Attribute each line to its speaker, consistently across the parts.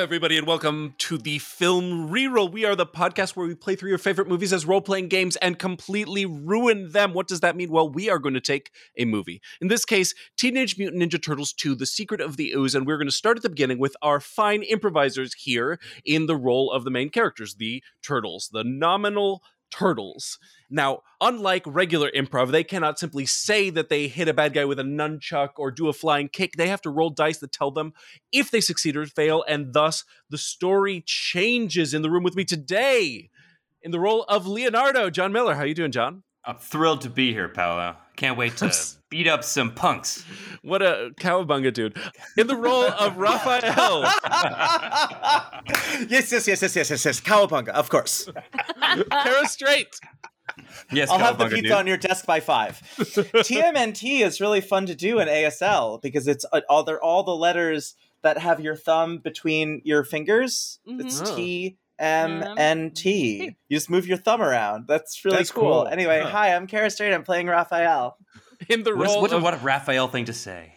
Speaker 1: everybody, and welcome to the Film Reroll. We are the podcast where we play through your favorite movies as role playing games and completely ruin them. What does that mean? Well, we are going to take a movie. In this case, Teenage Mutant Ninja Turtles 2 The Secret of the Ooze, and we're going to start at the beginning with our fine improvisers here in the role of the main characters, the turtles, the nominal turtles. Now, unlike regular improv, they cannot simply say that they hit a bad guy with a nunchuck or do a flying kick. They have to roll dice that tell them if they succeed or fail, and thus the story changes. In the room with me today, in the role of Leonardo, John Miller. How you doing, John?
Speaker 2: I'm thrilled to be here, Paolo. Can't wait to beat up some punks.
Speaker 1: What a cowabunga, dude! In the role of Raphael,
Speaker 3: yes, yes, yes, yes, yes, yes, yes. Cowabunga, of course.
Speaker 1: Kara Straight.
Speaker 2: Yes,
Speaker 3: I'll have the
Speaker 2: cowabunga,
Speaker 3: pizza
Speaker 2: dude.
Speaker 3: on your desk by five. TMNT is really fun to do in ASL because it's uh, all they're all the letters that have your thumb between your fingers. It's
Speaker 1: Mhm. Oh.
Speaker 3: Mm-hmm. T M N T. You just move your thumb around. That's really
Speaker 1: That's
Speaker 3: cool.
Speaker 1: cool.
Speaker 3: Anyway,
Speaker 2: Huh.
Speaker 3: hi, I'm Kara Straight. I'm playing Raphael.
Speaker 1: In the
Speaker 2: What, is,
Speaker 1: role
Speaker 2: what,
Speaker 1: of
Speaker 2: what a Raphael thing to say.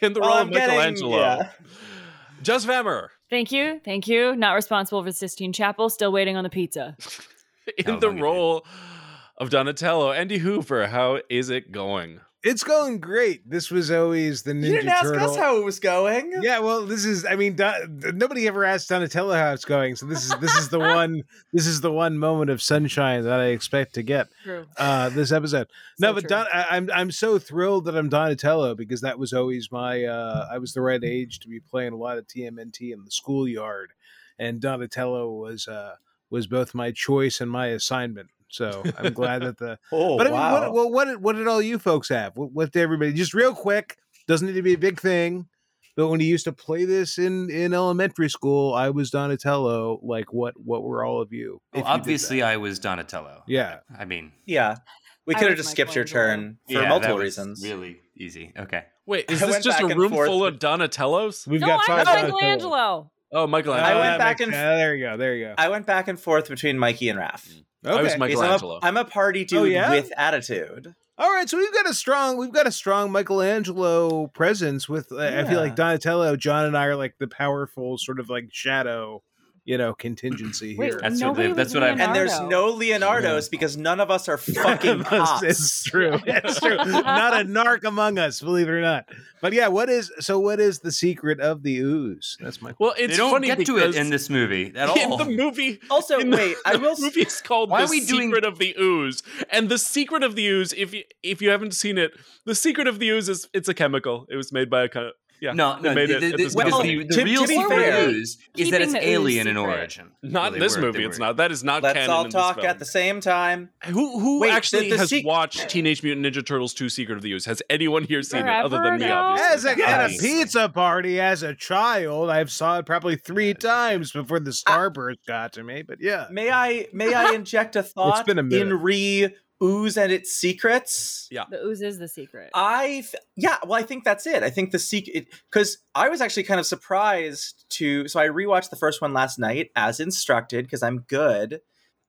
Speaker 1: in the
Speaker 3: Well,
Speaker 1: role
Speaker 3: Oh, I'm
Speaker 1: of
Speaker 3: getting-
Speaker 1: Michelangelo,
Speaker 3: yeah.
Speaker 1: Just Vammer.
Speaker 4: Thank you, thank you. Not responsible for Sistine Chapel. Still waiting on the pizza.
Speaker 1: In
Speaker 2: Cowabunga,
Speaker 1: the
Speaker 2: dude.
Speaker 1: role of Donatello, Andy Hoover. How is it going?
Speaker 5: It's going great. This was always the Ninja
Speaker 3: You didn't ask
Speaker 5: Turtle.
Speaker 3: us how it was going.
Speaker 5: yeah, well, this is. I mean, Don, nobody ever asked Donatello how it's going, so this is this is the one. This is the one moment of sunshine that I expect to get
Speaker 4: True.
Speaker 5: uh, this episode. no,
Speaker 4: So
Speaker 5: but
Speaker 4: true.
Speaker 5: Don, I, I'm I'm so thrilled that I'm Donatello because that was always my. Uh, I was the right age to be playing a lot of TMNT in the schoolyard, and Donatello was uh, was both my choice and my assignment. So I'm glad that the
Speaker 3: Oh,
Speaker 5: but I mean,
Speaker 3: wow.
Speaker 5: what, well, what did- what did all you folks have? What, what did everybody? Just real quick, doesn't need to be a big thing. But when you used to play this in in elementary school, I was Donatello. Like, what what were all of you? if
Speaker 2: Well,
Speaker 5: you did that?
Speaker 2: obviously, I was Donatello.
Speaker 5: yeah.
Speaker 2: I mean,
Speaker 3: yeah. We
Speaker 4: I
Speaker 3: could have
Speaker 4: was
Speaker 3: just skipped your
Speaker 4: Michelangelo.
Speaker 3: turn for
Speaker 2: yeah, that
Speaker 3: multiple
Speaker 2: was
Speaker 3: reasons.
Speaker 2: Really easy. Okay.
Speaker 1: Wait, is
Speaker 3: I
Speaker 1: this
Speaker 3: went
Speaker 1: just a
Speaker 3: back and
Speaker 1: room
Speaker 3: forth
Speaker 1: full of
Speaker 3: with-
Speaker 1: Donatellos?
Speaker 5: We've
Speaker 4: no,
Speaker 5: got
Speaker 4: I
Speaker 5: five.
Speaker 4: was Michelangelo.
Speaker 1: Oh, Michelangelo.
Speaker 3: I
Speaker 5: Oh,
Speaker 3: went
Speaker 5: that
Speaker 3: back
Speaker 5: makes-
Speaker 3: and-
Speaker 5: yeah, there you go. There you go.
Speaker 3: I went back and forth between Mikey and Raph.
Speaker 5: Okay.
Speaker 1: I was
Speaker 3: Okay, so I'm a-
Speaker 1: Mm. Michelangelo.
Speaker 3: I'm a party dude
Speaker 5: Oh, yeah?
Speaker 3: with attitude.
Speaker 5: All right, so we've got a strong we've got a strong Michelangelo presence with uh, I feel
Speaker 3: Yeah.
Speaker 5: like Donatello, John and I are like the powerful sort of like shadow, you know, contingency
Speaker 4: Wait,
Speaker 5: here.
Speaker 2: That's what
Speaker 4: nobody
Speaker 2: they- that's
Speaker 4: was
Speaker 2: what I- And
Speaker 3: And there's
Speaker 4: Leonardo.
Speaker 3: no Leonardos because none of us are fucking cops.
Speaker 5: It's true. It's true. not a narc among us, believe it or not. But yeah, what is so? What is the secret of the ooze? That's my.
Speaker 1: well, it's
Speaker 2: they don't
Speaker 1: funny
Speaker 2: get to
Speaker 1: because
Speaker 2: it in this movie at
Speaker 1: in
Speaker 2: all.
Speaker 1: the movie.
Speaker 3: Also,
Speaker 1: in the-
Speaker 3: wait, I will.
Speaker 1: The movie is called
Speaker 2: Why
Speaker 1: "The
Speaker 2: are we doing-
Speaker 1: Secret of the Ooze," and the secret of the ooze. If you if you haven't seen it, the secret of the ooze is it's a chemical. It was made by a co- yeah.
Speaker 2: no,
Speaker 1: they
Speaker 2: no.
Speaker 1: made
Speaker 2: the,
Speaker 1: it
Speaker 2: the,
Speaker 1: at
Speaker 2: the-
Speaker 1: this
Speaker 2: because
Speaker 3: company.
Speaker 2: the, the
Speaker 3: To-
Speaker 2: real
Speaker 3: to be
Speaker 2: secret
Speaker 3: fair-
Speaker 2: news is that
Speaker 4: keeping
Speaker 2: it's
Speaker 4: the ooze
Speaker 2: alien in
Speaker 4: secret.
Speaker 2: origin.
Speaker 1: Not
Speaker 2: Well,
Speaker 1: in
Speaker 2: they
Speaker 1: this
Speaker 2: were, they
Speaker 1: movie. It's
Speaker 2: were.
Speaker 1: not. That is not
Speaker 3: Let's
Speaker 1: canon.
Speaker 3: all
Speaker 1: in this
Speaker 3: talk
Speaker 1: film.
Speaker 3: at the same time.
Speaker 1: Who who
Speaker 3: Wait, the-
Speaker 1: actually
Speaker 3: the
Speaker 1: has
Speaker 3: sec-
Speaker 1: watched Teenage Mutant Ninja Turtles 2: Secret of the Ooze? Has anyone here seen it other than me?
Speaker 4: Forever
Speaker 3: Oh,
Speaker 5: As
Speaker 1: Obviously,
Speaker 5: a, at a
Speaker 2: Obviously.
Speaker 5: pizza party as a child, I've saw it probably three times before the starburst got to me. But yeah,
Speaker 3: May I? May I inject a thought
Speaker 5: been a minute.
Speaker 3: in re ooze and its secrets?
Speaker 4: The ooze is the secret.
Speaker 3: I th- yeah, well, I think that's it. I think the secret because I was actually kind of surprised to. So I rewatched the first one last night as instructed because I'm good,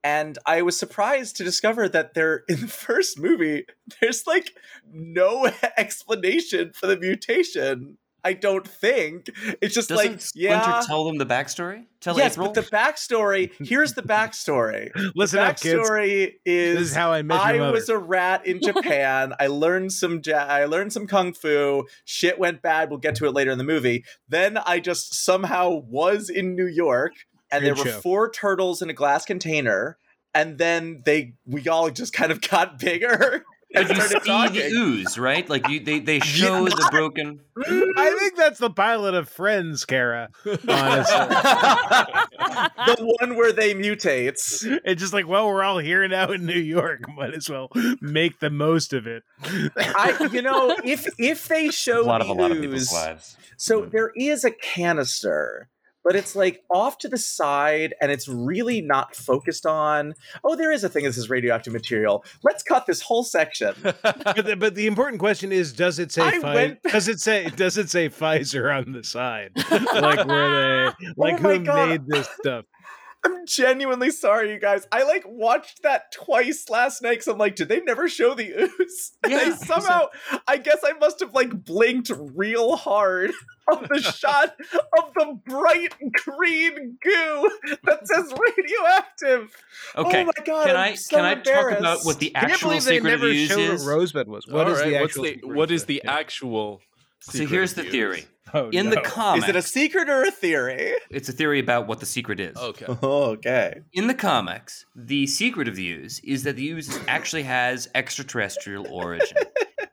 Speaker 3: and I was surprised to discover that there in the first movie there's like no explanation for the mutation. I don't think it's just
Speaker 2: Doesn't
Speaker 3: like
Speaker 2: Splinter
Speaker 3: yeah.
Speaker 2: tell them the backstory? Tell
Speaker 3: Yes,
Speaker 2: April.
Speaker 3: but the backstory. Here's the backstory.
Speaker 5: listen up, kids.
Speaker 3: backstory is
Speaker 5: This is how I met your
Speaker 3: I
Speaker 5: mother.
Speaker 3: was a rat in Japan. I learned some ja- I learned some kung fu. Shit went bad. We'll get to it later in the movie. Then I just somehow was in New York and
Speaker 5: Good
Speaker 3: there were
Speaker 5: show.
Speaker 3: four turtles in a glass container and then they we all just kind of got bigger. and
Speaker 2: But you see
Speaker 3: started
Speaker 2: the
Speaker 3: talking.
Speaker 2: ooze, right? Like you, they they show the broken.
Speaker 5: I think that's the pilot of Friends, Kara. Honestly,
Speaker 3: the one where they mutates.
Speaker 5: it's just like, well, we're all here now in New York. Might as well make the most of it.
Speaker 3: I you know, if if they
Speaker 2: A
Speaker 3: show
Speaker 2: lot of a
Speaker 3: the
Speaker 2: lot of people's
Speaker 3: ooze-
Speaker 2: lives.
Speaker 3: So
Speaker 2: Mm.
Speaker 3: there is a canister, but it's like off to the side and it's really not focused on. Oh, there is a thing that says radioactive material. Let's cut this whole section.
Speaker 5: but, the, but the important question is, does it say
Speaker 3: I
Speaker 5: Pfi-
Speaker 3: went-
Speaker 5: does it say does it say Pfizer on the side? like where they like
Speaker 3: my
Speaker 5: who
Speaker 3: God.
Speaker 5: made this stuff?
Speaker 3: I'm genuinely sorry, you guys. I like watched that twice last night because I'm like, did they never show the ooze? And I
Speaker 1: Yeah,
Speaker 3: somehow, I guess I must have like blinked real hard on the shot of the bright green goo that says radioactive.
Speaker 2: Okay.
Speaker 3: Oh my god!
Speaker 2: can
Speaker 3: I'm
Speaker 2: I
Speaker 3: so
Speaker 2: can I talk about
Speaker 3: embarrassed.
Speaker 2: what the
Speaker 5: I can't
Speaker 2: actual
Speaker 5: believe they
Speaker 2: secret of the
Speaker 5: never
Speaker 2: use
Speaker 5: showed
Speaker 2: is?
Speaker 5: what Rosebud was. What is
Speaker 1: All
Speaker 5: the
Speaker 1: right, what's
Speaker 5: actual?
Speaker 1: the,
Speaker 5: secret
Speaker 1: what
Speaker 5: of
Speaker 1: is the
Speaker 5: yeah.
Speaker 1: actual?
Speaker 2: So
Speaker 1: secret
Speaker 2: here's
Speaker 1: of
Speaker 2: the
Speaker 1: use?
Speaker 2: theory.
Speaker 5: Oh,
Speaker 2: In
Speaker 5: no.
Speaker 2: the comic,
Speaker 3: Is it a secret or a theory?
Speaker 2: it's a theory about what the secret is.
Speaker 1: Okay.
Speaker 3: Oh, okay.
Speaker 2: In the comics, the secret of the ooze is that the ooze actually has extraterrestrial origin.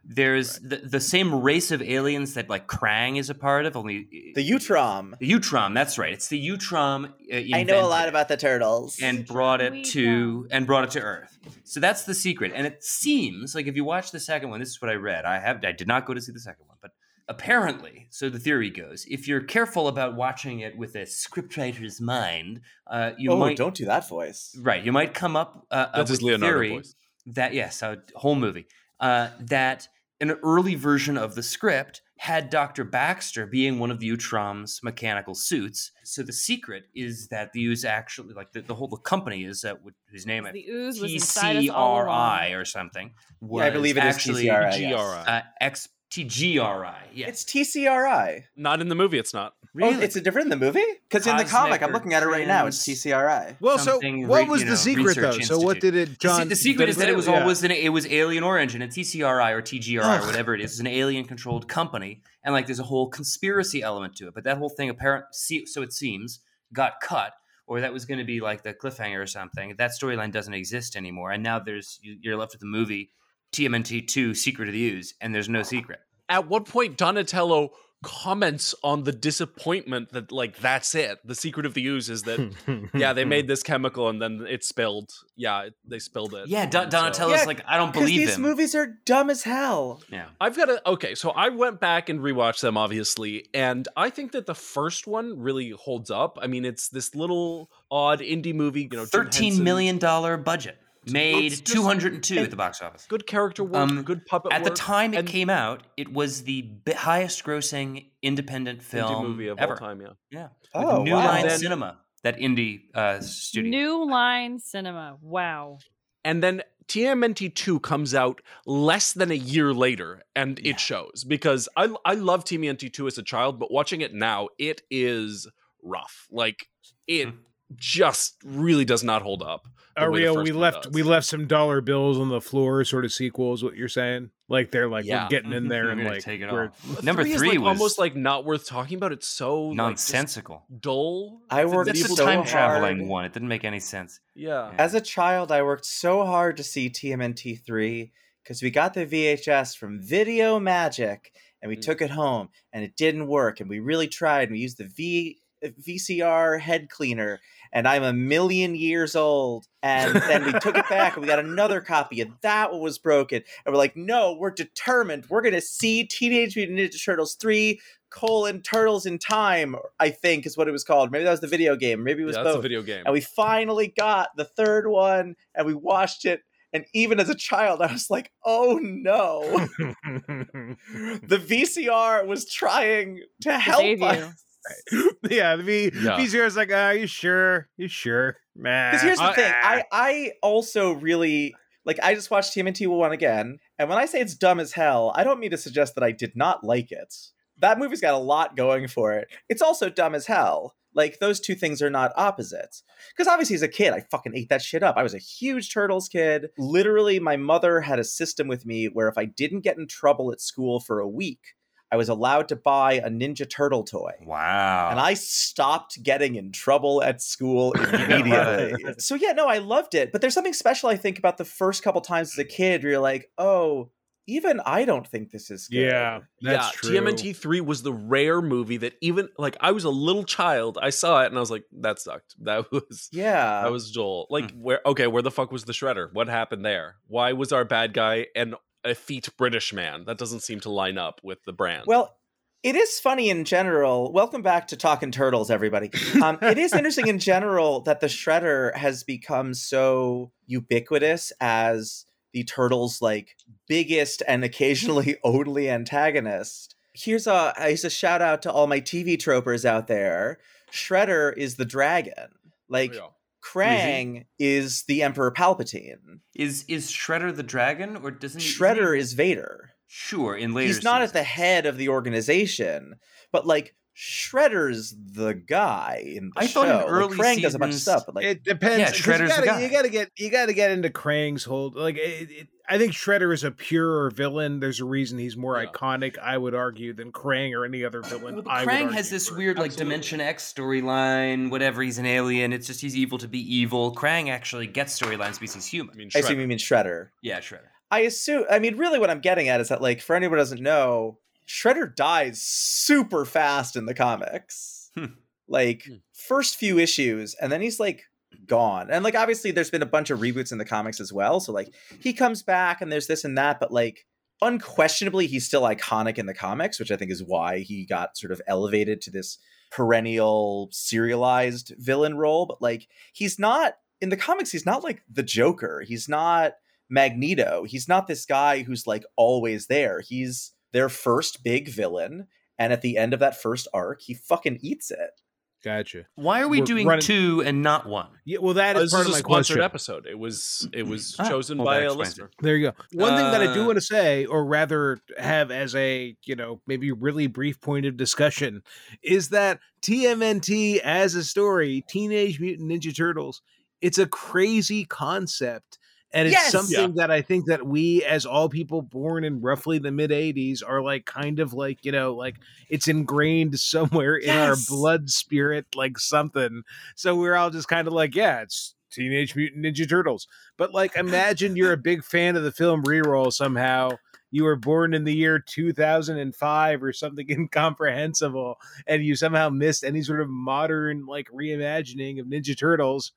Speaker 2: There's the, the same race of aliens that like Krang is a part of, only
Speaker 3: The Utrom.
Speaker 2: the Utrom. That's right. It's the Utrom. Uh,
Speaker 3: I know a
Speaker 2: invented
Speaker 3: lot
Speaker 2: it.
Speaker 3: about the turtles.
Speaker 2: and brought
Speaker 4: We
Speaker 2: it to and brought it to Earth. So that's the secret. And it seems like if you watch the second one, this is what I read. I have I did not go to see the second one, but apparently, so the theory goes, if you're careful about watching it with a scriptwriter's mind, uh, you
Speaker 3: oh,
Speaker 2: might
Speaker 3: don't do that voice.
Speaker 2: right, you might come up uh, uh,
Speaker 1: That's his
Speaker 2: with
Speaker 1: Leonardo
Speaker 2: theory
Speaker 1: voice.
Speaker 2: that yes, a whole movie uh, that an early version of the script had Dr. Baxter being one of the Utrom's mechanical suits. So the secret is that the U's actually like the, the whole the company is that would whose name
Speaker 4: The
Speaker 2: it
Speaker 4: ooze was inside us all along.
Speaker 2: TCRI or something.
Speaker 3: Yeah, I believe it is
Speaker 2: actually
Speaker 3: TCRI. yes.
Speaker 1: GRI.
Speaker 2: Uh, X TGRI. Yeah,
Speaker 3: It's TCRI.
Speaker 1: Not in the movie. It's not.
Speaker 2: really.
Speaker 3: Oh, it's a different in the movie? Because in the
Speaker 2: Cosmic
Speaker 3: comic, I'm
Speaker 2: or
Speaker 3: looking at it right now. It's
Speaker 2: trans-
Speaker 3: TCRI.
Speaker 5: Well, so
Speaker 2: something
Speaker 5: what
Speaker 2: re-
Speaker 5: was
Speaker 2: you
Speaker 5: the
Speaker 2: know,
Speaker 5: secret though?
Speaker 2: research
Speaker 5: So what
Speaker 2: institute.
Speaker 5: did it,
Speaker 2: The se-
Speaker 5: John?
Speaker 2: the secret is that it was
Speaker 5: yeah.
Speaker 2: always an it was alien origin, and TCRI or TGRI
Speaker 3: Ugh.
Speaker 2: or whatever it is, is an alien controlled company, and like there's a whole conspiracy element to it. But that whole thing apparent, see- so it seems, got cut, or that was going to be like the cliffhanger or something. That storyline doesn't exist anymore, and now there's you- you're left with the movie TMNT two Secret of the Ooze, and there's no secret.
Speaker 1: At what point Donatello comments on the disappointment that like that's it. The secret of the ooze is that yeah they made this chemical and then it spilled. Yeah, it- they spilled it.
Speaker 2: Yeah, Don-
Speaker 1: And so-
Speaker 2: Donatello's
Speaker 3: Yeah,
Speaker 2: like I don't
Speaker 3: Because
Speaker 2: believe
Speaker 3: these
Speaker 2: him.
Speaker 3: movies are dumb as hell.
Speaker 2: yeah.
Speaker 1: I've got to okay, so I went back and rewatched them obviously, and I think that the first one really holds up. I mean, it's this little odd indie movie, you know, Jim
Speaker 2: Thirteen
Speaker 1: Henson,
Speaker 2: million dollar budget made
Speaker 1: just-
Speaker 2: two hundred and two at the box office.
Speaker 1: good character work,
Speaker 2: Um,
Speaker 1: good puppet
Speaker 2: At the
Speaker 1: work,
Speaker 2: time it
Speaker 1: and
Speaker 2: came out, it was the bi- highest grossing independent
Speaker 1: indie
Speaker 2: film
Speaker 1: movie of
Speaker 2: ever.
Speaker 1: all time, yeah.
Speaker 2: Yeah.
Speaker 3: Oh,
Speaker 2: New
Speaker 3: wow.
Speaker 2: Line
Speaker 1: Then-
Speaker 2: Cinema, that indie uh, studio.
Speaker 4: New Line Cinema. Wow.
Speaker 1: And then TMNT 2 comes out less than a year later and
Speaker 2: Yeah.
Speaker 1: it shows because I I love TMNT 2 as a child, but watching it now, it is rough. Like it
Speaker 2: Mhm.
Speaker 1: just really does not hold up. the way the
Speaker 5: Ariel,
Speaker 1: first
Speaker 5: we
Speaker 1: one
Speaker 5: left
Speaker 1: does.
Speaker 5: we left some dollar bills on the floor, sort of sequels. What you're saying? Like they're like
Speaker 1: Yeah.
Speaker 5: we're getting in there
Speaker 2: We're
Speaker 5: and
Speaker 2: gonna
Speaker 5: like
Speaker 2: take it
Speaker 5: we're-
Speaker 2: off. Number
Speaker 1: is,
Speaker 2: three,
Speaker 1: like,
Speaker 2: was
Speaker 1: almost like not worth talking about. It's so like, just
Speaker 2: nonsensical.
Speaker 1: dull.
Speaker 3: I worked
Speaker 2: That's the
Speaker 3: so
Speaker 2: time
Speaker 3: hard.
Speaker 2: traveling one. It didn't make any sense.
Speaker 1: Yeah.
Speaker 2: Yeah.
Speaker 3: As a child, I worked so hard to see TMNT 3 because we got the VHS from Video Magic and we
Speaker 1: Mm.
Speaker 3: took it home and it didn't work. And we really tried and we used the v- VCR head cleaner. And I'm a million years old. And then we took it back and we got another copy and that one was broken. And we're like, no, we're determined. We're going to see Teenage Mutant Ninja Turtles 3 colon turtles in time i think is what it was called maybe that was the video game maybe it was
Speaker 1: Yeah, that's
Speaker 3: both
Speaker 1: a video game.
Speaker 3: and we finally got the third one and we watched it and even as a child i was like oh no the vcr was trying to help
Speaker 4: save
Speaker 3: us
Speaker 4: you.
Speaker 5: yeah, the v-
Speaker 1: Yeah.
Speaker 5: VCR's like, are you sure? You sure? Man,
Speaker 3: because here's the thing i i also really like i just watched tmnt will one again and when i say it's dumb as hell i don't mean to suggest that i did not like it that movie's got a lot going for it it's also dumb as hell like those two things are not opposites because obviously as a kid i fucking ate that shit up i was a huge turtles kid literally my mother had a system with me where if i didn't get in trouble at school for a week i was allowed to buy a ninja turtle toy
Speaker 2: Wow.
Speaker 3: and I stopped getting in trouble at school immediately. so yeah, no, I loved it. But there's something special I think about the first couple times as a kid where you're like, oh, even I don't think this is good.
Speaker 5: yeah, that's true.
Speaker 1: yeah, TMNT three was the rare movie that even like I was a little child. I saw it and I was like, "That sucked. That was
Speaker 3: Yeah.
Speaker 1: That was Joel. Like,
Speaker 3: hmm.
Speaker 1: where? Okay, where the fuck was the shredder? What happened there? Why was our bad guy an effete British man? That doesn't seem to line up with the brand.
Speaker 3: well, it is funny in general. Welcome back to Talking Turtles, everybody. Um, it is interesting in general that the Shredder has become so ubiquitous as the Turtles' like biggest and occasionally only antagonist. Here's a here's a shout out to all my TV tropers out there. Shredder is the dragon. Like
Speaker 1: Yeah.
Speaker 3: Krang is the Emperor Palpatine.
Speaker 2: Is is Shredder the dragon, or doesn't he, isn't he-
Speaker 3: Shredder is Vader.
Speaker 2: sure in later?
Speaker 3: He's not at the
Speaker 2: seasons.
Speaker 3: head of the organization, but like Shredder's the guy in the
Speaker 2: I
Speaker 3: show.
Speaker 2: thought in
Speaker 3: Like,
Speaker 2: early
Speaker 3: Krang does a bunch of
Speaker 2: seasons-
Speaker 3: stuff, but like
Speaker 5: it depends.
Speaker 2: Yeah,
Speaker 5: 'cause
Speaker 2: Shredder's the
Speaker 5: you gotta,
Speaker 2: guy.
Speaker 5: You gotta get you gotta get into Krang's hold. Like, it, it, I think Shredder is a purer villain. There's a reason he's more
Speaker 2: Yeah.
Speaker 5: iconic, I would argue, than Krang or any other villain.
Speaker 2: Well, but
Speaker 5: I would
Speaker 2: Krang
Speaker 5: argue
Speaker 2: has this
Speaker 5: for-
Speaker 2: weird like
Speaker 1: Absolutely.
Speaker 2: Dimension X storyline. Whatever, he's an alien. It's just he's evil to be evil. Krang actually gets storylines because he's
Speaker 1: I
Speaker 2: human.
Speaker 1: mean,
Speaker 3: I assume
Speaker 1: Shredder.
Speaker 3: you mean Shredder.
Speaker 2: Yeah, Shredder.
Speaker 3: I assume. I mean, really, what I'm getting at is that, like, for anyone who doesn't know, Shredder dies super fast in the comics.
Speaker 2: Hmm.
Speaker 3: Like,
Speaker 1: Hmm.
Speaker 3: first few issues, and then he's like gone. And like, obviously, there's been a bunch of reboots in the comics as well. So like, he comes back, and there's this and that, but like. Unquestionably, he's still iconic in the comics, which I think is why he got sort of elevated to this perennial serialized villain role. But like, he's not in the comics, he's not like the Joker. He's not Magneto. He's not this guy who's like always there. He's their first big villain. And at the end of that first arc, he fucking eats it.
Speaker 5: Gotcha.
Speaker 2: Why are we
Speaker 5: We're
Speaker 2: doing
Speaker 5: running-
Speaker 2: two and not one?
Speaker 5: Yeah, well, that
Speaker 1: Uh,
Speaker 5: is
Speaker 1: this
Speaker 5: part
Speaker 1: is
Speaker 5: of
Speaker 1: a
Speaker 5: my
Speaker 1: sponsored
Speaker 5: question.
Speaker 1: episode. It was it
Speaker 3: Mm-hmm.
Speaker 1: was
Speaker 2: Ah,
Speaker 1: chosen
Speaker 2: well,
Speaker 1: by
Speaker 2: that
Speaker 1: a
Speaker 2: explains
Speaker 1: listener.
Speaker 5: There you go. One thing that I do
Speaker 2: Uh,
Speaker 5: want to say, or rather have as a, you know, maybe really brief point of discussion, is that TMNT as a story, Teenage Mutant Ninja Turtles, it's a crazy concept. And it's
Speaker 3: Yes!
Speaker 5: something that I think that we, as all people born in roughly the mid 80s, are like kind of like, you know, like it's ingrained somewhere in our
Speaker 3: Yes!
Speaker 5: blood spirit, like something. So we're all just kind of like, yeah, it's Teenage Mutant Ninja Turtles. But like, imagine you're a big fan of the film Reroll somehow. You were born in the year 2005 or something incomprehensible, and you somehow missed any sort of modern like reimagining of Ninja Turtles.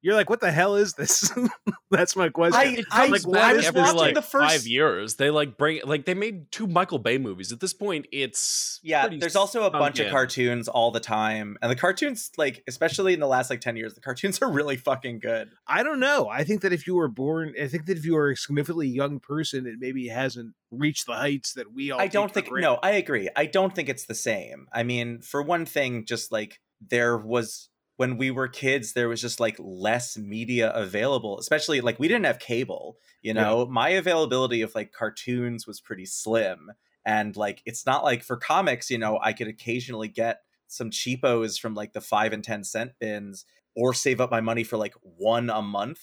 Speaker 5: You're like, what the hell is this? That's my question.
Speaker 3: I, I,
Speaker 1: like
Speaker 5: what
Speaker 1: back
Speaker 3: I was
Speaker 1: every
Speaker 3: watching
Speaker 1: like
Speaker 3: the first.
Speaker 1: five years. They like bring like they made two Michael Bay movies. At this point, it's
Speaker 3: yeah,
Speaker 1: pretty um,
Speaker 3: there's also a
Speaker 1: sunk
Speaker 3: bunch of
Speaker 1: in.
Speaker 3: cartoons all the time. And the cartoons, like, especially in the last like 10 years, the cartoons are really fucking good.
Speaker 5: I don't know. I think that if you were born, I think that if you were a significantly young person, it maybe hasn't reached the heights that we all.
Speaker 3: I
Speaker 5: take
Speaker 3: don't
Speaker 5: for
Speaker 3: think
Speaker 5: granted.
Speaker 3: no, I agree. I don't think it's the same. I mean, for one thing, just like there was when we were kids, there was just like less media available, especially like we didn't have cable, you
Speaker 5: Yeah.
Speaker 3: know. My availability of like cartoons was pretty slim. And like it's not like for comics, you know, I could occasionally get some cheapos from like the five and ten cent bins or save up my money for like one a month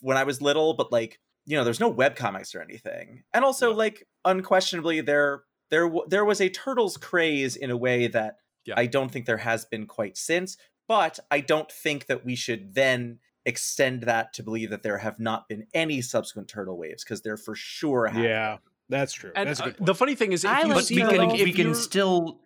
Speaker 3: when I was little, but like you know, there's no web comics or anything. And also,
Speaker 1: Yeah.
Speaker 3: like unquestionably, there there w- there was a turtles craze in a way that
Speaker 1: Yeah.
Speaker 3: I don't think there has been quite since. But I don't think that we should then extend that to believe that there have not been any subsequent turtle waves because there for sure have.
Speaker 5: Yeah, that's true.
Speaker 1: And
Speaker 5: that's a
Speaker 1: uh,
Speaker 5: good point.
Speaker 1: the funny thing is, if
Speaker 4: I
Speaker 1: you
Speaker 4: like
Speaker 2: But
Speaker 1: see,
Speaker 2: we
Speaker 4: Zero.
Speaker 1: like,
Speaker 2: can
Speaker 1: if
Speaker 2: we can
Speaker 1: you're-
Speaker 2: still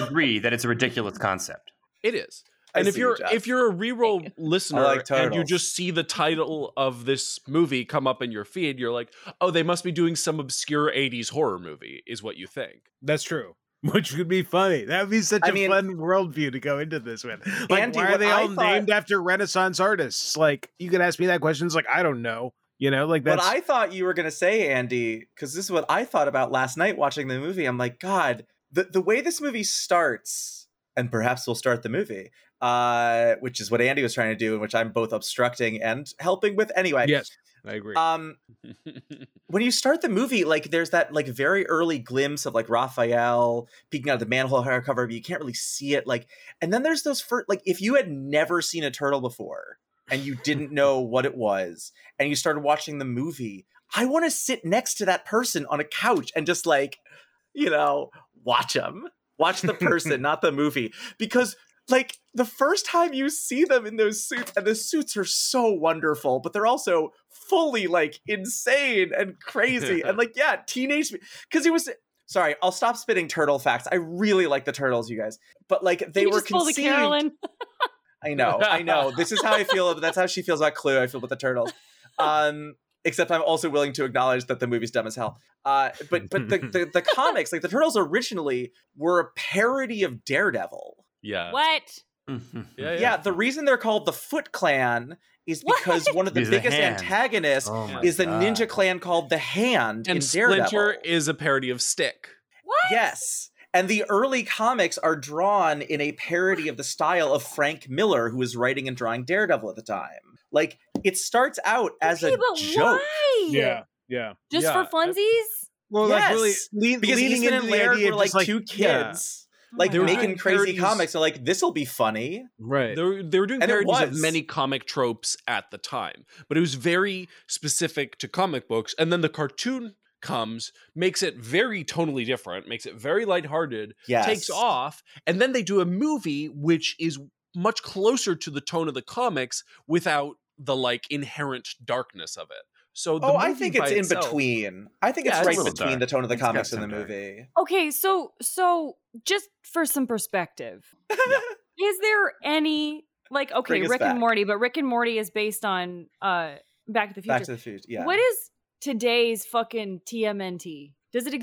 Speaker 2: agree that it's a ridiculous concept.
Speaker 1: it is.
Speaker 3: I
Speaker 1: and if
Speaker 3: see you,
Speaker 1: you're
Speaker 3: Jeff.
Speaker 1: if you're a reroll listener
Speaker 3: like
Speaker 1: and you
Speaker 3: turtles.
Speaker 1: just see the title of this movie come up in your feed, you're like, oh, they must be doing some obscure '80s horror movie, is what you think.
Speaker 5: That's true. Which would be funny. That would be such
Speaker 3: I
Speaker 5: a
Speaker 3: mean-
Speaker 5: fun worldview to go into this with. Like,
Speaker 3: Andy,
Speaker 5: why are
Speaker 3: what
Speaker 5: they
Speaker 3: I
Speaker 5: all
Speaker 3: thought-
Speaker 5: named after Renaissance artists? Like, you could ask me that question. It's like, I don't know. You know, like
Speaker 3: What
Speaker 5: that's.
Speaker 3: I thought you were gonna say, Andy, because this is what I thought about last night watching the movie. I'm like, God, the the way this movie starts, and perhaps we'll start the movie, uh, which is what Andy was trying to do, and which I'm both obstructing and helping with. Anyway,
Speaker 5: yes, I agree.
Speaker 3: um, when you start the movie, like there's that like very early glimpse of like Raphael peeking out of the manhole cover, but you can't really see it. Like, and then there's those first like if you had never seen a turtle before and you didn't know what it was, and you started watching the movie, I want to sit next to that person on a couch and just like, you know, watch them, watch the person, not the movie, because. Like the first time you see them in those suits, and the suits are so wonderful, but they're also fully like insane and crazy. and like, yeah, teenage, because it was sorry, I'll stop spitting turtle facts. I really like the turtles, you guys. But like they
Speaker 4: you
Speaker 3: were
Speaker 4: just pull the
Speaker 3: conceived.
Speaker 4: Carolyn.
Speaker 3: I know, I know. This is how I feel. That's how she feels about Clue. I feel about the turtles. Um, except I'm also willing to acknowledge that the movie's dumb as hell. Uh, but but the, the the comics, like the turtles, originally were a parody of Daredevil.
Speaker 2: Uh,
Speaker 1: yeah.
Speaker 4: What?
Speaker 1: Yeah,
Speaker 3: Yeah,
Speaker 1: yeah.
Speaker 3: the reason they're called the Foot Clan is
Speaker 4: What?
Speaker 3: because one of the
Speaker 2: Is the Oh
Speaker 3: biggest
Speaker 2: hand.
Speaker 3: antagonists is the ninja clan called the Hand in
Speaker 1: And
Speaker 3: Daredevil.
Speaker 1: Splinter is a parody of Stick.
Speaker 4: What?
Speaker 3: Yes. And the early comics are drawn in a parody of the style of Frank Miller, who was writing and drawing Daredevil at the time. Like it starts out as
Speaker 4: Okay,
Speaker 3: a
Speaker 4: but
Speaker 3: joke.
Speaker 4: why?
Speaker 5: Yeah, yeah.
Speaker 4: Just
Speaker 5: yeah.
Speaker 4: for funsies?
Speaker 5: Well,
Speaker 3: Yes,
Speaker 5: like really lean,
Speaker 3: because
Speaker 5: leaning
Speaker 3: Eastman
Speaker 5: into
Speaker 3: and
Speaker 5: the
Speaker 3: Laird
Speaker 5: idea
Speaker 3: were
Speaker 5: of
Speaker 3: like
Speaker 5: just,
Speaker 3: two
Speaker 5: yeah,
Speaker 3: kids,
Speaker 4: Oh
Speaker 3: like
Speaker 4: my
Speaker 1: were
Speaker 4: God.
Speaker 3: making
Speaker 1: doing
Speaker 3: crazy
Speaker 1: parodies-
Speaker 3: comics. They're like, this will be funny.
Speaker 5: right.
Speaker 1: They were, they were doing
Speaker 3: And it
Speaker 1: parodies of
Speaker 3: was.
Speaker 1: many comic tropes at the time, but it was very specific to comic books. And then the cartoon comes, makes it very tonally different, makes it very lighthearted,
Speaker 3: Yes,
Speaker 1: takes off, and then they do a movie which is much closer to the tone of the comics without the like inherent darkness of it. So the
Speaker 3: Oh, I
Speaker 1: movie
Speaker 3: think
Speaker 1: by
Speaker 3: it's in
Speaker 1: itself-
Speaker 3: between. I think
Speaker 1: Yeah,
Speaker 3: it's
Speaker 1: it's a
Speaker 3: right
Speaker 1: little
Speaker 3: between
Speaker 2: dark.
Speaker 3: the tone of the
Speaker 2: It's got
Speaker 3: comics and the
Speaker 2: some dark.
Speaker 3: movie.
Speaker 4: Okay, so so just for some perspective, is there any like okay,
Speaker 3: Bring us
Speaker 4: Rick
Speaker 3: back.
Speaker 4: and Morty, but Rick and Morty is based on uh Back to the Future.
Speaker 3: Back to the Future. Yeah.
Speaker 4: What is today's fucking TMNT? Does it
Speaker 5: Sex,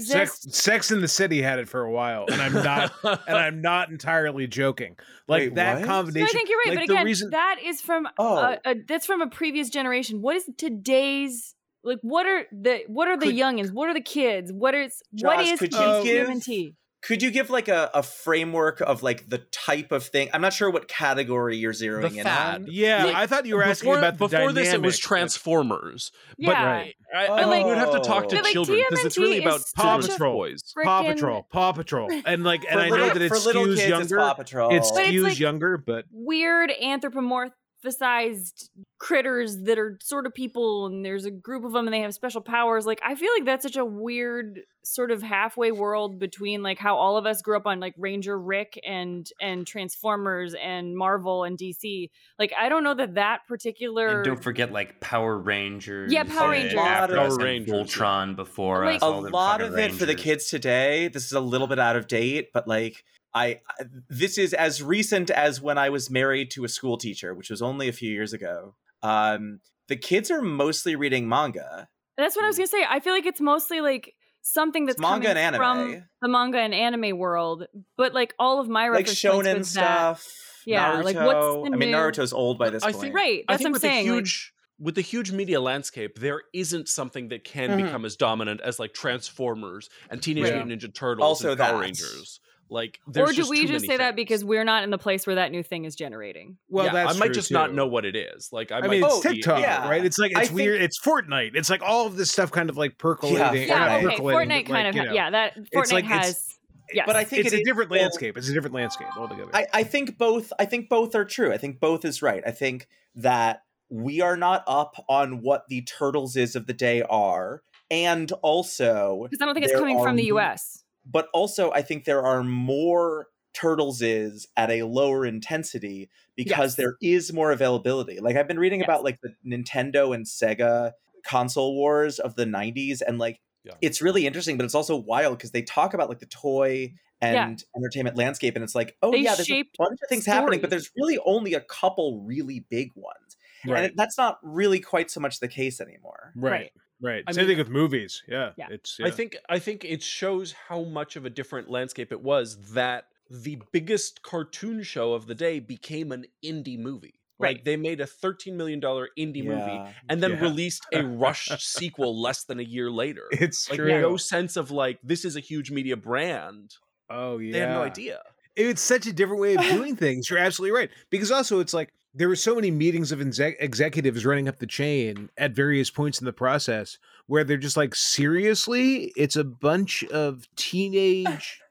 Speaker 4: exist?
Speaker 5: Sex in the City had it for a while, and I'm not, and I'm not entirely joking. Like
Speaker 3: Wait,
Speaker 5: that
Speaker 3: what?
Speaker 4: No,
Speaker 5: combination.
Speaker 4: I think you're right,
Speaker 5: like,
Speaker 4: but
Speaker 5: the
Speaker 4: again,
Speaker 5: reason-
Speaker 4: that is from
Speaker 3: Oh.
Speaker 4: a, a, that's from a previous generation. What is today's like? What are the what are the
Speaker 1: Could-
Speaker 4: youngins? What are the kids? What is what
Speaker 3: Josh,
Speaker 4: is
Speaker 3: could
Speaker 5: you
Speaker 3: give-
Speaker 4: TMNT?
Speaker 3: Could you give like a, a framework of like the type of thing? I'm not sure what category you're zeroing in
Speaker 1: fad.
Speaker 3: on.
Speaker 5: yeah,
Speaker 1: like,
Speaker 5: I thought you were asking
Speaker 1: before
Speaker 5: about the
Speaker 1: before this, it
Speaker 5: dynamic,
Speaker 1: was
Speaker 5: like,
Speaker 1: Transformers.
Speaker 4: Yeah,
Speaker 5: right.
Speaker 1: I, I
Speaker 4: But,
Speaker 1: think
Speaker 4: like-
Speaker 1: you would have to talk to
Speaker 4: Oh. But, like,
Speaker 1: children because it's
Speaker 4: TMNT
Speaker 1: really
Speaker 4: is
Speaker 1: about
Speaker 4: such
Speaker 5: Paw
Speaker 1: children's
Speaker 5: Patrol.
Speaker 1: toys.
Speaker 5: Paw
Speaker 4: Frickin-
Speaker 5: Patrol, Paw Patrol, and like, and
Speaker 3: for
Speaker 5: I
Speaker 3: little,
Speaker 5: know that it
Speaker 3: for little
Speaker 5: skews
Speaker 3: kids, it's
Speaker 5: younger.
Speaker 3: Paw Patrol.
Speaker 5: It
Speaker 4: But it's
Speaker 5: skews
Speaker 4: like-
Speaker 5: younger, but
Speaker 4: weird anthropomorphized critters that are sort of people and there's a group of them and they have special powers like i feel like that's such a weird sort of halfway world between like how all of us grew up on like ranger rick and and transformers and marvel and dc like i don't know that that particular
Speaker 2: And don't forget like Power Rangers.
Speaker 4: Yeah, Power
Speaker 2: and
Speaker 4: Rangers.
Speaker 2: After
Speaker 3: Power
Speaker 2: Us and
Speaker 1: Rangers, yeah.
Speaker 2: Voltron before
Speaker 4: Like-
Speaker 2: us.
Speaker 3: a
Speaker 2: all the
Speaker 3: lot
Speaker 2: fucking
Speaker 3: of it for the
Speaker 2: Rangers.
Speaker 3: kids today. This is a little bit out of date, but like I, I- this is as recent as when I was married to a school teacher, which was only a few years ago. Um, the kids are mostly reading manga.
Speaker 4: that's what i was gonna say i feel like it's mostly like something that's
Speaker 3: It's manga
Speaker 4: coming
Speaker 3: and
Speaker 4: from
Speaker 3: anime.
Speaker 4: the manga and anime world but like all of my
Speaker 3: Like
Speaker 4: reference points
Speaker 3: shonen
Speaker 4: was that-
Speaker 3: stuff.
Speaker 4: Yeah,
Speaker 3: Naruto.
Speaker 4: like, what's the
Speaker 3: I mean
Speaker 4: new- Oh,
Speaker 3: Naruto's old by this
Speaker 1: I
Speaker 3: point.
Speaker 1: think-
Speaker 4: right
Speaker 1: I think
Speaker 4: that's what i'm
Speaker 1: with
Speaker 4: saying
Speaker 1: the
Speaker 4: like-
Speaker 1: huge with the huge media landscape, there isn't something that can
Speaker 4: Mm-hmm.
Speaker 3: Mhm.
Speaker 1: become as dominant as like Transformers and Teenage
Speaker 5: Right.
Speaker 1: Mutant Ninja Turtles
Speaker 3: Also
Speaker 1: and Power
Speaker 3: that.
Speaker 1: Rangers. Like,
Speaker 4: or
Speaker 1: there's
Speaker 4: do
Speaker 1: just
Speaker 4: we
Speaker 1: too
Speaker 4: just
Speaker 1: many
Speaker 4: say that
Speaker 1: things.
Speaker 4: because we're not in the place where that new thing is generating?
Speaker 5: well,
Speaker 1: Yeah,
Speaker 5: that's
Speaker 1: I might
Speaker 5: true,
Speaker 1: just not
Speaker 5: too.
Speaker 1: know what it is. Like, I,
Speaker 5: I
Speaker 1: might
Speaker 5: mean, it's
Speaker 1: be-
Speaker 5: TikTok,
Speaker 3: Oh, yeah.
Speaker 5: right? It's like
Speaker 3: I
Speaker 5: it's
Speaker 3: think-
Speaker 5: weird. It's Fortnite. It's like all of this stuff kind of like percolating.
Speaker 3: Yeah,
Speaker 5: or
Speaker 4: Yeah,
Speaker 5: not
Speaker 3: Fortnite.
Speaker 4: okay. Fortnite
Speaker 5: percolating, but, like,
Speaker 4: kind of
Speaker 5: you know,
Speaker 4: ha- yeah, that Fortnite
Speaker 5: like it's-
Speaker 4: has yes.
Speaker 3: But I think
Speaker 5: it's
Speaker 3: it
Speaker 5: a
Speaker 3: is
Speaker 5: different
Speaker 3: still-
Speaker 5: landscape. It's a different landscape altogether.
Speaker 3: I, I think both I think both are true. I think both is right. I think that we are not up on what the turtles is of the day are. And also
Speaker 4: because I don't think it's
Speaker 3: there
Speaker 4: coming
Speaker 3: are
Speaker 4: from the
Speaker 3: new-
Speaker 4: US.
Speaker 3: but also I think there are more turtles is at a lower intensity because
Speaker 4: Yes.
Speaker 3: there is more availability. Like I've been reading
Speaker 4: Yes.
Speaker 3: about like the Nintendo and Sega console wars of the 90s and like
Speaker 1: Yeah.
Speaker 3: it's really interesting but it's also wild because they talk about like the toy and
Speaker 4: Yeah.
Speaker 3: entertainment landscape and it's like oh
Speaker 4: They
Speaker 3: yeah there's a
Speaker 4: shaped
Speaker 3: bunch of things happening but
Speaker 4: stories.
Speaker 3: there's really only a couple really big ones and
Speaker 5: right.
Speaker 3: it, that's not really quite so much the case anymore
Speaker 5: Right. Right.
Speaker 1: I
Speaker 5: Same
Speaker 1: mean-
Speaker 5: thing with movies. Yeah.
Speaker 4: Yeah.
Speaker 5: It's.
Speaker 1: I
Speaker 5: yeah.
Speaker 1: think I think it shows how much of a different landscape it was that the biggest cartoon show of the day became an indie movie. Like
Speaker 4: Right.
Speaker 1: they made a $13 million indie movie
Speaker 3: Yeah.
Speaker 1: and then
Speaker 5: Yeah.
Speaker 1: released a rushed sequel less than a year later.
Speaker 5: it's
Speaker 1: Like
Speaker 5: true.
Speaker 1: no sense of like this is a huge media brand.
Speaker 5: oh yeah.
Speaker 1: They had no idea.
Speaker 5: It's such a different way of doing things. You're absolutely right. Because also, it's like there were so many meetings of exec- executives running up the chain at various points in the process where they're just like, seriously, it's a bunch of teenage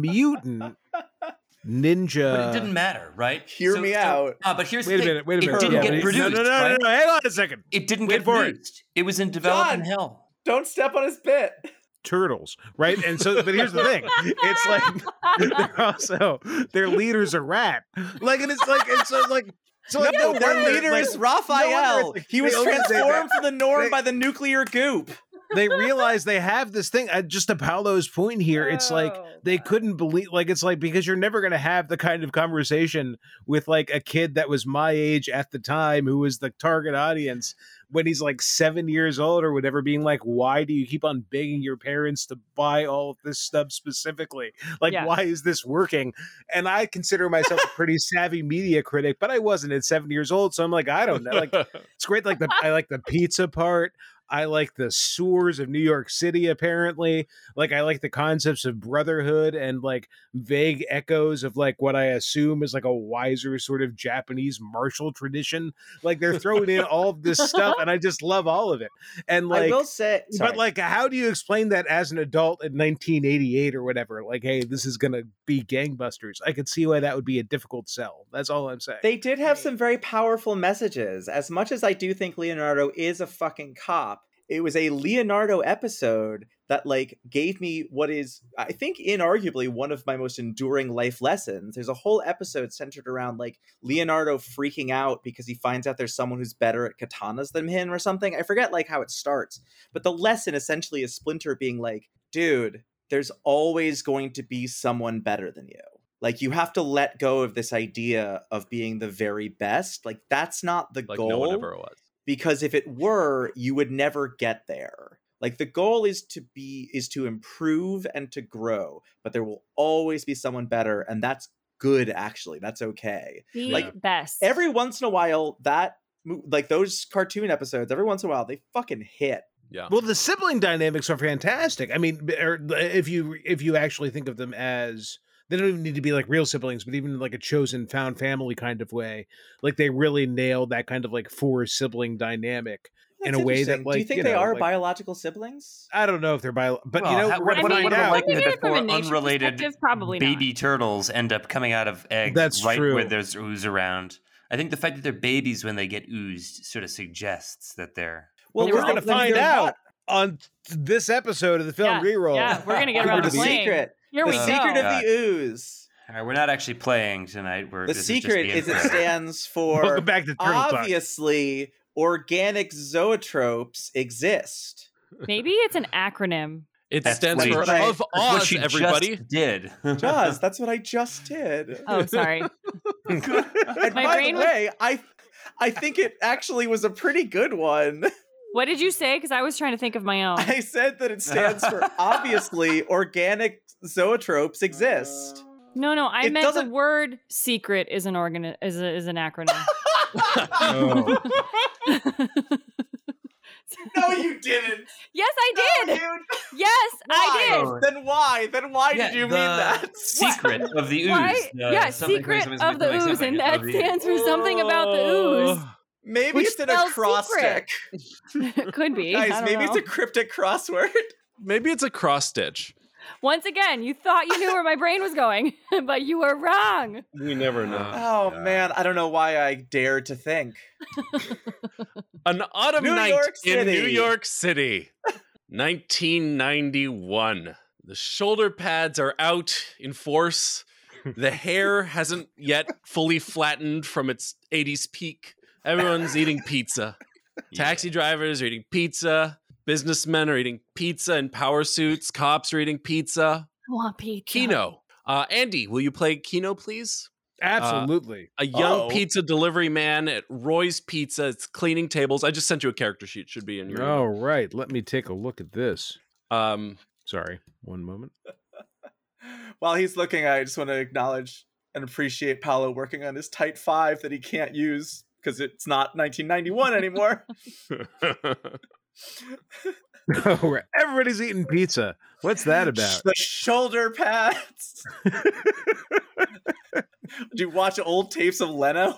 Speaker 5: mutant ninja.
Speaker 2: But it didn't matter, right?
Speaker 3: uh, Hear me out.
Speaker 2: Uh, but here's
Speaker 5: Wait a
Speaker 2: the thing.
Speaker 5: minute. Wait a
Speaker 2: it
Speaker 5: minute.
Speaker 2: didn't
Speaker 5: yeah,
Speaker 2: get
Speaker 5: wait-
Speaker 2: produced.
Speaker 5: No, no, no,
Speaker 2: right?
Speaker 5: no, no. Hang on a second.
Speaker 2: It didn't
Speaker 5: Wait
Speaker 2: get
Speaker 5: for it.
Speaker 2: produced. It. was in development hell.
Speaker 3: don't step on his bit
Speaker 5: turtles, right? And so, but here's the thing: it's like they're also their leader's a rat, like, and it's like, and so, like, so like,
Speaker 3: no, their
Speaker 5: wonder,
Speaker 3: leader
Speaker 5: like,
Speaker 3: is Raphael.
Speaker 5: it's like-
Speaker 3: he was
Speaker 5: they always say
Speaker 3: transformed from the norm
Speaker 5: they-
Speaker 3: by the nuclear goop.
Speaker 5: they realize they have this thing. Uh, just to Paolo's point here, it's like
Speaker 4: Oh,
Speaker 5: they
Speaker 4: God.
Speaker 5: couldn't believe, like, it's like because you're never going to have the kind of conversation with like a kid that was my age at the time, who was the target audience when he's like seven years old or whatever, being like, why do you keep on begging your parents to buy all of this stuff specifically? Like,
Speaker 4: Yeah.
Speaker 5: why is this working? And I consider myself a pretty savvy media critic, but I wasn't at seven years old, so I'm like, I don't know, like. It's great, like the I like the pizza part. I like the sewers of New York City, apparently. Like, I like the concepts of brotherhood and like vague echoes of like what I assume is like a wiser sort of Japanese martial tradition. Like, they're throwing in all of this stuff, and I just love all of it. And like,
Speaker 3: I will say, sorry.
Speaker 5: but like, how do you explain that as an adult in 1988 or whatever? Like, hey, this is gonna be gangbusters. I could see why that would be a difficult sell. That's all I'm saying.
Speaker 3: They did have some very powerful messages. As much as I do think Leonardo is a fucking cop, it was a Leonardo episode that like gave me what is I think inarguably one of my most enduring life lessons. There's a whole episode centered around like Leonardo freaking out because he finds out there's someone who's better at katanas than him or something. I forget like how it starts, but the lesson essentially is Splinter being like, "Dude, there's always going to be someone better than you." Like you have to let go of this idea of being the very best. Like that's not the
Speaker 1: like
Speaker 3: goal
Speaker 1: no one ever was.
Speaker 3: because if it were you would never get there like the goal is to be is to improve and to grow but there will always be someone better and that's good actually that's okay
Speaker 4: The
Speaker 3: Like,
Speaker 4: best.
Speaker 3: every once in a while that mo- like those cartoon episodes every once in a while they fucking hit
Speaker 1: Yeah.
Speaker 5: Well, the sibling dynamics are fantastic. I mean, b- or if you if you actually think of them as they don't even need to be like real siblings, but even in like a chosen found family kind of way, like they really nailed that kind of like four sibling dynamic. In
Speaker 3: That's
Speaker 5: a way that,
Speaker 3: interesting. do you
Speaker 5: like,
Speaker 3: think
Speaker 5: you
Speaker 3: they
Speaker 5: know,
Speaker 3: are
Speaker 5: like-
Speaker 3: biological siblings
Speaker 5: I don't know if they're bio, but you
Speaker 2: Well,
Speaker 5: know,
Speaker 2: how-
Speaker 5: we're
Speaker 2: what-
Speaker 5: gonna
Speaker 2: what-
Speaker 4: mean,
Speaker 5: find
Speaker 2: what about,
Speaker 5: out.
Speaker 2: like,
Speaker 4: looking at it from a
Speaker 2: before
Speaker 4: nature
Speaker 2: unrelated
Speaker 4: perspective, probably not.
Speaker 2: baby turtles end up coming out of eggs
Speaker 5: That's
Speaker 2: right
Speaker 5: true.
Speaker 2: where there's ooze around. I think the fact that they're babies when they get oozed sort of suggests that they're
Speaker 5: Well,
Speaker 4: They
Speaker 5: we're
Speaker 4: were
Speaker 5: gonna
Speaker 4: all-
Speaker 5: find
Speaker 3: they're not-
Speaker 5: out on this episode of the film
Speaker 4: Yeah,
Speaker 5: reroll.
Speaker 4: yeah, we're gonna get
Speaker 3: We're
Speaker 4: around to
Speaker 3: the
Speaker 4: playing.
Speaker 3: secret
Speaker 4: Here
Speaker 3: the
Speaker 4: we go.
Speaker 3: secret
Speaker 2: Yeah.
Speaker 3: of the ooze
Speaker 2: All right, we're not actually playing tonight. We're
Speaker 3: the
Speaker 2: this
Speaker 3: secret
Speaker 2: is,
Speaker 3: is it
Speaker 2: just the intro.
Speaker 3: stands for
Speaker 5: Welcome back to Turtle Talk.
Speaker 3: obviously organic zoetropes exist
Speaker 4: Maybe it's an acronym.
Speaker 1: It
Speaker 2: That's
Speaker 1: stands
Speaker 2: what
Speaker 1: for
Speaker 3: she-
Speaker 1: of
Speaker 2: That's what
Speaker 1: Oz,
Speaker 2: she just
Speaker 1: everybody.
Speaker 2: did.
Speaker 3: Jaws, that's what I just did.
Speaker 4: Oh, sorry.
Speaker 3: and
Speaker 4: My
Speaker 3: by
Speaker 4: brain
Speaker 3: the
Speaker 4: was-
Speaker 3: way, I I think it actually was a pretty good one.
Speaker 4: what did you say? Because I was trying to think of my own.
Speaker 3: I said that it stands for obviously organic zoetropes exist.
Speaker 4: No, no, I
Speaker 3: It
Speaker 4: meant
Speaker 3: doesn't-
Speaker 4: the word "secret" is an organ is a, is an acronym.
Speaker 5: Oh.
Speaker 3: No, you didn't.
Speaker 4: yes, I
Speaker 3: No,
Speaker 4: did.
Speaker 3: dude.
Speaker 4: Yes, I did.
Speaker 2: Why?
Speaker 3: Then why? Then why
Speaker 2: Yeah,
Speaker 3: did you mean
Speaker 2: the
Speaker 3: that?
Speaker 2: secret of the ooze.
Speaker 4: Why?
Speaker 2: Uh,
Speaker 4: yeah,
Speaker 2: something-
Speaker 4: secret
Speaker 2: something-
Speaker 4: of the
Speaker 2: something-
Speaker 4: ooze,
Speaker 2: something
Speaker 4: and that
Speaker 2: of the-
Speaker 4: stands for something about the
Speaker 3: Maybe
Speaker 4: Which
Speaker 3: it's an
Speaker 4: spells
Speaker 3: acrostic.
Speaker 4: ooze. it could be. I
Speaker 3: Guys,
Speaker 4: don't
Speaker 3: maybe
Speaker 4: know.
Speaker 3: it's a cryptic crossword.
Speaker 1: Maybe it's a cross stitch.
Speaker 4: Once again, you thought you knew where my brain was going, but you were wrong.
Speaker 1: We never know.
Speaker 3: Oh
Speaker 2: God.
Speaker 3: man, I don't know why I dared to think.
Speaker 1: An autumn
Speaker 3: New
Speaker 1: night
Speaker 3: York
Speaker 1: in New
Speaker 3: City.
Speaker 1: York City, 1991. The shoulder pads are out in force. The hair hasn't yet fully flattened from its 80s peak. Everyone's eating pizza. Taxi drivers are eating pizza. Businessmen are eating pizza in power suits. Cops are eating pizza.
Speaker 4: I want pizza.
Speaker 1: Kino. Uh, Andy, will you play Kino, please?
Speaker 5: Absolutely.
Speaker 1: a young
Speaker 3: Oh.
Speaker 1: pizza delivery man at Roy's Pizza. It's cleaning tables. I just sent you a character sheet. Should be in your.
Speaker 5: all right, let me take a look at this.
Speaker 1: Um.
Speaker 5: Sorry, one moment.
Speaker 3: While he's looking, I just want to acknowledge and appreciate Paolo working on his tight five that he can't use because it's not 1991 anymore.
Speaker 5: Oh, right. Everybody's eating pizza. What's that about?
Speaker 3: the shoulder pads. Do you watch old tapes of Leno?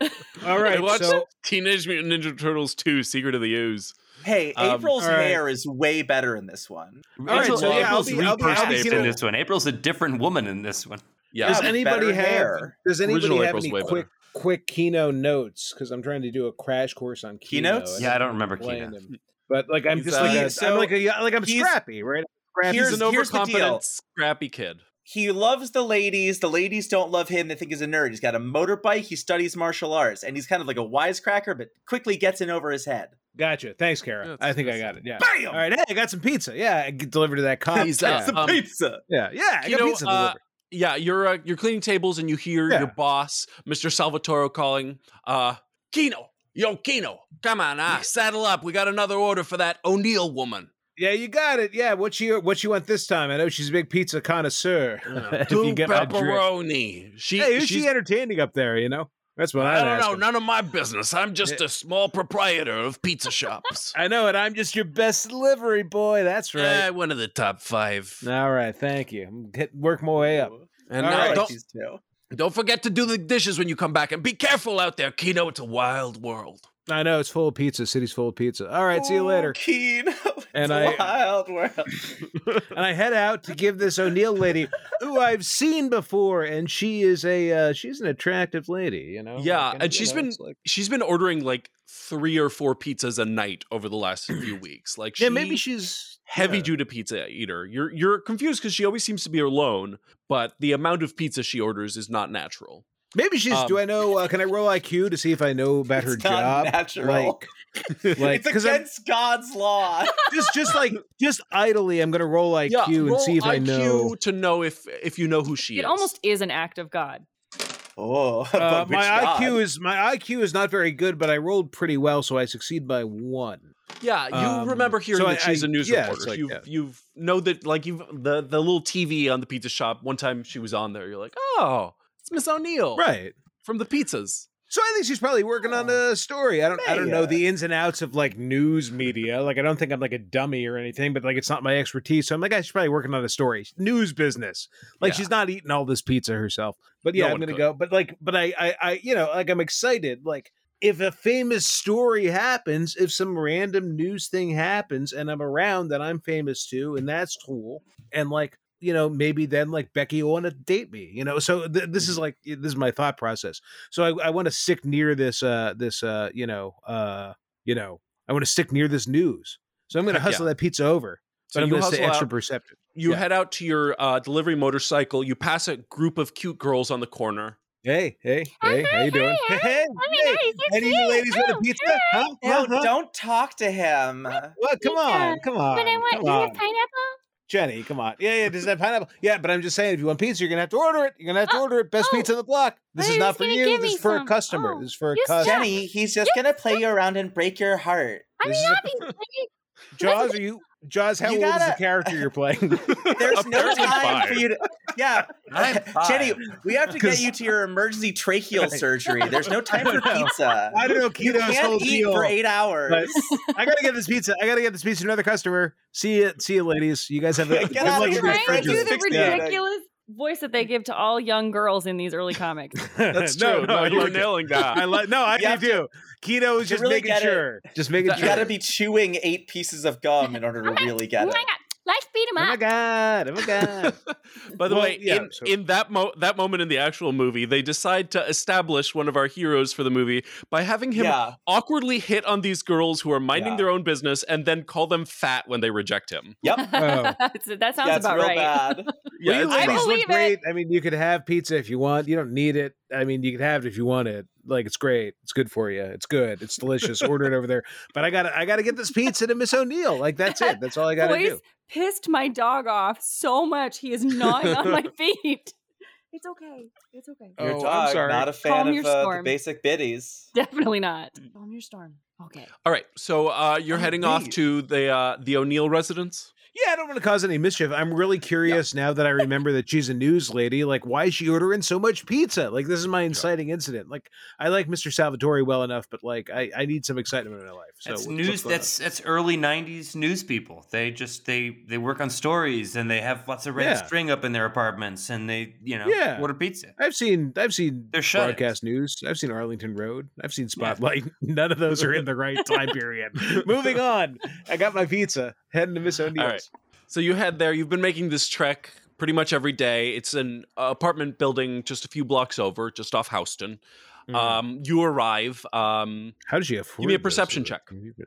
Speaker 5: All right,
Speaker 1: I watched
Speaker 5: so
Speaker 1: Teenage Mutant Ninja Turtles 22: Secret of the Ooze.
Speaker 3: Hey,
Speaker 1: Um,
Speaker 3: April's
Speaker 5: all right.
Speaker 3: hair is way better in this one.
Speaker 5: All right,
Speaker 2: April,
Speaker 5: so yeah, I'll
Speaker 2: April's
Speaker 5: be- I'll be- I'll be
Speaker 2: repurposed
Speaker 5: getting-
Speaker 2: in this one. April's a different woman in this one.
Speaker 1: Yeah.
Speaker 5: does
Speaker 3: Yeah,
Speaker 5: anybody
Speaker 3: better
Speaker 5: have
Speaker 3: hair.
Speaker 5: does anybody
Speaker 1: Original
Speaker 5: have
Speaker 1: April's
Speaker 5: any
Speaker 1: way better.
Speaker 5: quick quick Kino notes? Because I'm trying to do a crash course on Kino.
Speaker 3: Keynotes?
Speaker 5: and
Speaker 2: Yeah, I
Speaker 5: I'm
Speaker 2: don't remember
Speaker 5: playing
Speaker 2: Kina.
Speaker 5: him. But like I'm
Speaker 3: He's,
Speaker 5: just
Speaker 3: uh,
Speaker 5: like a,
Speaker 3: so
Speaker 5: I'm like a like I'm
Speaker 3: he's-
Speaker 5: scrappy, right? Scrappy.
Speaker 1: He's
Speaker 3: Here's-
Speaker 1: an
Speaker 3: here's the deal.
Speaker 1: overconfident, scrappy kid.
Speaker 3: He loves the ladies. The ladies don't love him. They think he's a nerd. He's got a motorbike. He studies martial arts. And he's kind of like a wisecracker, but quickly gets in over his head.
Speaker 5: Gotcha. Thanks, Kara.
Speaker 1: Yeah,
Speaker 5: I think I
Speaker 1: that's-
Speaker 5: got it. Yeah.
Speaker 3: Bam!
Speaker 5: All right. Hey, I got some pizza. Yeah, I get delivered to that cop.
Speaker 1: He's,
Speaker 5: yeah.
Speaker 1: uh,
Speaker 3: That's the
Speaker 1: um,
Speaker 3: pizza.
Speaker 5: yeah, yeah, I got
Speaker 1: Kino,
Speaker 5: pizza
Speaker 1: uh,
Speaker 5: delivered.
Speaker 1: Yeah, you're uh, you're cleaning tables and you hear
Speaker 5: Yeah.
Speaker 1: your boss, Mr. Salvatore, calling. Uh, Kino, yo, Kino, come on, ah, saddle up. We got another order for that O'Neill woman.
Speaker 5: yeah, you got it. Yeah, what you what you want this time? I know she's a big pizza connoisseur.
Speaker 1: Uh,
Speaker 5: If
Speaker 1: two
Speaker 5: you get my drift.
Speaker 1: pepperoni. She,
Speaker 5: Hey, is
Speaker 1: she's
Speaker 5: she entertaining up there? You know. That's what
Speaker 1: I
Speaker 5: I'm
Speaker 1: don't know.
Speaker 5: asking.
Speaker 1: None of my business. I'm just
Speaker 5: Yeah.
Speaker 1: a small proprietor of pizza shops.
Speaker 5: I know, and I'm just your best delivery boy. That's
Speaker 1: Eh,
Speaker 5: right.
Speaker 1: one of the top five.
Speaker 5: All right, thank you. I'm get, work my way up.
Speaker 1: and
Speaker 5: all
Speaker 1: now,
Speaker 5: right.
Speaker 1: don't,
Speaker 3: these two.
Speaker 1: don't forget to do the dishes when you come back. And be careful out there, Kino. It's a wild world.
Speaker 5: I know it's full of pizza. City's full of pizza. All right, see you later.
Speaker 3: Ooh, Keen. and
Speaker 5: And I-
Speaker 3: I wild world.
Speaker 5: and I head out to give this O'Neill lady, who I've seen before, and she is a uh, she's an attractive lady, you know.
Speaker 1: Yeah, and
Speaker 5: she's
Speaker 1: she's been- She's been ordering like three or four pizzas a night over the last few weeks. Like,
Speaker 5: yeah, maybe she's
Speaker 1: heavy
Speaker 5: yeah.
Speaker 1: due to pizza eater. You're you're confused because she always seems to be alone, but the amount of pizza she orders is not natural.
Speaker 5: Maybe she's. do
Speaker 1: um,
Speaker 5: I know? Uh, can I roll IQ to see if I know about her
Speaker 3: It's not
Speaker 5: job?
Speaker 3: natural.
Speaker 5: Like, like,
Speaker 3: it's
Speaker 5: because I'm
Speaker 3: against God's law.
Speaker 5: just just like just idly, I'm gonna roll IQ and
Speaker 1: roll
Speaker 5: see if I
Speaker 1: IQ
Speaker 5: know.
Speaker 1: to know if if you know who she
Speaker 4: It
Speaker 1: is.
Speaker 4: almost is an act of God.
Speaker 3: oh,
Speaker 5: Uh,
Speaker 3: but
Speaker 5: my
Speaker 3: which God?
Speaker 5: IQ is my IQ is not very good, but I rolled pretty well, so I succeed by one.
Speaker 1: yeah. You
Speaker 5: um,
Speaker 1: remember hearing
Speaker 5: so
Speaker 1: that
Speaker 5: I-
Speaker 1: she's a
Speaker 5: I-
Speaker 1: news
Speaker 5: yeah, it's
Speaker 1: reporter.
Speaker 5: like,
Speaker 1: you've
Speaker 5: yeah.
Speaker 1: you've know that like you've the the little TV on the pizza shop. One time she was on there. You're like, oh, it's Miss O'Neill
Speaker 3: Oh.
Speaker 5: Right.
Speaker 1: from the pizzas.
Speaker 5: So I think she's probably working on
Speaker 1: Oh.
Speaker 5: a story. I don't I don't know
Speaker 3: Yeah.
Speaker 5: the ins and outs of like news media. Like I don't think I'm like a dummy or anything, but like it's not my expertise. So I'm like, "Ah, she's probably working on a story. News business. Like
Speaker 1: Yeah.
Speaker 5: she's not eating all this pizza herself. But
Speaker 1: No
Speaker 5: yeah, I'm
Speaker 1: one
Speaker 5: gonna
Speaker 1: could.
Speaker 5: go. But like but I, I I you know, like I'm excited. Like if a famous story happens, if some random news thing happens and I'm around that I'm famous too, and that's cool. And like you know, maybe then like Becky will want to date me, you know. So th- this
Speaker 1: Mm-hmm.
Speaker 5: is like this is my thought process. So I, I want to stick near this, uh, this, uh, you know, uh, you know, I want to stick near this news. So I'm going to
Speaker 1: Heck
Speaker 5: hustle that pizza over,
Speaker 1: So
Speaker 5: but
Speaker 1: you
Speaker 5: I'm going to stay
Speaker 1: hustle
Speaker 5: extra
Speaker 1: out-
Speaker 5: perceptive.
Speaker 1: You
Speaker 5: Yeah.
Speaker 1: head out to your uh, delivery motorcycle. You pass a group of cute girls on the corner.
Speaker 5: Hey, hey,
Speaker 4: Oh,
Speaker 5: hey, how
Speaker 4: hi,
Speaker 5: you doing?
Speaker 4: hi,
Speaker 5: Hey, hey, hey. any of you ladies
Speaker 4: Oh,
Speaker 5: want a pizza? Huh?
Speaker 3: No,
Speaker 5: Huh? Huh?
Speaker 3: don't talk to him. Uh,
Speaker 5: What? Come on, come on, come on,
Speaker 4: pineapple?
Speaker 5: Jenny, come on. Yeah, yeah. Does that pineapple? Yeah, but I'm just saying, if you want pizza, you're gonna have to order it. You're gonna have to
Speaker 4: Oh,
Speaker 5: order it. Best
Speaker 4: oh.
Speaker 5: pizza on the block. This
Speaker 4: Well,
Speaker 5: is
Speaker 4: you're
Speaker 5: not
Speaker 4: just
Speaker 5: for
Speaker 4: gonna
Speaker 5: you.
Speaker 4: give
Speaker 5: This is
Speaker 4: me
Speaker 5: for a
Speaker 4: some.
Speaker 5: customer.
Speaker 4: Oh,
Speaker 5: This is for a
Speaker 4: you
Speaker 5: customer.
Speaker 4: suck.
Speaker 3: Jenny, he's just gonna play you around and break your heart.
Speaker 4: I
Speaker 5: This
Speaker 4: mean,
Speaker 5: is
Speaker 4: I'll be
Speaker 5: Jaws, are you? Jaws, how
Speaker 3: You
Speaker 5: old is the
Speaker 3: gotta-
Speaker 5: character you're playing?
Speaker 3: There's no
Speaker 1: Apparently
Speaker 3: time
Speaker 1: five.
Speaker 3: for you to. Yeah,
Speaker 2: I'm
Speaker 3: Jenny,
Speaker 2: fine.
Speaker 3: we have to get
Speaker 5: Because-
Speaker 3: you to your emergency tracheal surgery. There's no time for pizza.
Speaker 5: I don't know
Speaker 3: You
Speaker 5: Keto's whole
Speaker 3: can't eat
Speaker 5: deal.
Speaker 3: for eight hours.
Speaker 5: I gotta get this pizza. I gotta get this pizza to another customer. See you, see you, ladies. You guys have a
Speaker 3: Get
Speaker 5: good
Speaker 3: out of
Speaker 5: luck
Speaker 3: here,
Speaker 5: with your
Speaker 3: Frank.
Speaker 4: trying to do
Speaker 5: fridges.
Speaker 3: Fix
Speaker 4: the
Speaker 3: that. Yeah.
Speaker 4: ridiculous voice that they give to all young girls in these early comics.
Speaker 1: That's true. no,
Speaker 5: no, no,
Speaker 1: you
Speaker 5: you're
Speaker 1: were nailing
Speaker 5: nailing.
Speaker 1: that.
Speaker 5: I like. No, I
Speaker 3: You have
Speaker 5: do too. Keto is
Speaker 3: to
Speaker 5: just
Speaker 3: really
Speaker 5: making
Speaker 3: get it.
Speaker 5: sure. Just making
Speaker 3: You
Speaker 5: sure.
Speaker 3: gotta be chewing eight pieces of gum in order to really get it.
Speaker 4: Let's beat
Speaker 5: Oh my god! Oh my god!
Speaker 1: By the
Speaker 5: Well,
Speaker 1: way,
Speaker 5: yeah,
Speaker 1: in,
Speaker 5: so-
Speaker 1: in that mo- that moment in the actual movie, they decide to establish one of our heroes for the movie by having him
Speaker 3: Yeah,
Speaker 1: awkwardly hit on these girls who are minding
Speaker 3: Yeah.
Speaker 1: their own business and then call them fat when they reject him.
Speaker 3: yep.
Speaker 5: Oh.
Speaker 4: So that sounds
Speaker 3: That's
Speaker 4: about
Speaker 3: real
Speaker 4: right.
Speaker 3: bad.
Speaker 5: Well, you
Speaker 1: it's-
Speaker 4: I
Speaker 5: ladies
Speaker 4: believe
Speaker 5: look
Speaker 4: it.
Speaker 5: great. I mean, you could have pizza if you want. You don't need it. I mean, you could have it if you want it. Like, it's great. It's good for you. It's good. It's delicious. Order it over there. But I gotta, I gotta get this pizza to Miss O'Neill. Like, that's it. That's all I gotta
Speaker 4: Voice
Speaker 5: do.
Speaker 4: pissed my dog off so much he is gnawing on my feet. It's okay. It's okay.
Speaker 5: Oh,
Speaker 3: Your
Speaker 5: I'm
Speaker 3: dog,
Speaker 5: sorry.
Speaker 3: not a
Speaker 4: Calm
Speaker 3: fan
Speaker 4: your
Speaker 3: of uh, the
Speaker 4: storm.
Speaker 3: basic biddies.
Speaker 4: Definitely not.
Speaker 5: Mm.
Speaker 4: Calm your storm. Okay.
Speaker 1: All right, so uh, you're
Speaker 3: Oh,
Speaker 1: heading off
Speaker 3: wait.
Speaker 1: to the uh, the O'Neill residence.
Speaker 5: Yeah, I don't want to cause any mischief. I'm really curious now that I remember that she's a news lady. Like, why is she ordering so much pizza? Like, this is my inciting incident. Like, I like Mr. Salvatore well enough, but like, I, I need some excitement in my life. So
Speaker 2: That's
Speaker 5: what- what's
Speaker 2: news.
Speaker 5: going
Speaker 2: That's that's early '90s news people. They just they they work on stories and they have lots of red
Speaker 5: Yeah.
Speaker 2: string up in their apartments and they you know
Speaker 5: Yeah.
Speaker 2: order pizza.
Speaker 5: on? I've seen, I've seen
Speaker 2: They're shut.
Speaker 5: broadcast news. I've seen Arlington Road. I've seen Spotlight. None of those are in the right time period. Moving on. I got my pizza. Heading to Miss O'Neill's.
Speaker 1: right. So you head there. You've been making this trek pretty much every day. It's an uh, apartment building just a few blocks over, just off Houston.
Speaker 5: Mm.
Speaker 2: Uh,
Speaker 1: Um, you arrive. Um,
Speaker 5: How did you afford?
Speaker 1: me a
Speaker 5: this?
Speaker 1: perception check.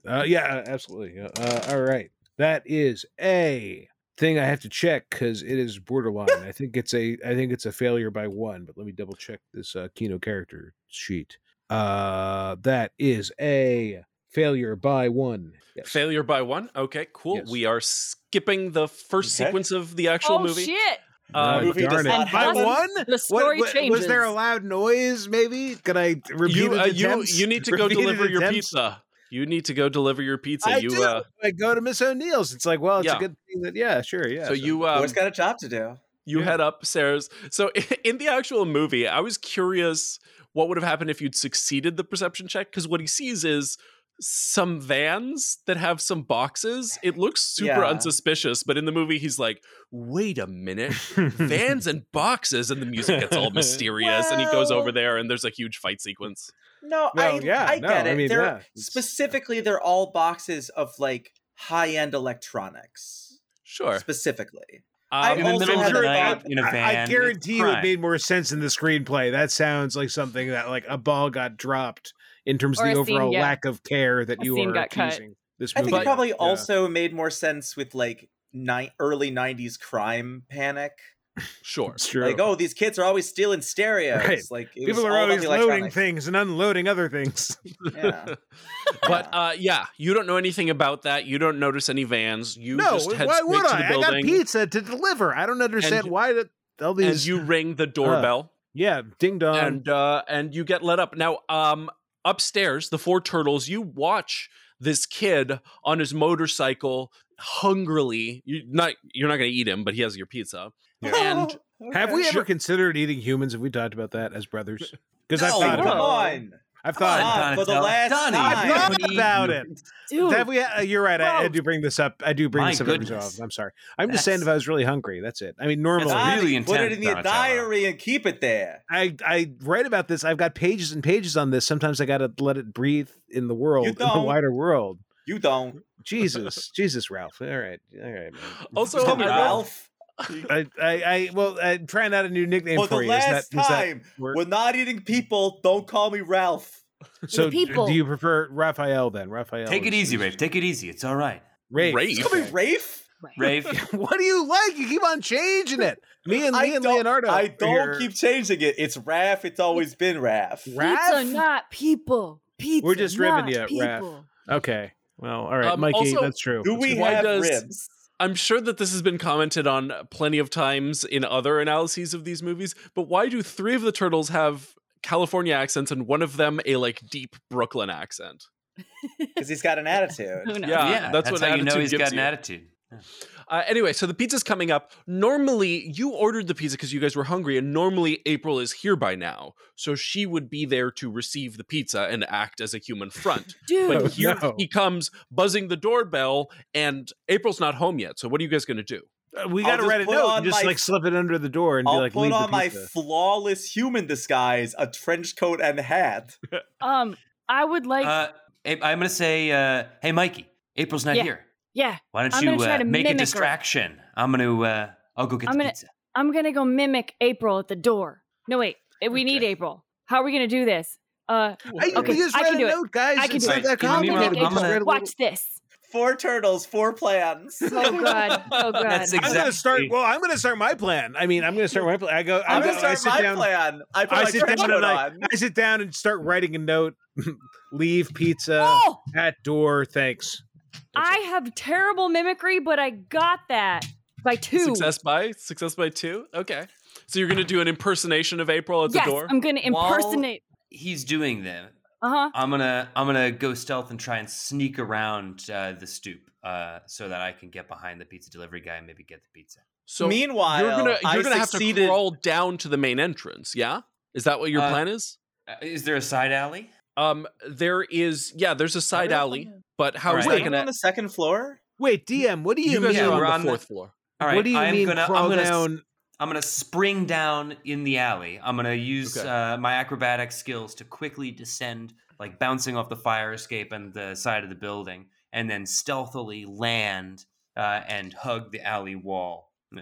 Speaker 5: Uh, yeah, absolutely. Uh, all right, that is a thing I have to check because it is borderline. I think it's a I think it's a failure by one. But let me double check this uh, Kino character sheet. Uh, that is a failure by one. Yes.
Speaker 1: Failure by one. Okay, cool.
Speaker 5: Yes.
Speaker 1: We are skipping the first
Speaker 3: Okay.
Speaker 1: sequence of the actual
Speaker 4: oh
Speaker 1: movie.
Speaker 4: shit!
Speaker 5: Uh,
Speaker 1: Um,
Speaker 3: movie does
Speaker 5: darn it.
Speaker 3: not
Speaker 5: By
Speaker 4: happen.
Speaker 5: one.
Speaker 4: The
Speaker 5: What-
Speaker 4: story
Speaker 5: what-
Speaker 4: changes.
Speaker 5: was there a loud noise? Maybe could I repeat
Speaker 1: you, uh,
Speaker 5: it?
Speaker 1: you, you need to go
Speaker 5: Repeated
Speaker 1: deliver your
Speaker 5: attempts?
Speaker 1: pizza. You need to go deliver your pizza.
Speaker 5: I
Speaker 1: you
Speaker 5: do.
Speaker 1: uh
Speaker 5: I go to Miss O'Neill's. It's like, well, it's
Speaker 1: Yeah.
Speaker 5: a good thing that yeah, sure, yeah.
Speaker 1: so you um,
Speaker 3: Boy's got a job to do.
Speaker 1: you
Speaker 5: Yeah.
Speaker 1: head up Sarah's. So in the actual movie, I was curious what would have happened if you'd succeeded the perception check because what he sees is some vans that have some boxes. It looks super
Speaker 3: Yeah.
Speaker 1: unsuspicious, but in the movie he's like, "Wait a minute, vans and boxes," and the music gets all mysterious, and he goes
Speaker 3: Well-
Speaker 1: over there, and there's a huge fight sequence.
Speaker 3: No,
Speaker 5: No,
Speaker 3: I,
Speaker 5: yeah,
Speaker 3: I
Speaker 5: no,
Speaker 3: get it.
Speaker 5: I mean,
Speaker 3: they're
Speaker 5: yeah, it's-
Speaker 3: specifically they're all boxes of like high-end electronics.
Speaker 1: Sure.
Speaker 3: Specifically. I
Speaker 1: Um,
Speaker 2: in the
Speaker 3: also
Speaker 2: middle of
Speaker 3: had
Speaker 2: the
Speaker 3: a
Speaker 2: night
Speaker 3: thought-
Speaker 2: in a van.
Speaker 5: I, I
Speaker 2: with
Speaker 5: guarantee you it
Speaker 2: crime.
Speaker 5: made more sense in the screenplay. That sounds like something that like a ball got dropped in terms
Speaker 4: Or
Speaker 5: of the
Speaker 4: a scene,
Speaker 5: overall
Speaker 4: yeah.
Speaker 5: lack of care that
Speaker 4: A
Speaker 5: you
Speaker 4: scene
Speaker 5: are
Speaker 4: got cut.
Speaker 5: accusing this
Speaker 3: I think
Speaker 5: movie.
Speaker 1: But-
Speaker 3: it probably
Speaker 5: Yeah.
Speaker 3: also made more sense with like ni- early 90s crime panic.
Speaker 1: sure.
Speaker 5: It's true.
Speaker 3: Like, oh, these kids are always stealing stereos.
Speaker 5: Right.
Speaker 3: Like it was
Speaker 5: People are
Speaker 3: all about
Speaker 5: always
Speaker 3: the
Speaker 5: loading
Speaker 3: electronics.
Speaker 5: things and unloading other things.
Speaker 3: Yeah.
Speaker 1: But uh, yeah, you don't know anything about that. You don't notice any vans. You
Speaker 5: no,
Speaker 1: just head
Speaker 5: why
Speaker 1: straight
Speaker 5: would
Speaker 1: to the
Speaker 5: I? I
Speaker 1: building
Speaker 5: got pizza to deliver. I don't understand
Speaker 1: And-
Speaker 5: why that all
Speaker 1: and
Speaker 5: these.
Speaker 1: you ring
Speaker 5: Uh.
Speaker 1: the doorbell.
Speaker 5: yeah, ding dong.
Speaker 1: and uh, and you get let up. Now, um, upstairs, the four turtles. You watch this kid on his motorcycle, hungrily. You not you're not gonna eat him, but he has your pizza. And
Speaker 2: Oh,
Speaker 5: Have we
Speaker 3: Okay.
Speaker 5: ever considered eating humans? Have we talked about that as brothers? Because I've
Speaker 2: No,
Speaker 5: thought
Speaker 3: Come
Speaker 5: about it.
Speaker 3: on.
Speaker 5: I've
Speaker 2: Come
Speaker 5: thought.
Speaker 2: on,
Speaker 3: Ah, for the
Speaker 2: Donatello.
Speaker 3: last
Speaker 2: Donnie,
Speaker 3: time.
Speaker 2: you
Speaker 5: I've
Speaker 2: would
Speaker 5: thought
Speaker 2: eat-
Speaker 5: about it.
Speaker 4: Dude,
Speaker 5: Have we, uh, you're right. I, I do bring this up. I do bring
Speaker 2: My
Speaker 5: this up every so
Speaker 2: goodness.
Speaker 5: often. I'm sorry. I'm just saying if
Speaker 2: That's-
Speaker 5: I was really hungry. That's it. I mean, normally
Speaker 2: That's
Speaker 3: Donnie,
Speaker 2: really
Speaker 3: Put it
Speaker 2: intense,
Speaker 3: in your
Speaker 2: Donatello.
Speaker 3: diary and keep it there.
Speaker 5: I I write about this. I've got pages and pages on this. Sometimes I got to let it breathe in the world, in the
Speaker 3: don't.
Speaker 5: wider world.
Speaker 3: You don't.
Speaker 5: Jesus, Jesus, Ralph. All right, all right. Man.
Speaker 1: also,
Speaker 3: Just
Speaker 1: I
Speaker 3: call me
Speaker 1: will-
Speaker 3: Ralph.
Speaker 5: I, I, I well, I'm trying out a new nickname
Speaker 3: For
Speaker 5: for
Speaker 3: the
Speaker 5: you. Is
Speaker 3: last
Speaker 5: that- does that
Speaker 3: time,
Speaker 5: work?
Speaker 3: we're not eating people. Don't call me Ralph.
Speaker 5: so, d-
Speaker 4: people.
Speaker 5: do you prefer Raphael then? Raphael.
Speaker 2: Take it
Speaker 5: is-
Speaker 2: easy, Rafe. Take it easy. It's all right.
Speaker 5: Rafe.
Speaker 1: Rafe.
Speaker 3: Call me Rafe.
Speaker 2: Rafe,
Speaker 5: What do you like? You keep on changing it. Me and
Speaker 3: I
Speaker 5: me and
Speaker 3: don't-
Speaker 5: Leonardo.
Speaker 3: I
Speaker 5: over
Speaker 3: don't
Speaker 5: here.
Speaker 3: keep changing it. It's Raf. It's always been Raf.
Speaker 5: Raph?
Speaker 4: pizza, not people. Pizza,
Speaker 5: just ribbing
Speaker 4: not
Speaker 5: you, Raph.
Speaker 4: people.
Speaker 5: Okay. Well, all right,
Speaker 1: Um,
Speaker 5: Mikey.
Speaker 1: also,
Speaker 5: that's true.
Speaker 3: Do
Speaker 5: That's
Speaker 3: we
Speaker 5: good.
Speaker 1: Why
Speaker 3: have
Speaker 1: does-
Speaker 3: ribs?
Speaker 1: I'm sure that this has been commented on plenty of times in other analyses of these movies. But why do three of the turtles have California accents and one of them a like deep Brooklyn accent?
Speaker 3: Because he's got an attitude.
Speaker 4: Who knows?
Speaker 1: Yeah,
Speaker 2: yeah,
Speaker 1: that's what
Speaker 2: how you know
Speaker 1: attitude
Speaker 2: he's
Speaker 1: gives
Speaker 2: got an
Speaker 1: you.
Speaker 2: attitude.
Speaker 1: Uh, anyway, so the pizza's coming up. Normally, you ordered the pizza because you guys were hungry, and normally April is here by now, so she would be there to receive the pizza and act as a human front.
Speaker 4: Dude,
Speaker 5: Oh,
Speaker 1: But here
Speaker 5: no.
Speaker 1: he comes buzzing the doorbell, and April's not home yet. So what are you guys going to do?
Speaker 5: Uh, we
Speaker 3: I'll
Speaker 5: got to
Speaker 3: just
Speaker 5: write a
Speaker 3: put
Speaker 5: note
Speaker 3: on
Speaker 5: and just
Speaker 3: my-
Speaker 5: like slip it under the door and
Speaker 3: I'll
Speaker 5: be like,
Speaker 3: put
Speaker 5: leave
Speaker 3: on
Speaker 5: the
Speaker 3: my
Speaker 5: pizza.
Speaker 3: flawless human disguise, a trench coat and hat.
Speaker 4: um, I would like,
Speaker 2: Uh, Abe, I'm gonna say, uh, hey, Mikey, April's not
Speaker 4: Yeah.
Speaker 2: here.
Speaker 4: yeah,
Speaker 2: Why don't
Speaker 4: I'm
Speaker 2: you
Speaker 4: gonna try
Speaker 2: uh,
Speaker 4: to
Speaker 2: make a
Speaker 4: mimic her.
Speaker 2: distraction? I'm gonna, uh, I'll go get
Speaker 4: I'm
Speaker 2: the
Speaker 4: gonna-
Speaker 2: pizza.
Speaker 4: I'm gonna go mimic April at the door. No, wait, eh, we need April. How are we gonna do this? Uh,
Speaker 5: Hey,
Speaker 4: Okay,
Speaker 5: you just
Speaker 4: I
Speaker 5: write
Speaker 4: can
Speaker 5: a
Speaker 4: do it.
Speaker 5: note, guys.
Speaker 4: I can
Speaker 5: it's
Speaker 4: do
Speaker 5: not
Speaker 2: it.
Speaker 5: that
Speaker 2: You know,
Speaker 4: I'll
Speaker 2: meanwhile,
Speaker 5: complicated.
Speaker 4: mimic
Speaker 2: I'm
Speaker 5: Just
Speaker 2: gonna-
Speaker 5: write a
Speaker 4: April.
Speaker 5: little-
Speaker 4: Watch this.
Speaker 3: Four turtles, four plans.
Speaker 4: Oh god, oh god.
Speaker 2: That's
Speaker 5: I'm
Speaker 2: exactly.
Speaker 5: gonna start. Well, I'm gonna start my plan. I mean, I'm gonna start my plan. I go.
Speaker 3: I'm
Speaker 5: I go,
Speaker 3: gonna
Speaker 5: I
Speaker 3: start
Speaker 5: sit
Speaker 3: my
Speaker 5: down,
Speaker 3: plan. I put
Speaker 5: I
Speaker 3: my
Speaker 5: sit
Speaker 3: trench
Speaker 5: down
Speaker 3: coat
Speaker 5: and I,
Speaker 3: on.
Speaker 5: I sit down and start writing a note. leave pizza
Speaker 4: Oh!
Speaker 5: at door. Thanks.
Speaker 4: I have terrible mimicry, but I got that by two.
Speaker 1: Success by success by two. Okay, so you're going to do an impersonation of April at
Speaker 4: yes,
Speaker 1: the door.
Speaker 4: I'm gonna
Speaker 2: While-
Speaker 4: impersonate.
Speaker 2: He's doing them.
Speaker 4: Uh huh.
Speaker 2: I'm gonna, I'm gonna go stealth and try and sneak around uh, the stoop uh, so that I can get behind the pizza delivery guy and maybe get the pizza.
Speaker 1: so
Speaker 3: Meanwhile,
Speaker 1: you're gonna
Speaker 3: I
Speaker 1: you're gonna have to
Speaker 3: succeeded.
Speaker 1: crawl down to the main entrance. Yeah, is that what your
Speaker 2: Uh,
Speaker 1: plan is?
Speaker 2: Uh, is there a side alley?
Speaker 1: Um, there is yeah, there's a side alley, but how is
Speaker 2: Alright.
Speaker 1: that
Speaker 3: Wait,
Speaker 1: going
Speaker 3: on
Speaker 1: to?
Speaker 3: the second floor?
Speaker 5: Wait, DM. What do you
Speaker 1: You guys
Speaker 5: mean?
Speaker 2: we're
Speaker 1: are on
Speaker 2: on
Speaker 1: the
Speaker 2: the-
Speaker 1: fourth floor.
Speaker 2: All right,
Speaker 5: what do you
Speaker 2: I'm
Speaker 5: mean?
Speaker 2: gonna,
Speaker 5: crawl
Speaker 2: I'm gonna, s-
Speaker 5: down.
Speaker 2: I'm gonna spring down in the alley. I'm gonna use
Speaker 1: Okay.
Speaker 2: uh, my acrobatic skills to quickly descend, like bouncing off the fire escape and the side of the building, and then stealthily land uh, and hug the alley wall. Uh,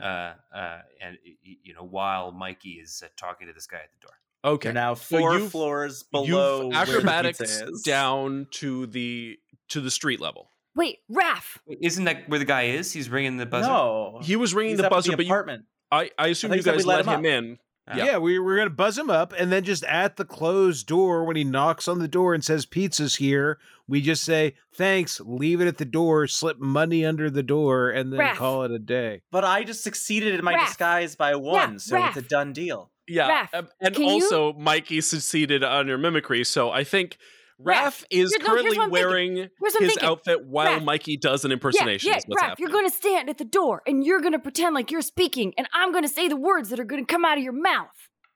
Speaker 2: uh, and y- y- you know, while Mikey is uh, talking to this guy at the door.
Speaker 1: Okay,
Speaker 3: You're now
Speaker 1: so
Speaker 3: four
Speaker 1: you've-
Speaker 3: floors below.
Speaker 1: You've
Speaker 3: where the
Speaker 1: acrobatics
Speaker 3: pizza is.
Speaker 1: down to the to the street level.
Speaker 4: Wait, Raph.
Speaker 2: Wait, Isn't that where the guy is? He's ringing the buzzer.
Speaker 3: No,
Speaker 1: He was ringing
Speaker 3: He's
Speaker 1: the
Speaker 3: up at
Speaker 1: buzzer,
Speaker 3: the
Speaker 1: but you,
Speaker 3: apartment.
Speaker 1: I, I assume
Speaker 3: I thought
Speaker 1: you
Speaker 3: you said
Speaker 1: guys
Speaker 3: we
Speaker 1: let,
Speaker 3: let
Speaker 1: him,
Speaker 3: him
Speaker 1: in.
Speaker 5: Yeah,
Speaker 2: Yeah.
Speaker 5: we were gonna buzz him up, and then just at the closed door, when he knocks on the door and says "pizza's here," we just say "thanks," leave it at the door, slip money under the door, and then
Speaker 4: Raph.
Speaker 5: call it a day.
Speaker 3: But I just succeeded in my
Speaker 4: Raph.
Speaker 3: disguise by one, so it's a
Speaker 4: Raph.
Speaker 3: done deal.
Speaker 1: Yeah,
Speaker 4: Raph,
Speaker 1: um, and
Speaker 4: can you-
Speaker 1: also Mikey succeeded on your mimicry, so I think Raph,
Speaker 4: Raph,
Speaker 1: is
Speaker 4: here- no, here's
Speaker 1: currently
Speaker 4: what I'm thinking.
Speaker 1: wearing
Speaker 4: Here's what I'm
Speaker 1: his
Speaker 4: thinking.
Speaker 1: outfit while
Speaker 4: Raph.
Speaker 1: Mikey does an impersonation.
Speaker 4: yeah,
Speaker 1: is what's
Speaker 4: Raph,
Speaker 1: happening.
Speaker 4: you're gonna stand at the door and you're gonna pretend like you're speaking, and I'm gonna say the words that are gonna come out of your mouth.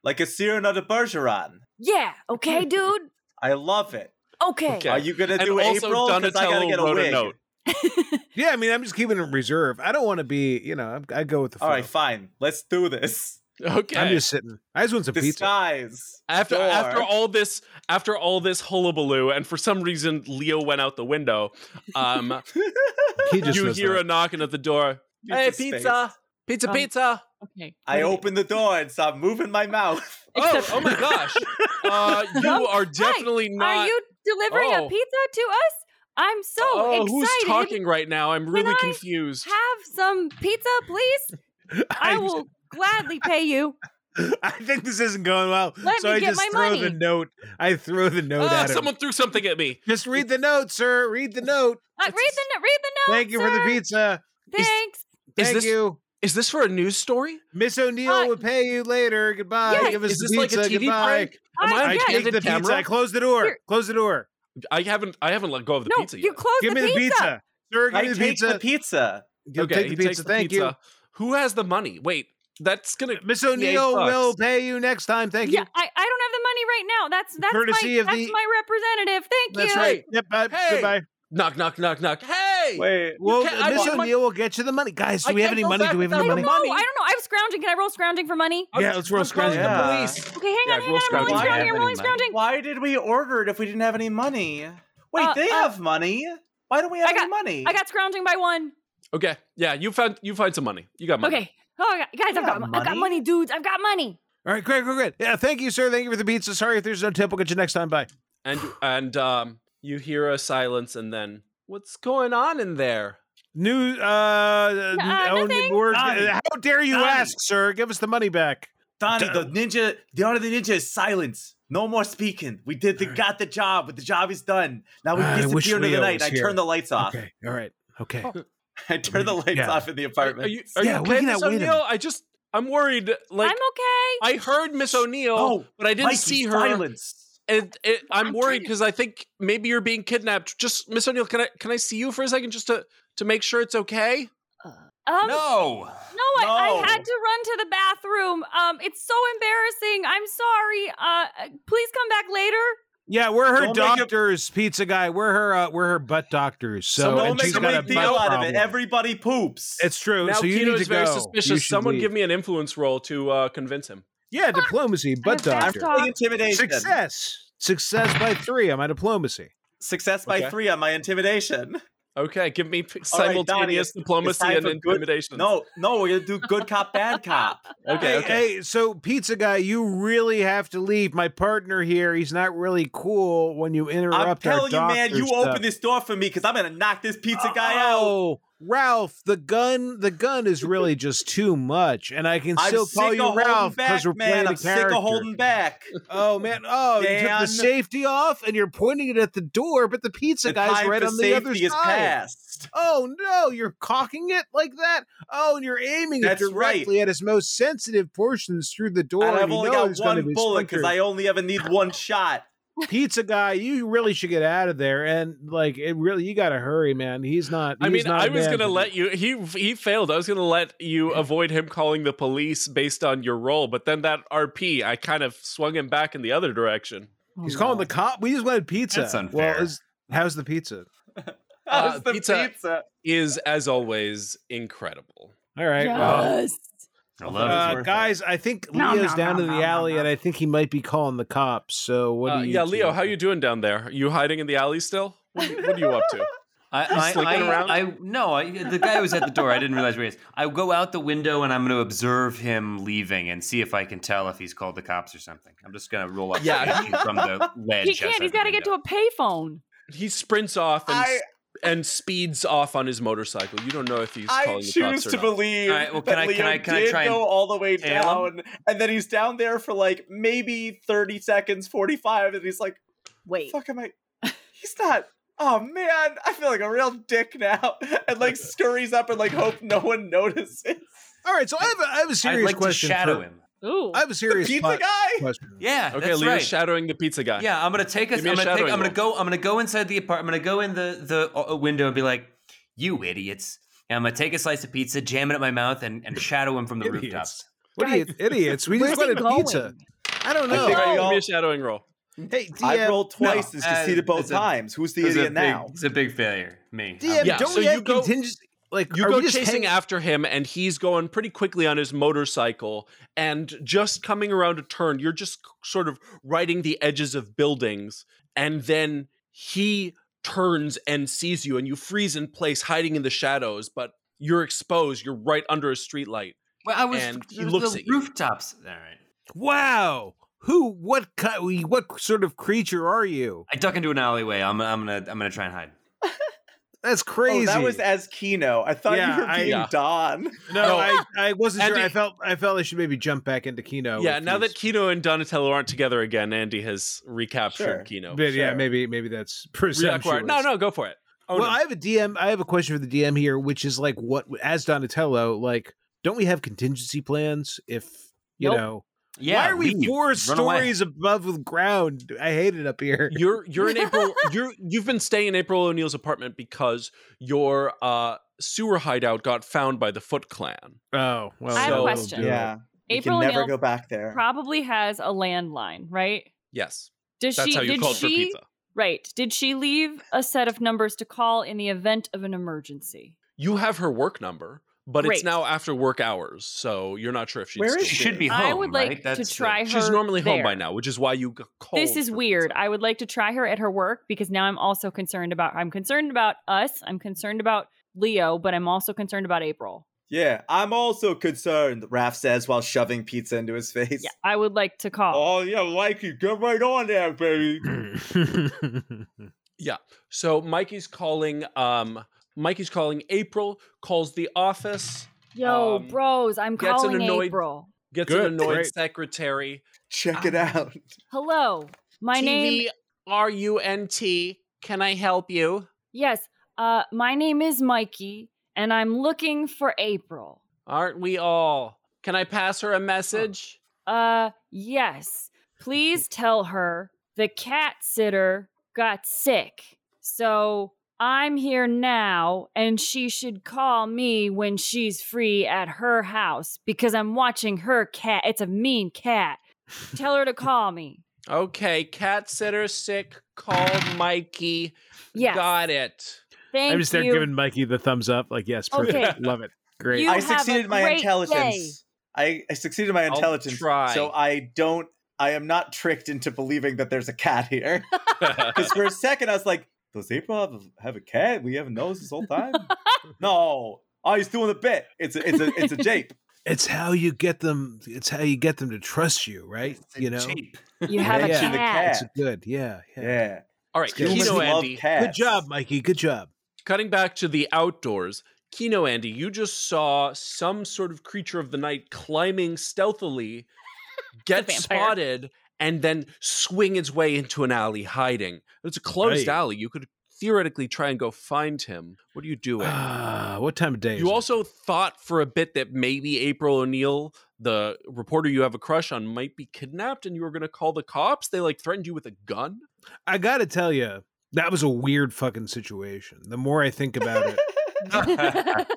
Speaker 3: Like a Cyrano de Bergeron.
Speaker 4: Yeah. Okay, dude.
Speaker 3: I love it.
Speaker 4: Okay.
Speaker 1: Okay.
Speaker 3: Are you gonna
Speaker 1: And
Speaker 3: do
Speaker 1: also
Speaker 3: April? 'Cause I gotta
Speaker 1: Donatello
Speaker 3: get a
Speaker 1: wrote a
Speaker 3: wig.
Speaker 1: note.
Speaker 5: Yeah, I mean, I'm just keeping it reserved. I don't want to be, you know, I'm, I go with the flow.
Speaker 3: All right, fine. Let's do this.
Speaker 1: Okay.
Speaker 5: I'm just sitting. I just want some pizza.
Speaker 3: Disguise.
Speaker 1: after
Speaker 3: Door.
Speaker 1: after all this after all this hullabaloo, and for some reason Leo went out the window. Um,
Speaker 5: He just
Speaker 1: you
Speaker 5: missed
Speaker 1: hear a
Speaker 5: that.
Speaker 1: knocking at the door.
Speaker 3: Pizza
Speaker 1: hey,
Speaker 3: space.
Speaker 1: pizza, pizza,
Speaker 4: Um,
Speaker 1: pizza.
Speaker 4: Okay.
Speaker 3: I opened the door and stopped moving my mouth.
Speaker 1: Oh,
Speaker 4: Except-
Speaker 1: oh my gosh. Uh, you
Speaker 4: Oh,
Speaker 1: are definitely not.
Speaker 4: Are you delivering
Speaker 1: Oh.
Speaker 4: a pizza to us? I'm so
Speaker 1: oh,
Speaker 4: excited.
Speaker 1: who's talking right now? I'm really
Speaker 4: I
Speaker 1: confused.
Speaker 4: Have some pizza, please. I will gladly pay you. Uh,
Speaker 5: I think this isn't going well.
Speaker 4: Let
Speaker 5: so
Speaker 4: me
Speaker 5: I
Speaker 4: get
Speaker 5: just
Speaker 4: my
Speaker 5: throw the
Speaker 4: money.
Speaker 5: note. I throw the note
Speaker 1: Ah,
Speaker 5: at him.
Speaker 1: someone threw something at me.
Speaker 5: Just read the note, sir. Read the note.
Speaker 4: Uh, read the no- read the note.
Speaker 5: Thank you for the
Speaker 4: sir.
Speaker 5: pizza.
Speaker 1: Is-
Speaker 4: Thanks.
Speaker 1: Is
Speaker 5: Thank
Speaker 1: this-
Speaker 5: you.
Speaker 1: Is this for a news story?
Speaker 5: Miss O'Neill
Speaker 4: Uh,
Speaker 5: will pay you later. Goodbye.
Speaker 4: yeah.
Speaker 5: Give us
Speaker 1: Is
Speaker 5: the
Speaker 1: this like a
Speaker 5: pizza.
Speaker 1: TV
Speaker 5: Goodbye.
Speaker 1: prank? Am I,
Speaker 4: I-
Speaker 1: on
Speaker 5: I
Speaker 4: Uh, yeah.
Speaker 5: take
Speaker 1: candid
Speaker 5: the
Speaker 1: camera?
Speaker 5: pizza. I close the door.
Speaker 4: Here.
Speaker 5: Close the door.
Speaker 1: I haven't I haven't let go of the
Speaker 4: no,
Speaker 1: pizza
Speaker 4: you
Speaker 1: yet.
Speaker 4: closed
Speaker 5: Give
Speaker 4: the,
Speaker 5: me the
Speaker 4: pizza.
Speaker 5: pizza. Sir, give
Speaker 3: I
Speaker 5: me the
Speaker 3: take
Speaker 5: pizza.
Speaker 3: the pizza.
Speaker 5: You'll take the
Speaker 1: he
Speaker 5: pizza.
Speaker 1: takes
Speaker 5: Thank
Speaker 1: you. Who has the money? Wait, that's gonna
Speaker 5: you. Miss
Speaker 1: Yay,
Speaker 5: O'Neill
Speaker 1: bucks.
Speaker 5: will pay you next time. Thank
Speaker 4: Yeah,
Speaker 5: you.
Speaker 4: I, I don't have the money right now. That's that's
Speaker 5: Courtesy
Speaker 4: my
Speaker 5: of
Speaker 4: that's
Speaker 5: the-
Speaker 4: my representative. Thank
Speaker 5: That's
Speaker 4: you.
Speaker 5: right. Yep. Bye.
Speaker 1: Hey.
Speaker 5: Goodbye.
Speaker 1: knock knock knock knock. Hey,
Speaker 3: Wait.
Speaker 5: Well,
Speaker 1: can't- I
Speaker 5: Miss
Speaker 1: want my-
Speaker 5: O'Neill will get you the money. Guys, do
Speaker 1: I
Speaker 5: we have
Speaker 1: can't
Speaker 5: any
Speaker 1: go
Speaker 5: money?
Speaker 1: back
Speaker 5: Do we have
Speaker 1: without
Speaker 5: any
Speaker 1: the
Speaker 5: money?
Speaker 4: No, I don't know. I'm scrounging. Can I roll scrounging for money?
Speaker 1: I'm-
Speaker 5: Yeah, let's roll
Speaker 1: I'm calling
Speaker 5: scrounging.
Speaker 1: the
Speaker 3: Yeah.
Speaker 1: police.
Speaker 4: Okay, hang
Speaker 1: Yeah, roll
Speaker 4: on, hang on. I'm rolling
Speaker 3: scrounging.
Speaker 4: scrounging. I'm
Speaker 2: Why-
Speaker 4: rolling scrounging.
Speaker 3: Why did we order it if we didn't have any money? Wait,
Speaker 4: Uh,
Speaker 3: they
Speaker 4: uh,
Speaker 3: have money. Why don't we have
Speaker 4: I got-
Speaker 3: any money?
Speaker 4: I got scrounging by one.
Speaker 1: Okay, yeah, you found you find some money. You got money.
Speaker 4: Okay. Oh, I got- guys, I've
Speaker 3: got
Speaker 4: got, mo- I've got
Speaker 3: money?
Speaker 4: money, dudes. I've got money.
Speaker 5: All right, great, great, great. Yeah, thank you, sir. Thank you for the pizza. Sorry if there's no tip. We'll get you next time. Bye.
Speaker 1: and and um, you hear a silence, and then what's going on in there?
Speaker 5: New, uh,
Speaker 4: Uh,
Speaker 5: oh,
Speaker 4: nothing.
Speaker 5: we're-
Speaker 3: Donnie.
Speaker 5: how dare you
Speaker 3: Donnie.
Speaker 5: ask, sir? Give us the money back.
Speaker 3: Donnie,
Speaker 5: Duh.
Speaker 3: the ninja, the honor of the ninja is silence. No more speaking. We did the, got the job, but the job is done. Now we
Speaker 5: Ah, I wish
Speaker 3: disappear into the
Speaker 5: Leo
Speaker 3: night.
Speaker 5: was
Speaker 3: I
Speaker 5: here.
Speaker 3: turn the lights off.
Speaker 5: Okay, all right,
Speaker 1: Oh.
Speaker 5: okay.
Speaker 3: I turn the lights
Speaker 5: Yeah.
Speaker 3: off in the
Speaker 1: Are,
Speaker 3: apartment.
Speaker 1: are you are
Speaker 5: Yeah,
Speaker 1: you
Speaker 5: we
Speaker 1: okay,
Speaker 5: can
Speaker 1: Miss
Speaker 5: outwit him.
Speaker 1: O'Neill? I just I'm worried. Like
Speaker 4: I'm okay.
Speaker 1: I heard Miss O'Neill,
Speaker 3: oh,
Speaker 1: but I didn't
Speaker 3: Mikey,
Speaker 1: see her.
Speaker 3: Silence.
Speaker 1: And it, I'm,
Speaker 4: I'm
Speaker 1: worried
Speaker 4: trying to-
Speaker 1: because I think maybe you're being kidnapped. Just Miss O'Neill, can I can I see you for a second just to to make sure it's okay?
Speaker 4: Um,
Speaker 2: no.
Speaker 4: no, I, I had
Speaker 3: No.
Speaker 4: to run to the bathroom. Um, it's so embarrassing. I'm sorry. Uh, uh, please come back later.
Speaker 5: Yeah, we're her
Speaker 3: Don't make it-
Speaker 5: doctors, pizza guy. We're her, uh, we're her butt doctors. So,
Speaker 1: Someone
Speaker 5: and
Speaker 3: Don't
Speaker 1: she's
Speaker 3: make a
Speaker 5: got
Speaker 1: a
Speaker 3: big deal
Speaker 5: butt
Speaker 3: out of it.
Speaker 5: problem.
Speaker 3: Everybody poops.
Speaker 5: It's true.
Speaker 1: now
Speaker 5: so you
Speaker 1: Kino
Speaker 5: need
Speaker 1: is
Speaker 5: to
Speaker 1: very
Speaker 5: go. You
Speaker 1: suspicious.
Speaker 5: should
Speaker 1: Someone
Speaker 5: leave.
Speaker 1: give me an influence roll to uh, convince him.
Speaker 5: Yeah, diplomacy, butt
Speaker 4: I'm back
Speaker 5: doctor.
Speaker 4: talk.
Speaker 3: Big intimidation.
Speaker 5: Success, success by three on my diplomacy.
Speaker 3: Success by
Speaker 1: Okay.
Speaker 3: three on my intimidation.
Speaker 1: Okay, give me p-
Speaker 3: All right, Donnie,
Speaker 1: simultaneous
Speaker 3: it's- it's
Speaker 1: diplomacy
Speaker 3: time
Speaker 1: and
Speaker 3: for good-
Speaker 1: intimidation.
Speaker 3: No, no, we're gonna do good cop, bad cop.
Speaker 1: okay,
Speaker 5: Hey,
Speaker 1: okay.
Speaker 5: hey, so pizza guy, you really have to leave. My partner here, he's not really cool when you
Speaker 3: I'm
Speaker 5: interrupt.
Speaker 3: telling you,
Speaker 5: our
Speaker 3: man,
Speaker 5: doctor
Speaker 3: you
Speaker 5: stuff.
Speaker 3: open this door for me because I'm gonna knock this pizza guy out.
Speaker 5: Oh, Ralph, the gun, the gun is really just too much, and I can
Speaker 3: I'm
Speaker 5: still
Speaker 3: sick
Speaker 5: call
Speaker 3: of
Speaker 5: you
Speaker 3: holding
Speaker 5: Ralph
Speaker 3: back,
Speaker 5: because we're
Speaker 3: man.
Speaker 5: playing
Speaker 3: I'm
Speaker 5: a
Speaker 3: sick
Speaker 5: character.
Speaker 3: of holding back.
Speaker 5: Oh man! Oh, you took the
Speaker 3: Dan.
Speaker 5: safety off, and you're pointing it at the door, but the pizza
Speaker 3: The
Speaker 5: guy's
Speaker 3: time
Speaker 5: right
Speaker 3: for
Speaker 5: on the other
Speaker 3: safety is
Speaker 5: side.
Speaker 3: past.
Speaker 5: Oh no, you're cocking it like that. Oh, and you're aiming
Speaker 3: That's
Speaker 5: it
Speaker 3: right.
Speaker 5: directly at its most sensitive portions through the door.
Speaker 3: And I've
Speaker 5: and you
Speaker 3: only
Speaker 5: know
Speaker 3: got
Speaker 5: it's gonna
Speaker 3: one
Speaker 5: be
Speaker 3: bullet because
Speaker 5: splintered.
Speaker 3: I only ever need one shot.
Speaker 5: pizza guy, you really should get out of there. And like, it really, you got to hurry, man. He's not.
Speaker 1: I
Speaker 5: he's
Speaker 1: mean,
Speaker 5: not
Speaker 1: I
Speaker 5: a
Speaker 1: was
Speaker 5: man
Speaker 1: gonna
Speaker 5: for
Speaker 1: let you. He he failed. I was gonna let you avoid him calling the police based on your role, but then that RP, I kind of swung him back in the other direction.
Speaker 5: this. He's calling the cop. We just wanted pizza.
Speaker 2: That's
Speaker 5: Well,
Speaker 2: unfair.
Speaker 5: is, how's the pizza?
Speaker 1: Uh,
Speaker 3: How's the
Speaker 1: pizza-
Speaker 3: pizza.
Speaker 1: Is as always incredible.
Speaker 5: All right. well,
Speaker 4: Yes.
Speaker 2: I
Speaker 3: That is
Speaker 5: uh,
Speaker 3: worth it.
Speaker 5: guys, I think
Speaker 4: No,
Speaker 5: Leo's
Speaker 4: no,
Speaker 5: down
Speaker 4: no,
Speaker 5: in the
Speaker 4: no, no,
Speaker 5: alley,
Speaker 4: no.
Speaker 5: and I think he might be calling the cops. So what
Speaker 1: Uh,
Speaker 5: do you?
Speaker 1: yeah,
Speaker 5: two
Speaker 1: Leo, how you
Speaker 5: think?
Speaker 1: doing down there? You hiding in the alley still? What, what are you up to?
Speaker 2: I, I,
Speaker 1: slinking
Speaker 2: I,
Speaker 1: around?
Speaker 2: I no, I, the guy was at the door. I didn't realize where he is. I go out the window and I'm going to observe him leaving and see if I can tell if he's called the cops or something. I'm just going to roll up
Speaker 1: Yeah.
Speaker 2: to him from the ledge.
Speaker 4: He can't. He's got to get to a payphone.
Speaker 1: He sprints off and,
Speaker 3: I-
Speaker 1: and speeds off on his motorcycle. You don't know if he's
Speaker 3: I
Speaker 1: calling the
Speaker 3: choose
Speaker 1: cops or
Speaker 3: to
Speaker 1: not.
Speaker 3: believe
Speaker 2: All right, well,
Speaker 3: that
Speaker 2: can I-
Speaker 3: Leo
Speaker 2: can I- can I
Speaker 3: did
Speaker 2: try and
Speaker 3: go all the way
Speaker 2: tail
Speaker 3: down, and then he's down there for like maybe thirty seconds, forty-five, and he's like,
Speaker 4: Wait.
Speaker 3: "Fuck, am I?" He's not. Oh man, I feel like a real dick now, and like scurries up and like hope no one notices.
Speaker 5: All right. So I have a, I have a
Speaker 2: I'd
Speaker 5: serious
Speaker 2: like to
Speaker 5: question.
Speaker 2: shadow
Speaker 5: for-
Speaker 2: him.
Speaker 4: Ooh.
Speaker 5: I have a serious
Speaker 3: Pizza
Speaker 5: pot-
Speaker 3: guy.
Speaker 5: question.
Speaker 2: Yeah,
Speaker 1: Okay,
Speaker 2: that's
Speaker 1: Leo's
Speaker 2: right.
Speaker 1: shadowing the pizza guy.
Speaker 2: Yeah, I'm gonna take us.
Speaker 1: Give me
Speaker 2: I'm
Speaker 1: a
Speaker 2: gonna take.
Speaker 1: shadowing
Speaker 2: I'm gonna
Speaker 1: roll.
Speaker 2: go. I'm gonna go inside the apartment. I'm gonna go in the the uh, window and be like, "You idiots!" And I'm gonna take a slice of pizza, jam it at my mouth, and, and shadow him from the
Speaker 5: Idiots.
Speaker 2: rooftops.
Speaker 5: What
Speaker 4: Guys,
Speaker 5: idiots? idiots. We
Speaker 4: Where's
Speaker 5: just
Speaker 4: he
Speaker 5: wanted
Speaker 4: going?
Speaker 5: pizza. I don't
Speaker 3: I
Speaker 5: know.
Speaker 3: think I
Speaker 1: Give
Speaker 3: all-
Speaker 1: me a shadowing roll.
Speaker 5: hey, DM,
Speaker 3: I rolled
Speaker 5: no.
Speaker 3: twice and succeeded
Speaker 2: Uh,
Speaker 3: both
Speaker 2: it's a-
Speaker 3: times. Who's the
Speaker 2: It was a
Speaker 3: idiot
Speaker 2: big-
Speaker 3: now?
Speaker 2: It's a big failure. Me.
Speaker 5: DM,
Speaker 1: Yeah,
Speaker 5: don't
Speaker 1: so
Speaker 5: we
Speaker 1: you
Speaker 5: have
Speaker 1: go-
Speaker 5: contingency? Like,
Speaker 1: You
Speaker 5: are
Speaker 1: go
Speaker 5: we just
Speaker 1: chasing
Speaker 5: hanging-
Speaker 1: after him, and he's going pretty quickly on his motorcycle. And just coming around a turn, you're just c- sort of riding the edges of buildings. And then he turns and sees you, and you freeze in place, hiding in the shadows. But you're exposed, you're right under a streetlight.
Speaker 2: Well, I was.
Speaker 1: And he
Speaker 2: the-
Speaker 1: looks
Speaker 2: the
Speaker 1: at you.
Speaker 2: rooftops. All right.
Speaker 5: Wow. Who? What? ki- What sort of creature are you?
Speaker 2: I duck into an alleyway. I'm, I'm gonna I'm gonna try and hide.
Speaker 5: That's
Speaker 3: Oh,
Speaker 5: crazy.
Speaker 3: that was as Kino. I thought
Speaker 5: Yeah,
Speaker 3: you were
Speaker 5: I-
Speaker 3: being
Speaker 1: Yeah.
Speaker 3: Don.
Speaker 5: no,
Speaker 1: No.
Speaker 5: I, I wasn't sure.
Speaker 1: Andy-
Speaker 5: I felt I felt I should maybe jump back into Kino.
Speaker 1: yeah,
Speaker 5: if
Speaker 1: now that
Speaker 5: he's-
Speaker 1: Kino and Donatello aren't together again, Andy has recaptured
Speaker 3: Sure.
Speaker 1: Kino.
Speaker 5: but yeah,
Speaker 3: sure.
Speaker 5: maybe maybe that's
Speaker 1: Reacquired.
Speaker 5: presumptuous.
Speaker 1: No, no, go for it. Oh,
Speaker 5: well,
Speaker 1: no.
Speaker 5: I have a DM. I have a question for the DM here, which is like, what as Donatello, like, don't we have contingency plans if you
Speaker 4: Nope.
Speaker 5: know?
Speaker 2: Yeah.
Speaker 5: Why are we
Speaker 2: leave.
Speaker 5: four
Speaker 2: Run away.
Speaker 5: stories above the ground? I hate it up here.
Speaker 1: you're you're in April. You're you've been staying in April O'Neil's apartment because your uh, sewer hideout got found by the Foot Clan.
Speaker 5: Oh, well,
Speaker 4: I have a
Speaker 5: that'll
Speaker 4: question.
Speaker 5: do it.
Speaker 3: Yeah. You
Speaker 4: April
Speaker 3: can never
Speaker 4: O'Neil
Speaker 3: go back there.
Speaker 4: probably has a landline, right?
Speaker 1: Yes,
Speaker 4: Does
Speaker 1: that's
Speaker 4: she?
Speaker 1: how you
Speaker 4: did
Speaker 1: called
Speaker 4: she?
Speaker 1: for pizza.
Speaker 4: Right. Did she leave a set of numbers to call in the event of an emergency?
Speaker 1: You have her work number, but it's
Speaker 4: Great.
Speaker 1: now after work hours, so you're not sure if she's.
Speaker 3: Where
Speaker 1: still
Speaker 3: is
Speaker 2: She
Speaker 1: there.
Speaker 2: should be home.
Speaker 4: I would
Speaker 2: right?
Speaker 4: like to
Speaker 2: That's the-
Speaker 4: try her.
Speaker 1: She's normally home by
Speaker 4: there.
Speaker 1: now, which is why you g- called.
Speaker 4: This is
Speaker 1: for
Speaker 4: weird.
Speaker 1: pizza.
Speaker 4: I would like to try her at her work because now I'm also concerned about I'm concerned about us. I'm concerned about Leo, but I'm also concerned about April.
Speaker 3: Yeah, I'm also concerned, Raph says while shoving pizza into his face. Oh,
Speaker 4: Yeah. I would like to call.
Speaker 3: yeah, like you. Get right on there, baby.
Speaker 1: So Mikey's calling. Um, Mikey's calling. April calls the office.
Speaker 4: Yo,
Speaker 1: um,
Speaker 4: bros, I'm
Speaker 1: gets an
Speaker 4: calling
Speaker 1: annoyed-
Speaker 4: April.
Speaker 1: Gets
Speaker 5: Good,
Speaker 1: an annoyed
Speaker 5: great.
Speaker 1: secretary.
Speaker 3: Check
Speaker 4: Ah,
Speaker 3: it out.
Speaker 4: Hello. My name
Speaker 1: R U N T. Can I help you?
Speaker 4: Yes. Uh my name is Mikey and I'm looking for April.
Speaker 1: Aren't we all? Can I pass her a message?
Speaker 4: Uh, yes. Please tell her the cat sitter got sick. So I'm here now, and she should call me when she's free at her house because I'm watching her cat. It's a mean cat. Tell her to call me.
Speaker 1: Okay, cat sitter sick. Call Mikey.
Speaker 4: Yes.
Speaker 1: Got it.
Speaker 4: Thank
Speaker 5: I'm just there
Speaker 4: you.
Speaker 5: giving Mikey the thumbs up. Like, yes, perfect.
Speaker 4: Okay.
Speaker 5: Love it. Great.
Speaker 4: You
Speaker 3: I
Speaker 4: have a
Speaker 3: succeeded my
Speaker 4: great
Speaker 3: intelligence. I, I succeeded my
Speaker 1: I'll
Speaker 3: intelligence.
Speaker 1: try.
Speaker 3: So I don't. I am not tricked into believing that there's a cat here. Because for a second I was like, "Does April have a, have a cat? We haven't noticed this whole time." no. Oh, he's doing a bit. It's a it's a it's a jape.
Speaker 5: it's how you get them. It's how you get them to trust you, right? You know,
Speaker 2: Cheap.
Speaker 4: you have a
Speaker 5: Yeah.
Speaker 4: cat.
Speaker 5: The
Speaker 3: cat.
Speaker 5: it's a good. Yeah, yeah.
Speaker 3: Yeah.
Speaker 1: All right,
Speaker 5: Humans
Speaker 1: Kino
Speaker 3: love
Speaker 1: Andy.
Speaker 3: cats.
Speaker 5: Good job, Mikey. Good job.
Speaker 1: Cutting back to the outdoors. Kino Andy, you just saw some sort of creature of the night climbing stealthily, get
Speaker 4: vampire.
Speaker 1: spotted, and then swing its way into an alley hiding. It's a closed
Speaker 5: Right.
Speaker 1: alley. You could theoretically try and go find him. What are you doing?
Speaker 5: Ah, what time of day? is
Speaker 1: You
Speaker 5: it?
Speaker 1: also thought for a bit that maybe April O'Neil, the reporter you have a crush on, might be kidnapped and you were going to call the cops. They like threatened you with a gun.
Speaker 5: I gotta tell you, that was a weird fucking situation. The more I think about it,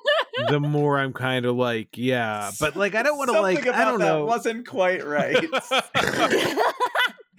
Speaker 5: the more I'm kind of like, yeah, but like I don't want to
Speaker 3: Something
Speaker 5: like
Speaker 3: about
Speaker 5: I don't
Speaker 3: that
Speaker 5: know.
Speaker 3: Wasn't quite right.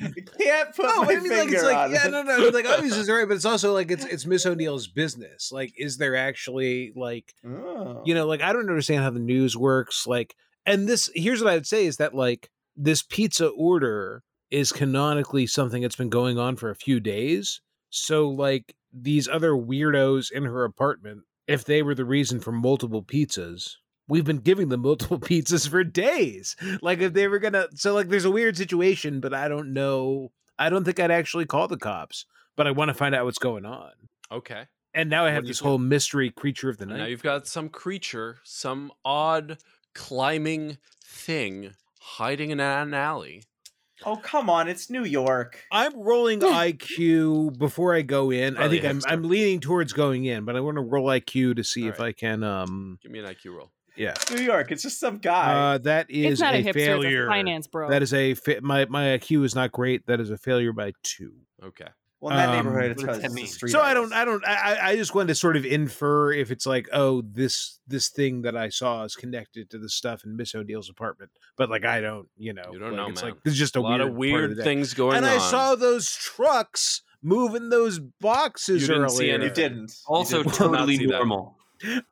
Speaker 3: I can't put
Speaker 5: No,
Speaker 3: my
Speaker 5: I mean, like,
Speaker 3: finger
Speaker 5: it's like,
Speaker 3: on
Speaker 5: yeah,
Speaker 3: it.
Speaker 5: no, no, like, obviously, it's all right, but it's also like, it's it's Miss O'Neill's business. Like, is there actually like,
Speaker 3: Oh.
Speaker 5: you know, like, I don't understand how the news works. Like, and this, here's what I would say is that like this pizza order is canonically something that's been going on for a few days. So like these other weirdos in her apartment, if they were the reason for multiple pizzas. We've been giving them multiple pizzas for days. Like if they were gonna, so like there's a weird situation, but I don't know I don't think I'd actually call the cops, but I want to find out what's going on.
Speaker 1: Okay.
Speaker 5: And now I
Speaker 1: What
Speaker 5: have
Speaker 1: do you
Speaker 5: this
Speaker 1: do?
Speaker 5: whole mystery creature of the
Speaker 1: Now
Speaker 5: night.
Speaker 1: you've got some creature, some odd climbing thing hiding in an alley.
Speaker 3: Oh, come on. It's New York.
Speaker 5: I'm rolling IQ before I go in. I
Speaker 1: Probably
Speaker 5: think
Speaker 1: a
Speaker 5: I'm
Speaker 1: hipster.
Speaker 5: I'm leaning towards going in, but I want to roll IQ to see
Speaker 1: All
Speaker 5: if
Speaker 1: right.
Speaker 5: I can. Um,
Speaker 1: Give me an IQ roll.
Speaker 5: yeah,
Speaker 3: New York. It's just some guy.
Speaker 5: uh, that is
Speaker 4: it's not a, hipster,
Speaker 5: failure.
Speaker 4: it's a finance bro.
Speaker 5: That is a fa- my my IQ is not great. That is a failure by two.
Speaker 1: Okay.
Speaker 3: Well, in that
Speaker 5: Um,
Speaker 3: neighborhood, it's
Speaker 2: what does
Speaker 3: because
Speaker 2: that mean?
Speaker 3: it's a street
Speaker 5: so I don't,
Speaker 3: artist.
Speaker 5: I don't, I, I- I just wanted to sort of infer if it's like, oh, this this thing that I saw is connected to the stuff in Miss O'Deal's apartment, but like I don't, you know,
Speaker 1: You don't
Speaker 5: like,
Speaker 1: know,
Speaker 5: It's
Speaker 1: man.
Speaker 5: like this is just
Speaker 1: a
Speaker 5: a,
Speaker 1: lot
Speaker 5: weird
Speaker 1: of
Speaker 5: part
Speaker 1: weird
Speaker 5: the day.
Speaker 1: things going
Speaker 5: and
Speaker 1: on.
Speaker 5: I saw those trucks moving those boxes
Speaker 1: You didn't see
Speaker 5: earlier.
Speaker 1: any-
Speaker 3: You didn't. You
Speaker 2: Also,
Speaker 1: did not
Speaker 2: totally
Speaker 1: see that.
Speaker 2: normal.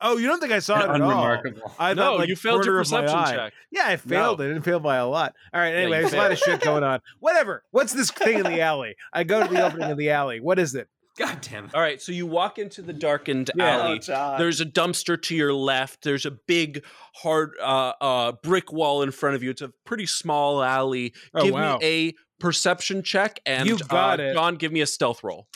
Speaker 5: Oh, you don't think I saw it at all?
Speaker 2: Unremarkable.
Speaker 5: I
Speaker 1: no,
Speaker 5: thought, like,
Speaker 1: you failed your
Speaker 5: corner of my
Speaker 1: perception
Speaker 5: eye.
Speaker 1: check.
Speaker 5: Yeah, I failed.
Speaker 1: No.
Speaker 5: I didn't fail by a lot. All right. Anyway,
Speaker 1: you
Speaker 5: there's a lot of shit going on. Whatever. What's this thing in the alley? I go to the opening of the alley. What is it?
Speaker 2: God damn it.
Speaker 1: All right, so you walk into the darkened
Speaker 5: Yeah.
Speaker 1: alley.
Speaker 3: Oh, John.
Speaker 1: There's a dumpster to your left. There's a big hard uh, uh, brick wall in front of you. It's a pretty small alley.
Speaker 5: Oh,
Speaker 1: give
Speaker 5: wow.
Speaker 1: me a perception check, and
Speaker 5: You've got
Speaker 1: uh,
Speaker 5: it.
Speaker 1: John, give me a stealth roll.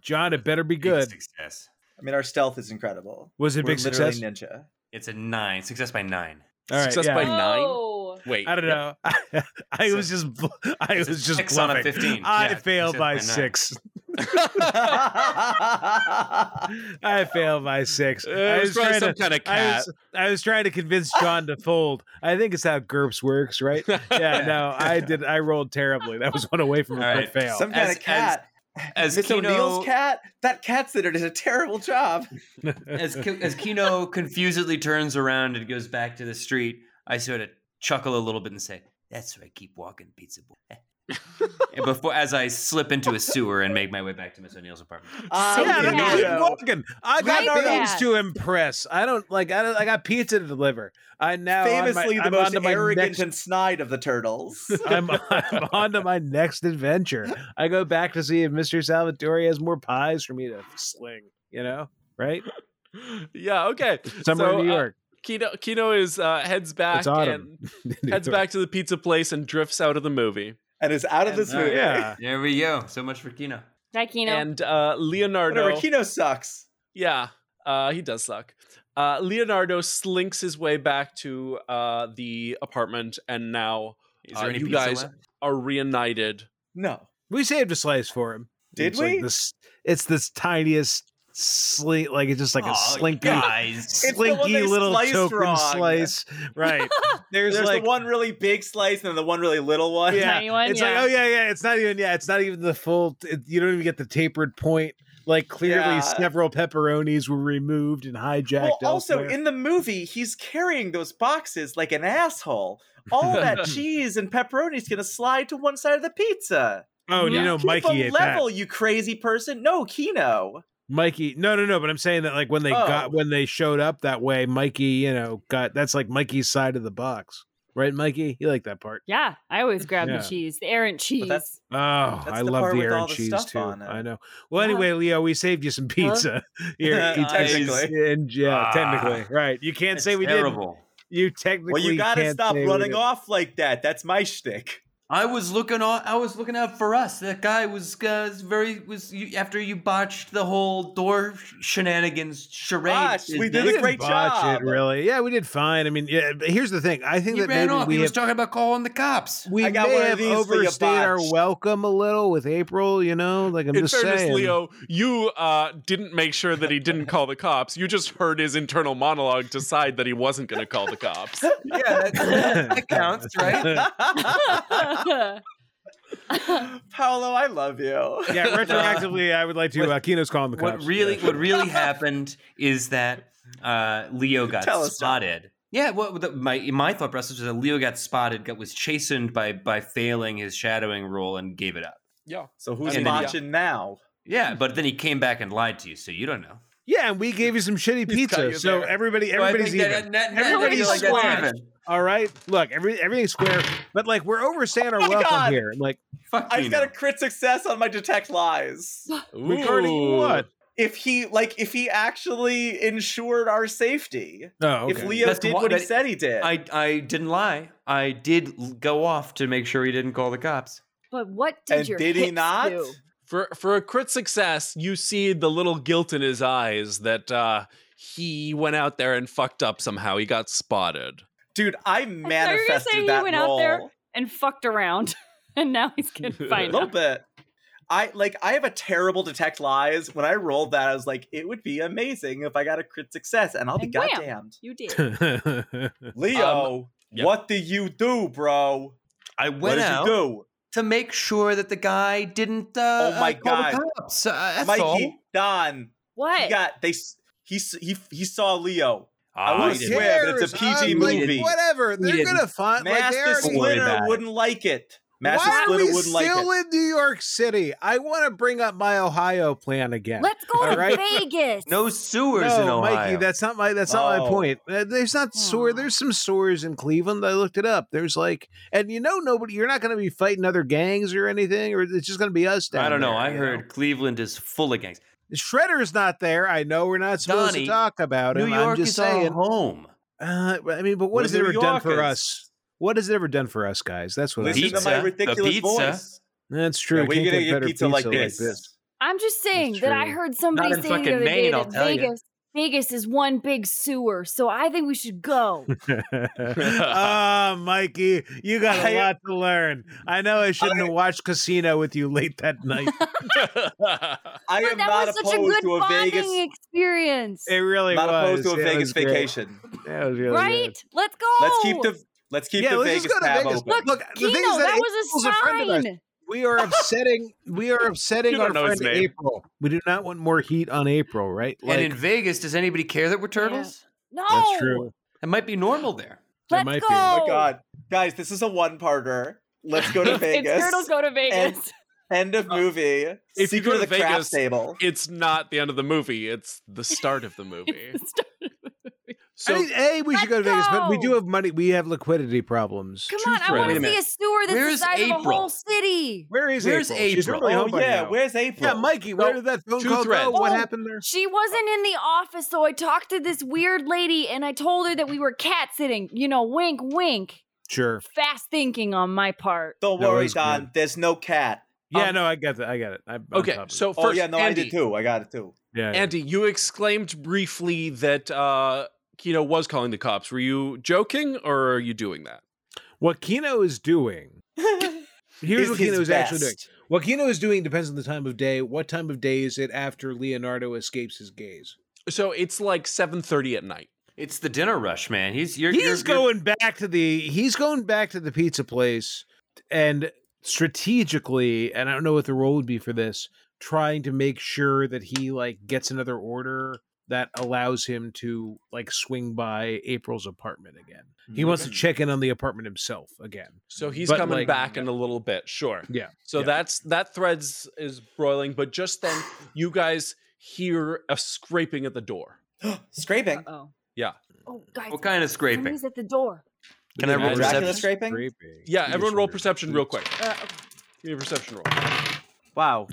Speaker 5: John, it better be
Speaker 2: Big
Speaker 5: good.
Speaker 2: Success.
Speaker 3: I mean, our stealth is incredible.
Speaker 5: Was it a
Speaker 3: We're
Speaker 5: big
Speaker 3: literally
Speaker 5: success?
Speaker 3: Ninja.
Speaker 2: It's a nine. Success by nine.
Speaker 5: All right.
Speaker 1: Success
Speaker 5: yeah.
Speaker 1: by nine.
Speaker 4: Oh.
Speaker 1: Wait,
Speaker 5: I don't know. I, was just, bl- I
Speaker 2: It's a
Speaker 5: was just
Speaker 2: six on a
Speaker 5: bluffing.
Speaker 2: 15.
Speaker 5: I
Speaker 2: Yeah,
Speaker 5: failed
Speaker 2: success
Speaker 5: by
Speaker 2: by nine.
Speaker 5: six.
Speaker 3: I
Speaker 5: I failed by six.
Speaker 1: Uh,
Speaker 5: I
Speaker 1: it was probably
Speaker 5: trying
Speaker 1: some
Speaker 5: to,
Speaker 1: kind of
Speaker 5: I
Speaker 1: cat.
Speaker 5: was, I was trying to convince John to fold. I think it's how GURPS works, right? Yeah. No, I did. I rolled terribly. That was one away from a
Speaker 2: All
Speaker 5: good
Speaker 2: right.
Speaker 5: fail.
Speaker 3: Some kind
Speaker 2: As-
Speaker 3: of cat.
Speaker 2: as
Speaker 3: Miss
Speaker 2: Kino-
Speaker 3: O'Neill's cat. That cat's there did a terrible job.
Speaker 2: As, Ki- as Kino confusedly turns around and goes back to the street, I sort of chuckle a little bit and say, That's where I keep walking, pizza boy. And Before, as I slip into a sewer and make my way back to Miss O'Neill's apartment.
Speaker 3: Ah,
Speaker 5: yeah,
Speaker 4: Something
Speaker 5: let me
Speaker 4: that-
Speaker 5: keep
Speaker 3: Kino.
Speaker 5: walking. I got
Speaker 4: Right
Speaker 5: things
Speaker 4: back.
Speaker 5: to impress. I don't like. I, don't, I got pizza to deliver. I now on my-
Speaker 3: Famously, the
Speaker 5: I'm
Speaker 3: most
Speaker 5: onto my
Speaker 3: arrogant
Speaker 5: next-
Speaker 3: and snide of the turtles.
Speaker 5: I'm, I'm on to my next adventure. I go back to see if Mr. Salvatore has more pies for me to sling. You know, right?
Speaker 1: yeah, okay.
Speaker 5: Somewhere
Speaker 1: so,
Speaker 5: in New
Speaker 1: uh,
Speaker 5: York.
Speaker 1: Kino, Kino is uh, heads back
Speaker 5: it's autumn.
Speaker 1: and heads back to the pizza place and drifts out of the movie.
Speaker 3: and is out of
Speaker 2: And-
Speaker 3: this
Speaker 2: oh,
Speaker 3: movie.
Speaker 5: Yeah.
Speaker 2: There we go. So much for Kino.
Speaker 4: Hi, Kino.
Speaker 1: And uh, Leonardo,
Speaker 3: Whatever, Kino sucks.
Speaker 1: yeah, uh, he does suck. Uh, Leonardo slinks his way back to uh, the apartment, and now
Speaker 2: Is there
Speaker 1: Uh,
Speaker 2: any
Speaker 1: you
Speaker 2: pizza
Speaker 1: guys-
Speaker 2: left?
Speaker 1: are reunited.
Speaker 3: No.
Speaker 5: We saved a slice for him.
Speaker 3: Did
Speaker 5: it's like
Speaker 3: we?
Speaker 5: this, it's this tiniest sling. Like it's just like a
Speaker 2: Aw,
Speaker 5: slinky.
Speaker 2: Guys.
Speaker 3: It's the one
Speaker 5: Slinky
Speaker 3: they
Speaker 5: little
Speaker 3: sliced
Speaker 5: token
Speaker 3: wrong.
Speaker 5: slice, right? There's,
Speaker 3: There's,
Speaker 5: like
Speaker 3: the one really big slice and then the one really little one.
Speaker 5: Yeah.
Speaker 4: Tiny one,
Speaker 5: it's
Speaker 4: yeah.
Speaker 5: like oh yeah yeah it's not even yeah it's not even the full it, you don't even get the tapered point like clearly
Speaker 3: Yeah.
Speaker 5: several pepperonis were removed and hijacked
Speaker 3: Well, also
Speaker 5: elsewhere.
Speaker 3: in the movie, he's carrying those boxes like an asshole. All that cheese and pepperoni is going to slide to one side of the pizza.
Speaker 5: oh and you
Speaker 4: Yeah.
Speaker 5: know
Speaker 3: Keep
Speaker 5: mikey
Speaker 3: a
Speaker 5: ate
Speaker 3: level,
Speaker 5: that
Speaker 3: you crazy person. No, Kino.
Speaker 5: mikey no no no but i'm saying that like when they
Speaker 3: Oh.
Speaker 5: got when they showed up that way mikey you know got that's like mikey's side of the box right mikey you like that part
Speaker 4: yeah, I always grab
Speaker 5: Yeah.
Speaker 4: the cheese, the errant cheese.
Speaker 3: that's-
Speaker 5: oh i
Speaker 3: the
Speaker 5: love
Speaker 3: part
Speaker 5: the
Speaker 3: with all
Speaker 5: errant
Speaker 3: the
Speaker 5: cheese
Speaker 3: stuff
Speaker 5: too
Speaker 3: on it.
Speaker 5: i know well
Speaker 4: Yeah.
Speaker 5: anyway leo we saved you some pizza here eat this.
Speaker 3: Technically.
Speaker 5: and yeah
Speaker 2: Ah.
Speaker 5: technically right you can't say
Speaker 2: It's
Speaker 5: we didn't
Speaker 2: terrible.
Speaker 5: You technically
Speaker 3: Well, you got to
Speaker 5: can't
Speaker 3: stop
Speaker 5: say we
Speaker 3: running
Speaker 5: didn't.
Speaker 3: off like that. That's my shtick.
Speaker 2: I was looking on. I was looking out for us. That guy was uh, was very was you, after you botched the whole door shenanigans charade.
Speaker 3: Gosh, we did
Speaker 5: We
Speaker 3: a
Speaker 5: didn't
Speaker 3: great
Speaker 5: botch
Speaker 3: job.
Speaker 5: It, really? Yeah, we did fine. I mean, yeah. But here's the thing. I think
Speaker 2: He
Speaker 5: that
Speaker 2: ran
Speaker 5: maybe
Speaker 2: off.
Speaker 5: we
Speaker 2: He was
Speaker 5: have,
Speaker 2: talking about calling the cops.
Speaker 5: we
Speaker 3: I got
Speaker 5: may
Speaker 3: one of
Speaker 5: have
Speaker 3: these for you,
Speaker 5: overstayed our
Speaker 3: botched.
Speaker 5: welcome a little with April. You know, like I'm
Speaker 1: in
Speaker 5: just
Speaker 1: fairness,
Speaker 5: saying.
Speaker 1: Leo, you uh, didn't make sure that he didn't call the cops. You just heard his internal monologue decide that he wasn't going to call the cops.
Speaker 2: Yeah, that, that counts, right?
Speaker 3: Paolo, I love you.
Speaker 5: yeah, retroactively, I would like to.
Speaker 2: What-
Speaker 5: Uh, Kino's calling the cops.
Speaker 2: What really, what really happened is that uh, Leo got
Speaker 3: Tell us, John.
Speaker 2: spotted. Yeah, what the, my my thought process was that Leo got spotted, got was chastened by by failing his shadowing rule and gave it up.
Speaker 1: yeah.
Speaker 3: So who's
Speaker 2: I mean,
Speaker 3: botching now?
Speaker 2: Yeah, but then he came back and lied to you, so you don't know.
Speaker 5: Yeah, and we gave you some shitty
Speaker 1: He's got
Speaker 5: pizza.
Speaker 1: you
Speaker 5: So
Speaker 1: there.
Speaker 5: everybody,
Speaker 2: So I think
Speaker 5: everybody's even.
Speaker 2: that- uh, that- that- I
Speaker 5: Everybody's
Speaker 2: feel like that's
Speaker 5: squashed.
Speaker 2: even.
Speaker 5: All right, look, every everything's square. But like, we're overstaying our
Speaker 3: my
Speaker 5: welcome
Speaker 3: God.
Speaker 5: here. And, Like,
Speaker 2: Fuck
Speaker 3: I've
Speaker 2: you
Speaker 3: got
Speaker 2: know.
Speaker 3: a crit success on my detect lies.
Speaker 5: regarding
Speaker 1: Ooh.
Speaker 5: what?
Speaker 3: If he like if he actually ensured our safety.
Speaker 5: Oh,
Speaker 3: If
Speaker 5: okay.
Speaker 3: Leo
Speaker 2: That's
Speaker 3: did
Speaker 2: wha-
Speaker 3: what he
Speaker 2: that-
Speaker 3: said he did.
Speaker 2: I I didn't lie. I did l- go off to make sure he didn't call the cops.
Speaker 4: but what did
Speaker 3: And
Speaker 4: your
Speaker 3: did he
Speaker 4: hips
Speaker 3: not?
Speaker 4: do?
Speaker 1: For for a crit success, you see the little guilt in his eyes that uh, he went out there and fucked up somehow. He got spotted.
Speaker 3: Dude, I manifested
Speaker 4: say he
Speaker 3: that
Speaker 4: went out
Speaker 3: role.
Speaker 4: there And fucked around, and now he's gonna
Speaker 3: A
Speaker 4: find
Speaker 3: little
Speaker 4: out.
Speaker 3: bit. I like I have a terrible detect lies. When I rolled that, I was like, it would be amazing if I got a crit success, and I'll be
Speaker 4: And wham.
Speaker 3: goddamned.
Speaker 4: You did.
Speaker 3: Leo,
Speaker 1: yeah.
Speaker 3: what do you do, bro?
Speaker 2: I
Speaker 3: what
Speaker 2: went
Speaker 3: did
Speaker 2: out.
Speaker 3: you do?
Speaker 2: to make sure that the guy didn't. Uh,
Speaker 3: Oh my
Speaker 2: uh, call the
Speaker 3: God.
Speaker 2: cops. Uh, that's
Speaker 3: Mikey
Speaker 2: all.
Speaker 3: Don. He
Speaker 4: What?
Speaker 3: got they. s- He s- he he saw Leo.
Speaker 2: Ah,
Speaker 3: I
Speaker 2: he didn't.
Speaker 3: swear, but it's a
Speaker 5: Cares?
Speaker 3: PG
Speaker 5: I'm like,
Speaker 3: movie.
Speaker 5: whatever. They're
Speaker 2: didn't.
Speaker 5: gonna find like
Speaker 3: Master
Speaker 5: they're
Speaker 2: Don't worry
Speaker 3: Splitter
Speaker 2: about it.
Speaker 3: wouldn't like it. Master
Speaker 5: Why are
Speaker 3: Splitter
Speaker 5: we
Speaker 3: wouldn't like
Speaker 5: still
Speaker 3: it.
Speaker 5: in New York City? I want to bring up my Ohio plan again.
Speaker 4: Let's go
Speaker 5: All
Speaker 4: to
Speaker 5: right.
Speaker 4: Vegas.
Speaker 2: No sewers in
Speaker 5: no,
Speaker 2: Ohio.
Speaker 5: Mikey, that's not my that's not my
Speaker 3: Oh.
Speaker 5: point. Uh, There's not sewer.
Speaker 4: Oh.
Speaker 5: There's some sewers in Cleveland. I looked it up. There's like, and you know, nobody. You're not going to be fighting other gangs or anything, or it's just going to be us. Down
Speaker 2: I don't know.
Speaker 5: there,
Speaker 2: I
Speaker 5: you
Speaker 2: heard Cleveland is full of gangs.
Speaker 5: Shredder's not there. I know we're not supposed
Speaker 2: Donnie,
Speaker 5: to talk about
Speaker 2: New
Speaker 5: him.
Speaker 2: York
Speaker 5: I'm just
Speaker 2: is
Speaker 5: saying.
Speaker 2: our home.
Speaker 5: Uh, I mean, but what
Speaker 3: We're
Speaker 5: has it ever
Speaker 3: New
Speaker 5: done for
Speaker 3: Yorkers.
Speaker 5: us? What has it ever done for us, guys? That's what. I
Speaker 3: Listen
Speaker 5: think.
Speaker 3: to
Speaker 2: Pizza.
Speaker 3: my
Speaker 2: The
Speaker 3: ridiculous
Speaker 2: pizza.
Speaker 3: voice.
Speaker 5: That's true.
Speaker 3: Yeah,
Speaker 5: Can't
Speaker 3: we're gonna
Speaker 5: get
Speaker 3: get
Speaker 5: better
Speaker 3: pizza, like this.
Speaker 4: I'm just saying that I
Speaker 5: true.
Speaker 4: heard somebody
Speaker 2: Not in
Speaker 4: say the
Speaker 2: fucking
Speaker 4: other day
Speaker 2: Maine, I'll
Speaker 4: that
Speaker 2: tell you.
Speaker 4: Vegas, Vegas is one big sewer, so I think we should go.
Speaker 5: Ah, Mikey, you got a
Speaker 3: I-
Speaker 5: lot to learn. I know I shouldn't have watched Casino with you late that night.
Speaker 3: I
Speaker 4: But
Speaker 3: am
Speaker 4: that
Speaker 3: not
Speaker 4: was such a
Speaker 3: opposed
Speaker 4: good
Speaker 3: to a
Speaker 4: bonding
Speaker 3: Vegas.
Speaker 4: experience,
Speaker 5: It really
Speaker 3: Not
Speaker 5: was.
Speaker 3: opposed to a
Speaker 5: It
Speaker 3: Vegas
Speaker 5: was great.
Speaker 3: vacation.
Speaker 5: That was really good.
Speaker 4: right? Let's go.
Speaker 3: Let's keep the let's keep
Speaker 5: yeah,
Speaker 3: the
Speaker 5: let's
Speaker 3: Vegas
Speaker 5: just go to
Speaker 3: tab
Speaker 5: Vegas.
Speaker 3: open.
Speaker 5: Look, look,
Speaker 4: Kino,
Speaker 5: the thing is that,
Speaker 4: that, was
Speaker 5: April's
Speaker 4: a
Speaker 5: a friend of ours.
Speaker 4: sign.
Speaker 5: we are upsetting. We are upsetting
Speaker 1: You
Speaker 5: our
Speaker 1: don't know his
Speaker 5: friend
Speaker 1: name.
Speaker 5: April. We do not want more heat on April, right?
Speaker 2: and in Vegas, does anybody care that we're turtles?
Speaker 4: No,
Speaker 5: that's true.
Speaker 2: It might be normal there.
Speaker 4: Let's
Speaker 5: That might
Speaker 4: go.
Speaker 5: be.
Speaker 3: Oh my god, guys, this is a one-parter. Let's go to Vegas.
Speaker 4: It's turtles go Oh. to Vegas.
Speaker 3: End of movie.
Speaker 1: If you
Speaker 3: Secret
Speaker 1: go to
Speaker 3: of the
Speaker 1: Vegas-
Speaker 3: craft table.
Speaker 1: it's not the end of the movie, it's the start of the movie. So
Speaker 5: I mean, a we should go to
Speaker 4: Let's
Speaker 5: Vegas, but we
Speaker 4: go.
Speaker 5: do have money. We have liquidity problems.
Speaker 4: Come on, I
Speaker 1: Wait
Speaker 4: want
Speaker 1: a
Speaker 4: to see
Speaker 2: minute.
Speaker 4: a sewer that's
Speaker 2: Where's
Speaker 4: the size of a
Speaker 2: April?
Speaker 4: whole city.
Speaker 5: Where is
Speaker 2: Where's
Speaker 5: April? She's
Speaker 2: April?
Speaker 5: probably
Speaker 3: Oh
Speaker 5: home by
Speaker 3: yeah,
Speaker 5: now.
Speaker 3: where's April?
Speaker 5: yeah, Mikey. Where did that phone
Speaker 1: two
Speaker 5: call go?
Speaker 1: threads.
Speaker 5: What
Speaker 4: Oh.
Speaker 5: happened there?
Speaker 4: She wasn't in the office, so I talked to this weird lady and I told her that we were cat sitting. You know, wink, wink.
Speaker 5: Sure.
Speaker 4: Fast thinking on my part.
Speaker 3: Don't
Speaker 5: That
Speaker 3: worry,
Speaker 5: was
Speaker 3: Don.
Speaker 5: good.
Speaker 3: There's no cat.
Speaker 5: Yeah,
Speaker 1: Um,
Speaker 5: no, I got that. I got it. I, I'm
Speaker 1: okay,
Speaker 5: covered.
Speaker 1: so first
Speaker 3: oh yeah, no,
Speaker 1: Andy,
Speaker 3: I did too. I got it too.
Speaker 5: yeah, yeah.
Speaker 1: Andy, you exclaimed briefly that uh Kino was calling the cops. Were you joking or are you doing that?
Speaker 5: what Kino is doing. Here's
Speaker 3: Is
Speaker 5: what
Speaker 3: his
Speaker 5: Kino is actually doing.
Speaker 3: best.
Speaker 5: What Kino is doing depends on the time of day. What time of day is it after Leonardo escapes his gaze?
Speaker 1: So it's like 7:30 at night.
Speaker 2: It's the dinner rush, man. He's you're, you're-
Speaker 5: He's
Speaker 2: you're-
Speaker 5: going back to the he's going back to the pizza place and strategically, and I don't know what the role would be for this, trying to make sure that he like gets another order that allows him to like swing by April's apartment again. He wants to
Speaker 1: Mm-hmm.
Speaker 3: Mm-hmm.
Speaker 5: check in on the apartment himself again.
Speaker 1: So he's
Speaker 5: But,
Speaker 1: coming
Speaker 5: like-
Speaker 1: back in a little bit, sure.
Speaker 5: Yeah,
Speaker 1: So
Speaker 5: yeah.
Speaker 1: that's that threads is broiling, but just then you guys hear a scraping at the door.
Speaker 3: Scraping.
Speaker 4: Oh.
Speaker 1: Yeah.
Speaker 4: Oh, guys.
Speaker 2: What kind of scraping?
Speaker 4: Somebody's at the door.
Speaker 2: Can I roll
Speaker 1: Dracula
Speaker 2: perception?
Speaker 3: Dracula scraping?
Speaker 1: Yeah, everyone roll perception real quick.
Speaker 4: Uh, okay.
Speaker 1: Give me a perception roll.
Speaker 3: Wow. Uh,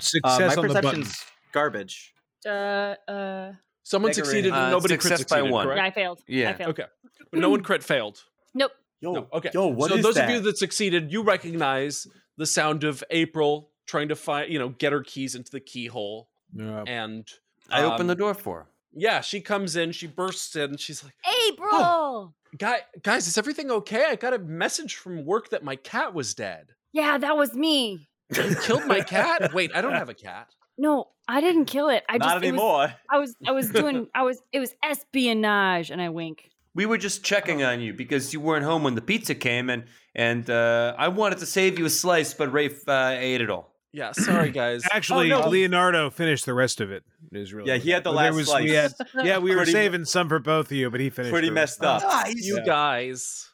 Speaker 3: my
Speaker 5: Success on the button.
Speaker 3: perception's garbage.
Speaker 4: uh, uh,
Speaker 1: Someone
Speaker 3: Make a rating.
Speaker 1: succeeded and
Speaker 2: Uh,
Speaker 1: nobody crit
Speaker 2: success by
Speaker 1: succeeded,
Speaker 2: one.
Speaker 1: correct?
Speaker 4: yeah, I failed. I
Speaker 2: Yeah.
Speaker 4: failed.
Speaker 1: Okay. But no one crit failed.
Speaker 4: Nope.
Speaker 3: Yo,
Speaker 1: No, okay.
Speaker 3: Yo, what
Speaker 1: so
Speaker 3: is
Speaker 1: those
Speaker 3: that?
Speaker 1: of you that succeeded, you recognize the sound of April trying to find, you know, get her keys into the keyhole,
Speaker 5: Yeah.
Speaker 1: and
Speaker 2: I
Speaker 1: Um,
Speaker 2: opened the door for him.
Speaker 1: yeah, she comes in, she bursts in, she's like,
Speaker 4: April.
Speaker 1: "Guy, guys, is everything okay? I got a message from work that my cat was dead.
Speaker 4: Yeah, that was me.
Speaker 1: You killed my cat? Wait, I don't have a cat.
Speaker 4: No, I didn't kill it. I
Speaker 3: Not
Speaker 4: just it was-
Speaker 3: anymore.
Speaker 4: I was I was doing I was it was espionage and I wink.
Speaker 2: We were just checking on you because you weren't home when the pizza came, and and uh, I wanted to save you a slice, but Rafe uh, ate it all.
Speaker 1: Yeah, sorry guys.
Speaker 5: Actually,
Speaker 3: Oh, no.
Speaker 5: Leonardo finished the rest of it. Is really
Speaker 3: Yeah,
Speaker 5: what
Speaker 3: he had the
Speaker 5: happened. There
Speaker 3: last
Speaker 5: was-
Speaker 3: slice.
Speaker 5: we had- yeah, we were
Speaker 3: Pretty-
Speaker 5: saving some for both of you, but he finished.
Speaker 3: Pretty
Speaker 5: the rest.
Speaker 3: messed up.
Speaker 1: you
Speaker 5: Yeah.
Speaker 1: guys.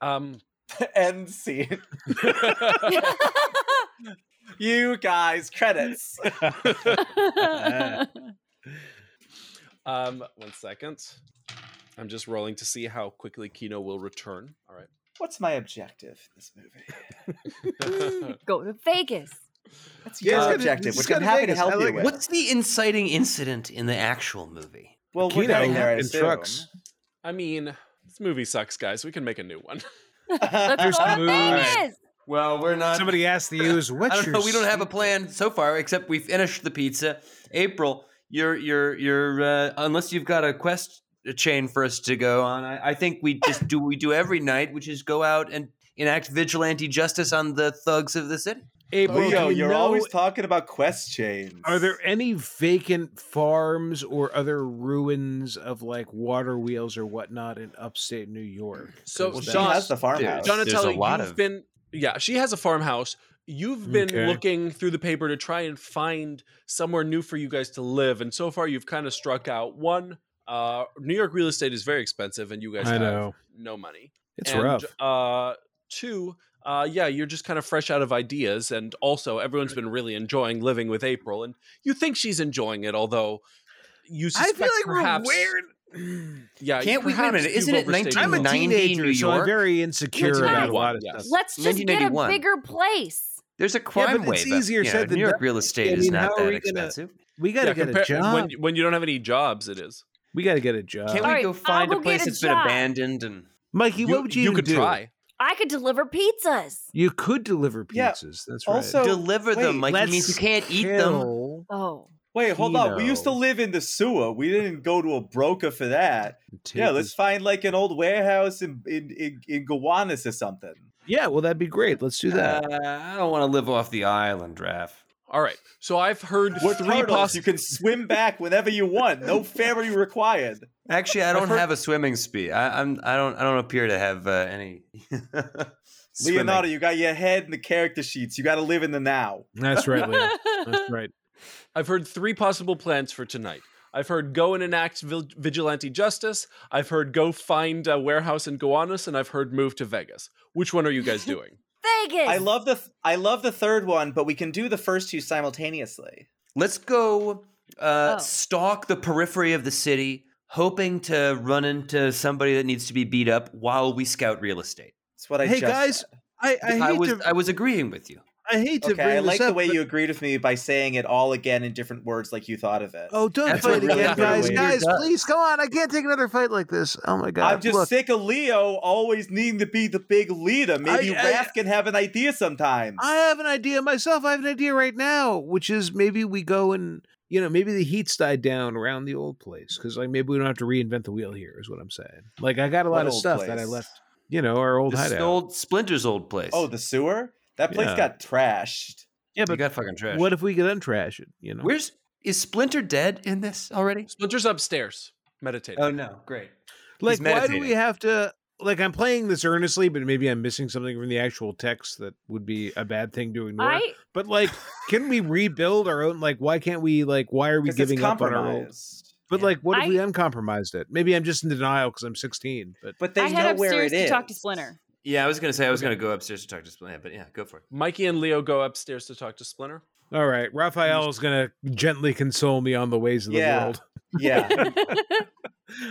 Speaker 1: Um,
Speaker 3: End scene. You guys, credits.
Speaker 1: um, one second. I'm just rolling to see how quickly Kino will return. All right.
Speaker 3: What's my objective in this movie?
Speaker 4: Go to Vegas.
Speaker 3: What's your
Speaker 5: Yeah, let's go to-
Speaker 3: objective?
Speaker 5: let's
Speaker 3: Which
Speaker 5: go
Speaker 3: I'm
Speaker 5: to
Speaker 3: happy to
Speaker 5: Vegas.
Speaker 3: help
Speaker 5: I
Speaker 3: you
Speaker 5: like-
Speaker 3: with.
Speaker 2: What's the inciting incident in the actual movie?
Speaker 3: well, we're
Speaker 5: Kino
Speaker 3: getting there, I
Speaker 5: in
Speaker 3: assume.
Speaker 5: trucks.
Speaker 1: I mean, this movie sucks, guys. We can make a new one.
Speaker 4: Let's
Speaker 5: There's
Speaker 4: go
Speaker 5: some
Speaker 4: to
Speaker 5: movie.
Speaker 4: Vegas.
Speaker 2: Well, we're not.
Speaker 5: Somebody asked the news. What's
Speaker 2: I don't
Speaker 5: your
Speaker 2: know. We don't have a
Speaker 5: secret?"
Speaker 2: plan so far, except we finished the pizza. April, you're you're you're uh, unless you've got a quest chain for us to go on. I, I think we just do what we do every night, which is go out and enact vigilante justice on the thugs of the city.
Speaker 5: April,
Speaker 3: Leo,
Speaker 5: do you
Speaker 3: you're
Speaker 5: know-
Speaker 3: always talking about quest chains.
Speaker 5: Are there any vacant farms or other ruins of like water wheels or whatnot in upstate New York?
Speaker 1: So,
Speaker 3: Well,
Speaker 5: Because
Speaker 3: she
Speaker 5: John-
Speaker 1: John-
Speaker 3: has the farmhouse.
Speaker 2: There's
Speaker 1: Donatello,
Speaker 2: a lot
Speaker 1: you've
Speaker 2: of-
Speaker 1: been yeah. She has a farmhouse. You've been
Speaker 5: Okay.
Speaker 1: looking through the paper to try and find somewhere new for you guys to live, and so far you've kind of struck out. One, uh, New York real estate is very expensive, and you guys
Speaker 5: I
Speaker 1: have
Speaker 5: know.
Speaker 1: no money.
Speaker 5: It's
Speaker 1: and,
Speaker 5: rough.
Speaker 1: Uh, two, uh, yeah, you're just kind of fresh out of ideas, and also everyone's been really enjoying living with April, and you think she's enjoying it, although you
Speaker 5: I
Speaker 1: suspect
Speaker 5: feel like
Speaker 1: perhaps,
Speaker 5: we're weird.
Speaker 1: Yeah,
Speaker 2: Can't we- wait a
Speaker 1: perhaps
Speaker 2: minute,
Speaker 1: you've
Speaker 2: isn't it
Speaker 1: overstayed your
Speaker 2: 19
Speaker 5: I'm a
Speaker 1: welcome.
Speaker 2: Ninety-eight
Speaker 5: teenager,
Speaker 2: New
Speaker 5: so I'm
Speaker 2: York?
Speaker 5: very insecure
Speaker 4: Ninety-nine.
Speaker 5: about a lot of
Speaker 1: Yes.
Speaker 5: stuff.
Speaker 4: Let's just get a
Speaker 2: 1991.
Speaker 4: bigger place.
Speaker 2: There's a crime
Speaker 5: it's
Speaker 2: wave. up-
Speaker 5: easier
Speaker 2: you know,
Speaker 5: said than
Speaker 2: New York
Speaker 5: done.
Speaker 2: real estate
Speaker 5: I
Speaker 2: is
Speaker 5: mean,
Speaker 2: not
Speaker 5: how are
Speaker 2: that
Speaker 5: we gonna-
Speaker 2: expensive.
Speaker 5: We got to get
Speaker 1: compare-
Speaker 5: a job.
Speaker 1: When, when you don't have any jobs, it is.
Speaker 5: we got to get a job.
Speaker 2: Can
Speaker 4: All
Speaker 2: we
Speaker 4: right,
Speaker 2: go find
Speaker 4: I'll
Speaker 2: a
Speaker 4: go
Speaker 2: place
Speaker 4: get a
Speaker 2: that's been
Speaker 4: job.
Speaker 2: abandoned and
Speaker 5: Mikey, what would you, even
Speaker 1: could
Speaker 5: do?
Speaker 1: try.
Speaker 4: I could deliver pizzas.
Speaker 5: You could deliver pizzas.
Speaker 3: Yeah,
Speaker 5: That's right.
Speaker 3: also- So,
Speaker 2: deliver them?
Speaker 3: wait,
Speaker 2: Like it means you can't eat them.
Speaker 5: Kill
Speaker 4: Oh,
Speaker 3: Wait, hold on. We used to
Speaker 5: Kino.
Speaker 3: live in the sewer. We didn't go to a broker for that.
Speaker 5: and take
Speaker 3: Yeah, let's
Speaker 5: his-
Speaker 3: find like an old warehouse in in in, in Gowanus or something.
Speaker 5: Yeah, well, that'd be great. Let's do that.
Speaker 2: Uh, I don't want to live off the island, Raph.
Speaker 1: All right. So I've heard
Speaker 3: We're
Speaker 1: three
Speaker 3: turtles.
Speaker 1: possible.
Speaker 3: You can swim back whenever you want. No ferry required.
Speaker 2: Actually, I
Speaker 1: I've
Speaker 2: don't
Speaker 1: heard-
Speaker 2: have a swimming speed. I, I'm I don't I don't appear to have uh, any. swimming.
Speaker 3: Leonardo, you got your head in the character sheets. You got to live in the now.
Speaker 5: That's right, Leo. That's right.
Speaker 1: I've heard three possible plans for tonight. I've heard go and enact vil- vigilante justice. I've heard go find a warehouse in Gowanus, and I've heard move to Vegas. Which one are you guys doing?
Speaker 4: Vegas.
Speaker 3: I love the th- I love the third one, but we can do the first two simultaneously.
Speaker 2: Let's go uh,
Speaker 4: Oh.
Speaker 2: stalk the periphery of the city, hoping to run into somebody that needs to be beat up while we scout real estate.
Speaker 3: That's what I.
Speaker 5: Hey,
Speaker 3: just uh,
Speaker 5: guys,
Speaker 3: said.
Speaker 5: I, I hate
Speaker 2: was
Speaker 5: to.
Speaker 2: I was agreeing with you.
Speaker 5: I hate to bring
Speaker 3: uh, Okay, I like
Speaker 5: this up,
Speaker 3: the way
Speaker 5: but-
Speaker 3: you agreed with me by saying it all again in different words, like you thought of it.
Speaker 5: Oh, don't
Speaker 2: That's
Speaker 5: fight
Speaker 2: what really
Speaker 5: again,
Speaker 2: happened
Speaker 5: guys!
Speaker 2: when you
Speaker 5: Guys,
Speaker 2: got-
Speaker 5: please come on! I can't take another fight like this. Oh my god!
Speaker 3: I'm just
Speaker 5: Look,
Speaker 3: sick of Leo always needing to be the big leader. Maybe
Speaker 5: I-
Speaker 3: Raph can have an idea sometimes.
Speaker 5: I have an idea myself. I have an idea right now, which is maybe we go and you know maybe the heat's died down around the old place because like maybe we don't have to reinvent the wheel here. Is what I'm saying. Like I got a
Speaker 3: What
Speaker 5: lot of
Speaker 3: old
Speaker 5: stuff that I
Speaker 3: place?
Speaker 5: left. You know our old
Speaker 2: This is
Speaker 5: hideout.
Speaker 2: old Splinter's old place.
Speaker 3: oh, the sewer? That place
Speaker 5: Yeah.
Speaker 3: got trashed.
Speaker 5: yeah,
Speaker 2: you
Speaker 5: but
Speaker 2: got fucking trash.
Speaker 5: what if we could untrash it? You know,
Speaker 2: Where's is Splinter dead in this already?
Speaker 1: Splinter's upstairs meditating.
Speaker 2: Oh no, great.
Speaker 5: like why do we
Speaker 2: meditating.
Speaker 5: have to? Like I'm playing this earnestly, but maybe I'm missing something from the actual text that would be a bad thing to ignore.
Speaker 4: I
Speaker 5: But like, can we rebuild our own? Like, why can't we? Like, why are we
Speaker 3: 'Cause it's
Speaker 5: giving up on our old?
Speaker 3: compromised.
Speaker 5: But like, what if
Speaker 4: I-
Speaker 5: we uncompromised it?Maybe I'm just in denial because I'm 16. But
Speaker 3: But they
Speaker 4: I
Speaker 3: know
Speaker 4: head
Speaker 3: where it
Speaker 4: upstairs
Speaker 3: is.
Speaker 4: to talk to Splinter.
Speaker 2: Yeah, I was gonna say I was gonna go upstairs to talk to Splinter, but yeah, go for it.
Speaker 1: Mikey and Leo go upstairs to talk to Splinter.
Speaker 5: all right, Raphael is gonna gently console me on the ways of the
Speaker 3: Yeah.
Speaker 5: world.
Speaker 3: Yeah.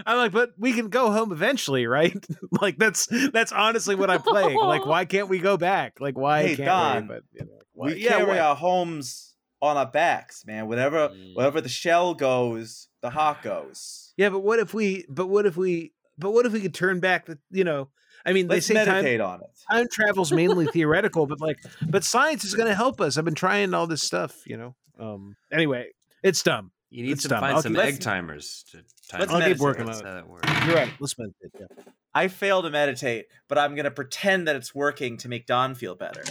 Speaker 5: I'm like, but we can go home eventually, right? like that's that's honestly what I'm playing. like, why can't we go back? Like, why
Speaker 3: Hey,
Speaker 5: can't
Speaker 3: Don,
Speaker 5: we? But you know, why-
Speaker 3: we
Speaker 5: yeah,
Speaker 3: carry
Speaker 5: why-
Speaker 3: our homes on our backs, man. Whenever wherever the shell goes, the hawk goes.
Speaker 5: yeah, but what if we? But what if we? But what if we could turn back? The you know, I mean,
Speaker 3: Let's
Speaker 5: they say time
Speaker 3: meditate on it.
Speaker 5: time travel's mainly theoretical, but like, but science is going to help us. I've been trying all this stuff, you know. Um. Anyway, it's dumb.
Speaker 2: You need
Speaker 5: It's
Speaker 2: to
Speaker 5: dumb.
Speaker 2: find
Speaker 5: I'll
Speaker 2: some
Speaker 5: keep-
Speaker 2: egg timers to time. it.
Speaker 3: Let's
Speaker 5: I'll keep
Speaker 3: meditate.
Speaker 5: working
Speaker 2: That's
Speaker 5: on it.
Speaker 2: how that works.
Speaker 5: You're right. Let's meditate. Yeah.
Speaker 3: I fail to meditate, but I'm gonna pretend that it's working to make Don feel better.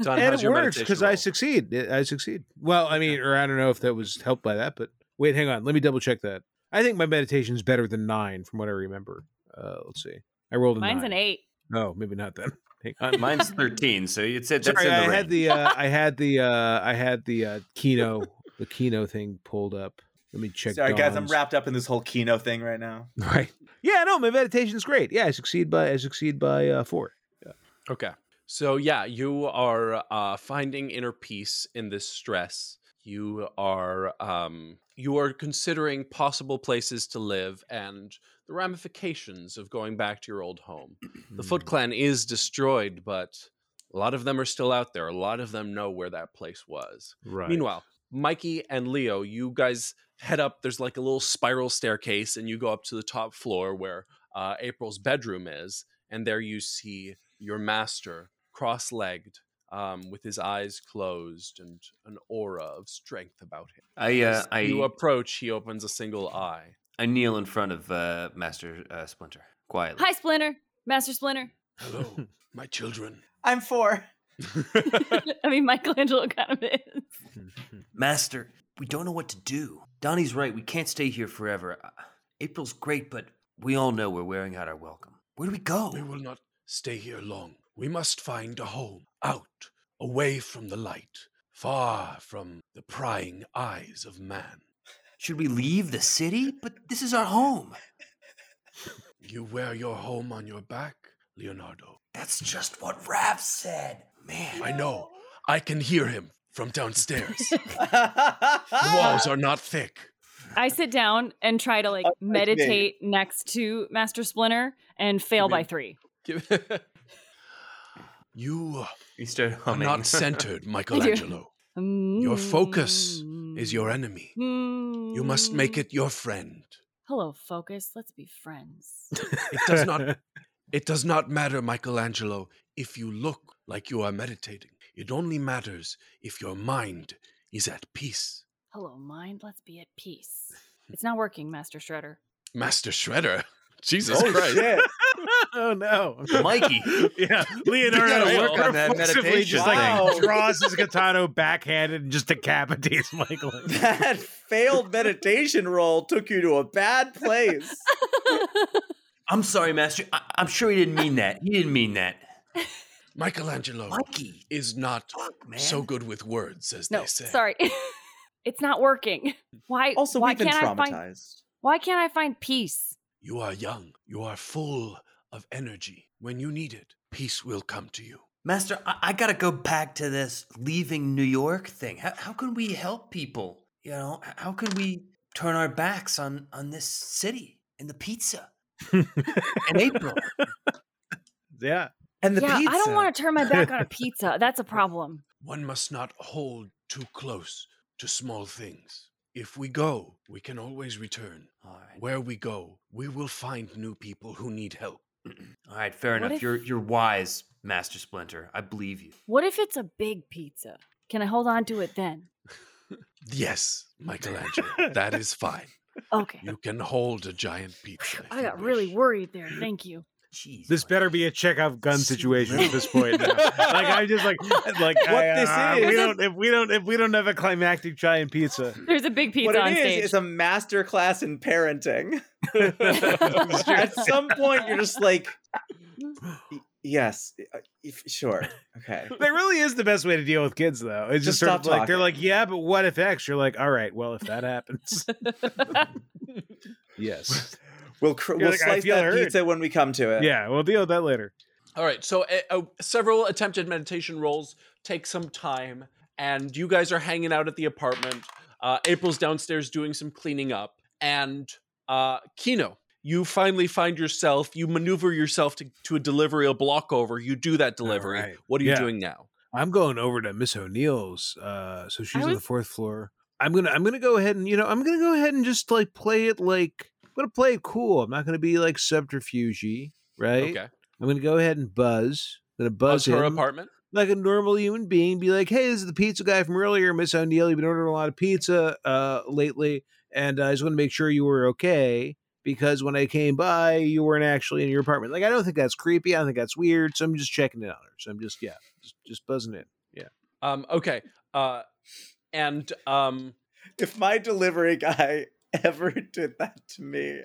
Speaker 1: Don,
Speaker 5: And
Speaker 1: how's
Speaker 5: it
Speaker 1: your
Speaker 5: works
Speaker 1: meditation
Speaker 5: because I
Speaker 1: roll?
Speaker 5: succeed. I I succeed. Well, I mean, or I don't know if that was helped by that, but wait, hang on. Let me double check that. I think my meditation's better than nine, from what I remember. Uh, let's see. I rolled a
Speaker 4: Mine's an
Speaker 5: nine.
Speaker 4: eight.
Speaker 5: Oh, maybe not then. Hang on.
Speaker 2: Mine's thirteen, so it's it. That's
Speaker 5: Sorry,
Speaker 2: in the
Speaker 5: I
Speaker 2: range.
Speaker 5: had the uh, I had the uh, I had the uh, Kino the Kino thing pulled up. Let me check.
Speaker 3: Sorry guys, I'm
Speaker 5: Don's.
Speaker 3: wrapped up in this whole Kino thing right now.
Speaker 5: Right. Yeah, no, my meditation's great. Yeah, I succeed by I succeed by uh, four.
Speaker 1: Okay. So yeah, you are uh, finding inner peace in this stress. You are um, you are considering possible places to live and the ramifications of going back to your old home. The
Speaker 5: Mm-hmm.
Speaker 1: Foot Clan is destroyed, but a lot of them are still out there. A lot of them know where that place was.
Speaker 5: Right.
Speaker 1: Meanwhile, Mikey and Leo, you guys head up. There's like a little spiral staircase, and you go up to the top floor where uh, April's bedroom is. And there you see your master cross legged, um, with his eyes closed and an aura of strength about him.
Speaker 2: I uh,
Speaker 1: As
Speaker 2: I
Speaker 1: you approach, he opens a single eye.
Speaker 2: I kneel in front of uh, Master uh, Splinter quietly.
Speaker 4: Hi, Splinter. Master Splinter.
Speaker 1: Hello, my children.
Speaker 3: I'm four.
Speaker 4: I mean, Michelangelo kind of is.
Speaker 2: Master, we don't know what to do. Donnie's right. We can't stay here forever. Uh, April's great, but we all know we're wearing out our welcome. Where do we go?
Speaker 1: We will not stay here long. We must find a home out away from the light, far from the prying eyes of man.
Speaker 2: Should we leave the city? But this is our home.
Speaker 1: You wear your home on your back, Leonardo.
Speaker 2: That's just what Raph said. Man.
Speaker 1: I know. I can hear him from downstairs. The walls are not thick.
Speaker 4: I sit down and try to like
Speaker 3: Unlike me.
Speaker 4: meditate next to Master Splinter and fail by three.
Speaker 1: you
Speaker 2: You start
Speaker 3: Oh,
Speaker 1: are
Speaker 2: humming.
Speaker 1: not centered, Michelangelo.
Speaker 4: Your
Speaker 1: focus Is your enemy. You must make it your friend.
Speaker 4: Mm. Hello, focus. Let's be friends.
Speaker 1: It does not it does not matter, Michelangelo, if you look like you are meditating. It only matters if your mind is at peace.
Speaker 4: Hello, mind. Let's be at peace. It's not working, Master Shredder.
Speaker 1: Master Shredder. Jesus
Speaker 3: oh
Speaker 1: Christ.
Speaker 3: shit!
Speaker 5: oh no.
Speaker 2: Mikey.
Speaker 5: Yeah,
Speaker 2: gotta
Speaker 5: Leonardo
Speaker 2: work on that
Speaker 5: reflexively
Speaker 3: meditation
Speaker 5: just like
Speaker 3: thing.
Speaker 5: draws his katano backhanded and just decapitates Michael.
Speaker 3: That failed meditation roll took you to a bad place.
Speaker 2: I'm sorry, Master. I- I'm sure he didn't mean that. He didn't mean that.
Speaker 1: Michelangelo
Speaker 2: Mikey.
Speaker 1: is not
Speaker 2: Fuck, man.
Speaker 1: Oh. so good with words as
Speaker 4: no,
Speaker 1: they say.
Speaker 4: sorry. it's not working. Why?
Speaker 3: Also,
Speaker 4: why
Speaker 3: we've been
Speaker 4: can't I
Speaker 3: traumatized.
Speaker 4: find? Why can't I find peace?
Speaker 1: You are young. You are full of energy. When you need it, peace will come to you.
Speaker 2: Master, I, I gotta go back to this leaving New York thing. How, how can we help people? You know, H- how can we turn our backs on on this city and the pizza in April?
Speaker 5: yeah.
Speaker 3: And the
Speaker 4: yeah,
Speaker 3: pizza.
Speaker 4: I don't want to turn my back on a pizza. That's a problem.
Speaker 1: One must not hold too close to small things. If we go, we can always return.
Speaker 2: All right,
Speaker 1: Where we go, we will find new people who need help.
Speaker 2: all right, fair
Speaker 4: What
Speaker 2: enough.
Speaker 4: if-
Speaker 2: You're you're wise, Master Splinter. I believe you.
Speaker 4: What if it's a big pizza? Can I hold on to it then?
Speaker 1: Yes, Michelangelo, that is fine.
Speaker 4: Okay.
Speaker 1: You can hold a giant pizza. if
Speaker 4: I
Speaker 1: you
Speaker 4: got really
Speaker 1: wish.
Speaker 4: worried there. Thank you.
Speaker 2: Jeez,
Speaker 5: This
Speaker 2: Mike.
Speaker 5: better be a Chekhov gun situation at this point. now. like I'm just like like
Speaker 3: What
Speaker 5: I,
Speaker 3: this
Speaker 5: uh,
Speaker 3: is-
Speaker 5: we don't if we don't if we don't have a climactic giant pizza.
Speaker 4: There's a big pizza
Speaker 3: what
Speaker 4: on
Speaker 3: it is
Speaker 4: stage.
Speaker 3: is a master class in parenting. At some point, you're just like, "Y- yes, uh, if, sure, okay.
Speaker 5: That really is the best way to deal with kids, though. It's
Speaker 3: Just
Speaker 5: just,
Speaker 3: stop
Speaker 5: sort of like they're
Speaker 3: talking.
Speaker 5: like, "Yeah, but what if X?" You're like, "All right, well, if that happens, yes,
Speaker 3: We'll cr-
Speaker 5: You're
Speaker 3: we'll
Speaker 5: like, I
Speaker 3: slice
Speaker 5: feel
Speaker 3: that
Speaker 5: hurt.
Speaker 3: pizza when we come to it.
Speaker 5: yeah, we'll deal with that later."
Speaker 1: All right, so uh, uh, several attempted meditation rolls take some time, and you guys are hanging out at the apartment. Uh, April's downstairs doing some cleaning up, and uh, Kino, you finally find yourself. You maneuver yourself to, to a delivery, a block over. You do that delivery.
Speaker 5: right.
Speaker 1: What are you
Speaker 5: Yeah.
Speaker 1: doing now?
Speaker 5: I'm going over to Miss O'Neill's. Uh, so she's on the
Speaker 4: was-
Speaker 5: fourth floor. I'm gonna I'm gonna go ahead and you know I'm gonna go ahead and just like play it like I'm gonna play it cool. I'm not gonna be like subterfuge, right?
Speaker 1: Okay,
Speaker 5: I'm gonna go ahead and buzz. I'm gonna
Speaker 1: Buzz
Speaker 5: buzz,
Speaker 1: her
Speaker 5: in
Speaker 1: apartment.
Speaker 5: like a normal human being. Be like, hey, this is the pizza guy from earlier, Miss O'Neill. You've been ordering a lot of pizza uh, lately, and I just want to make sure you were okay because when I came by, you weren't actually in your apartment. Like, I don't think that's creepy. I don't think that's weird. So I'm just checking in on her. So I'm just yeah, just, just buzzing in.
Speaker 1: Um, okay, uh, and um,
Speaker 3: If my delivery guy ever did that to me,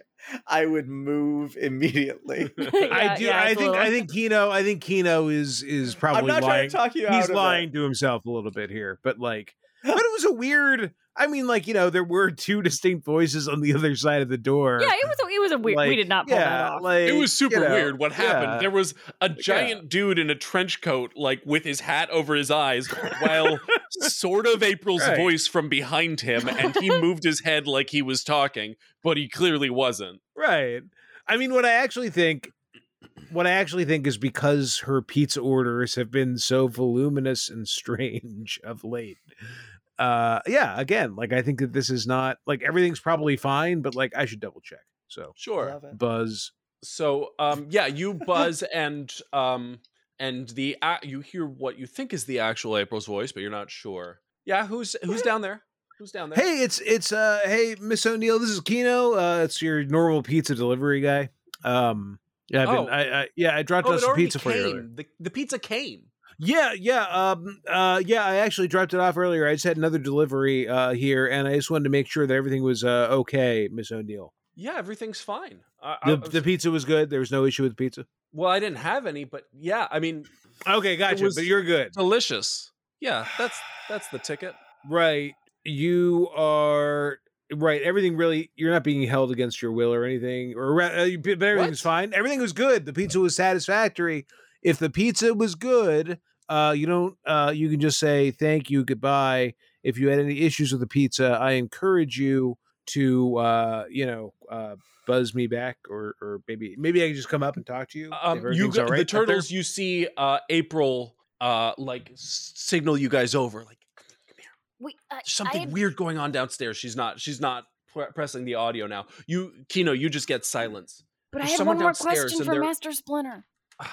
Speaker 3: I would move immediately.
Speaker 4: Yeah,
Speaker 5: I do.
Speaker 4: yeah,
Speaker 5: I
Speaker 4: it's a
Speaker 5: think. I
Speaker 4: little-
Speaker 5: think Kino. I think Kino is is
Speaker 3: I'm
Speaker 5: probably
Speaker 3: not trying
Speaker 5: lying.
Speaker 3: to talk you out.
Speaker 5: He's
Speaker 3: of it.
Speaker 5: lying to himself a little bit here, but like, but it was a weird. I mean, like you know, there were two distinct voices on the other side of the door.
Speaker 4: Yeah, it was a, it was a weird. we
Speaker 5: Like,
Speaker 4: did not pull that
Speaker 5: yeah,
Speaker 4: off.
Speaker 5: Like,
Speaker 1: It was super
Speaker 5: you know,
Speaker 1: weird what happened.
Speaker 5: yeah.
Speaker 1: There was a giant dude in a trench coat, like with his hat over his eyes, while sort of April's
Speaker 5: Right.
Speaker 1: voice from behind him, and he moved his head like he was talking, but he clearly wasn't.
Speaker 5: Right. I mean, what I actually think, what I actually think is because her pizza orders have been so voluminous and strange of late. Uh, yeah. Again, like I think that this is not like everything's probably fine, but like I should double check. So
Speaker 1: Sure.
Speaker 5: buzz.
Speaker 1: So, um, yeah, you buzz and um, and the a you hear what you think is the actual April's voice, but you're not sure. Yeah, who's who's down there? Who's down there?
Speaker 5: Hey, it's it's uh hey Miss O'Neill, this is Kino. Uh, it's your normal pizza delivery guy. Um, yeah, I've been,
Speaker 1: Oh.
Speaker 5: I, I yeah I dropped
Speaker 1: oh,
Speaker 5: off
Speaker 1: it
Speaker 5: some
Speaker 1: already
Speaker 5: pizza for you. earlier.
Speaker 1: came. The, the pizza came.
Speaker 5: Yeah, yeah, um, uh, yeah. I actually dropped it off earlier. I just had another delivery uh, here, and I just wanted to make sure that everything was uh, okay, Miss O'Neill.
Speaker 1: yeah, everything's fine. I, I
Speaker 5: The,
Speaker 1: was-
Speaker 5: the pizza was good. There was no issue with pizza.
Speaker 1: well, I didn't have any, but yeah, I mean,
Speaker 5: Okay, gotcha.
Speaker 1: was-
Speaker 5: but you're good,
Speaker 1: delicious. Yeah, that's that's the ticket.
Speaker 5: right? You are right. Everything really. You're not being held against your will or anything. Or ra- uh, you- but everything's
Speaker 1: What?
Speaker 5: fine. Everything was good. The pizza was satisfactory. If the pizza was good, uh, you don't. Uh, you can just say thank you, goodbye. If you had any issues with the pizza, I encourage you to uh, you know uh, buzz me back, or or maybe maybe I can just come up and talk to you. if
Speaker 1: Um, you
Speaker 5: everything's
Speaker 1: g-
Speaker 5: all right
Speaker 1: the
Speaker 5: up there.
Speaker 1: turtles you see uh, April uh, like s- signal you guys over like
Speaker 4: Wait, I,
Speaker 1: there's something
Speaker 4: I had-
Speaker 1: weird going on downstairs. She's not she's not pre- pressing the audio now. You Kino, you just get silence.
Speaker 4: But I
Speaker 1: there's
Speaker 4: had
Speaker 1: someone
Speaker 4: one more
Speaker 1: downstairs
Speaker 4: question
Speaker 1: and
Speaker 4: for
Speaker 1: they're-
Speaker 4: Master Splinter.
Speaker 1: Uh,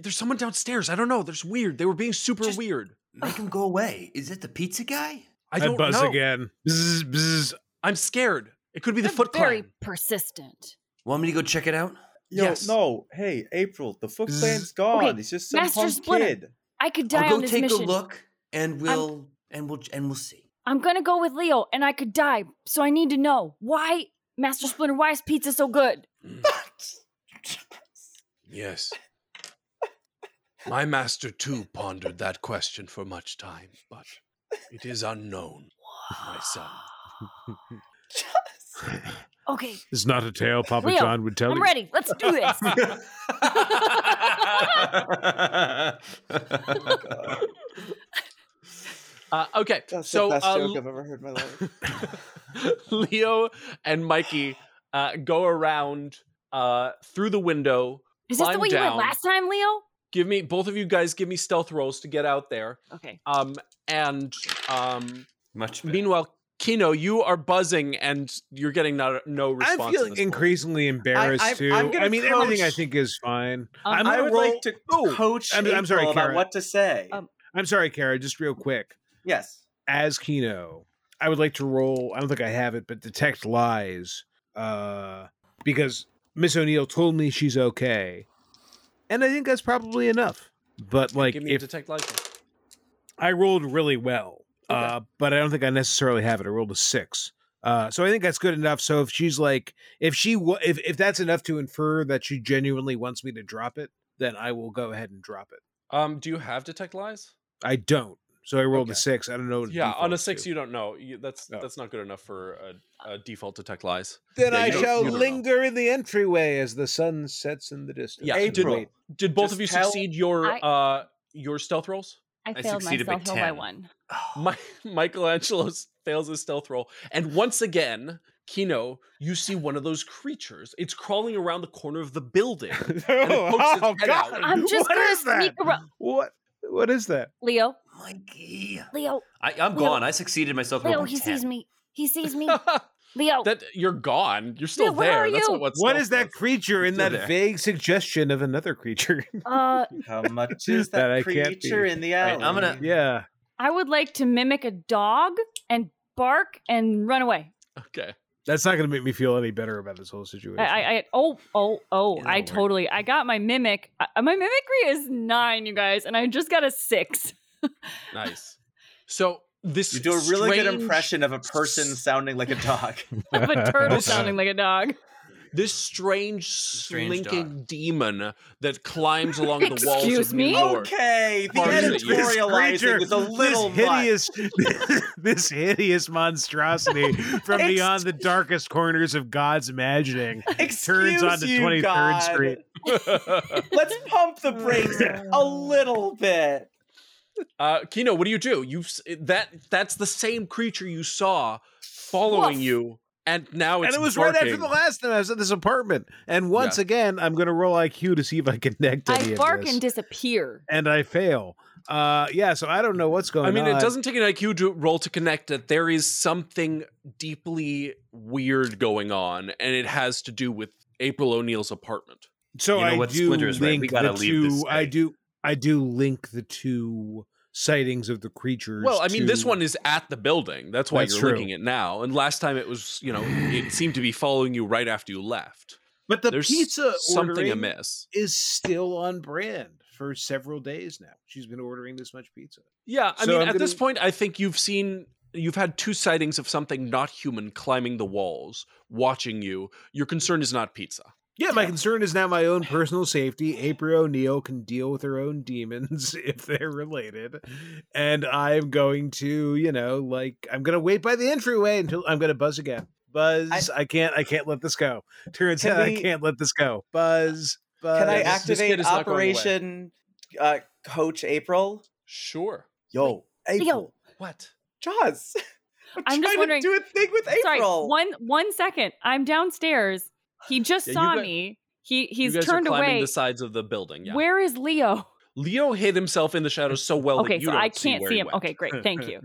Speaker 1: There's someone downstairs. I don't know. There's weird. They were being super
Speaker 2: Just-
Speaker 1: weird.
Speaker 2: Make him go away. Is it the pizza guy?
Speaker 1: I don't
Speaker 5: buzz
Speaker 1: know.
Speaker 5: again. Bzz, bzz.
Speaker 1: I'm scared. It could be the
Speaker 4: They're
Speaker 1: Foot
Speaker 4: very
Speaker 1: Clan.
Speaker 4: persistent.
Speaker 2: Want me to go check it out?
Speaker 1: Yo, Yes.
Speaker 3: No. Hey, April. The Foot
Speaker 5: Zzz.
Speaker 3: Clan's
Speaker 5: Clan's
Speaker 3: gone.
Speaker 4: Okay,
Speaker 3: He's just
Speaker 4: some
Speaker 3: some
Speaker 4: Master punk Splinter.
Speaker 3: kid.
Speaker 4: kid. I could die
Speaker 2: I'll go
Speaker 4: on this
Speaker 2: take
Speaker 4: mission.
Speaker 2: a look, and we'll and we'll and we'll see.
Speaker 4: I'm gonna go with Leo, and I could die. So I need to know why, Master Splinter. Why is pizza so good?
Speaker 1: Yes. My master too pondered that question for much time, but it is unknown, my son.
Speaker 4: Okay,
Speaker 5: It's not a tale Papa
Speaker 4: Leo,
Speaker 5: John would tell
Speaker 4: I'm
Speaker 5: you.
Speaker 4: ready. Let's do this.
Speaker 1: Uh, okay,
Speaker 3: That's
Speaker 1: so
Speaker 3: the best
Speaker 1: uh,
Speaker 4: um,
Speaker 3: joke I've ever heard in my life.
Speaker 1: Leo and Mikey uh, go around uh, through the window.
Speaker 4: Is this the
Speaker 1: Climb
Speaker 4: way you
Speaker 1: down.
Speaker 4: went last time, Leo?
Speaker 1: Give me both of you guys. Give me stealth rolls to get out there.
Speaker 4: Okay.
Speaker 1: Um, and um,
Speaker 2: Much better.
Speaker 1: meanwhile, Kino, you are buzzing and you're getting no, no response.
Speaker 5: I'm
Speaker 1: at
Speaker 5: feeling
Speaker 1: this point.
Speaker 5: increasingly embarrassed
Speaker 3: I- I'm
Speaker 5: too.
Speaker 3: gonna
Speaker 5: I mean, everything I
Speaker 3: coach-
Speaker 5: think is fine.
Speaker 4: Um,
Speaker 5: I'm
Speaker 3: I
Speaker 5: gonna
Speaker 3: would
Speaker 5: roll-
Speaker 3: like to
Speaker 5: Oh,
Speaker 3: coach
Speaker 5: I'm- I'm sorry,
Speaker 3: April about
Speaker 5: Karen.
Speaker 3: what to say.
Speaker 4: Um,
Speaker 5: I'm sorry, Kara. Just real quick,
Speaker 3: yes.
Speaker 5: as Kino, I would like to roll. I don't think I have it, but detect lies, uh, because Miss O'Neill told me she's okay, and I think that's probably enough. But like,
Speaker 1: Give me a
Speaker 5: if
Speaker 1: detect light.
Speaker 5: I rolled really well, uh, but I don't think I necessarily have it. I rolled a six, uh, so I think that's good enough. So if she's like, if she, wa if if that's enough to infer that she genuinely wants me to drop it, then I will go ahead and drop it.
Speaker 1: Um, do you have detect lies?
Speaker 5: I don't, so I rolled
Speaker 1: Okay.
Speaker 5: a six. I don't know. What it
Speaker 1: Yeah, on a
Speaker 5: defaults
Speaker 1: six,
Speaker 5: to. Oh.
Speaker 1: you don't know. You, that's
Speaker 5: No.
Speaker 1: that's not good enough for a, a default detect lies.
Speaker 5: Then
Speaker 1: Yeah,
Speaker 5: I
Speaker 1: you don't-
Speaker 5: shall
Speaker 1: you don't know.
Speaker 5: linger in the entryway as the sun sets in the distance.
Speaker 1: Yeah,
Speaker 5: and
Speaker 1: did-
Speaker 5: wait.
Speaker 1: Did both
Speaker 3: Just
Speaker 1: of you
Speaker 3: tell-
Speaker 1: succeed your
Speaker 4: I-
Speaker 1: uh your stealth rolls?
Speaker 4: I
Speaker 2: I
Speaker 4: failed
Speaker 2: succeeded by
Speaker 4: myself roll by
Speaker 2: 10.
Speaker 4: one.
Speaker 1: My, Michelangelo s- fails his stealth roll, and once again, Kino, you see one of those creatures. It's crawling around the corner of the building. pokes its head out.
Speaker 4: I'm just
Speaker 5: Oh, What
Speaker 4: gonna
Speaker 5: is that?
Speaker 4: sneak around.
Speaker 5: What? What is that?
Speaker 4: Leo,
Speaker 2: Mikey,
Speaker 4: Leo,
Speaker 2: I, I'm
Speaker 4: Leo-
Speaker 2: gone. I succeeded myself.
Speaker 4: Leo. He sees me. He sees me. Leo.
Speaker 1: that you're gone. You're still
Speaker 4: Yeah, where
Speaker 1: there.
Speaker 4: are
Speaker 1: That's
Speaker 4: you?
Speaker 1: not what.
Speaker 5: What
Speaker 1: stealth
Speaker 5: is that
Speaker 1: does.
Speaker 5: creature in
Speaker 2: Still
Speaker 5: that
Speaker 2: there.
Speaker 5: vague suggestion of another creature?
Speaker 4: uh,
Speaker 3: How much is
Speaker 5: That
Speaker 3: that,
Speaker 5: I can't
Speaker 3: creature
Speaker 5: be.
Speaker 3: in the
Speaker 2: Alright,
Speaker 3: alley?
Speaker 2: I'm gonna-
Speaker 5: yeah.
Speaker 4: I would like to mimic a dog and bark and run away.
Speaker 1: Okay.
Speaker 5: That's not going to make me feel any better about this whole situation.
Speaker 4: I, I, I oh, oh, oh!
Speaker 2: Yeah, that'll
Speaker 4: I
Speaker 2: work.
Speaker 4: totally, I got my mimic. I, my mimicry is nine, you guys, and I just got a six.
Speaker 1: Nice. So this
Speaker 3: You do a really good
Speaker 1: strange-
Speaker 3: impression of a person sounding like a dog.
Speaker 4: of a turtle sounding like a dog.
Speaker 1: This strange,
Speaker 2: Strange dog.
Speaker 1: slinking demon that climbs along the walls
Speaker 4: Excuse
Speaker 1: of New
Speaker 4: me?
Speaker 1: York.
Speaker 3: okay, the
Speaker 1: Pardon me. This
Speaker 3: editorializing is a little
Speaker 5: this
Speaker 3: much.
Speaker 5: hideous, this hideous monstrosity from
Speaker 3: Ex-
Speaker 5: beyond the darkest corners of God's imagining
Speaker 3: Excuse
Speaker 5: turns onto
Speaker 3: you,
Speaker 5: 23rd
Speaker 3: God.
Speaker 5: Street.
Speaker 3: Let's pump the brakes a little bit.
Speaker 1: Uh, Kino, what do you do? You s- that that's the same creature you saw following
Speaker 4: Woof.
Speaker 1: you, and
Speaker 3: Oh,
Speaker 1: now it's
Speaker 5: and it was right after
Speaker 1: barking.
Speaker 5: the last time I was at this apartment. And once again, I'm going to roll IQ to see if I connect any
Speaker 4: I
Speaker 5: of
Speaker 4: bark
Speaker 5: this.
Speaker 4: and disappear.
Speaker 5: and I fail. Uh, yeah, so I don't know what's
Speaker 4: Oh
Speaker 5: going on.
Speaker 1: I mean, it doesn't take an IQ to roll to connect that there is something deeply weird going on, and it has to do with April O'Neil's apartment.
Speaker 5: So
Speaker 2: You know
Speaker 5: I
Speaker 2: what,
Speaker 5: do
Speaker 2: Splinter is right. We
Speaker 5: link
Speaker 2: gotta
Speaker 5: the
Speaker 2: leave this
Speaker 5: two. I
Speaker 2: state.
Speaker 5: do. I do link the two sightings of the creatures.
Speaker 1: Well, I mean, this
Speaker 5: to-
Speaker 1: one is at the building. That's why
Speaker 5: That's
Speaker 1: you're
Speaker 5: true.
Speaker 1: linking it now. And last time it was, you know, it seemed to be following you right after you left.
Speaker 5: but the
Speaker 1: There's
Speaker 5: pizza
Speaker 1: something
Speaker 5: ordering
Speaker 1: amiss.
Speaker 5: is still on brand for several days now. She's been ordering this much pizza.
Speaker 1: Yeah, I
Speaker 5: So
Speaker 1: mean,
Speaker 5: I'm
Speaker 1: at this
Speaker 5: gonna-
Speaker 1: point, I think you've seen you've had two sightings of something not human climbing the walls, watching you. Your concern is not pizza.
Speaker 5: Yeah, my concern is now my own personal safety. April O'Neil can deal with her own demons if they're related. And I'm going to, you know, like I'm gonna wait by the entryway until I'm gonna buzz again. Buzz, I, can't I can't let this go. Turns
Speaker 3: Can
Speaker 5: out I
Speaker 3: we-
Speaker 5: can't let this go. Buzz, buzz
Speaker 3: Can I
Speaker 1: this- this kid
Speaker 3: activate
Speaker 1: is not going away.
Speaker 3: Operation uh, Coach April?
Speaker 1: Sure.
Speaker 3: Yo, April.
Speaker 1: What?
Speaker 3: Jaws. I'm,
Speaker 4: I'm just
Speaker 3: trying
Speaker 4: wondering-
Speaker 3: to do a thing with April.
Speaker 4: Sorry, one one second. I'm downstairs. He just
Speaker 1: Yeah, you
Speaker 4: saw
Speaker 1: guys-
Speaker 4: me. He he's
Speaker 1: you guys
Speaker 4: turned
Speaker 1: are climbing
Speaker 4: away.
Speaker 1: the sides of the building. Yeah.
Speaker 4: Where is Leo?
Speaker 1: Leo hid himself in the shadows so well
Speaker 4: okay,
Speaker 1: that you
Speaker 4: so
Speaker 1: don't
Speaker 4: I can't
Speaker 1: where
Speaker 4: see
Speaker 1: he
Speaker 4: him.
Speaker 1: went.
Speaker 4: Okay, great. Thank you.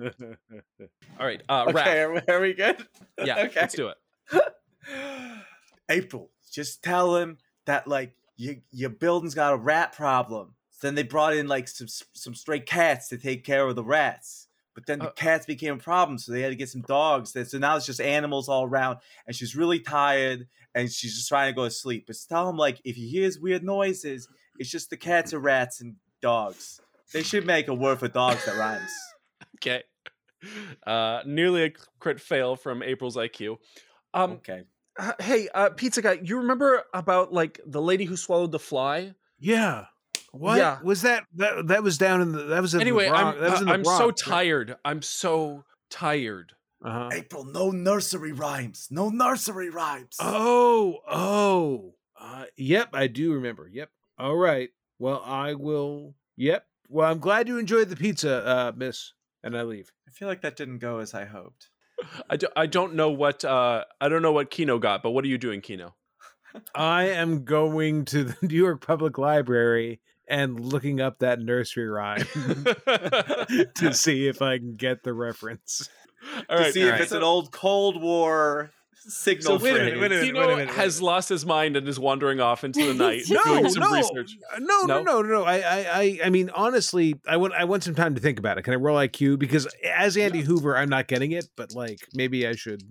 Speaker 1: All right. Uh,
Speaker 3: okay,
Speaker 1: Raph.
Speaker 3: are, we- are we good?
Speaker 1: Yeah.
Speaker 3: okay.
Speaker 1: Let's do it.
Speaker 3: April, just tell him that like you, your building's got a rat problem. So then they brought in like some some stray cats to take care of the rats. But then the
Speaker 1: Uh,
Speaker 3: cats became a problem, so they had to get some dogs. Then- So now it's just animals all around, and she's really tired, and she's just trying to go to sleep. But just tell him like if he hears weird noises, it's just the cats or rats and dogs. They should make a word for dogs that rhymes.
Speaker 1: Okay. Uh, nearly a crit fail from April's IQ. Um,
Speaker 3: okay.
Speaker 5: Oh.
Speaker 1: uh, hey, uh, pizza guy, you remember about like the lady who swallowed the fly?
Speaker 5: Yeah. What
Speaker 1: Yeah.
Speaker 5: was that? That that was down in the that was in
Speaker 1: anyway,
Speaker 5: the Bronx.
Speaker 1: I'm
Speaker 5: that was in
Speaker 1: uh,
Speaker 5: the
Speaker 1: I'm so
Speaker 5: Bronx, right?
Speaker 1: tired. I'm so tired.
Speaker 5: Uh-huh.
Speaker 3: April, no nursery rhymes. No nursery rhymes.
Speaker 5: Oh, oh. Uh, yep, I do remember. Yep. All right. Well, I will. Yep. Well, I'm glad you enjoyed the pizza, uh, miss. And I leave.
Speaker 3: I feel like that didn't go as I hoped.
Speaker 1: I, do, I don't know what uh, I don't know what Kino got, but what are you doing, Kino?
Speaker 5: I am going to the New York Public Library and looking up that nursery rhyme to see if I can get the reference.
Speaker 1: All
Speaker 3: to
Speaker 1: right,
Speaker 3: see
Speaker 1: all
Speaker 3: if
Speaker 1: right.
Speaker 3: it's an old Cold War signal.
Speaker 1: So wait a minute,
Speaker 3: phrase.
Speaker 5: wait a minute.
Speaker 1: Kino
Speaker 5: minute, wait
Speaker 1: has lost his mind and is wandering off into the
Speaker 4: He's
Speaker 1: night
Speaker 4: just-
Speaker 1: doing
Speaker 5: No,
Speaker 1: some
Speaker 5: no.
Speaker 1: research.
Speaker 5: Uh, No, no,
Speaker 1: No?
Speaker 5: no, no, no. I, I, I, I mean, honestly, I want, I want some time to think about it. Can I roll IQ? Because as Andy Hoover, I'm not getting it, but like maybe I should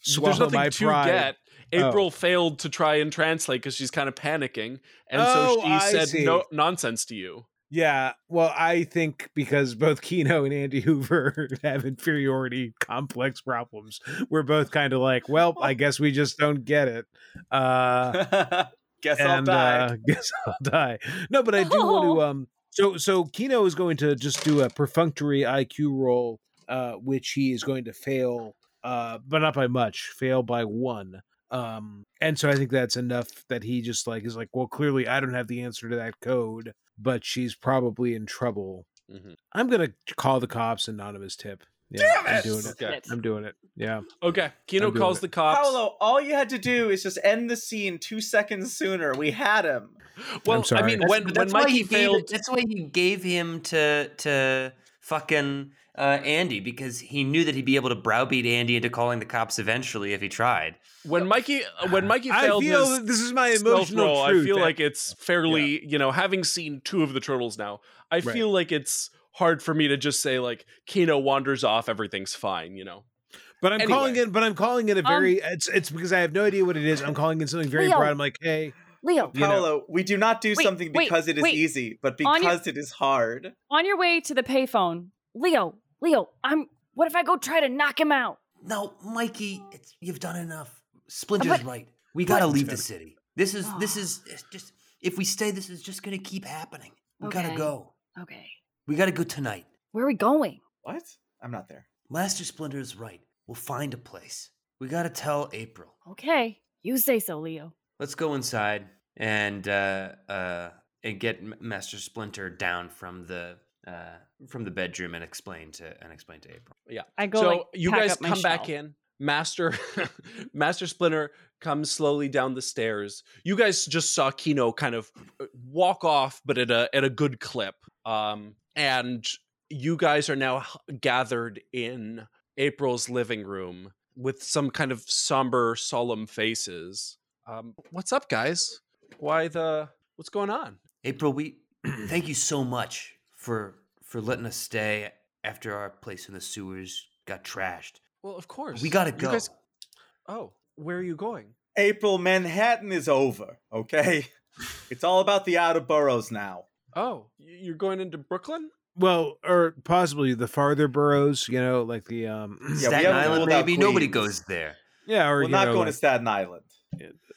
Speaker 5: swallow
Speaker 1: There's nothing
Speaker 5: my
Speaker 1: to
Speaker 5: pride.
Speaker 1: get.
Speaker 5: Oh.
Speaker 1: April failed to try and translate because she's kind of panicking, and so
Speaker 5: Oh,
Speaker 1: she
Speaker 5: I
Speaker 1: said
Speaker 5: see.
Speaker 1: no nonsense to you.
Speaker 5: Yeah, well, I think because both Keno and Andy Hoover have inferiority complex problems, we're both kind of like, well, I guess we just don't get it. Uh,
Speaker 3: Guess I'll
Speaker 5: and
Speaker 3: die.
Speaker 5: uh, guess I'll die. No, but I do want to. Um, so so Kino is going to just do a perfunctory IQ roll, uh, which he is going to fail, uh, but not by much. Fail by one. Um, and so I think that's enough that he just like is like, well, clearly I don't have the answer to that code, but she's probably in trouble.
Speaker 1: Mhm.
Speaker 5: I'm gonna call the cops. Anonymous tip. Yeah, I'm doing it.
Speaker 1: Okay.
Speaker 4: Shit.
Speaker 5: I'm doing it. Yeah.
Speaker 1: Okay, Kino
Speaker 5: I'm doing
Speaker 1: calls
Speaker 5: it.
Speaker 1: the cops.
Speaker 3: Paolo, all you had to do is just end the scene two seconds sooner. We had him.
Speaker 1: well, I
Speaker 5: sorry.
Speaker 1: mean,
Speaker 2: That's-
Speaker 1: when
Speaker 2: but
Speaker 1: when
Speaker 2: that's why
Speaker 1: Mikey
Speaker 2: he gave
Speaker 1: failed,
Speaker 2: it- that's why he gave him to to fucking uh, Andy because he knew that he'd be able to browbeat Andy into calling the cops eventually if he tried.
Speaker 1: when Mikey when Mikey failed his
Speaker 5: that this is my
Speaker 1: stealth roll, I feel like it's fairly, you know, having seen two of the turtles now, I
Speaker 5: Right.
Speaker 1: feel like it's hard for me to just say like Kino wanders off, everything's fine, you know.
Speaker 5: But I'm calling
Speaker 1: Anyway.
Speaker 5: it. But I'm calling it a
Speaker 4: Um,
Speaker 5: very. it's it's because I have no idea what it is. I'm calling it something very
Speaker 4: Leo.
Speaker 5: broad. I'm like, hey,
Speaker 4: Leo,
Speaker 5: You know-
Speaker 3: Paolo, we do not do
Speaker 4: Wait,
Speaker 3: something
Speaker 4: wait,
Speaker 3: because it is
Speaker 4: wait.
Speaker 3: easy, but
Speaker 4: On your-
Speaker 3: because it is hard.
Speaker 4: on your way to the payphone. Leo, Leo, I'm what if I go try to knock him out?
Speaker 2: No, Mikey, it's, you've done enough. Splinter's
Speaker 4: But- Ah.
Speaker 2: right. We gotta
Speaker 4: but-
Speaker 2: leave the city. This is this is it's just if we stay, this is just gonna keep happening. We gotta
Speaker 4: Okay.
Speaker 2: go.
Speaker 4: Okay.
Speaker 2: We gotta go tonight.
Speaker 4: Where are we going?
Speaker 3: What? I'm not there.
Speaker 2: Master Splinter is right. We'll find a place. We gotta tell April.
Speaker 4: Okay. You say so, Leo.
Speaker 2: Let's go inside and uh, uh, and get M- Master Splinter down from the uh, from the bedroom and explain to and explain to April.
Speaker 4: I go.
Speaker 1: so
Speaker 4: like,
Speaker 1: you
Speaker 4: pack
Speaker 1: guys
Speaker 4: up my
Speaker 1: come back
Speaker 4: shell.
Speaker 1: in. Master Master Splinter comes slowly down the stairs. You guys just saw Kino kind of uh, walk off, but at a at a good clip. Um, and you guys are now h- gathered in April's living room with some kind of somber, solemn faces. Um, what's up, guys? Why the what's going on?
Speaker 2: April, we thank you so much for for letting us stay after our place in the sewers got trashed.
Speaker 1: Well, of course
Speaker 2: We gotta
Speaker 1: You
Speaker 2: go.
Speaker 1: guys- oh, where are you going?
Speaker 3: April, Manhattan is over, okay? It's all about the outer boroughs now.
Speaker 1: Oh, y- you're going into Brooklyn?
Speaker 5: well, or possibly the farther boroughs, you know, like the um,
Speaker 3: Yeah, we
Speaker 2: Staten
Speaker 3: haven't
Speaker 2: Island,
Speaker 3: ruled out
Speaker 2: baby. Nobody
Speaker 3: Queens.
Speaker 2: goes there.
Speaker 5: yeah, or
Speaker 3: We're
Speaker 5: you
Speaker 3: not
Speaker 5: know,
Speaker 3: going
Speaker 5: like,
Speaker 3: to Staten Island.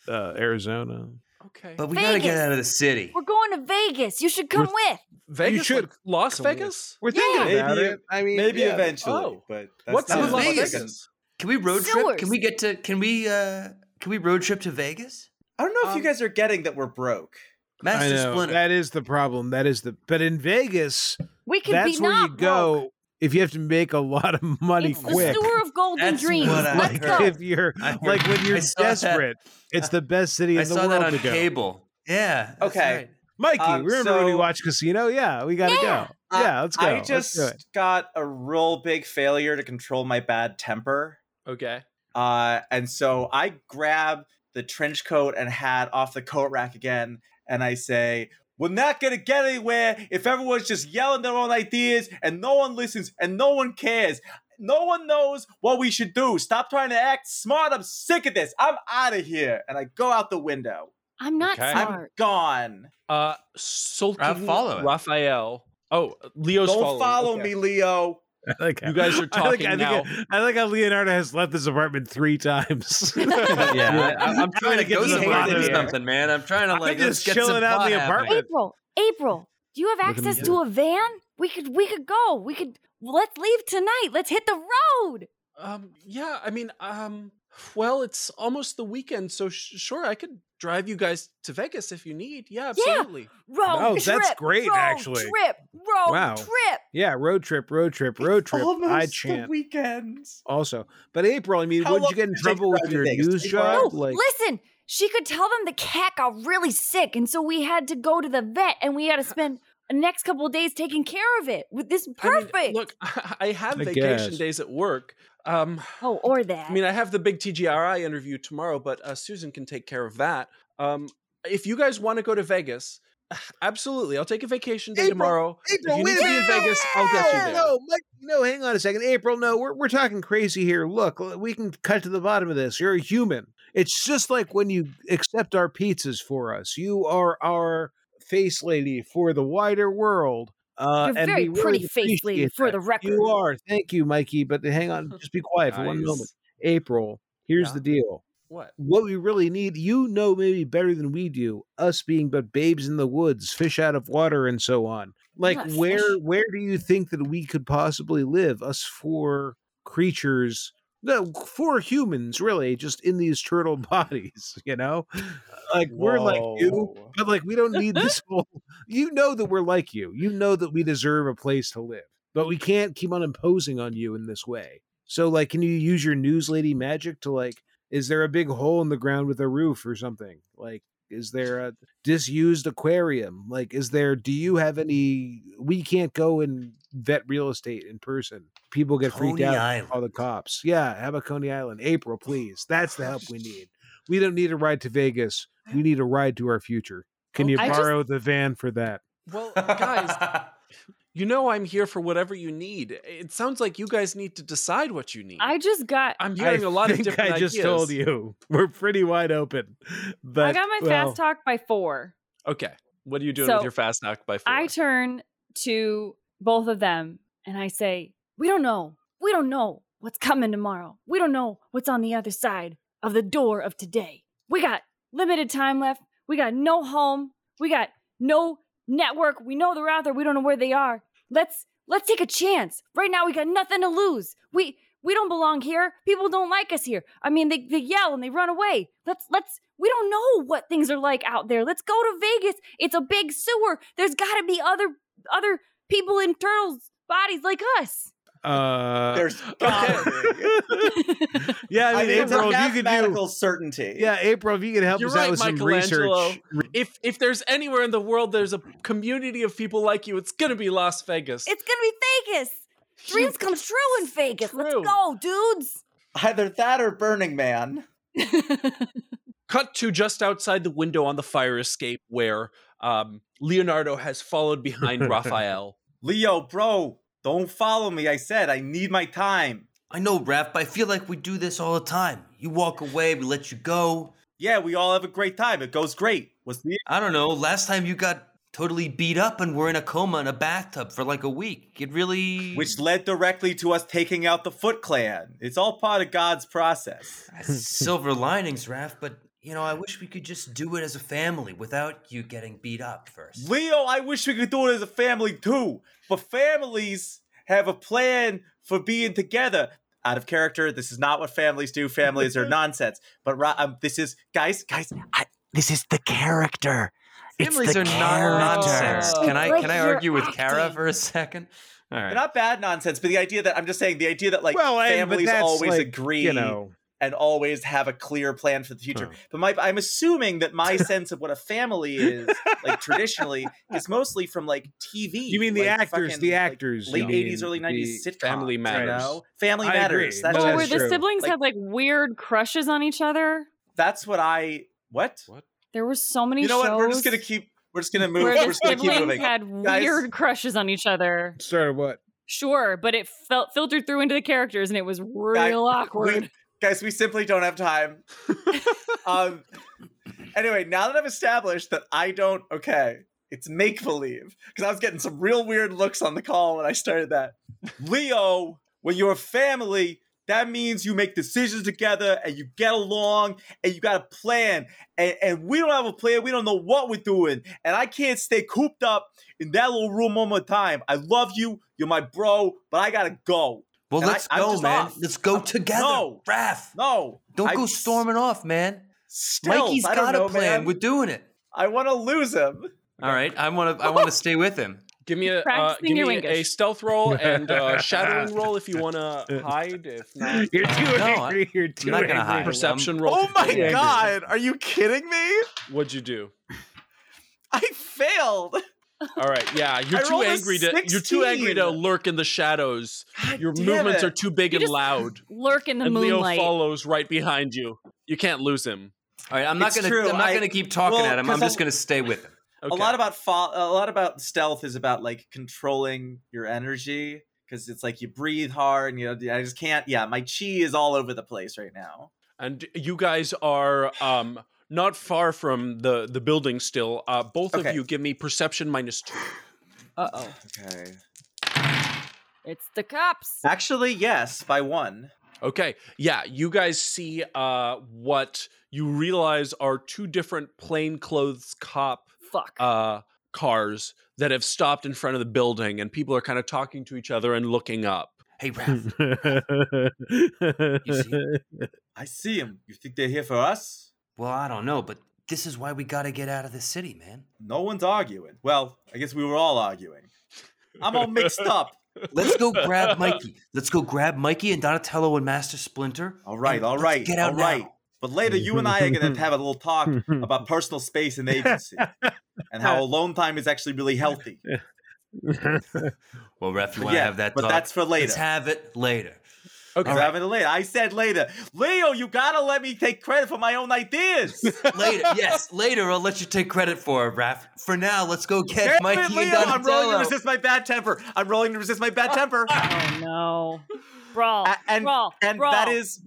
Speaker 5: uh, Arizona.
Speaker 1: Okay.
Speaker 2: But we got to get
Speaker 4: Vegas.
Speaker 2: out of the city.
Speaker 4: We're going to Vegas. You should come
Speaker 5: We're-
Speaker 4: with.
Speaker 1: Vegas
Speaker 5: you should
Speaker 1: like Las
Speaker 5: come with.
Speaker 1: Vegas?
Speaker 5: We're
Speaker 4: thinking
Speaker 3: Yeah. about it.
Speaker 5: I mean,
Speaker 3: Maybe eventually,
Speaker 1: Oh.
Speaker 3: but that's
Speaker 1: What's
Speaker 3: not
Speaker 1: in
Speaker 2: in
Speaker 1: Las
Speaker 2: Las
Speaker 1: Vegas?
Speaker 3: Vegas.
Speaker 2: Can we road trip? Can
Speaker 4: Sewers.
Speaker 2: we get to? Can we? uh Can we road trip to Vegas?
Speaker 3: I don't know if you
Speaker 1: Um,
Speaker 3: guys are getting that we're broke.
Speaker 5: I
Speaker 2: Master
Speaker 5: know
Speaker 2: Splinter.
Speaker 5: that is the problem. That is the but in Vegas,
Speaker 4: We can
Speaker 5: that's
Speaker 4: be
Speaker 5: where
Speaker 4: not
Speaker 5: you go if you have to make a lot of money
Speaker 4: it's
Speaker 5: quick.
Speaker 4: the sewer of golden
Speaker 2: That's
Speaker 4: dreams.
Speaker 2: what I
Speaker 4: Let's
Speaker 5: like
Speaker 4: go.
Speaker 5: if you're
Speaker 2: I heard-
Speaker 5: like when
Speaker 2: I
Speaker 5: you're
Speaker 2: saw that-
Speaker 5: desperate, it's the best city in
Speaker 2: I
Speaker 5: the
Speaker 2: saw
Speaker 5: world
Speaker 2: that on
Speaker 5: to go.
Speaker 2: cable. Yeah. that's
Speaker 3: Okay.
Speaker 2: right.
Speaker 5: Mikey,
Speaker 3: Um,
Speaker 5: remember when we
Speaker 3: so-
Speaker 5: watched Casino? Yeah, we gotta
Speaker 4: Yeah.
Speaker 5: go.
Speaker 3: Uh,
Speaker 5: Yeah, let's go.
Speaker 3: I
Speaker 5: Let's do
Speaker 3: just
Speaker 5: it.
Speaker 3: got a real big failure to control my bad temper.
Speaker 1: Okay.
Speaker 3: Uh, and so I grab the trench coat and hat off the coat rack again, and I say, We're not going to get anywhere if everyone's just yelling their own ideas and no one listens and no one cares. No one knows what we should do. Stop trying to act smart. I'm sick of this. I'm out of here. And I go out the window.
Speaker 4: I'm not
Speaker 1: Okay. I'm-
Speaker 4: smart.
Speaker 3: Gone.
Speaker 1: Uh sulking
Speaker 2: I'll follow it.
Speaker 1: Raphael. Oh, Leo's
Speaker 3: Don't
Speaker 1: following.
Speaker 3: follow
Speaker 1: Okay.
Speaker 3: me, Leo.
Speaker 5: I like how-
Speaker 1: You guys are
Speaker 5: I like-
Speaker 1: talking
Speaker 5: I
Speaker 1: now.
Speaker 5: think, I like how Leonardo has left this apartment three times.
Speaker 2: Yeah, I, I'm trying to
Speaker 5: get
Speaker 2: go
Speaker 5: to the
Speaker 2: somewhere
Speaker 5: bottom
Speaker 2: to do
Speaker 5: here.
Speaker 2: something, man. I'm trying to
Speaker 5: I'm
Speaker 2: like let's
Speaker 5: just
Speaker 2: get
Speaker 5: chilling
Speaker 2: some
Speaker 5: out
Speaker 2: plot
Speaker 5: in the
Speaker 2: happening.
Speaker 5: apartment.
Speaker 4: April, April, do you have
Speaker 5: Look at me
Speaker 4: access
Speaker 5: go.
Speaker 4: to a van? We could we could go. We could let's leave tonight. Let's hit the road.
Speaker 1: Um, yeah, I mean, um, well, it's almost the weekend, so sh- sure, I could drive you guys to Vegas if you need. Yeah, absolutely.
Speaker 4: Road
Speaker 5: No,
Speaker 4: trip.
Speaker 5: that's great,
Speaker 4: road
Speaker 5: actually.
Speaker 4: Trip. Road
Speaker 5: Wow.
Speaker 4: trip.
Speaker 5: yeah, road trip, road trip, road trip.
Speaker 3: Almost
Speaker 5: I
Speaker 3: the
Speaker 5: chant
Speaker 3: weekend.
Speaker 5: also. But April, I mean,
Speaker 3: How
Speaker 5: would
Speaker 3: long
Speaker 5: you get in
Speaker 3: did it take to
Speaker 5: trouble with
Speaker 3: drive to
Speaker 5: your
Speaker 3: Vegas?
Speaker 5: news
Speaker 3: April? No,
Speaker 5: job? Like,
Speaker 4: Listen, she could tell them the cat got really sick, and so we had to go to the vet, and we had to spend the next couple of days taking care of it. With this
Speaker 1: I mean,
Speaker 4: perfect.
Speaker 1: look, I have
Speaker 5: I
Speaker 1: vacation
Speaker 5: guess.
Speaker 1: days at work. Um,
Speaker 4: oh, or that.
Speaker 1: I mean, I have the big TGRI interview tomorrow, but uh, Susan can take care of that. Um, if you guys want to go to Vegas, absolutely, I'll take a vacation day
Speaker 5: April,
Speaker 1: tomorrow.
Speaker 5: April,
Speaker 1: if you need
Speaker 5: wait a
Speaker 1: to be in
Speaker 5: minute.
Speaker 1: Vegas, I'll get you there.
Speaker 5: No, Mike, no, hang on a second. April, no, we're, we're talking crazy here. Look, l- we can cut to the bottom of this. You're a human. It's just like when you accept our pizzas for us. You are our face lady for the wider world. Uh,
Speaker 4: You're
Speaker 5: and
Speaker 4: very
Speaker 5: we really
Speaker 4: pretty face lady
Speaker 5: appreciate
Speaker 4: for
Speaker 5: that.
Speaker 4: the record.
Speaker 5: You are. Thank you, Mikey. But hang on, just be quiet for one
Speaker 1: Nice.
Speaker 5: moment. April, here's
Speaker 1: Yeah.
Speaker 5: the deal.
Speaker 1: What?
Speaker 5: What we really need, you know, maybe better than we do, us being but babes in the woods, fish out of water, and so on. Like,
Speaker 4: not
Speaker 5: where
Speaker 4: fish.
Speaker 5: where do you think that we could possibly live, us four creatures? No, four humans, really, just in these turtle bodies, you know? Like, we're like you,
Speaker 3: Whoa.
Speaker 5: but like, we don't need this whole. You know that we're like you. You know that we deserve a place to live, but we can't keep on imposing on you in this way. So, like, can you use your news lady magic to like? Is there a big hole in the ground with a roof or something? Like, is there a disused aquarium? Like, is there? Do you have any? We can't go and vet real estate in person. People get freaked
Speaker 2: Coney
Speaker 5: out.
Speaker 2: Island.
Speaker 5: All the cops. Yeah, how about Coney Island? April, please. That's the help we need. We don't need a ride to Vegas. We need a ride to our future. Can you
Speaker 4: I just-
Speaker 5: borrow the van for that?
Speaker 1: Well, guys, you know I'm here for whatever you need. It sounds like you guys need to decide what you need.
Speaker 4: I just got
Speaker 1: I'm hearing
Speaker 5: I
Speaker 1: a lot of
Speaker 5: think
Speaker 1: different
Speaker 5: I just
Speaker 1: ideas.
Speaker 5: told you we're pretty wide open. But
Speaker 4: I got my
Speaker 5: well,
Speaker 4: fast talk by four.
Speaker 1: Okay. What are you doing
Speaker 4: So,
Speaker 1: with your fast knock by four?
Speaker 4: I turn to both of them and I say, We don't know. We don't know what's coming tomorrow. We don't know what's on the other side of the door of today. We got limited time left. We got no home. We got no network. We know they're out there. We don't know where they are. Let's let's take a chance. Right now we got nothing to lose. We we don't belong here. People don't like us here. I mean, they, they yell and they run away. Let's let's we don't know what things are like out there. Let's go to Vegas. It's a big sewer. There's got to be other other people in turtles bodies like us.
Speaker 5: uh,
Speaker 3: There's gotta be.
Speaker 5: yeah, I
Speaker 3: I
Speaker 5: mean,
Speaker 3: mean, it's a
Speaker 5: April, if you could do,
Speaker 3: mathematical certainty.
Speaker 5: yeah, April, if you could help
Speaker 1: You're
Speaker 5: us out
Speaker 1: right,
Speaker 5: with some
Speaker 1: Michelangelo.
Speaker 5: research.
Speaker 1: if if there's anywhere in the world there's a community of people like you, it's gonna be Las Vegas.
Speaker 4: It's going to be Vegas. Dreams come true in Vegas.
Speaker 1: True.
Speaker 4: Let's go, dudes.
Speaker 3: Either that or Burning Man.
Speaker 1: Cut to just outside the window on the fire escape where um, Leonardo has followed behind Raphael.
Speaker 3: Leo, bro, don't follow me. I said I need my time.
Speaker 2: I know, Raph, but I feel like we do this all the time. You walk away, we let you go.
Speaker 3: Yeah, we all have a great time. It goes great. Was Leo?
Speaker 2: I don't know. Last time you got totally beat up and were in a coma in a bathtub for like a week. It really
Speaker 3: which led directly to us taking out the Foot Clan. It's all part of God's process.
Speaker 2: That's silver linings, Raph, but you know, I wish we could just do it as a family without you getting beat up first.
Speaker 3: Leo, I wish we could do it as a family too, but families have a plan for being together. Out of character, this is not what families do. Families are nonsense. But Ra- um, this is, guys, guys, I, this is the character. It's
Speaker 2: Families are
Speaker 3: the
Speaker 1: Oh,
Speaker 3: character.
Speaker 2: not nonsense. Can I
Speaker 4: Like
Speaker 2: can I
Speaker 4: you're
Speaker 2: argue with Kara
Speaker 4: acting.
Speaker 2: for a second? All right.
Speaker 3: They're not bad nonsense, but the idea that I'm just saying the idea that like
Speaker 5: and- but
Speaker 3: families
Speaker 5: that's,
Speaker 3: always
Speaker 5: like,
Speaker 3: agree
Speaker 5: You know,
Speaker 3: and always have a clear plan for the future.
Speaker 2: Huh.
Speaker 3: But my, I'm assuming that my sense of what a family is, like traditionally, is mostly from like TV.
Speaker 5: you mean the
Speaker 3: like,
Speaker 5: actors?
Speaker 3: fucking,
Speaker 5: the
Speaker 3: like,
Speaker 5: actors, you
Speaker 3: late
Speaker 5: mean
Speaker 3: '80s, early
Speaker 5: the-
Speaker 3: '90s sitcoms.
Speaker 1: Family
Speaker 3: You
Speaker 1: Matters.
Speaker 3: know? Family
Speaker 5: I agree.
Speaker 3: matters. That's,
Speaker 5: Well,
Speaker 4: Oh,
Speaker 5: that's
Speaker 4: where
Speaker 3: what,
Speaker 4: the
Speaker 5: true.
Speaker 4: siblings
Speaker 3: Like-
Speaker 4: had like weird crushes on each other.
Speaker 3: that's what I. What?
Speaker 1: What?
Speaker 4: There were so many.
Speaker 3: You know what? We're
Speaker 4: shows
Speaker 3: just gonna keep. We're just gonna move.
Speaker 4: where
Speaker 3: We're
Speaker 4: the
Speaker 3: just gonna keep
Speaker 4: siblings
Speaker 3: moving.
Speaker 4: had
Speaker 3: Guys.
Speaker 4: weird crushes on each other.
Speaker 5: Started what?
Speaker 4: Sure, but it felt filtered through into the characters, and it was real awkward.
Speaker 3: We, guys, we simply don't have time. um, anyway, now that I've established that I don't, okay, it's make believe because I was getting some real weird looks on the call when I started that. Leo, when you're a family, that means you make decisions together and you get along and you got a plan. And, and we don't have a plan. We don't know what we're doing. And I can't stay cooped up in that little room one more time. I love you. You're my bro, but I got to go.
Speaker 2: well,
Speaker 3: and I-
Speaker 2: let's
Speaker 3: I'm
Speaker 2: go,
Speaker 3: just
Speaker 2: man.
Speaker 3: off.
Speaker 2: Let's go
Speaker 3: I'm-
Speaker 2: together.
Speaker 3: No.
Speaker 2: Raph,
Speaker 3: No.
Speaker 2: don't
Speaker 3: I-
Speaker 2: go storming off, man.
Speaker 3: Still,
Speaker 2: Mikey's
Speaker 3: I don't
Speaker 2: got
Speaker 3: know,
Speaker 2: a plan.
Speaker 3: Man.
Speaker 2: We're doing it.
Speaker 3: I want to lose him.
Speaker 2: All right. I want to I want to stay with him.
Speaker 1: Give me a uh,
Speaker 4: Practicing
Speaker 1: give me
Speaker 4: your
Speaker 1: a,
Speaker 4: English.
Speaker 1: stealth roll and uh, shadowing roll if you want to hide. If not,
Speaker 5: You're too
Speaker 2: No, I-
Speaker 5: angry. You're too
Speaker 2: not gonna
Speaker 5: angry.
Speaker 2: hide.
Speaker 1: perception
Speaker 2: um,
Speaker 1: roll.
Speaker 3: Oh
Speaker 1: to
Speaker 3: my
Speaker 1: figure out-
Speaker 3: god! Are you kidding me?
Speaker 1: What'd you do?
Speaker 3: I failed.
Speaker 1: All right, yeah, you're
Speaker 3: I
Speaker 1: too
Speaker 3: rolled a
Speaker 1: angry to you're too angry to
Speaker 3: 16.
Speaker 1: lurk in the shadows.
Speaker 3: God
Speaker 1: Your
Speaker 3: damn
Speaker 1: movements
Speaker 3: it.
Speaker 1: are too big
Speaker 4: You
Speaker 1: and
Speaker 4: just-
Speaker 1: loud,
Speaker 4: Lurk in the
Speaker 1: and
Speaker 4: moonlight.
Speaker 1: Leo follows right behind you. You can't lose him.
Speaker 2: All right. I'm not
Speaker 3: It's
Speaker 2: gonna
Speaker 3: true,
Speaker 2: I'm not
Speaker 3: I-
Speaker 2: gonna keep talking
Speaker 3: well,
Speaker 2: at him. I'm
Speaker 3: 'cause
Speaker 2: just gonna stay with him.
Speaker 1: Okay.
Speaker 3: A lot about fo- a lot about stealth is about like controlling your energy because it's like you breathe hard and you know I just can't. Yeah, my chi is all over the place right now.
Speaker 1: and you guys are um not far from the the building still. Uh, both of
Speaker 3: Okay.
Speaker 1: you give me perception minus two.
Speaker 4: Uh oh,
Speaker 3: Okay.
Speaker 4: it's the cops.
Speaker 3: Actually, yes, by one.
Speaker 1: Okay. Yeah, you guys see uh, what you realize are two different plainclothes cop
Speaker 4: Fuck.
Speaker 1: uh, cars that have stopped in front of the building, and people are kind of talking to each other and looking up.
Speaker 2: Hey Raph.
Speaker 3: I see him. You think they're here for us?
Speaker 2: well, I don't know, but this is why we gotta get out of the city, man.
Speaker 3: No one's arguing. Well, I guess we were all arguing. I'm all mixed up.
Speaker 2: Let's go grab Mikey. Let's go grab Mikey and Donatello and Master Splinter.
Speaker 3: All right,
Speaker 2: and
Speaker 3: all
Speaker 2: let's
Speaker 3: right,
Speaker 2: Get out
Speaker 3: all right.
Speaker 2: now.
Speaker 3: But later, you and I are going to have a little talk about personal space and agency and how alone time is actually really healthy.
Speaker 2: Well, Raph, you
Speaker 3: But
Speaker 2: want to
Speaker 3: yeah,
Speaker 2: have that
Speaker 3: but
Speaker 2: talk?
Speaker 3: that's for later.
Speaker 2: Let's have it later.
Speaker 1: Okay.
Speaker 3: We're having it later. I said later. Leo, you got to let me take credit for my own ideas.
Speaker 2: Later, yes, later. I'll let you take credit for it, Raph. For now, let's go
Speaker 3: Damn
Speaker 2: catch
Speaker 3: it,
Speaker 2: Mikey
Speaker 3: Leo,
Speaker 2: and
Speaker 3: I'm rolling to
Speaker 2: Donatello.
Speaker 3: resist my bad temper. I'm rolling to resist my bad temper.
Speaker 4: oh no, brawl,
Speaker 3: A- and-
Speaker 4: brawl,
Speaker 3: And
Speaker 4: brawl.
Speaker 3: that is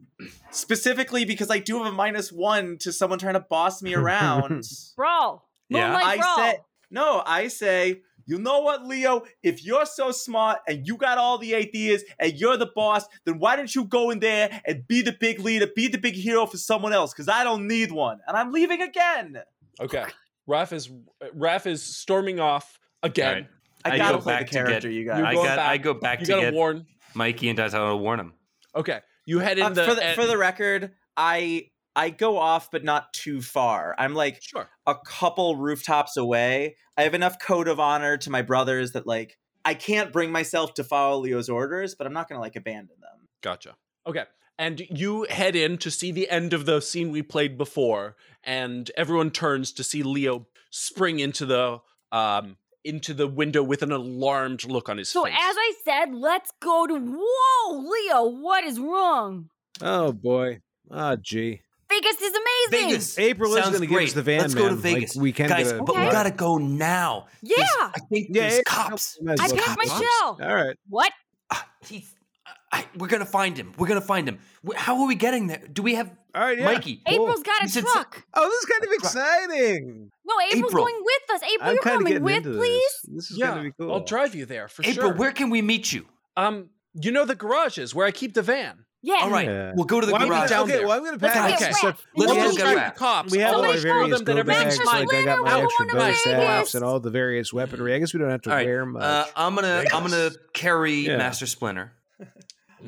Speaker 3: specifically because I do have a minus one to someone trying to boss me around.
Speaker 4: brawl.
Speaker 2: Yeah.
Speaker 4: Moonlight
Speaker 3: I
Speaker 4: brawl.
Speaker 3: say, no, I say, you know what, Leo? If you're so smart and you got all the ideas and you're the boss, then why don't you go in there and be the big leader, be the big hero for someone else? Because I don't need one. And I'm leaving again.
Speaker 1: Okay. Raph is Raph is storming off
Speaker 2: All
Speaker 1: again.
Speaker 2: right.
Speaker 3: I,
Speaker 2: I
Speaker 3: gotta
Speaker 2: go
Speaker 3: play the
Speaker 2: back to get-
Speaker 3: character, you guys.
Speaker 1: You're
Speaker 2: I
Speaker 1: going
Speaker 2: got.
Speaker 1: back.
Speaker 2: I go back
Speaker 1: You
Speaker 2: to
Speaker 1: gotta
Speaker 2: get
Speaker 1: warn.
Speaker 2: Mikey and Donatello to warn him.
Speaker 1: Okay. You head in
Speaker 3: Uh,
Speaker 1: the, e
Speaker 3: for, the,
Speaker 1: and-
Speaker 3: for the record, I I go off, but not too far. I'm like
Speaker 1: sure.
Speaker 3: a couple rooftops away. I have enough code of honor to my brothers that like I can't bring myself to follow Leo's orders, but I'm not gonna like abandon them.
Speaker 1: Gotcha. Okay. And you head in to see the end of the scene we played before, and everyone turns to see Leo spring into the um into the window with an alarmed look on his
Speaker 4: So
Speaker 1: face.
Speaker 4: as I said, let's go to. Whoa, Leo, what is wrong?
Speaker 5: oh boy. Ah, gee.
Speaker 4: Vegas is amazing.
Speaker 2: Vegas.
Speaker 5: April is
Speaker 2: Sounds
Speaker 5: going to give
Speaker 2: great.
Speaker 5: us the van.
Speaker 2: Let's go to
Speaker 5: man. Like,
Speaker 2: Vegas.
Speaker 5: we can
Speaker 2: Guys,
Speaker 5: get a,
Speaker 2: but we
Speaker 4: Okay.
Speaker 2: gotta go now. There's-
Speaker 4: Yeah.
Speaker 2: I think
Speaker 5: Yeah,
Speaker 2: there's
Speaker 5: yeah,
Speaker 2: cops.
Speaker 5: we might as
Speaker 4: I
Speaker 5: well
Speaker 4: packed
Speaker 5: keep
Speaker 4: my
Speaker 5: it.
Speaker 2: Cops?
Speaker 4: shell.
Speaker 5: All right.
Speaker 4: What?
Speaker 2: Ah, he's- I- I, we're gonna find him. We're gonna find him. Wh- How are we getting there? Do we have
Speaker 5: All right, yeah.
Speaker 2: Mikey?
Speaker 5: Cool.
Speaker 4: April's got
Speaker 2: You
Speaker 4: a
Speaker 2: said-
Speaker 4: truck.
Speaker 5: Oh, this is kind of exciting.
Speaker 4: No, April's
Speaker 2: April.
Speaker 4: going with us. April,
Speaker 5: I'm
Speaker 4: you're
Speaker 5: kind of
Speaker 4: coming
Speaker 5: getting
Speaker 4: with,
Speaker 5: into
Speaker 4: please.
Speaker 5: this. This is
Speaker 1: yeah,
Speaker 5: going to be cool.
Speaker 1: I'll drive you there for
Speaker 2: April,
Speaker 1: sure.
Speaker 2: where can we meet you?
Speaker 1: um, you know the garages where I keep the van.
Speaker 4: Yeah.
Speaker 2: All right,
Speaker 5: Yeah.
Speaker 2: we'll go to the
Speaker 5: Well, I'm gonna-
Speaker 2: garage.
Speaker 1: down
Speaker 5: okay,
Speaker 1: there.
Speaker 5: well, I'm going to
Speaker 4: Let's
Speaker 5: pack.
Speaker 1: get
Speaker 5: this
Speaker 4: wet.
Speaker 5: stuff.
Speaker 1: Let's
Speaker 4: Let's
Speaker 5: We
Speaker 4: get
Speaker 1: go
Speaker 5: have-
Speaker 4: wet.
Speaker 1: get the cops.
Speaker 5: We have all
Speaker 1: Somebody
Speaker 5: our
Speaker 1: tell
Speaker 5: various
Speaker 1: them that
Speaker 5: go
Speaker 1: everything's
Speaker 5: bags,
Speaker 4: Max
Speaker 1: fine.
Speaker 5: like I got
Speaker 4: Now
Speaker 5: my
Speaker 4: we're
Speaker 5: extra
Speaker 4: going to
Speaker 5: bow
Speaker 4: Vegas.
Speaker 5: staffs and all the various weaponry. I guess we don't have to
Speaker 2: All right,
Speaker 5: wear much.
Speaker 2: Uh, I'm gonna I'm
Speaker 5: Vegas.
Speaker 2: gonna carry
Speaker 5: Yeah.
Speaker 2: Master Splinter.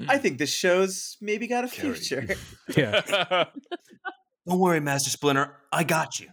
Speaker 3: I think this show's maybe got a
Speaker 1: Carrie.
Speaker 3: future.
Speaker 5: yeah.
Speaker 2: Don't worry, Master Splinter. I got you.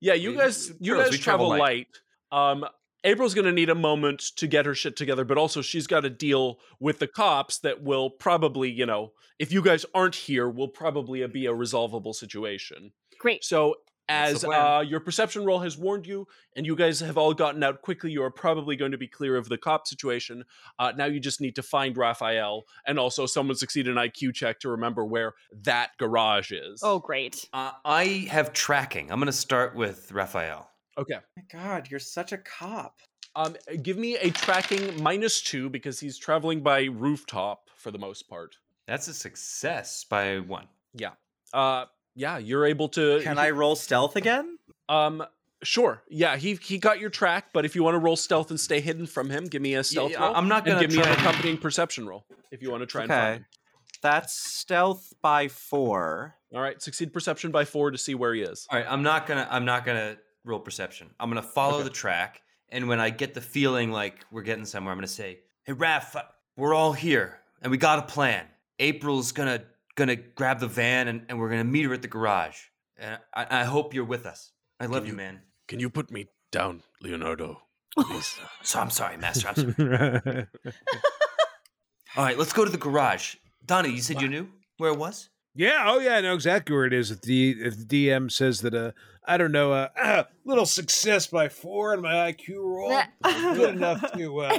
Speaker 1: yeah, you
Speaker 2: We-
Speaker 1: guys, you
Speaker 2: girls,
Speaker 1: guys
Speaker 2: we
Speaker 1: travel
Speaker 2: travel
Speaker 1: light. Um, April's gonna need a moment to get her shit together, but also she's got to deal with the cops that will probably, you know, if you guys aren't here, will probably be a resolvable situation.
Speaker 4: Great.
Speaker 1: So
Speaker 2: That's
Speaker 1: as
Speaker 2: the plan.
Speaker 1: uh, your perception roll has warned you, and you guys have all gotten out quickly, you are probably going to be clear of the cop situation. Uh, now you just need to find Raphael, and also someone succeed an IQ check to remember where that garage is.
Speaker 4: Oh, great.
Speaker 2: Uh, I have tracking. I'm gonna start with Raphael.
Speaker 1: okay.
Speaker 3: My God, you're such a cop.
Speaker 1: Um, give me a tracking minus two because he's traveling by rooftop for the most part.
Speaker 2: That's a success by one.
Speaker 1: Uh, yeah, you're able to.
Speaker 3: Can I roll stealth again?
Speaker 1: Um, sure. Yeah, he he got your track, but if you want to roll stealth and stay hidden from him, give me a stealth
Speaker 2: Yeah,
Speaker 1: roll.
Speaker 2: I'm not
Speaker 1: and
Speaker 2: gonna
Speaker 1: give me
Speaker 2: try
Speaker 1: an
Speaker 2: and-
Speaker 1: accompanying perception roll if you want to try and find
Speaker 3: Okay.
Speaker 1: him.
Speaker 3: That's stealth by four.
Speaker 1: All right, succeed perception by four to see where he is.
Speaker 2: All right, I'm not gonna I'm not gonna roll perception. I'm gonna follow
Speaker 1: Okay.
Speaker 2: the track, and when I get the feeling like we're getting somewhere, I'm gonna say, "Hey, Raph, uh, we're all here, and we got a plan. April's gonna gonna grab the van, and, and we're gonna meet her at the garage. And I, I hope you're with us. I love you,
Speaker 1: you-
Speaker 2: man.
Speaker 1: Can you put me down, Leonardo?
Speaker 2: So I'm sorry, Master. I'm sorry. all right, let's go to the garage. Donnie, you said you knew where it was.
Speaker 5: Yeah, oh yeah, I know exactly where it is. If the if the DM says that uh I don't know uh, uh little success by four on my IQ roll, good enough to uh,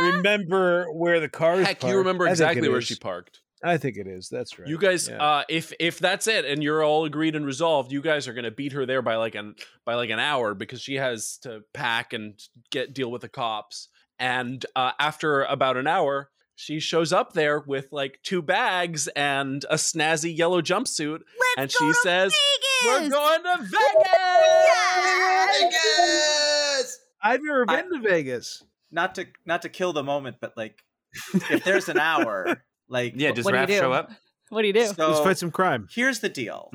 Speaker 5: remember where the car is.
Speaker 1: Heck, you remember
Speaker 5: parked. I think
Speaker 1: exactly
Speaker 5: it
Speaker 1: where
Speaker 5: is.
Speaker 1: she parked.
Speaker 5: I think it is. That's right.
Speaker 1: You guys,
Speaker 5: Yeah.
Speaker 1: uh, if if that's it, and you're all agreed and resolved, you guys are gonna beat her there by like an by like an hour because she has to pack and get deal with the cops. And uh, after about an hour, she shows up there with like two bags and a snazzy yellow jumpsuit,
Speaker 4: Let's
Speaker 1: and
Speaker 4: go
Speaker 1: she
Speaker 4: to
Speaker 1: says, "We're
Speaker 4: Vegas!
Speaker 1: going to Vegas."
Speaker 5: I've never
Speaker 3: I-
Speaker 5: been to Vegas.
Speaker 3: Not to not to kill the moment, but like if there's an hour, like
Speaker 2: Yeah, does
Speaker 4: What do you
Speaker 2: Raph
Speaker 4: do?
Speaker 2: show up?
Speaker 4: What do you do?
Speaker 5: Let's
Speaker 3: So
Speaker 5: fight some crime.
Speaker 3: here's the deal.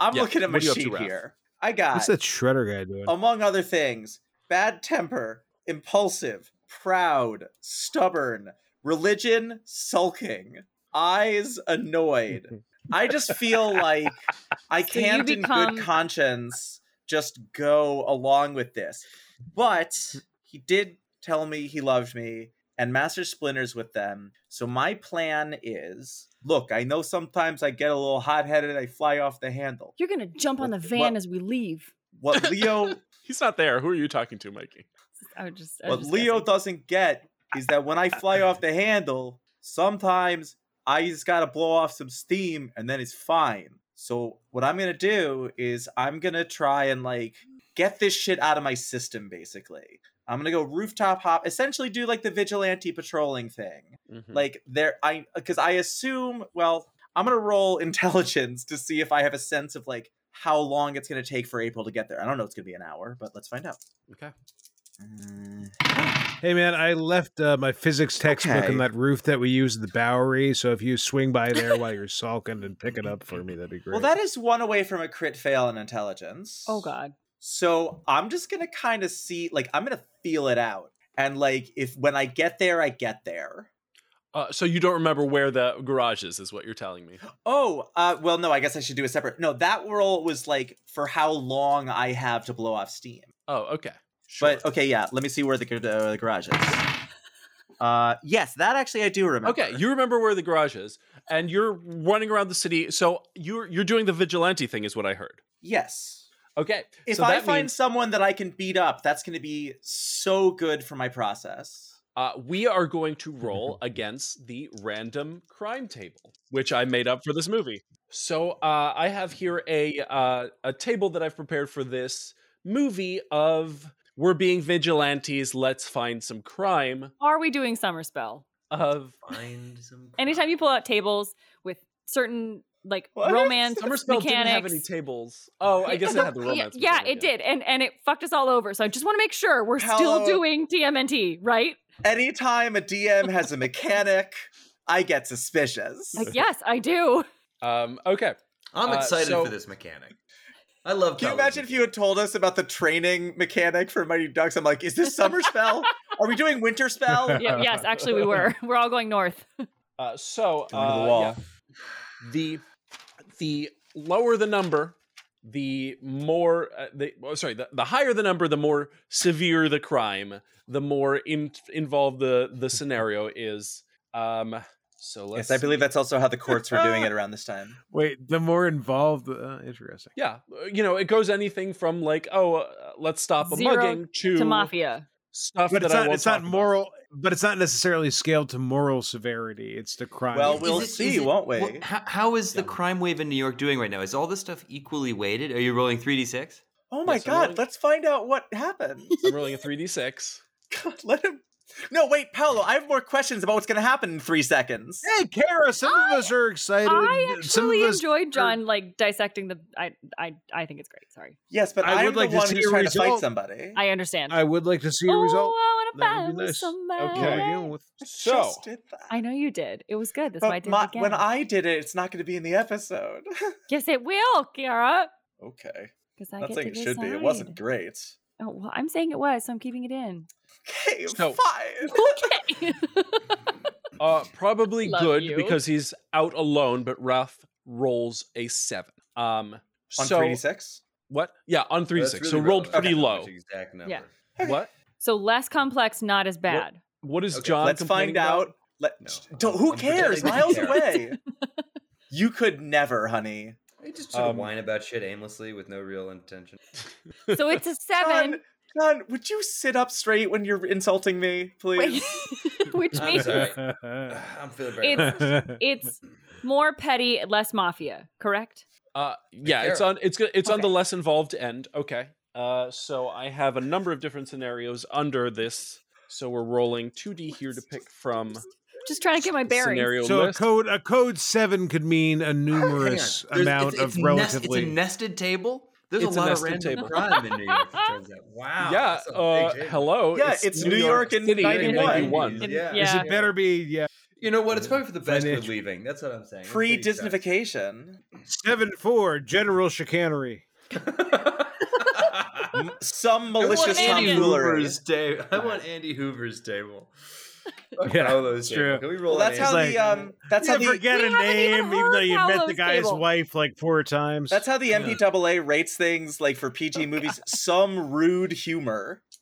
Speaker 3: I'm
Speaker 1: Yeah,
Speaker 3: looking at my
Speaker 1: what are you up to,
Speaker 3: sheet
Speaker 1: Raph?
Speaker 3: here. I got
Speaker 5: What's that shredder guy
Speaker 1: Oh.
Speaker 5: doing?
Speaker 3: among other things, bad temper, impulsive, proud, stubborn, religion, sulking, eyes annoyed. I just feel like I
Speaker 4: So you
Speaker 3: can't in
Speaker 4: become-
Speaker 3: good conscience just go along with this. But he did tell me he loved me and Master Splinter's with them. So my plan is, look, I know sometimes I get a little hot-headed, I fly off the handle.
Speaker 4: You're going to jump on the
Speaker 3: What-
Speaker 4: van
Speaker 3: what-
Speaker 4: as we leave.
Speaker 3: What Leo
Speaker 1: He's not there. Who are you talking to, Mikey?
Speaker 4: I would just. I
Speaker 3: What
Speaker 4: was just
Speaker 3: Leo
Speaker 4: guessing.
Speaker 3: doesn't get is that when I fly off the handle, sometimes I just gotta blow off some steam and then it's fine. So what I'm gonna do is I'm gonna try and like get this shit out of my system basically. I'm gonna go rooftop hop, essentially do like the vigilante patrolling thing.
Speaker 1: Mm-hmm.
Speaker 4: Hmm.
Speaker 3: Like there I cause I assume, well, I'm gonna roll intelligence to see if I have a sense of like how long it's gonna take for April to get there. I don't know it's gonna be an hour, but let's find out.
Speaker 1: okay.
Speaker 3: Mm.
Speaker 5: Hey man, I left uh, my physics textbook
Speaker 3: Okay.
Speaker 5: on that roof that we use at the Bowery. So if you swing by there while you're sulking and pick it up for me, that'd be great.
Speaker 3: Well, that is one away from a crit fail in intelligence.
Speaker 4: Oh, God.
Speaker 3: So I'm just gonna kind of see, like, I'm gonna feel it out, and like, if when I get there, I get there.
Speaker 1: Uh, so you don't remember where the garage is, is what you're telling me.
Speaker 3: Oh, uh, well, no, I guess I should do a separate. No, that roll was like for how long I have to blow off steam.
Speaker 1: Oh, okay. Sure.
Speaker 3: But okay, yeah, let me see where the, gar- uh, the garage is. Uh, yes, that actually I do remember.
Speaker 1: Okay, you remember where the garage is, and you're running around the city. So you're you're doing the vigilante thing, is what I heard.
Speaker 3: yes.
Speaker 1: Okay,
Speaker 3: If
Speaker 1: so
Speaker 3: I
Speaker 1: that
Speaker 3: find
Speaker 1: means
Speaker 3: someone that I can beat up, that's gonna be so good for my process.
Speaker 1: uh, we are going to roll against the random crime table, which I made up for this movie. So uh, I have here a uh, a table that I've prepared for this movie of we're being vigilantes. Let's find some crime.
Speaker 4: Are we doing Summer Spell?
Speaker 1: of
Speaker 2: Find some.
Speaker 4: Anytime you pull out tables with certain like
Speaker 3: What?
Speaker 4: romance
Speaker 1: Summerspell didn't have
Speaker 4: mechanics.
Speaker 1: any tables. Oh, I guess it had the romance.
Speaker 4: yeah,
Speaker 1: mechanic,
Speaker 4: it did, and and it fucked us all over. So I just want to make sure we're
Speaker 3: Hello.
Speaker 4: still doing TMNT, right?
Speaker 3: Anytime a DM has a mechanic, I get suspicious.
Speaker 4: Like, yes, I do.
Speaker 1: Um, okay.
Speaker 6: I'm
Speaker 1: Uh,
Speaker 6: excited
Speaker 1: so-
Speaker 6: for this mechanic. I love.
Speaker 3: Can you
Speaker 6: Paladin.
Speaker 3: imagine if you had told us about the training mechanic for Mighty Ducks? I'm like, is this summer spell? Are we doing winter spell?
Speaker 4: Yeah, yes, actually, we were. We're all going north.
Speaker 1: Uh, so
Speaker 3: Going to the
Speaker 1: uh,
Speaker 3: wall.
Speaker 1: yeah. the the lower the number, the more uh, the oh, sorry the, the higher the number, the more severe the crime, the more in, involved the the scenario is. Um, so let's
Speaker 3: Yes, I believe that's also how the courts were doing it around this time.
Speaker 5: Wait, the more involved, uh, interesting.
Speaker 1: yeah, uh, you know, it goes anything from like oh, uh, let's stop a
Speaker 4: Zero
Speaker 1: mugging to,
Speaker 4: To mafia.
Speaker 1: stuff
Speaker 5: But
Speaker 1: that
Speaker 5: it's
Speaker 1: I
Speaker 5: not,
Speaker 1: won't
Speaker 5: it's not
Speaker 1: talk about.
Speaker 5: moral. But it's not necessarily scaled to moral severity. It's the crime.
Speaker 3: Well,
Speaker 6: Is
Speaker 3: we'll
Speaker 6: it- is
Speaker 3: see,
Speaker 6: it-
Speaker 3: won't we?
Speaker 6: well, how, how is the
Speaker 1: Yeah.
Speaker 6: crime wave in New York doing right now? Is all this stuff equally weighted? Are you rolling three d six?
Speaker 3: Oh my
Speaker 1: Yes, I'm
Speaker 3: god,
Speaker 1: rolling-
Speaker 3: let's find out what happened.
Speaker 1: I'm rolling a three d six.
Speaker 3: God, let him. No, wait, Paolo, I have more questions about what's going to happen in three seconds.
Speaker 5: hey, Kara, some of us are excited.
Speaker 4: I
Speaker 5: some of
Speaker 4: actually
Speaker 5: us
Speaker 4: enjoyed John like dissecting the. I I I think it's great. Sorry,
Speaker 3: Yes, but
Speaker 5: I
Speaker 3: I am
Speaker 5: would like
Speaker 3: the
Speaker 5: to
Speaker 3: one
Speaker 5: see
Speaker 3: who's
Speaker 5: a
Speaker 3: trying to fight
Speaker 5: result.
Speaker 3: somebody.
Speaker 4: I understand.
Speaker 5: I would like to see a
Speaker 4: oh,
Speaker 5: result.
Speaker 4: I want to
Speaker 5: That would
Speaker 4: battle
Speaker 5: be nice.
Speaker 4: somebody.
Speaker 1: Okay.
Speaker 5: Yeah, you know, with-
Speaker 1: So
Speaker 3: Just did that.
Speaker 4: I know you did. It was good. That's why I
Speaker 3: but
Speaker 4: did
Speaker 3: my-
Speaker 4: it again.
Speaker 3: when I did it, it's not going to be in the episode.
Speaker 4: yes, it will, Kara.
Speaker 3: okay,
Speaker 4: Because I
Speaker 3: not
Speaker 4: get
Speaker 3: saying
Speaker 4: to
Speaker 3: it should be. It
Speaker 4: decide.
Speaker 3: wasn't great.
Speaker 4: Oh well, I'm saying it was, so I'm keeping it in.
Speaker 3: Okay,
Speaker 1: So-
Speaker 3: fine.
Speaker 4: Okay.
Speaker 1: Uh, probably
Speaker 4: Love
Speaker 1: good
Speaker 4: you.
Speaker 1: because he's out alone, but Ralph rolls a seven. Um,
Speaker 3: On
Speaker 1: so
Speaker 3: three six.
Speaker 1: what? Yeah, on three
Speaker 6: That's
Speaker 1: six.
Speaker 6: really
Speaker 1: so rolled
Speaker 6: relevant.
Speaker 1: pretty
Speaker 6: Okay.
Speaker 1: low.
Speaker 6: Which Exact number.
Speaker 4: Yeah.
Speaker 1: What?
Speaker 4: so less complex, not as bad.
Speaker 1: What is
Speaker 6: Okay,
Speaker 1: John?
Speaker 3: Let's
Speaker 1: complaining
Speaker 3: find out.
Speaker 1: about?
Speaker 3: Let,
Speaker 6: No.
Speaker 3: sh- don't, who
Speaker 6: I'm
Speaker 3: cares?
Speaker 6: pretending
Speaker 3: Miles
Speaker 6: to care.
Speaker 3: away. you could never, honey.
Speaker 6: I just sort of
Speaker 1: Um,
Speaker 6: whine about shit aimlessly with no real intention.
Speaker 4: So it's a seven,
Speaker 3: John, John, would you sit up straight when you're insulting me,
Speaker 4: which,
Speaker 3: please?
Speaker 4: which
Speaker 6: I'm
Speaker 4: means
Speaker 6: sorry. I'm feeling very.
Speaker 4: It's- it's more petty, less mafia. Correct?
Speaker 1: Uh, yeah, it's
Speaker 6: Carol.
Speaker 1: on. It's go- it's on the
Speaker 4: Okay.
Speaker 1: less involved end. Okay. Uh, so I have a number of different scenarios under this. So we're rolling two d here to pick from
Speaker 4: Just trying to get my bearings.
Speaker 1: scenario
Speaker 5: so a
Speaker 1: list.
Speaker 5: code a code seven could mean a numerous
Speaker 6: There's-
Speaker 5: amount
Speaker 6: it's, it's
Speaker 5: of
Speaker 6: nest-
Speaker 5: relatively.
Speaker 6: it's a nested table. There's
Speaker 1: It's a
Speaker 6: a lot of
Speaker 1: nested
Speaker 6: random
Speaker 1: table.
Speaker 6: crime in New York. It turns out. Wow.
Speaker 1: yeah.
Speaker 6: that's a big
Speaker 1: Uh,
Speaker 6: table.
Speaker 1: hello.
Speaker 3: Yeah, it's New York in
Speaker 1: City
Speaker 3: 91.
Speaker 4: In-
Speaker 6: Yeah.
Speaker 5: Is
Speaker 4: yeah.
Speaker 5: it better be yeah
Speaker 6: You know what? It's probably for the best we're
Speaker 5: Financial-
Speaker 6: leaving. That's what I'm saying. I'm
Speaker 3: Pre
Speaker 6: pretty excited.
Speaker 3: Disneyfication.
Speaker 5: seven four general chicanery?
Speaker 6: I want
Speaker 3: Some malicious
Speaker 4: Andy
Speaker 3: tomfoolery.
Speaker 6: Hoover's table. I want Andy Hoover's table. Fuck
Speaker 5: Yeah,
Speaker 6: Paolo's
Speaker 5: it's
Speaker 6: table.
Speaker 5: true.
Speaker 6: Can we roll
Speaker 3: Well, that's
Speaker 6: an
Speaker 3: how
Speaker 5: It's
Speaker 3: the
Speaker 5: like-
Speaker 3: um, that's how
Speaker 5: you
Speaker 3: the
Speaker 5: forget
Speaker 4: We
Speaker 5: a
Speaker 4: haven't even
Speaker 5: name, even
Speaker 4: heard
Speaker 5: though you met the
Speaker 4: Paolo's
Speaker 5: guy's
Speaker 4: table.
Speaker 5: wife like four times.
Speaker 3: that's how the MPAA rates things like for PG movies. Some rude humor.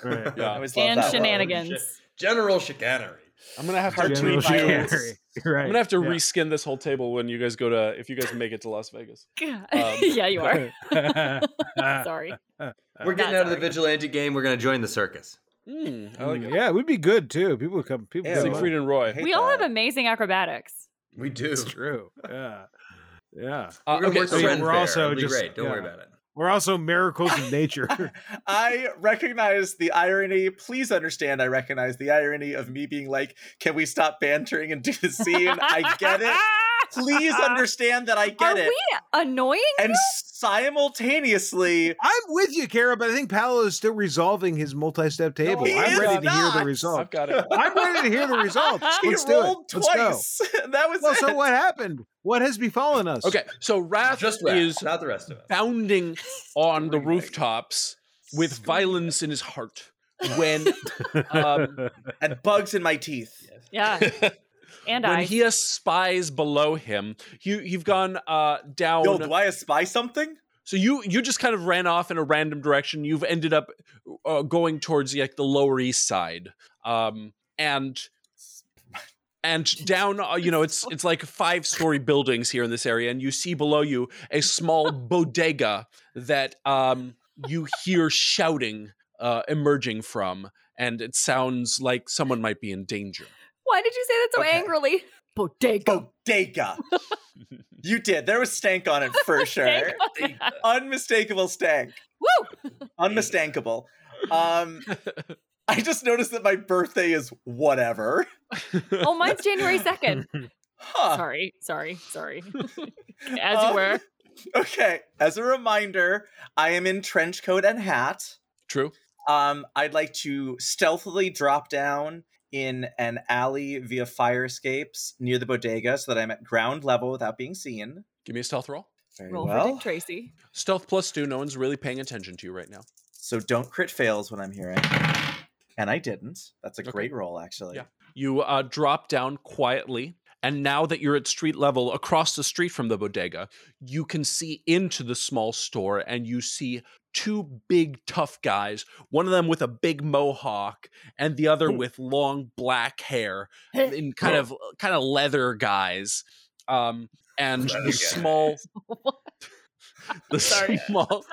Speaker 5: Right.
Speaker 3: I
Speaker 1: Yeah.
Speaker 3: always love
Speaker 4: And
Speaker 3: that one.
Speaker 4: shenanigans.
Speaker 6: General chicanery.
Speaker 1: I'm gonna have to.
Speaker 3: Cartoon
Speaker 5: General
Speaker 1: Re-
Speaker 3: violence.
Speaker 5: chicanery. Right.
Speaker 1: I'm gonna have to
Speaker 5: yeah.
Speaker 1: reskin this whole table when you guys go to if you guys make it to Las Vegas. Um,
Speaker 4: yeah, you are. Sorry.
Speaker 5: Uh,
Speaker 6: We're getting
Speaker 4: Not
Speaker 6: out of the
Speaker 4: sorry.
Speaker 6: vigilante game. We're going to join the circus.
Speaker 1: Mm, I like
Speaker 5: Mm, yeah, it would be good too. People would come. People.
Speaker 3: Yeah,
Speaker 5: would
Speaker 3: it
Speaker 5: come.
Speaker 1: Siegfried and
Speaker 3: I
Speaker 1: Roy.
Speaker 3: hate
Speaker 4: We all have
Speaker 3: that.
Speaker 4: amazing acrobatics.
Speaker 6: We do.
Speaker 5: It's true. Yeah. Yeah.
Speaker 1: Uh,
Speaker 6: We're going
Speaker 1: okay,
Speaker 6: to work the
Speaker 1: so
Speaker 5: we're
Speaker 6: Ren Fair.
Speaker 5: also
Speaker 6: It'll be
Speaker 5: just-
Speaker 6: great. Don't worry
Speaker 5: yeah.
Speaker 6: about it.
Speaker 5: We're also miracles of nature.
Speaker 3: I recognize the irony. Please understand. I recognize the irony of me being like, "Can we stop bantering and do the scene?" I get it. Please understand that I get
Speaker 4: Are
Speaker 3: it.
Speaker 4: we annoying?
Speaker 3: and simultaneously,
Speaker 5: I'm with you, Kara, but I think Paolo is still resolving his multi-step table.
Speaker 1: he
Speaker 5: I'm
Speaker 1: is
Speaker 5: ready to hear
Speaker 3: not.
Speaker 5: the
Speaker 1: I've
Speaker 5: result.
Speaker 1: got it.
Speaker 5: I'm ready to hear the results.
Speaker 3: he
Speaker 5: Let's do it.
Speaker 3: rolled
Speaker 5: Let's go.
Speaker 3: twice. that was
Speaker 5: Well,
Speaker 3: it.
Speaker 5: so what happened? What has befallen us?
Speaker 1: Okay, so Wrath
Speaker 6: Just Ren,
Speaker 1: is
Speaker 6: not the rest of us.
Speaker 1: bounding on the
Speaker 6: Screaming.
Speaker 1: rooftops with violence in his heart when um,
Speaker 3: and bugs in my teeth.
Speaker 4: Yeah. And
Speaker 1: when
Speaker 4: I.
Speaker 1: he espies below him. You you've gone uh,
Speaker 5: Oh,
Speaker 1: down.
Speaker 3: Yo, do I espy something?
Speaker 1: so you you just kind of ran off in a random direction. You've ended up uh, going towards like the Lower East Side, um, and and down uh, you know it's it's like five story buildings here in this area, and you see below you a small bodega that um, you hear shouting uh, emerging from, and it sounds like someone might be in danger.
Speaker 4: Why did you say that so
Speaker 3: Okay.
Speaker 4: angrily? Bodega.
Speaker 3: Bodega. you did. There was stank on it for sure. Unmistakable stank.
Speaker 4: Woo!
Speaker 3: Unmistakable. Um, I just noticed that my birthday is whatever.
Speaker 4: Oh, mine's January 2nd.
Speaker 3: Huh.
Speaker 4: Sorry, sorry, sorry. As
Speaker 3: Um,
Speaker 4: you were.
Speaker 3: Uh. Okay. As a reminder, I am in trench coat and hat.
Speaker 1: True.
Speaker 3: Um, I'd like to stealthily drop down in an alley via fire escapes near the bodega so that I'm at ground level without being seen.
Speaker 1: Give me a stealth roll.
Speaker 3: Very
Speaker 4: Roll for
Speaker 3: well.
Speaker 4: Dick Tracy.
Speaker 1: Stealth plus two. No one's really paying attention to you right now.
Speaker 3: So don't crit fails when I'm hearing. And I didn't. That's a
Speaker 1: Okay.
Speaker 3: great roll, actually.
Speaker 1: Yeah. You uh, drop down quietly, and now that you're at street level, across the street from the bodega, you can see into the small store and you see two big, tough guys, one of them with a big mohawk and the other with long black hair in kind of uh, kind of leather guys. Um, and
Speaker 7: Leather
Speaker 1: the
Speaker 7: guys.
Speaker 1: small the
Speaker 4: Sorry.
Speaker 1: small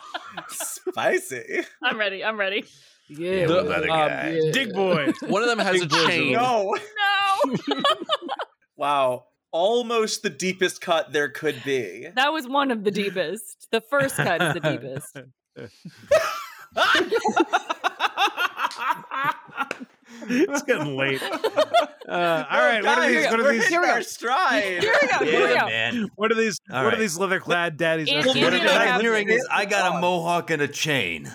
Speaker 3: Spicy.
Speaker 4: I'm ready. I'm ready.
Speaker 8: Yeah,
Speaker 1: The-
Speaker 8: well,
Speaker 1: um,
Speaker 8: yeah.
Speaker 1: Dig boy. one of them has
Speaker 8: Big
Speaker 1: a
Speaker 8: boys are
Speaker 1: chain.
Speaker 3: No.
Speaker 4: No,
Speaker 3: Wow. Almost the deepest cut there could be.
Speaker 4: that was one of the deepest. The first cut is the deepest.
Speaker 5: it's getting late. Uh, all right, what are
Speaker 3: guys,
Speaker 5: these? What are
Speaker 3: we're
Speaker 5: these?
Speaker 3: hitting our stride.
Speaker 4: Here we go. Here we
Speaker 2: Yeah,
Speaker 4: go.
Speaker 2: man.
Speaker 5: What are these?
Speaker 2: All
Speaker 5: what
Speaker 2: right.
Speaker 5: are these leather clad daddies?
Speaker 4: Well,
Speaker 5: up to?
Speaker 2: What
Speaker 4: Yeah,
Speaker 2: I'm
Speaker 4: yeah.
Speaker 2: hearing is I
Speaker 6: Oh,
Speaker 2: got a mohawk and a chain.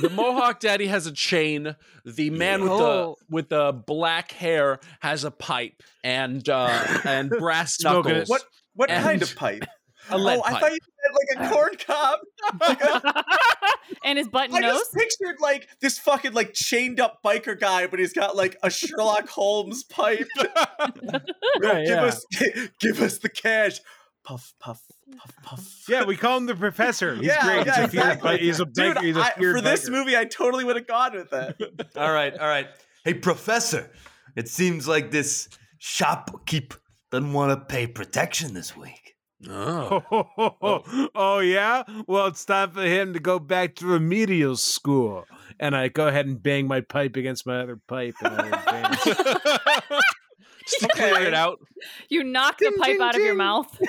Speaker 1: the Mohawk daddy has a chain. The man with the
Speaker 4: Oh.
Speaker 1: with the black hair has a pipe and uh and brass
Speaker 5: Smoking it.
Speaker 1: knuckles.
Speaker 3: What what
Speaker 1: And-
Speaker 3: kind of pipe?
Speaker 1: A lead
Speaker 3: oh, I
Speaker 1: pipe.
Speaker 3: thought you said like a corn cob.
Speaker 4: and his button
Speaker 3: I
Speaker 4: nose.
Speaker 3: just pictured like this fucking like chained up biker guy, but he's got like a Sherlock Holmes pipe. No,
Speaker 8: Right,
Speaker 3: give
Speaker 8: yeah.
Speaker 3: us give us the cash. Puff, puff, puff, puff.
Speaker 5: Yeah, we call him the professor. He's
Speaker 3: Yeah,
Speaker 5: great.
Speaker 3: yeah,
Speaker 5: he's, a feared,
Speaker 3: exactly.
Speaker 5: bi- he's a
Speaker 3: Dude,
Speaker 5: baker. He's a
Speaker 3: I-
Speaker 5: feared
Speaker 3: for this
Speaker 5: biker.
Speaker 3: movie, I totally would have gone with it.
Speaker 2: All right, all right. Hey, professor, it seems like this shopkeep doesn't want to pay protection this week.
Speaker 1: Oh.
Speaker 5: Oh, ho, ho, ho. oh yeah. Well, it's time for him to go back to remedial school, and I go ahead and bang my pipe against my other pipe. And I advance.
Speaker 1: Just to clear
Speaker 3: Okay.
Speaker 1: it out.
Speaker 4: You knock the
Speaker 5: Ding,
Speaker 4: pipe
Speaker 5: ding,
Speaker 4: out of your
Speaker 5: ding.
Speaker 4: mouth.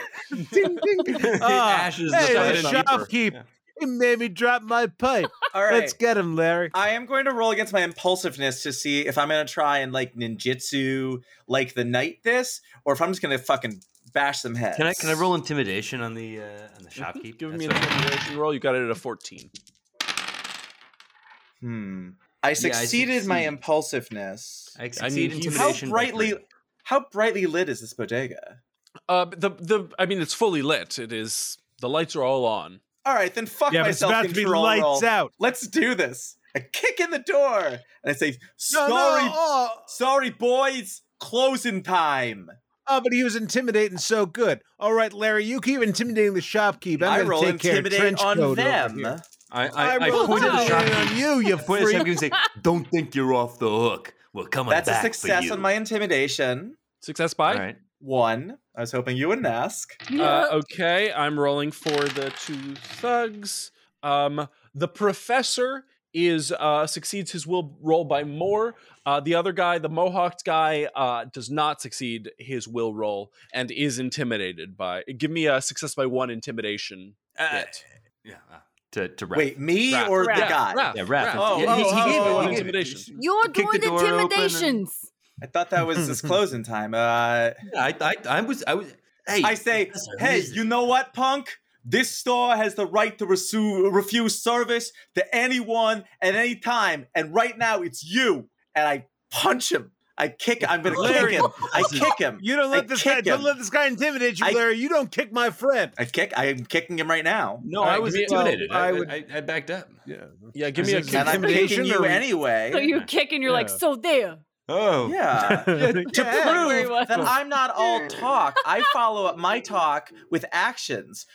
Speaker 5: ding, ding. Ah,
Speaker 2: ashes
Speaker 5: hey,
Speaker 1: the
Speaker 5: the
Speaker 1: shopkeeper.
Speaker 5: shopkeep. He made me drop my pipe.
Speaker 3: All right.
Speaker 5: Let's get him, Larry.
Speaker 3: I am going to roll against my impulsiveness to see if I'm going to try and like ninjutsu like the night this, or if I'm just going to fucking bash some heads.
Speaker 2: Can I can I roll intimidation on the uh, on
Speaker 3: Mhm.
Speaker 2: the shopkeep?
Speaker 1: Give
Speaker 2: That's
Speaker 1: me an
Speaker 2: what-
Speaker 1: intimidation roll. You got it at a 14.
Speaker 3: Hmm. I succeeded my
Speaker 2: succeeded.
Speaker 3: impulsiveness.
Speaker 2: I
Speaker 1: I
Speaker 2: succeed
Speaker 1: mean, he's-
Speaker 3: How
Speaker 2: intimidation. by
Speaker 3: brightly
Speaker 2: three.
Speaker 3: how brightly lit is this bodega?
Speaker 1: Uh but the the I mean it's fully lit. It is the lights are all on.
Speaker 3: All right, then fuck
Speaker 5: yeah, but it's
Speaker 3: myself
Speaker 5: about to be
Speaker 3: control
Speaker 5: lights
Speaker 3: roll.
Speaker 5: out.
Speaker 3: Let's do this. I kick in the door and I say,
Speaker 5: No,
Speaker 3: "Sorry,
Speaker 5: no, oh,
Speaker 3: sorry, boys, closing time."
Speaker 5: oh, but he was intimidating so good. All right, Larry, you keep intimidating the shopkeep. I'm
Speaker 3: I
Speaker 5: gonna
Speaker 3: roll
Speaker 5: take care of
Speaker 3: intimidate
Speaker 5: trench coat
Speaker 3: on
Speaker 5: over
Speaker 3: them.
Speaker 5: here.
Speaker 2: I,
Speaker 5: I,
Speaker 2: I, I,
Speaker 5: roll
Speaker 2: point at the
Speaker 5: intimidate
Speaker 2: shopkeep.
Speaker 5: on you, you
Speaker 2: Point at the
Speaker 5: freak.
Speaker 2: shopkeep and say, "Don't think you're off the hook. We're coming
Speaker 3: That's a
Speaker 2: back for
Speaker 3: success
Speaker 2: you."
Speaker 3: on my intimidation.
Speaker 1: Success
Speaker 2: All
Speaker 1: by?
Speaker 2: right.
Speaker 3: One. I was hoping you wouldn't ask.
Speaker 1: Uh, okay, I'm rolling for the two thugs. Um, the professor is uh, succeeds his will roll by more. Uh, the other guy, the mohawked guy, uh, does not succeed his will roll and is intimidated by. Give me a success by one intimidation.
Speaker 2: Uh,
Speaker 1: bit.
Speaker 2: yeah. uh, To to Raph.
Speaker 3: Wait, me
Speaker 1: Raph.
Speaker 3: or
Speaker 4: Raph.
Speaker 3: the guy?
Speaker 1: Raph,
Speaker 2: Yeah,
Speaker 1: Raph.
Speaker 2: Raph.
Speaker 3: Oh,
Speaker 2: yeah, he,
Speaker 3: oh,
Speaker 2: he gave it.
Speaker 3: oh, oh,
Speaker 2: he
Speaker 3: oh.
Speaker 2: gave it.
Speaker 1: Intimidation.
Speaker 4: You're
Speaker 2: Kick the
Speaker 4: doing
Speaker 2: door open and-
Speaker 4: intimidations.
Speaker 3: I thought that was his closing time. Uh,
Speaker 2: I, I, I was, I was. Hey,
Speaker 3: I say,
Speaker 2: Professor, who
Speaker 3: hey,
Speaker 2: is
Speaker 3: you
Speaker 2: it?"
Speaker 3: know what, punk? This store has the right to resu- refuse service to anyone at any time, and right now it's you. And I punch him. I kick. I'm gonna
Speaker 5: Larry,
Speaker 3: kick him. I kick him.
Speaker 5: You don't let
Speaker 3: I
Speaker 5: this guy.
Speaker 3: kick
Speaker 5: Don't
Speaker 3: him.
Speaker 5: let this guy intimidate you,
Speaker 3: I-
Speaker 5: Larry. You don't kick my friend.
Speaker 3: I kick. I am kicking him right now,
Speaker 2: No,
Speaker 1: All
Speaker 2: I
Speaker 1: right,
Speaker 2: was
Speaker 1: give me-
Speaker 2: intimidated.
Speaker 5: well,
Speaker 2: I,
Speaker 5: I
Speaker 2: I,
Speaker 5: would-
Speaker 2: I, I backed up.
Speaker 5: Yeah.
Speaker 1: Yeah, give me a
Speaker 5: Is it
Speaker 1: kick.
Speaker 3: and I'm
Speaker 5: Intimidation
Speaker 3: kicking you
Speaker 5: or-
Speaker 3: anyway.
Speaker 4: So you kick and you're like,
Speaker 5: Yeah.
Speaker 4: so there.
Speaker 2: Oh,
Speaker 3: yeah. to
Speaker 4: Yeah, very well.
Speaker 3: prove that I'm not all talk, I follow up my talk with actions.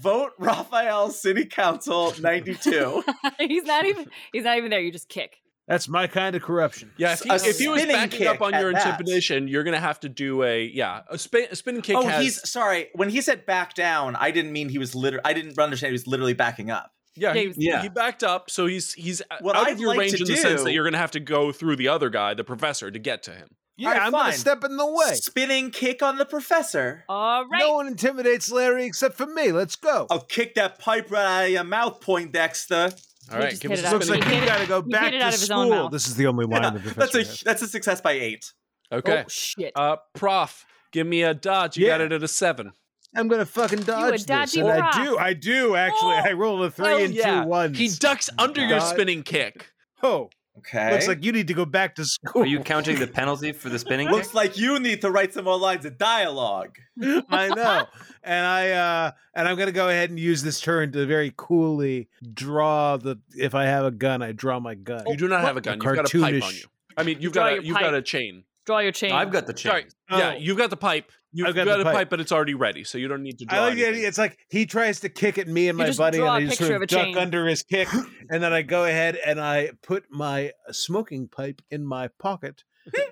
Speaker 3: Vote Raphael City Council 92.
Speaker 4: he's not even. He's not even there. You just kick.
Speaker 5: That's my kind of corruption.
Speaker 1: Yeah, if he,
Speaker 3: a
Speaker 1: if he was
Speaker 3: spinning
Speaker 1: backing up
Speaker 3: kick
Speaker 1: on
Speaker 3: at
Speaker 1: your
Speaker 3: that.
Speaker 1: intimidation, you're gonna have to do a yeah a spin a spin kick.
Speaker 3: Oh,
Speaker 1: has,
Speaker 3: he's sorry. When he said back down, I didn't mean he was literally, I didn't understand he was literally backing up.
Speaker 1: Yeah,
Speaker 4: Yeah,
Speaker 1: he,
Speaker 4: he was-
Speaker 2: Yeah.
Speaker 1: he backed up, so he's he's
Speaker 3: What
Speaker 1: out
Speaker 3: I'd
Speaker 1: of your
Speaker 3: like
Speaker 1: range in
Speaker 3: to
Speaker 1: the sense
Speaker 3: do-
Speaker 1: that you're going to have to go through the other guy, the professor, to get to him.
Speaker 5: Yeah,
Speaker 3: All right,
Speaker 5: I'm gonna
Speaker 3: fine.
Speaker 5: step in the way.
Speaker 3: Spinning kick on the professor.
Speaker 4: All right.
Speaker 5: No one
Speaker 3: Oh,
Speaker 5: intimidates Larry except for me. Let's go.
Speaker 3: I'll kick that pipe right out of your mouth, Poindexter.
Speaker 1: All
Speaker 4: He
Speaker 1: right,
Speaker 4: just
Speaker 1: give us
Speaker 4: hit it
Speaker 1: a
Speaker 4: out.
Speaker 5: Looks
Speaker 4: He
Speaker 5: like
Speaker 1: spinning.
Speaker 5: you
Speaker 4: hit it-
Speaker 5: gotta go
Speaker 4: he hit
Speaker 5: back
Speaker 4: it
Speaker 5: to
Speaker 4: out of his own
Speaker 5: school.
Speaker 4: mouth.
Speaker 5: This is the only line the
Speaker 3: that's
Speaker 5: professor
Speaker 3: a
Speaker 5: has.
Speaker 3: that's a success by eight.
Speaker 1: Okay.
Speaker 4: Oh shit!
Speaker 1: Uh, prof, give me a dodge. You got
Speaker 5: Yeah.
Speaker 1: it at a seven.
Speaker 5: I'm gonna fucking dodge this,
Speaker 4: dodgy
Speaker 5: and
Speaker 4: rock.
Speaker 5: I do. I do actually.
Speaker 4: Oh,
Speaker 5: I roll a three
Speaker 1: hell
Speaker 5: and
Speaker 1: yeah.
Speaker 5: two ones.
Speaker 1: He ducks under your
Speaker 5: Dodge.
Speaker 1: spinning kick.
Speaker 5: Oh,
Speaker 3: Okay.
Speaker 5: looks like you need to go back to school.
Speaker 2: Are you counting the penalty for the spinning? kick?
Speaker 3: Looks like you need to write some more lines of dialogue.
Speaker 5: I know. And I uh and I'm gonna go ahead and use this turn to very coolly draw the if I have a gun, I draw my gun.
Speaker 1: You do not have a gun. You've got a pipe on
Speaker 5: cartoonish-
Speaker 1: you. I mean, you've
Speaker 4: Oh, Draw
Speaker 1: got
Speaker 4: your
Speaker 1: a, you've got
Speaker 4: pipe.
Speaker 1: a chain.
Speaker 4: Draw your chain.
Speaker 2: I've got the chance.
Speaker 1: Sorry. Yeah,
Speaker 5: Oh.
Speaker 1: you've got the pipe. You've
Speaker 5: I've
Speaker 1: got,
Speaker 5: got the
Speaker 1: a
Speaker 5: pipe.
Speaker 1: pipe. but it's already ready, so you don't need to draw.
Speaker 5: I like the
Speaker 1: anything.
Speaker 5: idea. It's like he tries to kick at me and
Speaker 4: You
Speaker 5: my
Speaker 4: just
Speaker 5: buddy, and
Speaker 4: draw
Speaker 5: I
Speaker 4: a
Speaker 5: just
Speaker 4: picture
Speaker 5: sort
Speaker 4: of
Speaker 5: of,
Speaker 4: a
Speaker 5: duck
Speaker 4: chain.
Speaker 5: under his kick, and then I go ahead and I put my smoking pipe in my pocket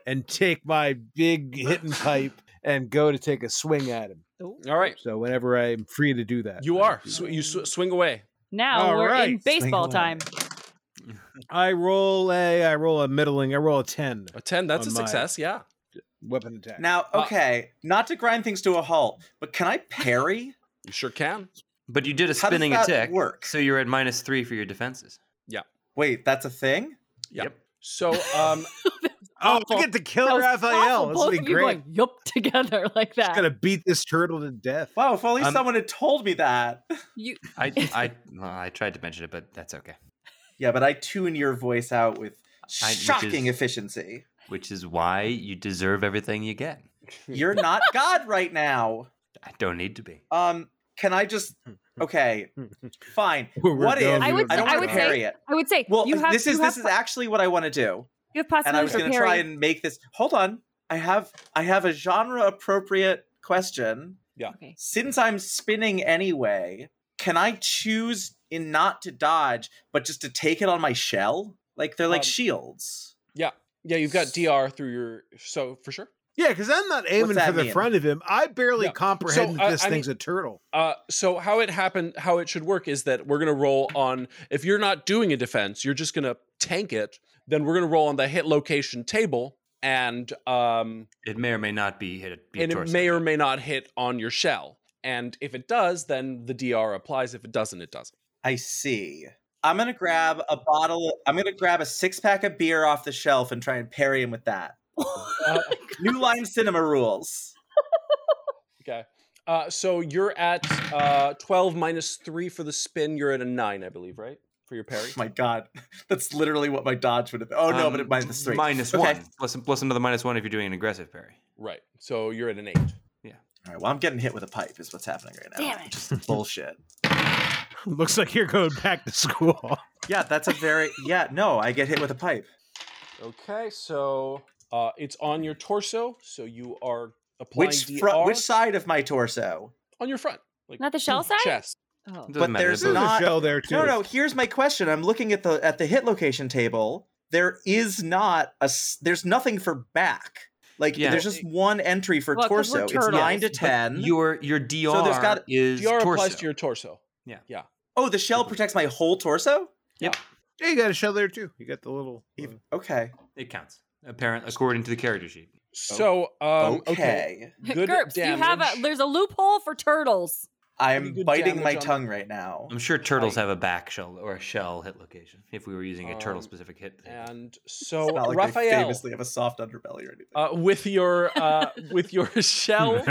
Speaker 5: and take my big hitting pipe and go to take a swing at him.
Speaker 1: All right,
Speaker 5: So whenever I'm free to do that,
Speaker 1: you
Speaker 5: I
Speaker 1: are.
Speaker 5: do
Speaker 1: Sw-
Speaker 5: that.
Speaker 1: you sw- swing away.
Speaker 4: Now
Speaker 5: All
Speaker 4: we're in
Speaker 5: right.
Speaker 4: baseball time.
Speaker 5: Swing away. I roll a, I roll a middling, I roll a ten
Speaker 1: A ten. That's
Speaker 5: On
Speaker 1: a
Speaker 5: my-
Speaker 1: success. Yeah.
Speaker 5: weapon attack.
Speaker 3: Now,
Speaker 1: Uh,
Speaker 3: okay, not to grind things to a halt, but can I parry?
Speaker 1: You sure can.
Speaker 2: But you did a
Speaker 3: How does
Speaker 2: spinning
Speaker 3: that
Speaker 2: attack,
Speaker 3: work?
Speaker 2: so you're at minus three for your defenses.
Speaker 3: Wait, that's a thing?
Speaker 1: So, um,
Speaker 5: oh,
Speaker 4: awful.
Speaker 5: I get to kill
Speaker 4: That was
Speaker 5: Raphael.
Speaker 4: awful.
Speaker 5: This
Speaker 4: Both
Speaker 5: would
Speaker 4: of
Speaker 5: be
Speaker 4: you
Speaker 5: great.
Speaker 4: going yup together like that.
Speaker 5: Just gonna beat this turtle to death.
Speaker 3: Wow, if only
Speaker 2: Um,
Speaker 3: someone had told me that.
Speaker 4: You
Speaker 2: I I well, I tried to mention it, but that's okay.
Speaker 3: Yeah, but I tune your voice out with
Speaker 2: I- which is-
Speaker 3: shocking efficiency.
Speaker 2: Which is why you deserve everything you get.
Speaker 3: You're not God right now.
Speaker 2: I don't need to be.
Speaker 3: Um, can I just? Okay, fine.
Speaker 5: We're
Speaker 3: What if
Speaker 5: going
Speaker 4: I would-
Speaker 5: to
Speaker 3: I don't
Speaker 5: the
Speaker 3: want to
Speaker 4: would say-
Speaker 3: parry it?
Speaker 4: I would say
Speaker 3: Well,
Speaker 4: you have
Speaker 3: this is
Speaker 4: you have
Speaker 3: this is actually what I want to do,
Speaker 4: you have
Speaker 3: and I was
Speaker 4: possibilities
Speaker 3: going to
Speaker 4: for
Speaker 3: try
Speaker 4: parry.
Speaker 3: and make this. Hold on, I have I have a genre appropriate question.
Speaker 4: Okay.
Speaker 3: Since I'm spinning anyway, can I choose in not to dodge, but just to take it on my shell? Like they're like
Speaker 1: Um,
Speaker 3: shields.
Speaker 1: yeah, you've got dr through your. So for sure.
Speaker 5: Yeah, because I'm not aiming
Speaker 3: that
Speaker 5: for the
Speaker 3: mean?
Speaker 5: front of him. I barely
Speaker 1: Yeah.
Speaker 5: comprehend
Speaker 1: So,
Speaker 5: that
Speaker 1: uh,
Speaker 5: this
Speaker 1: I
Speaker 5: thing's a turtle.
Speaker 1: Uh, so how it happened, how it should work is that we're gonna roll on. If you're not doing a defense, you're just gonna tank it. Then we're gonna roll on the hit location table, and um,
Speaker 2: It may or may not be hit. Be a
Speaker 1: and it
Speaker 2: torso.
Speaker 1: may or may not hit on your shell. And if it does, then the dr applies. If it doesn't, it doesn't.
Speaker 3: I see. I'm gonna grab a bottle. I'm gonna grab a six pack of beer off the shelf and try and parry him with that. New Line Cinema rules.
Speaker 1: Okay. Uh, so you're at uh, twelve minus three for the spin. You're at a nine, I believe, right? For your parry.
Speaker 3: Oh my god, that's literally what my dodge would have. Been. Oh no,
Speaker 2: Um,
Speaker 3: but it minus three.
Speaker 2: minus
Speaker 3: Okay.
Speaker 2: one. Plus, plus another minus one if you're doing an aggressive parry.
Speaker 1: Right. So you're at an eight.
Speaker 3: All right, well, I'm getting hit with a pipe. Is what's happening right now.
Speaker 4: Damn it.
Speaker 3: Just bullshit.
Speaker 5: Looks like you're going back to school.
Speaker 3: Yeah, that's a very yeah. No, I get hit with a pipe.
Speaker 1: Okay, so uh, it's on your torso, so you are applying
Speaker 3: Which
Speaker 1: DR
Speaker 3: front? Which side of my torso?
Speaker 1: on your front, like
Speaker 4: Not the shell side.
Speaker 1: chest.
Speaker 4: Oh.
Speaker 2: Doesn't
Speaker 3: But
Speaker 2: matter,
Speaker 3: there's
Speaker 2: they're both-
Speaker 3: not-
Speaker 5: There's a shell there too.
Speaker 3: No, no. Here's my question. I'm looking at the at the hit location table. There is not a. s- There's nothing for back. Like
Speaker 2: Yeah.
Speaker 3: there's just one entry for
Speaker 4: Well, 'cause we're
Speaker 3: torso. It's
Speaker 4: turtles.
Speaker 3: nine to
Speaker 2: But
Speaker 3: ten.
Speaker 2: Your your DR
Speaker 3: there's got-
Speaker 2: is
Speaker 1: DR
Speaker 2: torso.
Speaker 1: applies to your torso.
Speaker 3: Oh, the shell protects my whole torso.
Speaker 5: Yeah, you got a shell there too. You got the little. uh,
Speaker 3: Ev- Okay.
Speaker 2: It counts. Apparent according to the character sheet.
Speaker 1: So um, okay.
Speaker 3: okay.
Speaker 1: good
Speaker 4: Gerps, you have a
Speaker 1: damage.
Speaker 4: there's a loophole for turtles.
Speaker 3: I'm
Speaker 1: good
Speaker 3: biting my
Speaker 1: damage on-
Speaker 3: tongue right now.
Speaker 2: I'm sure turtles have a back shell or a shell hit location. If we were using a turtle specific hit.
Speaker 1: And so
Speaker 3: It's not like they
Speaker 1: Raphael,
Speaker 3: famously have a soft underbelly or anything.
Speaker 1: uh, with your uh, with your shell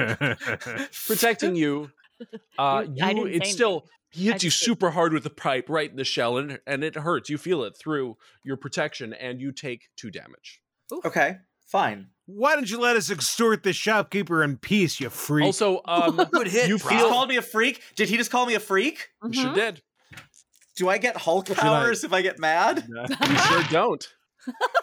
Speaker 1: protecting you, uh,
Speaker 4: You- I
Speaker 1: you
Speaker 4: didn't
Speaker 1: it's
Speaker 4: say
Speaker 1: still he
Speaker 4: I
Speaker 1: hits you
Speaker 4: just-
Speaker 1: super hard with the pipe right in the shell, and and it hurts. You feel it through your protection, and you take two damage.
Speaker 3: okay, fine.
Speaker 5: Why don't you let us extort the shopkeeper in peace, you freak?
Speaker 1: Also, um,
Speaker 2: Good hit.
Speaker 1: you
Speaker 2: bro.
Speaker 3: He
Speaker 1: feel-
Speaker 3: called me a freak. Did he just call me a freak?
Speaker 1: you sure
Speaker 4: Mhm.
Speaker 1: did.
Speaker 3: Do I get Hulk
Speaker 5: Should I-
Speaker 3: powers if I get mad?
Speaker 1: You sure don't.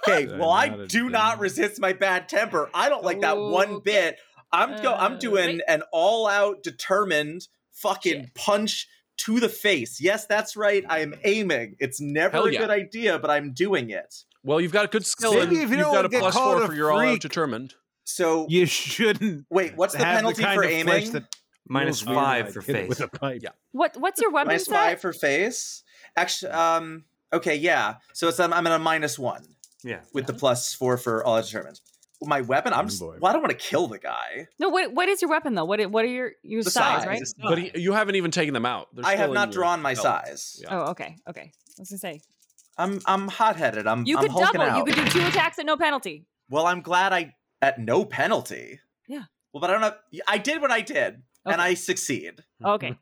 Speaker 3: Okay,
Speaker 5: Uh,
Speaker 3: well
Speaker 5: not
Speaker 3: I
Speaker 5: a
Speaker 3: do not
Speaker 5: damn-
Speaker 3: resist my bad temper. I don't like that one
Speaker 4: Oh, Okay.
Speaker 3: bit. I'm go
Speaker 4: Uh,
Speaker 3: I'm doing
Speaker 4: wait.
Speaker 3: an all out determined fucking punch to the face. Yes, that's right. I am aiming. It's never
Speaker 1: Hell
Speaker 3: a
Speaker 1: yeah.
Speaker 3: good idea, but I'm doing it.
Speaker 1: Well, you've got a good skill. and
Speaker 5: Maybe if you
Speaker 1: you've
Speaker 5: don't
Speaker 1: got
Speaker 5: wanna
Speaker 1: a
Speaker 5: get
Speaker 1: plus
Speaker 5: called
Speaker 1: four
Speaker 5: a
Speaker 1: for your all out
Speaker 5: freak.
Speaker 1: determined.
Speaker 3: So
Speaker 5: you shouldn't.
Speaker 3: wait, what's the
Speaker 5: have
Speaker 3: penalty
Speaker 5: kind
Speaker 3: for
Speaker 5: of flesh
Speaker 3: aiming?
Speaker 5: that
Speaker 2: Minus
Speaker 5: feels weird
Speaker 2: five
Speaker 5: when I
Speaker 2: for
Speaker 5: hit it
Speaker 2: face.
Speaker 5: with a pipe.
Speaker 1: Yeah.
Speaker 4: What what's your weapon
Speaker 3: Minus
Speaker 4: set?
Speaker 3: five for face. Actually, um, okay, yeah. So it's I'm, I'm at a minus one
Speaker 2: Yeah.
Speaker 4: Uh-huh.
Speaker 3: with the plus four for all determined. my weapon. I'm just,
Speaker 5: Boy.
Speaker 3: well, I don't want to kill the guy.
Speaker 4: No, what what is your weapon though? What i- what are your your
Speaker 3: The
Speaker 4: size,
Speaker 3: size
Speaker 4: right?
Speaker 3: is-
Speaker 1: But he, you haven't even taken them out. They're
Speaker 3: I
Speaker 1: still
Speaker 3: have
Speaker 1: in
Speaker 3: not
Speaker 1: your
Speaker 3: drawn my
Speaker 1: belt.
Speaker 3: size.
Speaker 1: Yeah.
Speaker 4: Oh, okay, okay. I was gonna say
Speaker 3: I'm I'm hot headed. I'm
Speaker 4: you
Speaker 3: I'm
Speaker 4: could
Speaker 3: hulking
Speaker 4: double.
Speaker 3: out.
Speaker 4: You could do two attacks at no penalty.
Speaker 3: Well, I'm glad I at no penalty.
Speaker 4: Yeah.
Speaker 3: Well, but I don't have. I did what I did, and
Speaker 4: Okay.
Speaker 3: I succeed.
Speaker 4: Okay.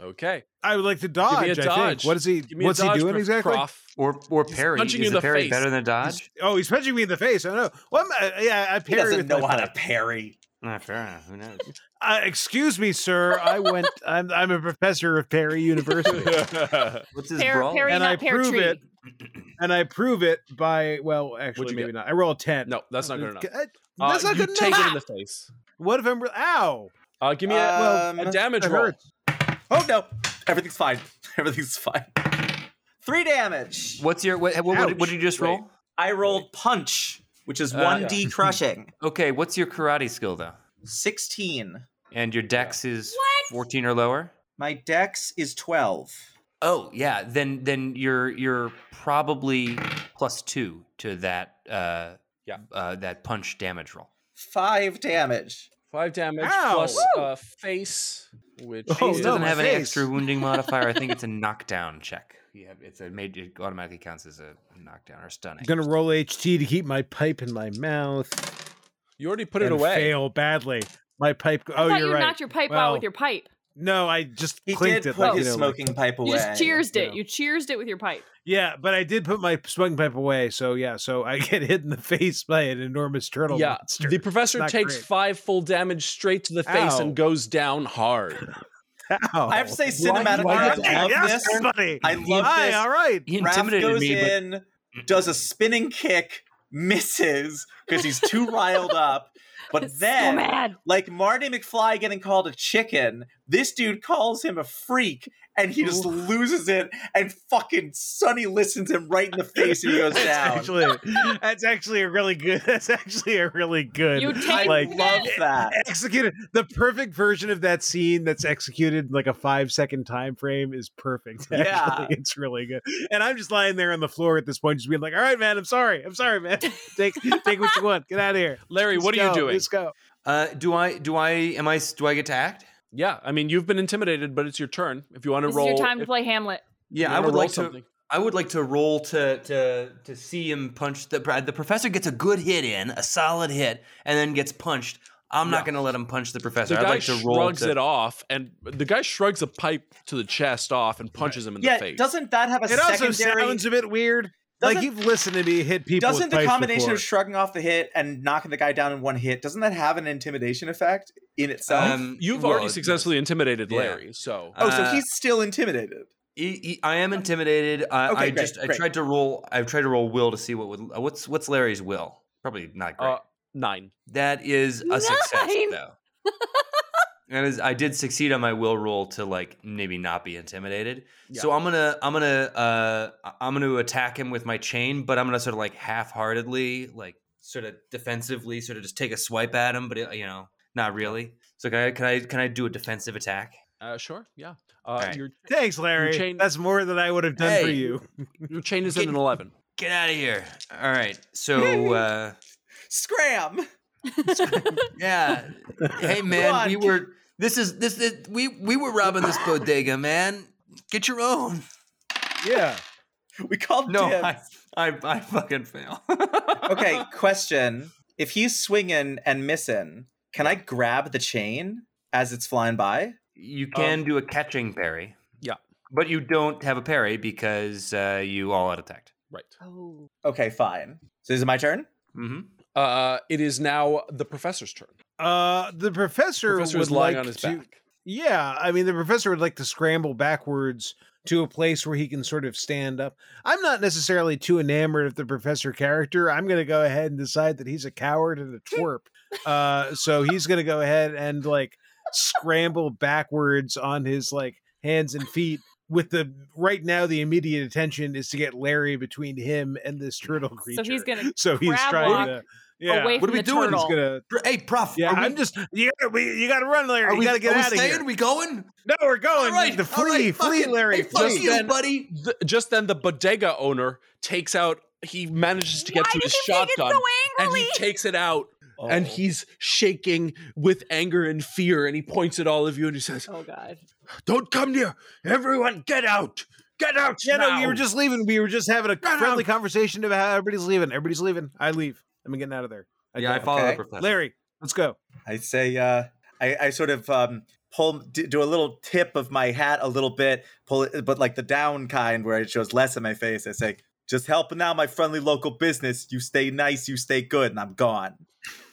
Speaker 1: Okay.
Speaker 5: I would like to dodge. I think.
Speaker 1: dodge.
Speaker 5: What is he?
Speaker 1: Give me
Speaker 5: What's
Speaker 1: a dodge
Speaker 5: he doing
Speaker 1: Prof-
Speaker 5: exactly?
Speaker 1: Prof.
Speaker 2: Or or parry.
Speaker 1: punching you
Speaker 2: Is
Speaker 1: in
Speaker 2: the
Speaker 1: the
Speaker 2: parry
Speaker 1: face.
Speaker 2: better than a dodge?
Speaker 5: Oh, he's punching me in the face. I don't know. Well, I'm, uh, yeah, I
Speaker 3: He
Speaker 5: parry
Speaker 3: doesn't
Speaker 5: with
Speaker 3: know
Speaker 5: my
Speaker 3: how to
Speaker 5: foot.
Speaker 3: parry.
Speaker 2: Ah, fair enough. Who knows?
Speaker 5: Uh, excuse me, sir. I went. I'm, I'm a professor of Perry University,
Speaker 2: What's his
Speaker 4: Pear-
Speaker 2: brawl?
Speaker 4: parry,
Speaker 5: And
Speaker 4: not
Speaker 5: I
Speaker 4: pear
Speaker 5: prove
Speaker 4: tree.
Speaker 5: it. and I prove it by well, actually,
Speaker 1: you
Speaker 5: maybe
Speaker 1: get?
Speaker 5: not. I roll a ten.
Speaker 1: no, that's not good enough.
Speaker 5: Uh,
Speaker 1: Uh,
Speaker 5: That's not
Speaker 1: you
Speaker 5: good enough.
Speaker 1: take it in the face.
Speaker 5: What if I'm? Re- Ow!
Speaker 1: Uh, give me a,
Speaker 3: Um,
Speaker 1: a damage
Speaker 5: that
Speaker 1: roll.
Speaker 5: hurts.
Speaker 3: Oh no, everything's fine. Everything's fine. Three damage.
Speaker 2: What's your what? What, what, did- what
Speaker 1: Ouch.
Speaker 2: did you just
Speaker 1: Wait.
Speaker 2: roll?
Speaker 3: I rolled punch, which is
Speaker 2: Uh,
Speaker 3: one D crushing.
Speaker 2: Okay, what's your karate skill though?
Speaker 3: Sixteen.
Speaker 2: And your dex is
Speaker 4: What?
Speaker 2: fourteen or lower.
Speaker 3: My dex is twelve.
Speaker 2: Oh yeah, then then you're you're probably plus two to that uh,
Speaker 1: Yeah.
Speaker 2: uh that punch damage roll.
Speaker 3: Five damage.
Speaker 1: Five damage
Speaker 5: Ow!
Speaker 1: plus uh, face, which
Speaker 5: Oh,
Speaker 1: is-
Speaker 2: It
Speaker 5: no,
Speaker 2: doesn't
Speaker 5: my
Speaker 2: have any
Speaker 5: face.
Speaker 2: extra wounding modifier. I think it's a knockdown check. You have it's a made it automatically counts as a knockdown or stunning.
Speaker 5: I'm gonna roll HT to keep my pipe in my mouth.
Speaker 1: you already put it
Speaker 5: and
Speaker 1: away.
Speaker 5: Fail badly. My pipe.
Speaker 4: I
Speaker 5: Oh,
Speaker 4: thought
Speaker 5: you're
Speaker 4: you
Speaker 5: right.
Speaker 4: knocked your pipe out
Speaker 5: Well,
Speaker 4: with your pipe.
Speaker 5: No, I just
Speaker 3: He
Speaker 5: clinked
Speaker 3: did
Speaker 5: it.
Speaker 3: put
Speaker 5: like,
Speaker 3: his
Speaker 5: you know, like-
Speaker 3: smoking pipe away.
Speaker 4: You just cheersed it.
Speaker 5: know.
Speaker 4: You cheersed it with your pipe.
Speaker 5: Yeah, but I did put my smoking pipe away. So yeah, so I get hit in the face by an enormous turtle
Speaker 1: Yeah,
Speaker 5: monster.
Speaker 1: The professor
Speaker 5: Not
Speaker 1: takes
Speaker 5: great.
Speaker 1: five full damage straight to the face
Speaker 5: Ow.
Speaker 1: and goes down hard.
Speaker 5: Ow.
Speaker 3: I have to say, cinematic.
Speaker 1: why
Speaker 3: I
Speaker 1: did
Speaker 5: Hey,
Speaker 3: love
Speaker 5: yes,
Speaker 3: this.
Speaker 5: buddy.
Speaker 3: I love
Speaker 5: Hi,
Speaker 3: this.
Speaker 5: all right.
Speaker 2: He
Speaker 3: Raph
Speaker 2: intimidated
Speaker 3: goes
Speaker 2: me, but
Speaker 3: in, does a spinning kick, misses because he's too riled up. But
Speaker 4: so
Speaker 3: then,
Speaker 4: mad.
Speaker 3: like Marty McFly getting called a chicken, this dude calls him a freak and he just loses it. And fucking Sonny listens him right in the face and he goes
Speaker 5: That's
Speaker 3: down.
Speaker 5: actually, that's actually a really good. That's actually a really good.
Speaker 4: You
Speaker 3: I
Speaker 4: take
Speaker 5: like,
Speaker 3: love
Speaker 4: that.
Speaker 3: that.
Speaker 5: executed the perfect version of that scene that's executed in like a five second time frame is perfect
Speaker 3: Yeah.
Speaker 5: actually. it's really good and i'm just lying there on the floor at this point just being like all right man i'm sorry i'm sorry man take take what you want get out of here
Speaker 1: Larry,
Speaker 5: Just
Speaker 1: what are you
Speaker 5: go.
Speaker 1: doing?
Speaker 5: let's go
Speaker 2: uh, do I do I am I do I get to act?
Speaker 1: Yeah, I mean you've been intimidated, but it's your turn. If you want to
Speaker 4: This
Speaker 1: roll,
Speaker 4: is your time to
Speaker 1: if
Speaker 4: play Hamlet.
Speaker 1: you
Speaker 2: Yeah, I
Speaker 1: wanna
Speaker 2: would
Speaker 1: roll
Speaker 2: like to.
Speaker 1: something.
Speaker 2: I would like to roll to to to see him punch the the professor gets a good hit in, a solid hit, and then gets punched. I'm
Speaker 1: Yeah.
Speaker 2: not going to let him punch the professor.
Speaker 1: The
Speaker 2: I'd
Speaker 1: guy
Speaker 2: like to roll
Speaker 1: shrugs
Speaker 2: to
Speaker 1: it off, and the guy shrugs a pipe to the chest off and punches him in
Speaker 3: Yeah,
Speaker 1: the face.
Speaker 3: doesn't that have a
Speaker 5: it also
Speaker 3: secondary?
Speaker 5: sounds a bit weird
Speaker 3: doesn't-
Speaker 5: like you've listened to me hit people with
Speaker 3: doesn't the
Speaker 5: pipes
Speaker 3: combination
Speaker 5: before.
Speaker 3: of shrugging off the hit and knocking the guy down in one hit doesn't that have an intimidation effect in itself?
Speaker 2: Um,
Speaker 1: You've
Speaker 2: well,
Speaker 1: already
Speaker 2: it's-
Speaker 1: successfully intimidated
Speaker 2: Yeah.
Speaker 1: Larry, so
Speaker 3: oh, so
Speaker 2: uh,
Speaker 3: he's still intimidated.
Speaker 2: E- e- I am intimidated. I,
Speaker 3: Um, Okay,
Speaker 2: I
Speaker 3: great,
Speaker 2: just I
Speaker 3: great.
Speaker 2: tried to roll. I tried to roll will to see what would. uh, What's what's Larry's will? Probably not great.
Speaker 1: Uh, nine.
Speaker 2: that is a success
Speaker 4: nine!
Speaker 2: though. That is, I did succeed on my will roll to like maybe not be intimidated. So I'm gonna I'm gonna uh I- I'm gonna attack him with my chain, but I'm gonna sort of like half-heartedly, like sort of defensively, sort of just take a swipe at him, but it, you know, not really. So can I can I can I do a defensive attack?
Speaker 1: Uh, sure, yeah. Uh,
Speaker 2: right.
Speaker 1: your,
Speaker 5: thanks larry
Speaker 1: chain-
Speaker 5: that's more than i would have done for
Speaker 2: Hey.
Speaker 5: you
Speaker 1: your chain is at an eleven.
Speaker 2: Get out of here! All right, so. uh
Speaker 3: Scram!
Speaker 2: Yeah. Hey man,
Speaker 3: on,
Speaker 2: we
Speaker 3: get-
Speaker 2: were this is this, this we we were robbing this bodega, man. Get your own.
Speaker 5: yeah
Speaker 3: We called
Speaker 2: No,
Speaker 3: dibs.
Speaker 2: I, I I fucking fail.
Speaker 3: okay, question. If he's swinging and missing, can I grab the chain as it's flying by?
Speaker 2: You can do a catching parry.
Speaker 1: Yeah.
Speaker 2: But you don't have a parry because uh, you all out attacked.
Speaker 1: Right.
Speaker 4: Oh.
Speaker 3: Okay, fine. So is it my turn?
Speaker 2: Mm-hmm.
Speaker 1: Uh, it is now the professor's turn.
Speaker 5: uh the professor,
Speaker 1: professor
Speaker 5: would
Speaker 1: is lying
Speaker 5: like
Speaker 1: on his
Speaker 5: to,
Speaker 1: back.
Speaker 5: Yeah, I mean, the professor would like to scramble backwards to a place where he can sort of stand up. I'm not necessarily too enamored of the professor character. I'm going to go ahead and decide that he's a coward and a twerp. Uh, so he's going to go ahead and like scramble backwards on his like hands and feet. With the right now, the immediate attention is to get Larry between him and this turtle creature.
Speaker 4: So he's gonna
Speaker 5: so he's
Speaker 4: crab
Speaker 5: trying
Speaker 4: walk
Speaker 5: to yeah.
Speaker 4: away
Speaker 2: What
Speaker 4: from
Speaker 2: are we
Speaker 4: the
Speaker 2: doing?
Speaker 5: he's
Speaker 4: turtle.
Speaker 5: gonna
Speaker 2: Hey, prof.
Speaker 5: yeah.
Speaker 2: are we,
Speaker 5: I'm just you gotta we, you gotta run, Larry.
Speaker 2: are
Speaker 5: you
Speaker 2: we,
Speaker 5: gotta get
Speaker 2: are we
Speaker 5: out of
Speaker 2: staying?
Speaker 5: here.
Speaker 2: We going?
Speaker 5: No, we're going.
Speaker 2: all right,
Speaker 5: the
Speaker 2: all
Speaker 5: flee,
Speaker 2: right,
Speaker 5: flee,
Speaker 2: fucking-
Speaker 5: Larry.
Speaker 2: Hey, fuck
Speaker 5: flee.
Speaker 2: you, buddy.
Speaker 1: Th- just then, the bodega owner takes out. He manages to get
Speaker 4: Why
Speaker 1: to
Speaker 4: did
Speaker 1: his
Speaker 4: you take it
Speaker 1: shotgun,
Speaker 4: so
Speaker 1: and
Speaker 4: angrily?
Speaker 1: he takes it out
Speaker 3: Oh.
Speaker 1: and he's shaking with anger and fear and he points at all of you and he says
Speaker 4: Oh god.
Speaker 1: don't come near everyone get out get out
Speaker 5: Yeah, no,
Speaker 1: now!"
Speaker 5: we were just leaving. We were just having a
Speaker 1: Get
Speaker 5: friendly conversation about how everybody's leaving. Everybody's leaving. I leave. I'm getting out of there.
Speaker 6: yeah, I follow
Speaker 3: okay.
Speaker 6: the professor.
Speaker 5: Larry, let's go.
Speaker 3: I say, uh, I, I sort of um, pull, d- do a little tip of my hat a little bit, pull it, but like the down kind where it shows less of my face. I say, just helping out my friendly local business. You stay nice, you stay good, and I'm gone.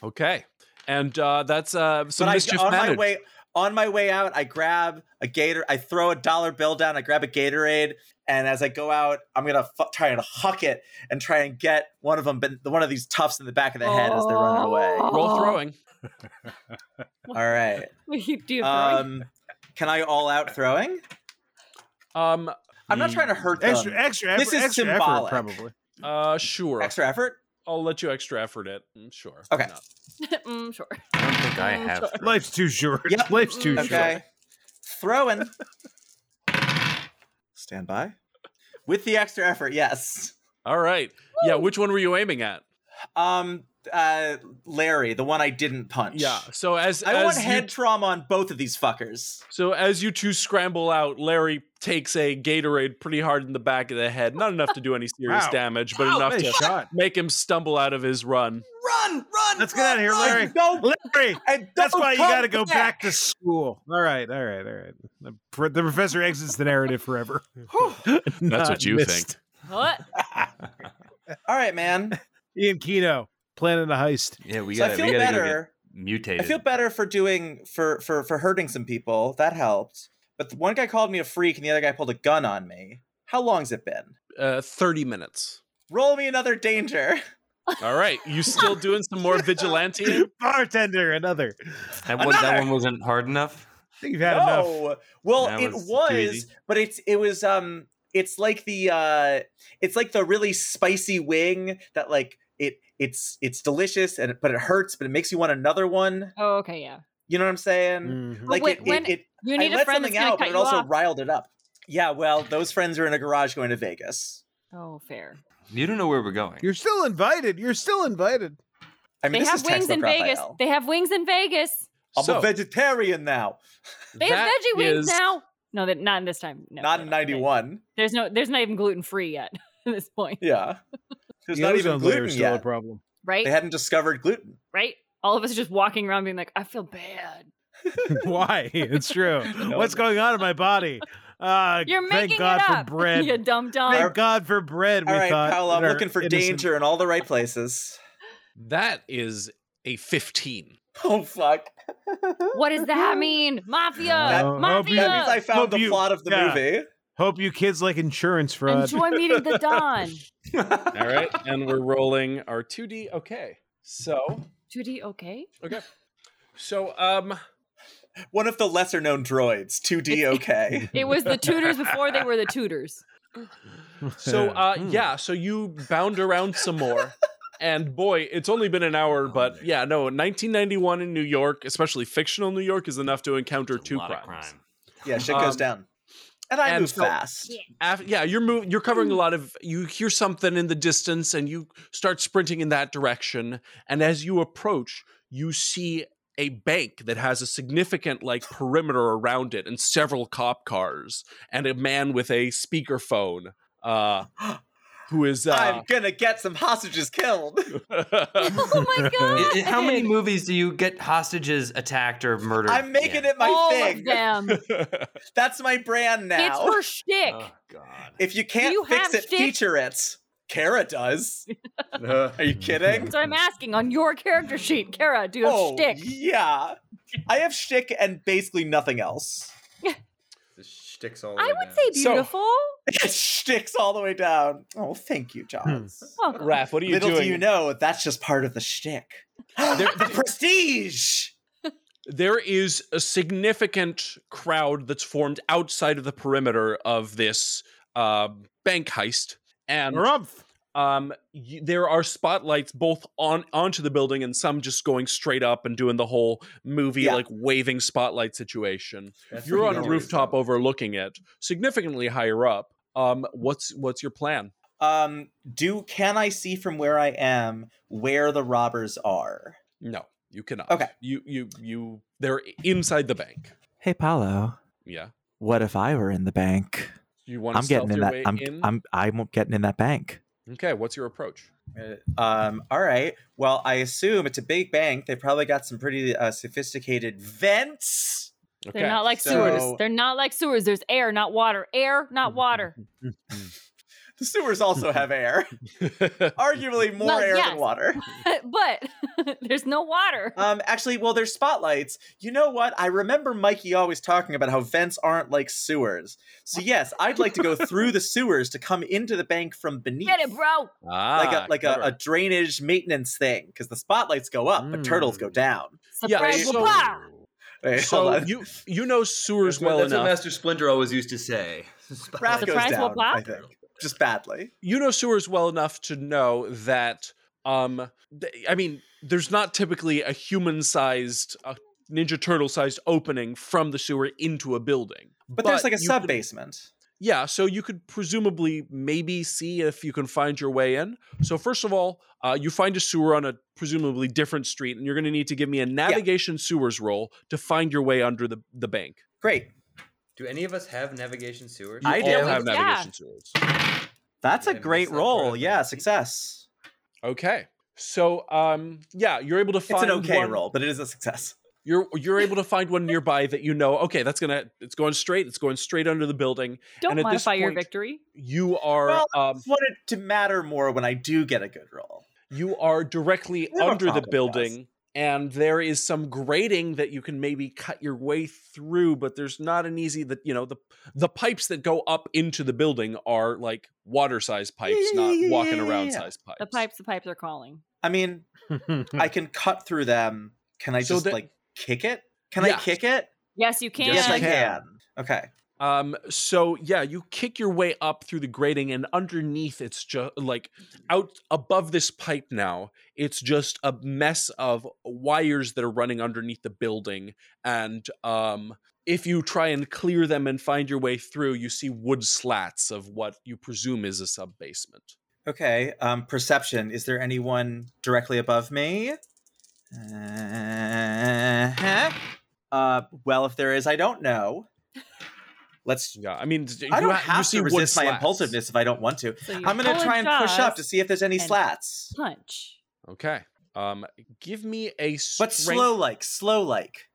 Speaker 1: okay and uh that's uh some
Speaker 3: I-
Speaker 1: mischief
Speaker 3: on my
Speaker 1: managed.
Speaker 3: way on my way out, I grab a gator. I throw a dollar bill down. I grab a Gatorade, and as I go out, I'm gonna fu- try and huck it and try and get one of them, but one of these toughs in the back of the head as they're running away.
Speaker 4: Oh.
Speaker 1: roll throwing
Speaker 3: All right.
Speaker 4: What you do? Um,
Speaker 3: Um, can I all out throwing?
Speaker 1: um
Speaker 3: I'm not trying to hurt them.
Speaker 5: Extra, extra,
Speaker 3: this
Speaker 5: effort,
Speaker 3: is
Speaker 5: extra
Speaker 3: symbolic.
Speaker 5: effort, probably.
Speaker 1: uh sure
Speaker 3: Extra effort.
Speaker 1: i'll let you extra effort it Mm, sure
Speaker 3: Okay.
Speaker 1: No.
Speaker 4: mm, sure.
Speaker 2: I don't think I have.
Speaker 5: Life's too short.
Speaker 3: Yep.
Speaker 5: Life's too
Speaker 4: Okay.
Speaker 5: short.
Speaker 3: Okay. Throwing. Stand by. With the extra effort, yes.
Speaker 1: all right yeah which one were you aiming at
Speaker 3: Um, uh, Larry, the one I didn't punch.
Speaker 1: yeah so as
Speaker 3: I
Speaker 1: as
Speaker 3: want
Speaker 1: you-
Speaker 3: head trauma on both of these fuckers.
Speaker 1: so as you two scramble out larry takes a gatorade pretty hard in the back of the head not enough to do any serious
Speaker 5: Wow.
Speaker 1: damage but
Speaker 5: Wow,
Speaker 1: enough
Speaker 5: nice
Speaker 1: to
Speaker 5: shot.
Speaker 1: make him stumble out of his run
Speaker 6: Run, run.
Speaker 5: Let's get
Speaker 6: run,
Speaker 5: out of here,
Speaker 6: run.
Speaker 5: Larry.
Speaker 3: No,
Speaker 5: Larry,
Speaker 3: and
Speaker 5: that's
Speaker 3: don't
Speaker 5: why you
Speaker 3: come
Speaker 5: got to go back to school. All right, all right, all right. The, pr- the professor exits the narrative forever. Not
Speaker 1: what you
Speaker 5: missed.
Speaker 4: What?
Speaker 3: All right, man.
Speaker 5: Ian Kino planning a heist.
Speaker 6: Yeah, we
Speaker 3: So
Speaker 6: got
Speaker 3: I
Speaker 6: to
Speaker 3: feel
Speaker 6: we got to go get
Speaker 3: better.
Speaker 6: mutated.
Speaker 3: I feel better for doing for for for hurting some people. That helped. But the one guy called me a freak, and the other guy pulled a gun on me. How long's it been?
Speaker 1: uh 30 minutes
Speaker 3: Roll me another danger.
Speaker 1: all right you still doing some more vigilante
Speaker 5: Bartender, another. I
Speaker 6: That one, that
Speaker 3: Another!
Speaker 6: one wasn't hard enough.
Speaker 5: think you've had enough.
Speaker 3: no. Well,
Speaker 6: That
Speaker 3: it
Speaker 6: was
Speaker 3: was,
Speaker 6: too easy.
Speaker 3: but it's it was um it's like the uh it's like the really spicy wing that like it it's it's delicious and but it hurts, but it makes you want another one.
Speaker 4: Oh, okay, yeah.
Speaker 3: You know what I'm saying?
Speaker 5: Mhm.
Speaker 3: Like
Speaker 4: wait,
Speaker 3: it,
Speaker 4: when-
Speaker 3: it, it
Speaker 4: You
Speaker 3: I
Speaker 4: need a
Speaker 3: let
Speaker 4: friend that's
Speaker 3: something
Speaker 4: gonna
Speaker 3: out, but
Speaker 4: cut
Speaker 3: it
Speaker 4: you
Speaker 3: also
Speaker 4: off.
Speaker 3: riled it up. Yeah, well, those friends are in a garage going to Vegas.
Speaker 4: oh, fair.
Speaker 6: You don't know where we're going.
Speaker 5: You're still invited. You're still invited.
Speaker 3: I mean,
Speaker 4: they
Speaker 3: this
Speaker 4: have
Speaker 3: is
Speaker 4: wings in
Speaker 3: textbook
Speaker 4: Vegas.
Speaker 3: Raphael.
Speaker 4: They have wings in Vegas.
Speaker 3: I'm
Speaker 1: So,
Speaker 3: a vegetarian now.
Speaker 4: They have
Speaker 1: that
Speaker 4: veggie wings
Speaker 1: is-
Speaker 4: now. No, that not in this time. No,
Speaker 3: not
Speaker 4: no,
Speaker 3: in
Speaker 4: no. They-
Speaker 3: '91.
Speaker 4: There's no. There's not even gluten free yet at this point,
Speaker 3: Yeah, there's
Speaker 5: The
Speaker 3: not even
Speaker 5: ozone layer
Speaker 3: gluten
Speaker 5: is still a
Speaker 3: yet.
Speaker 5: problem.
Speaker 4: right?
Speaker 3: They hadn't discovered gluten.
Speaker 4: right? All of us are just walking around being like, I feel bad.
Speaker 5: Why? It's true.
Speaker 3: No.
Speaker 5: What's going on in my body? Uh,
Speaker 4: You're
Speaker 5: thank
Speaker 4: making
Speaker 5: God
Speaker 4: it up.
Speaker 5: for bread.
Speaker 4: you dumb dumb.
Speaker 5: Thank God for bread.
Speaker 3: All
Speaker 5: we
Speaker 3: right,
Speaker 5: thought,
Speaker 3: Paolo, I'm
Speaker 5: in our
Speaker 3: looking for
Speaker 5: innocent-
Speaker 3: danger in all the right places.
Speaker 1: that is a 15
Speaker 3: Oh fuck!
Speaker 4: What does that mean? Mafia!
Speaker 5: Uh, hope
Speaker 4: Mafia!
Speaker 5: you-
Speaker 3: That means I
Speaker 5: Hope
Speaker 3: found the
Speaker 5: you-
Speaker 3: plot of the
Speaker 5: yeah.
Speaker 3: movie.
Speaker 5: Hope you kids like insurance fraud.
Speaker 4: Enjoy meeting the Don.
Speaker 1: all right and we're rolling our 2d okay so
Speaker 4: Judy, okay?
Speaker 1: so um
Speaker 3: One of the lesser-known droids, 2D. Okay.
Speaker 4: It was the tutors before they were the tutors.
Speaker 1: So
Speaker 3: um,
Speaker 1: uh
Speaker 6: Hmm.
Speaker 1: yeah, so you bound around some more. And boy, it's only been an
Speaker 6: Oh,
Speaker 1: hour, but yeah, no, 1991 in New York, especially fictional New York, is enough to encounter
Speaker 6: It's a
Speaker 1: two
Speaker 6: lot of
Speaker 1: crimes.
Speaker 6: crime.
Speaker 3: yeah, shit goes
Speaker 1: Um,
Speaker 3: down. And I
Speaker 1: and
Speaker 3: move
Speaker 1: so-
Speaker 3: fast.
Speaker 1: Af- yeah, you're mov- you're covering
Speaker 3: Mm.
Speaker 1: a lot of. You hear something in the distance, and you start sprinting in that direction. And as you approach, you see a bank that has a significant like perimeter around it, and several cop cars, and a man with a speakerphone, uh, who is uh,
Speaker 3: I'm gonna get some hostages killed.
Speaker 4: oh my god!
Speaker 2: I- I- how many movies do you get hostages attacked or murdered?
Speaker 3: I'm making
Speaker 2: in?
Speaker 3: it my
Speaker 4: All
Speaker 3: thing.
Speaker 4: of them.
Speaker 3: That's my brand
Speaker 4: It's
Speaker 3: now.
Speaker 4: her shtick.
Speaker 6: Oh God.
Speaker 3: if you can't
Speaker 4: you
Speaker 3: fix
Speaker 4: have
Speaker 3: it,
Speaker 4: shtick?
Speaker 3: feature it. Kara does. Uh, Are you kidding?
Speaker 4: so I'm asking on your character sheet, Kara, do you have
Speaker 3: oh,
Speaker 4: shtick?
Speaker 3: yeah. I have shtick and basically nothing else.
Speaker 6: The shticks all.
Speaker 4: I would say
Speaker 1: So-
Speaker 4: beautiful.
Speaker 3: Shticks all the way down. Oh, thank you, John.
Speaker 4: Welcome.
Speaker 1: Raph, Hmm. what are you
Speaker 3: Little
Speaker 1: doing?
Speaker 3: do you know, that's just part of the shtick. the prestige.
Speaker 1: there is a significant crowd that's formed outside of the perimeter of this uh, bank heist, and
Speaker 5: Rumpf.
Speaker 1: um, y- there are spotlights both on onto the building and some just going straight up and doing the whole movie
Speaker 3: Yeah.
Speaker 1: like waving spotlight situation. You're on a rooftop overlooking it, significantly higher up. Um, what's what's your plan?
Speaker 3: Um, do can I see from where I am where the robbers are?
Speaker 1: No, you cannot.
Speaker 3: Okay.
Speaker 1: You you you. They're inside the bank.
Speaker 9: Hey, Paolo,
Speaker 1: Yeah.
Speaker 9: what if I were in the bank?
Speaker 1: You want to
Speaker 9: I'm getting in
Speaker 1: your
Speaker 9: that.
Speaker 1: way
Speaker 9: I'm,
Speaker 1: in?
Speaker 9: I'm I'm getting in that bank.
Speaker 1: okay. What's your approach?
Speaker 3: Um, all right. Well, I assume it's a big bank. They probably got some pretty uh, sophisticated vents.
Speaker 1: Okay.
Speaker 4: They're not like
Speaker 3: so-
Speaker 4: sewers. They're not like sewers. There's air, not water. Air, not water.
Speaker 3: The sewers also have air, arguably more
Speaker 4: Well,
Speaker 3: air
Speaker 4: yes.
Speaker 3: than water.
Speaker 4: but there's no water.
Speaker 3: Um, actually, well, there's spotlights. You know what? I remember Mikey always talking about how vents aren't like sewers. So yes, I'd like to go through the sewers to come into the bank from beneath.
Speaker 4: Get it, bro.
Speaker 1: ah,
Speaker 3: Like a like a,
Speaker 1: clever.
Speaker 3: a drainage maintenance thing, because the spotlights go up, but turtles
Speaker 9: Hmm.
Speaker 3: go down.
Speaker 4: Surprise,
Speaker 1: so-
Speaker 4: wapa!
Speaker 3: Wait, hold
Speaker 1: So
Speaker 3: on.
Speaker 1: you you know sewers
Speaker 2: That's what-
Speaker 1: well
Speaker 2: that's
Speaker 1: enough.
Speaker 2: what Master Splinter always used to say.
Speaker 3: Raph goes
Speaker 4: Surprise
Speaker 3: down,
Speaker 4: will
Speaker 3: I
Speaker 4: pop?
Speaker 3: think. Just badly.
Speaker 1: you know sewers well enough to know that um th- i mean there's not typically a human sized uh, ninja turtle sized opening from the sewer into a building
Speaker 3: But, there's like a
Speaker 1: you
Speaker 3: sub
Speaker 1: could-
Speaker 3: basement.
Speaker 1: yeah so you could presumably maybe see if you can find your way in so first of all uh, you find a sewer on a presumably different street and you're going to need to give me a navigation sewers roll to find your way under the, the bank
Speaker 3: Great.
Speaker 2: Do any of us have navigation sewers?
Speaker 1: you
Speaker 3: I
Speaker 1: all
Speaker 3: do.
Speaker 1: have
Speaker 4: Yeah.
Speaker 1: navigation sewers
Speaker 3: That's a
Speaker 2: Yeah,
Speaker 3: great
Speaker 2: that's not
Speaker 3: roll.
Speaker 2: bad.
Speaker 3: Yeah, success.
Speaker 1: okay so um yeah you're able to
Speaker 3: It's
Speaker 1: find
Speaker 3: an okay
Speaker 1: one-
Speaker 3: roll, but it is a success.
Speaker 1: you're you're able to find one nearby that you know okay that's gonna it's going straight it's going straight under the building
Speaker 4: Don't
Speaker 1: And at this
Speaker 4: modify your
Speaker 1: point-
Speaker 4: victory.
Speaker 1: you are
Speaker 3: Well, I
Speaker 1: um,
Speaker 3: just want it to matter more when I do get a good roll.
Speaker 1: you are directly
Speaker 3: We have a
Speaker 1: under the
Speaker 3: problem,
Speaker 1: building and there is some grating that you can maybe cut your way through but there's not an easy that you know the the pipes that go up into the building are like water sized pipes
Speaker 3: yeah,
Speaker 1: not
Speaker 3: yeah,
Speaker 1: walking
Speaker 3: yeah,
Speaker 1: around
Speaker 3: yeah.
Speaker 1: sized pipes
Speaker 4: The pipes, the pipes are calling.
Speaker 3: I mean, I
Speaker 5: Hmm.
Speaker 10: I
Speaker 3: can cut through them. Can I
Speaker 1: So
Speaker 3: just
Speaker 1: the-
Speaker 3: like kick it? Can I
Speaker 1: Yeah.
Speaker 3: kick it?
Speaker 4: Yes, you can.
Speaker 1: Yes,
Speaker 3: I
Speaker 1: you
Speaker 3: can. Okay.
Speaker 1: Um, so yeah, you kick your way up through the grating, and underneath it's just like out above this pipe now, it's just a mess of wires that are running underneath the building. And um, if you try and clear them and find your way through, you see wood slats of what you presume is a sub basement.
Speaker 3: Okay. Um, perception. Is there anyone directly above me? Uh-huh. Uh, well, if there is, I don't know. Let's.
Speaker 1: Yeah, I mean, d- you
Speaker 3: I don't
Speaker 1: ha- you
Speaker 3: have
Speaker 1: see
Speaker 3: to
Speaker 1: wood
Speaker 3: resist my
Speaker 1: slats.
Speaker 3: impulsiveness if I don't want to.
Speaker 4: So you
Speaker 3: I'm gonna try and push up
Speaker 4: apologize
Speaker 3: to see if there's any
Speaker 4: and-
Speaker 3: slats,
Speaker 4: punch.
Speaker 1: Okay. Um, give me a
Speaker 3: but
Speaker 1: strength-
Speaker 3: slow like, slow like.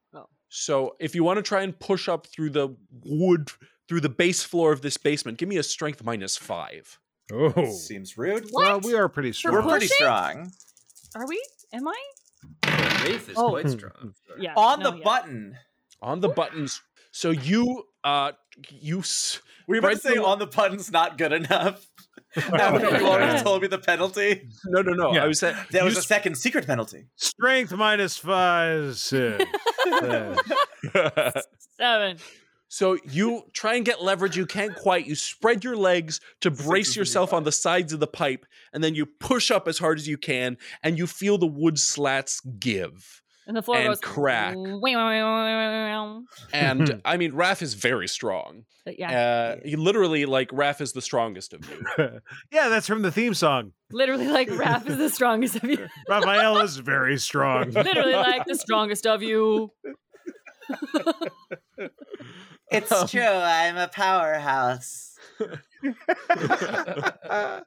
Speaker 1: So if you want to try and push up through the wood, through the base floor of this basement, give me a strength minus five.
Speaker 10: oh.
Speaker 3: Seems rude.
Speaker 10: Well,
Speaker 4: What?
Speaker 10: we are pretty
Speaker 4: For
Speaker 10: strong.
Speaker 3: We're pretty
Speaker 4: pushing?
Speaker 3: strong.
Speaker 4: Are we? Am I?
Speaker 2: Rafe is
Speaker 4: Oh.
Speaker 2: quite strong.
Speaker 4: Yeah.
Speaker 3: On
Speaker 4: no,
Speaker 3: the
Speaker 4: yeah.
Speaker 3: button.
Speaker 1: On the buttons. So you, uh, you, s-
Speaker 3: We were about
Speaker 1: Right
Speaker 3: to say
Speaker 1: through-
Speaker 3: on the button's not good enough. After you already told me the penalty,
Speaker 1: no, no, no.
Speaker 10: Yeah.
Speaker 1: I was saying
Speaker 3: there
Speaker 1: you
Speaker 3: was a
Speaker 1: s-
Speaker 3: second secret penalty.
Speaker 10: Strength minus five. Six. Uh,
Speaker 4: Seven.
Speaker 1: so you try and get leverage. You can't quite. You spread your legs to
Speaker 3: Six is
Speaker 1: brace
Speaker 3: the
Speaker 1: yourself
Speaker 3: new
Speaker 1: on the sides of the pipe, and then you push up as hard as you can, and you feel the wood slats give.
Speaker 4: And the floor
Speaker 1: And
Speaker 4: goes
Speaker 1: crack.
Speaker 4: "Wah, wah, wah, wah, wah, wah."
Speaker 1: And I mean, Raph is very strong.
Speaker 4: But yeah,
Speaker 1: Uh, he literally, like, Raph is the strongest of you.
Speaker 10: yeah, that's from the theme song.
Speaker 4: literally like rap is the strongest of you.
Speaker 10: Raphael is very strong.
Speaker 4: literally like the strongest of you.
Speaker 3: It's true. I'm a powerhouse.
Speaker 1: uh,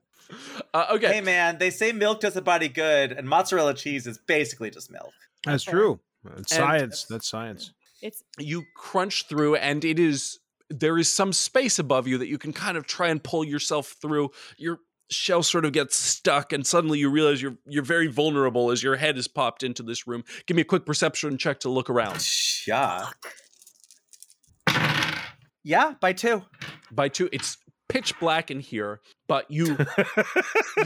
Speaker 1: okay.
Speaker 3: Hey man, they say milk does the body good, and mozzarella cheese is basically just milk.
Speaker 10: That's
Speaker 4: Okay.
Speaker 10: true. That's
Speaker 1: And-
Speaker 10: science. That's science.
Speaker 4: It's
Speaker 1: You crunch through, and it is there is some space above you that you can kind of try and pull yourself through. Your shell sort of gets stuck, and suddenly you realize you're you're very vulnerable as your head is popped into this room. Give me a quick perception check to look around.
Speaker 3: Yeah. Yeah, by two.
Speaker 1: By two, it's pitch black in here, but you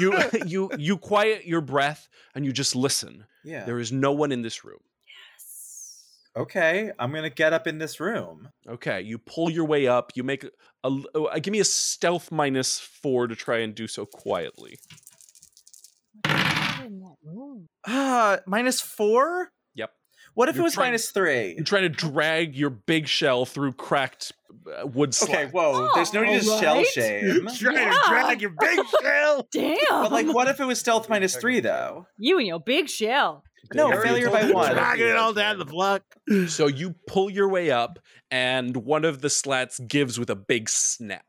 Speaker 1: you you you quiet your breath and you just listen.
Speaker 3: Yeah.
Speaker 1: There is no one in this room.
Speaker 3: Okay, I'm gonna get up in this room.
Speaker 1: Okay, you pull your way up. You make a, a l- oh, uh, give me a stealth minus four to try and do so quietly.
Speaker 4: in that room.
Speaker 3: Ah, minus four.
Speaker 1: Yep.
Speaker 3: What if
Speaker 1: You're
Speaker 3: it was
Speaker 1: trying-
Speaker 3: minus three?
Speaker 1: You're trying to drag your big shell through cracked uh, wood slats.
Speaker 3: Okay, whoa. There's no need to
Speaker 4: Alright.
Speaker 3: shell shame.
Speaker 10: Trying
Speaker 4: Yeah.
Speaker 10: your big shell.
Speaker 4: Damn.
Speaker 3: But like, what if it was stealth minus three though?
Speaker 4: you and your big shell.
Speaker 3: No,
Speaker 1: Harry
Speaker 3: failure
Speaker 1: told
Speaker 3: by
Speaker 1: you
Speaker 3: one.
Speaker 1: to
Speaker 10: Dragging it all down the block.
Speaker 1: So you pull your way up, and one of the slats gives with a big snap.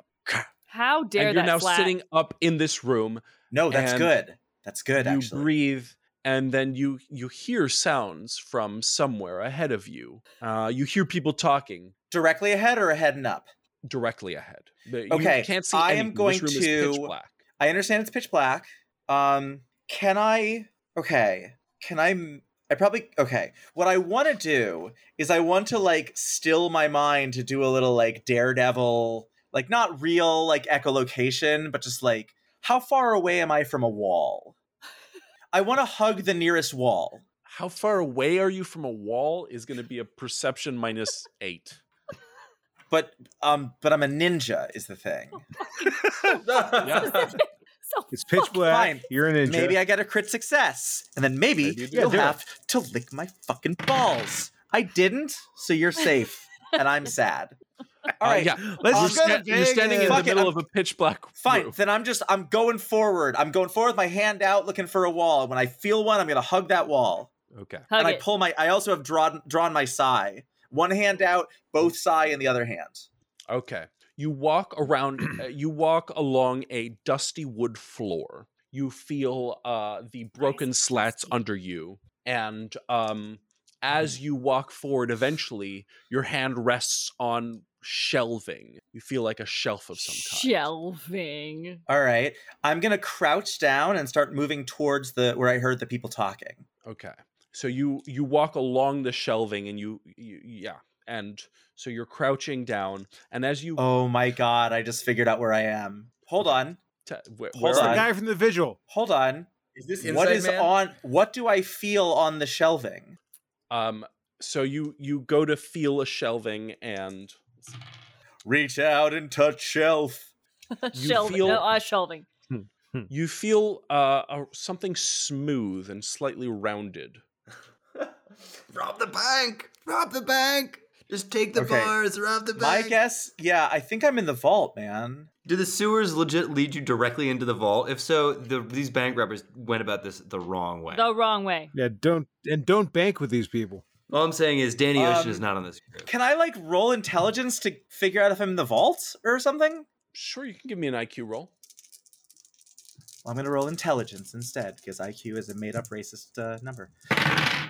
Speaker 4: How dare
Speaker 1: and you're
Speaker 4: that
Speaker 1: now
Speaker 4: slap.
Speaker 1: sitting up in this room.
Speaker 3: No, that's
Speaker 1: And
Speaker 3: good. That's good.
Speaker 1: you
Speaker 3: actually,
Speaker 1: breathe, and then you you hear sounds from somewhere ahead of you. Uh, you hear people talking
Speaker 3: directly ahead or ahead and up.
Speaker 1: directly ahead. The-
Speaker 3: Okay,
Speaker 1: you can't see
Speaker 3: I
Speaker 1: anything.
Speaker 3: am going
Speaker 1: this room is pitch
Speaker 3: to-
Speaker 1: black.
Speaker 3: I understand it's pitch black. Um, can I? Okay, can I? m- I probably okay. What I want to do is I want to like still my mind to do a little like daredevil, like not real like echolocation, but just like how far away am I from a wall? I want to hug the nearest wall.
Speaker 1: How far away are you from a wall is going to be a perception minus eight.
Speaker 3: But um, but I'm a ninja is the thing.
Speaker 4: So
Speaker 5: It's pitch black.
Speaker 3: Fine.
Speaker 5: You're an ninja.
Speaker 3: Maybe I get a crit success, and then maybe
Speaker 5: Maybe you do.
Speaker 3: you'll
Speaker 5: Yeah, do it.
Speaker 3: have to lick my fucking balls. I didn't, so you're safe, and I'm sad. All
Speaker 1: Uh,
Speaker 3: right,
Speaker 1: yeah,
Speaker 5: Let's
Speaker 1: you're,
Speaker 5: just go
Speaker 1: sta-
Speaker 5: to
Speaker 1: you're standing in the
Speaker 3: Fuck it,
Speaker 1: middle of
Speaker 3: I'm-
Speaker 1: a pitch black
Speaker 3: fine.
Speaker 1: room.
Speaker 3: Then I'm just I'm going forward. I'm going forward with my hand out, looking for a wall. When I feel one, I'm gonna hug that wall,
Speaker 1: Okay.
Speaker 4: hug
Speaker 3: and I
Speaker 4: it.
Speaker 3: pull my. I also have drawn drawn my sigh. One hand out, both sigh in the other hand.
Speaker 1: Okay. You walk around, uh, you walk along a dusty wood floor. You feel uh, the broken slats under you. And
Speaker 3: Mm-hmm.
Speaker 1: um, as you walk forward, eventually, your hand rests on shelving. You feel like a shelf of some kind.
Speaker 4: Shelving.
Speaker 3: All right, I'm gonna crouch down and start moving towards the where I heard the people talking.
Speaker 1: Okay. So you you walk along the shelving and you, you yeah. And so you're crouching down. And as you.
Speaker 3: Oh my god, I just figured out where I am. Hold on.
Speaker 1: t- where-
Speaker 3: hold
Speaker 1: where
Speaker 5: It's the
Speaker 1: are
Speaker 3: on.
Speaker 1: you?
Speaker 5: guy from the visual.
Speaker 3: Hold on.
Speaker 6: Is this
Speaker 3: what
Speaker 6: Inside
Speaker 3: is
Speaker 6: Man?
Speaker 3: on what do I feel on the shelving?
Speaker 1: Um, so you you go to feel a shelving and
Speaker 3: Reach out and touch shelf.
Speaker 1: You
Speaker 4: shelving.
Speaker 1: feel-
Speaker 4: No, uh, shelving.
Speaker 3: Mm.
Speaker 1: you feel uh, a, something smooth and slightly rounded.
Speaker 6: rob the bank! Rob the bank! Just take the
Speaker 3: Okay.
Speaker 6: bars, rob the
Speaker 3: My
Speaker 6: bank.
Speaker 3: guess, yeah, I think I'm in the vault, man.
Speaker 2: Do the sewers legit lead you directly into the vault? If so, the, these bank robbers went about this the wrong way.
Speaker 4: The wrong way.
Speaker 5: Yeah, don't and don't bank with these people.
Speaker 2: All I'm saying is Danny Ocean
Speaker 3: Um,
Speaker 2: is not on this group.
Speaker 3: Can I like roll intelligence to figure out if I'm in the vault or something?
Speaker 1: Sure, you can give me an IQ roll.
Speaker 3: I'm gonna roll intelligence instead because IQ is a made up racist uh, number.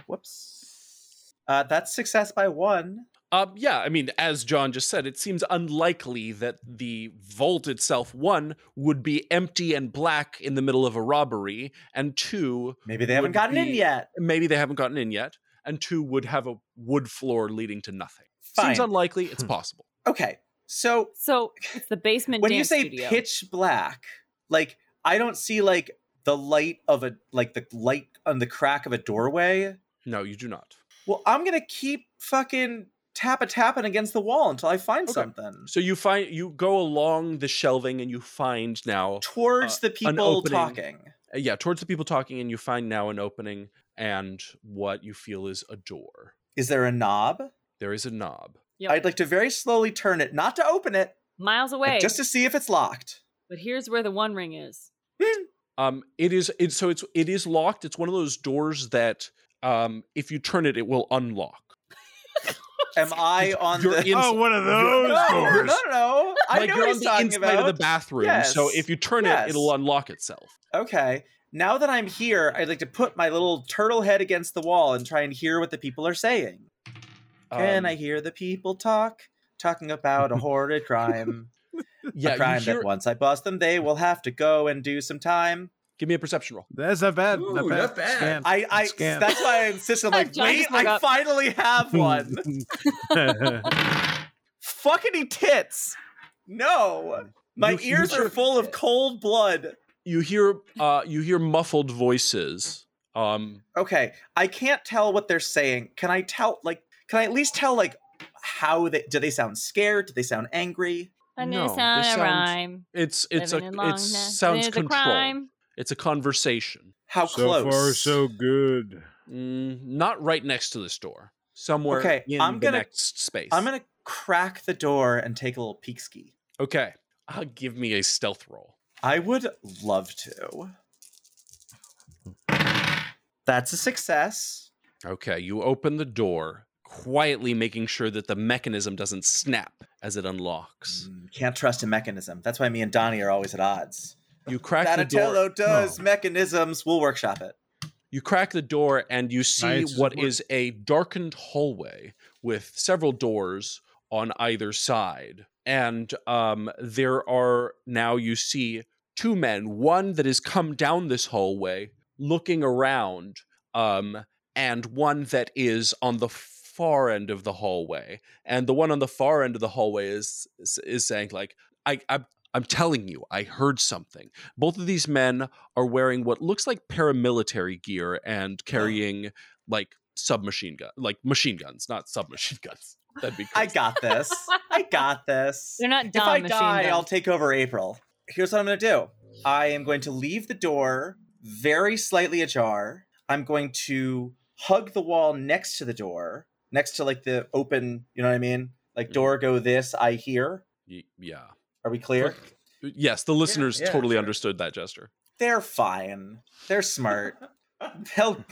Speaker 3: Whoops. Uh, that's success by one.
Speaker 1: Um, yeah, I mean, as John just said, it seems unlikely that the vault itself, one, would be empty and black in the middle of a robbery, and two,
Speaker 3: Maybe they haven't
Speaker 1: Would
Speaker 3: gotten in
Speaker 1: be-
Speaker 3: yet.
Speaker 1: maybe they haven't gotten in yet, and two, would have a wood floor leading to nothing.
Speaker 3: Fine. Hmm.
Speaker 1: Seems unlikely, it's possible.
Speaker 3: okay. So
Speaker 4: So it's the basement
Speaker 3: when you
Speaker 4: dance
Speaker 3: say
Speaker 4: studio.
Speaker 3: pitch black like i don't see like the light of a like the light on the crack of a doorway
Speaker 1: No, you do not.
Speaker 3: well i'm gonna keep fucking tap a tapping against the wall until i find
Speaker 1: Okay.
Speaker 3: something
Speaker 1: So you find you go along the shelving and you find now
Speaker 3: towards the people
Speaker 1: uh, opening.
Speaker 3: talking
Speaker 1: uh, yeah, towards the people talking, and you find now an opening and what you feel is a door.
Speaker 3: is there a knob
Speaker 1: There is a knob.
Speaker 4: Yep.
Speaker 3: i'd like to very slowly turn it not to open it
Speaker 4: Miles
Speaker 3: but
Speaker 4: away.
Speaker 3: just to see if it's locked
Speaker 4: But here's where the one ring is.
Speaker 1: Um, it is it so it's it is locked. It's one of those doors that um, if you turn it, it will unlock.
Speaker 3: am i on
Speaker 1: You're
Speaker 3: the
Speaker 1: in-
Speaker 10: Oh, one of those
Speaker 3: no, no
Speaker 10: doors.
Speaker 3: no no i
Speaker 1: like
Speaker 3: know
Speaker 1: you're
Speaker 3: what
Speaker 1: on
Speaker 3: he's
Speaker 1: the
Speaker 3: talking
Speaker 1: inside
Speaker 3: about
Speaker 1: of the bathroom. So
Speaker 3: Yes.
Speaker 1: if you turn it, it'll
Speaker 3: Yes.
Speaker 1: unlock itself.
Speaker 3: Okay. Now that I'm here, I'd like to put my little turtle head against the wall and try and hear what the people are saying.
Speaker 1: Um,
Speaker 3: Can I hear the people talk? Talking about a horrid crime. a
Speaker 1: Yeah,
Speaker 3: crime
Speaker 1: you hear,
Speaker 3: that once I bust them, they will have to go and do some time.
Speaker 1: give me a perception roll.
Speaker 5: That's not bad.
Speaker 6: Ooh,
Speaker 5: not bad.
Speaker 6: not bad.
Speaker 5: Scan.
Speaker 3: I, I
Speaker 5: Scam.
Speaker 3: that's why I insisted. I'm like,
Speaker 4: John
Speaker 3: wait,
Speaker 4: just woke
Speaker 3: I
Speaker 4: up.
Speaker 3: finally have one. Fuckity tits. No. My
Speaker 1: You- you
Speaker 3: ears are
Speaker 1: sure-
Speaker 3: full of cold blood.
Speaker 1: You hear uh, you hear muffled voices. Um,
Speaker 3: Okay. I can't tell what they're saying. Can I tell like can I at least tell like how they do they sound scared? Do they sound angry?
Speaker 4: A
Speaker 1: No,
Speaker 4: new
Speaker 1: they
Speaker 4: sound,
Speaker 1: sound-
Speaker 4: a rhyme.
Speaker 1: it's it's a
Speaker 4: Living in
Speaker 1: it
Speaker 4: Longness,
Speaker 1: sounds
Speaker 4: it's a
Speaker 1: controlled.
Speaker 4: crime.
Speaker 1: It's a conversation.
Speaker 3: How
Speaker 5: so
Speaker 3: close?
Speaker 5: far, so good.
Speaker 1: Mm, not right next to this door. Somewhere
Speaker 3: Okay,
Speaker 1: in
Speaker 3: I'm
Speaker 1: the
Speaker 3: gonna-
Speaker 1: next space.
Speaker 3: I'm gonna crack the door and take a little peek ski.
Speaker 1: Okay. Uh, give me a stealth roll.
Speaker 3: I would love to. That's a success.
Speaker 1: Okay, you open the door, quietly making sure that the mechanism doesn't snap as it unlocks.
Speaker 3: Mm, Can't trust a mechanism. That's why me and Donnie are always at odds.
Speaker 1: You crack the door.
Speaker 3: Mm. Donatello does mechanisms. We'll workshop it.
Speaker 1: You crack the door and you see
Speaker 10: Science is
Speaker 1: what
Speaker 10: important.
Speaker 1: is a darkened hallway with several doors on either side. And um, there are now you see two men, one that has come down this hallway looking around, um, and one that is on the far end of the hallway. And the one on the far end of the hallway is is, is saying like, I, I'm I'm telling you, I heard something. Both of these men are wearing what looks like paramilitary gear and carrying like submachine gun, like machine guns, not submachine guns. That'd be
Speaker 3: I
Speaker 1: crazy.
Speaker 3: got this. I got this.
Speaker 4: They're not
Speaker 3: if I
Speaker 4: dumb machine
Speaker 3: die,
Speaker 4: guns.
Speaker 3: I'll take over April. Here's what I'm going to do I am going to leave the door very slightly ajar. I'm going to hug the wall next to the door, next to like the open, you know what I mean? Like,
Speaker 1: Mhm.
Speaker 3: door go this, I hear.
Speaker 1: Y- yeah.
Speaker 3: Are we clear?
Speaker 1: Yes, the listeners
Speaker 2: yeah,
Speaker 1: totally
Speaker 2: sure.
Speaker 1: understood that gesture.
Speaker 3: They're fine. They're smart. They'll.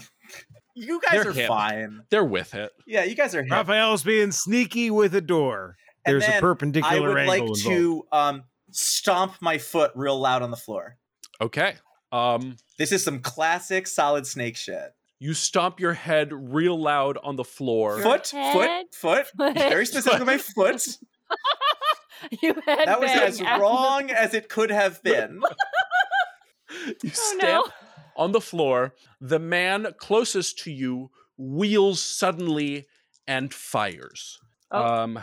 Speaker 3: You guys
Speaker 1: They're
Speaker 3: are
Speaker 1: hip.
Speaker 3: fine.
Speaker 1: They're with it.
Speaker 3: Yeah, you guys are hip.
Speaker 10: Raphael's being sneaky with a door.
Speaker 3: And
Speaker 10: There's a
Speaker 3: then I
Speaker 10: perpendicular
Speaker 3: would like
Speaker 10: angle involved.
Speaker 3: to um, stomp my foot real loud on the floor.
Speaker 1: Okay. Um,
Speaker 3: This is some classic solid snake shit.
Speaker 1: you stomp your head real loud on the floor.
Speaker 4: Your
Speaker 3: foot,
Speaker 4: head,
Speaker 3: foot, foot.
Speaker 4: foot.
Speaker 3: Very specifically, my foot.
Speaker 4: you had
Speaker 3: That was as wrong as it could have been.
Speaker 1: You
Speaker 4: Oh,
Speaker 1: stamp
Speaker 4: no.
Speaker 1: on the floor. The man closest to you wheels suddenly and fires.
Speaker 4: Oh.
Speaker 1: Um,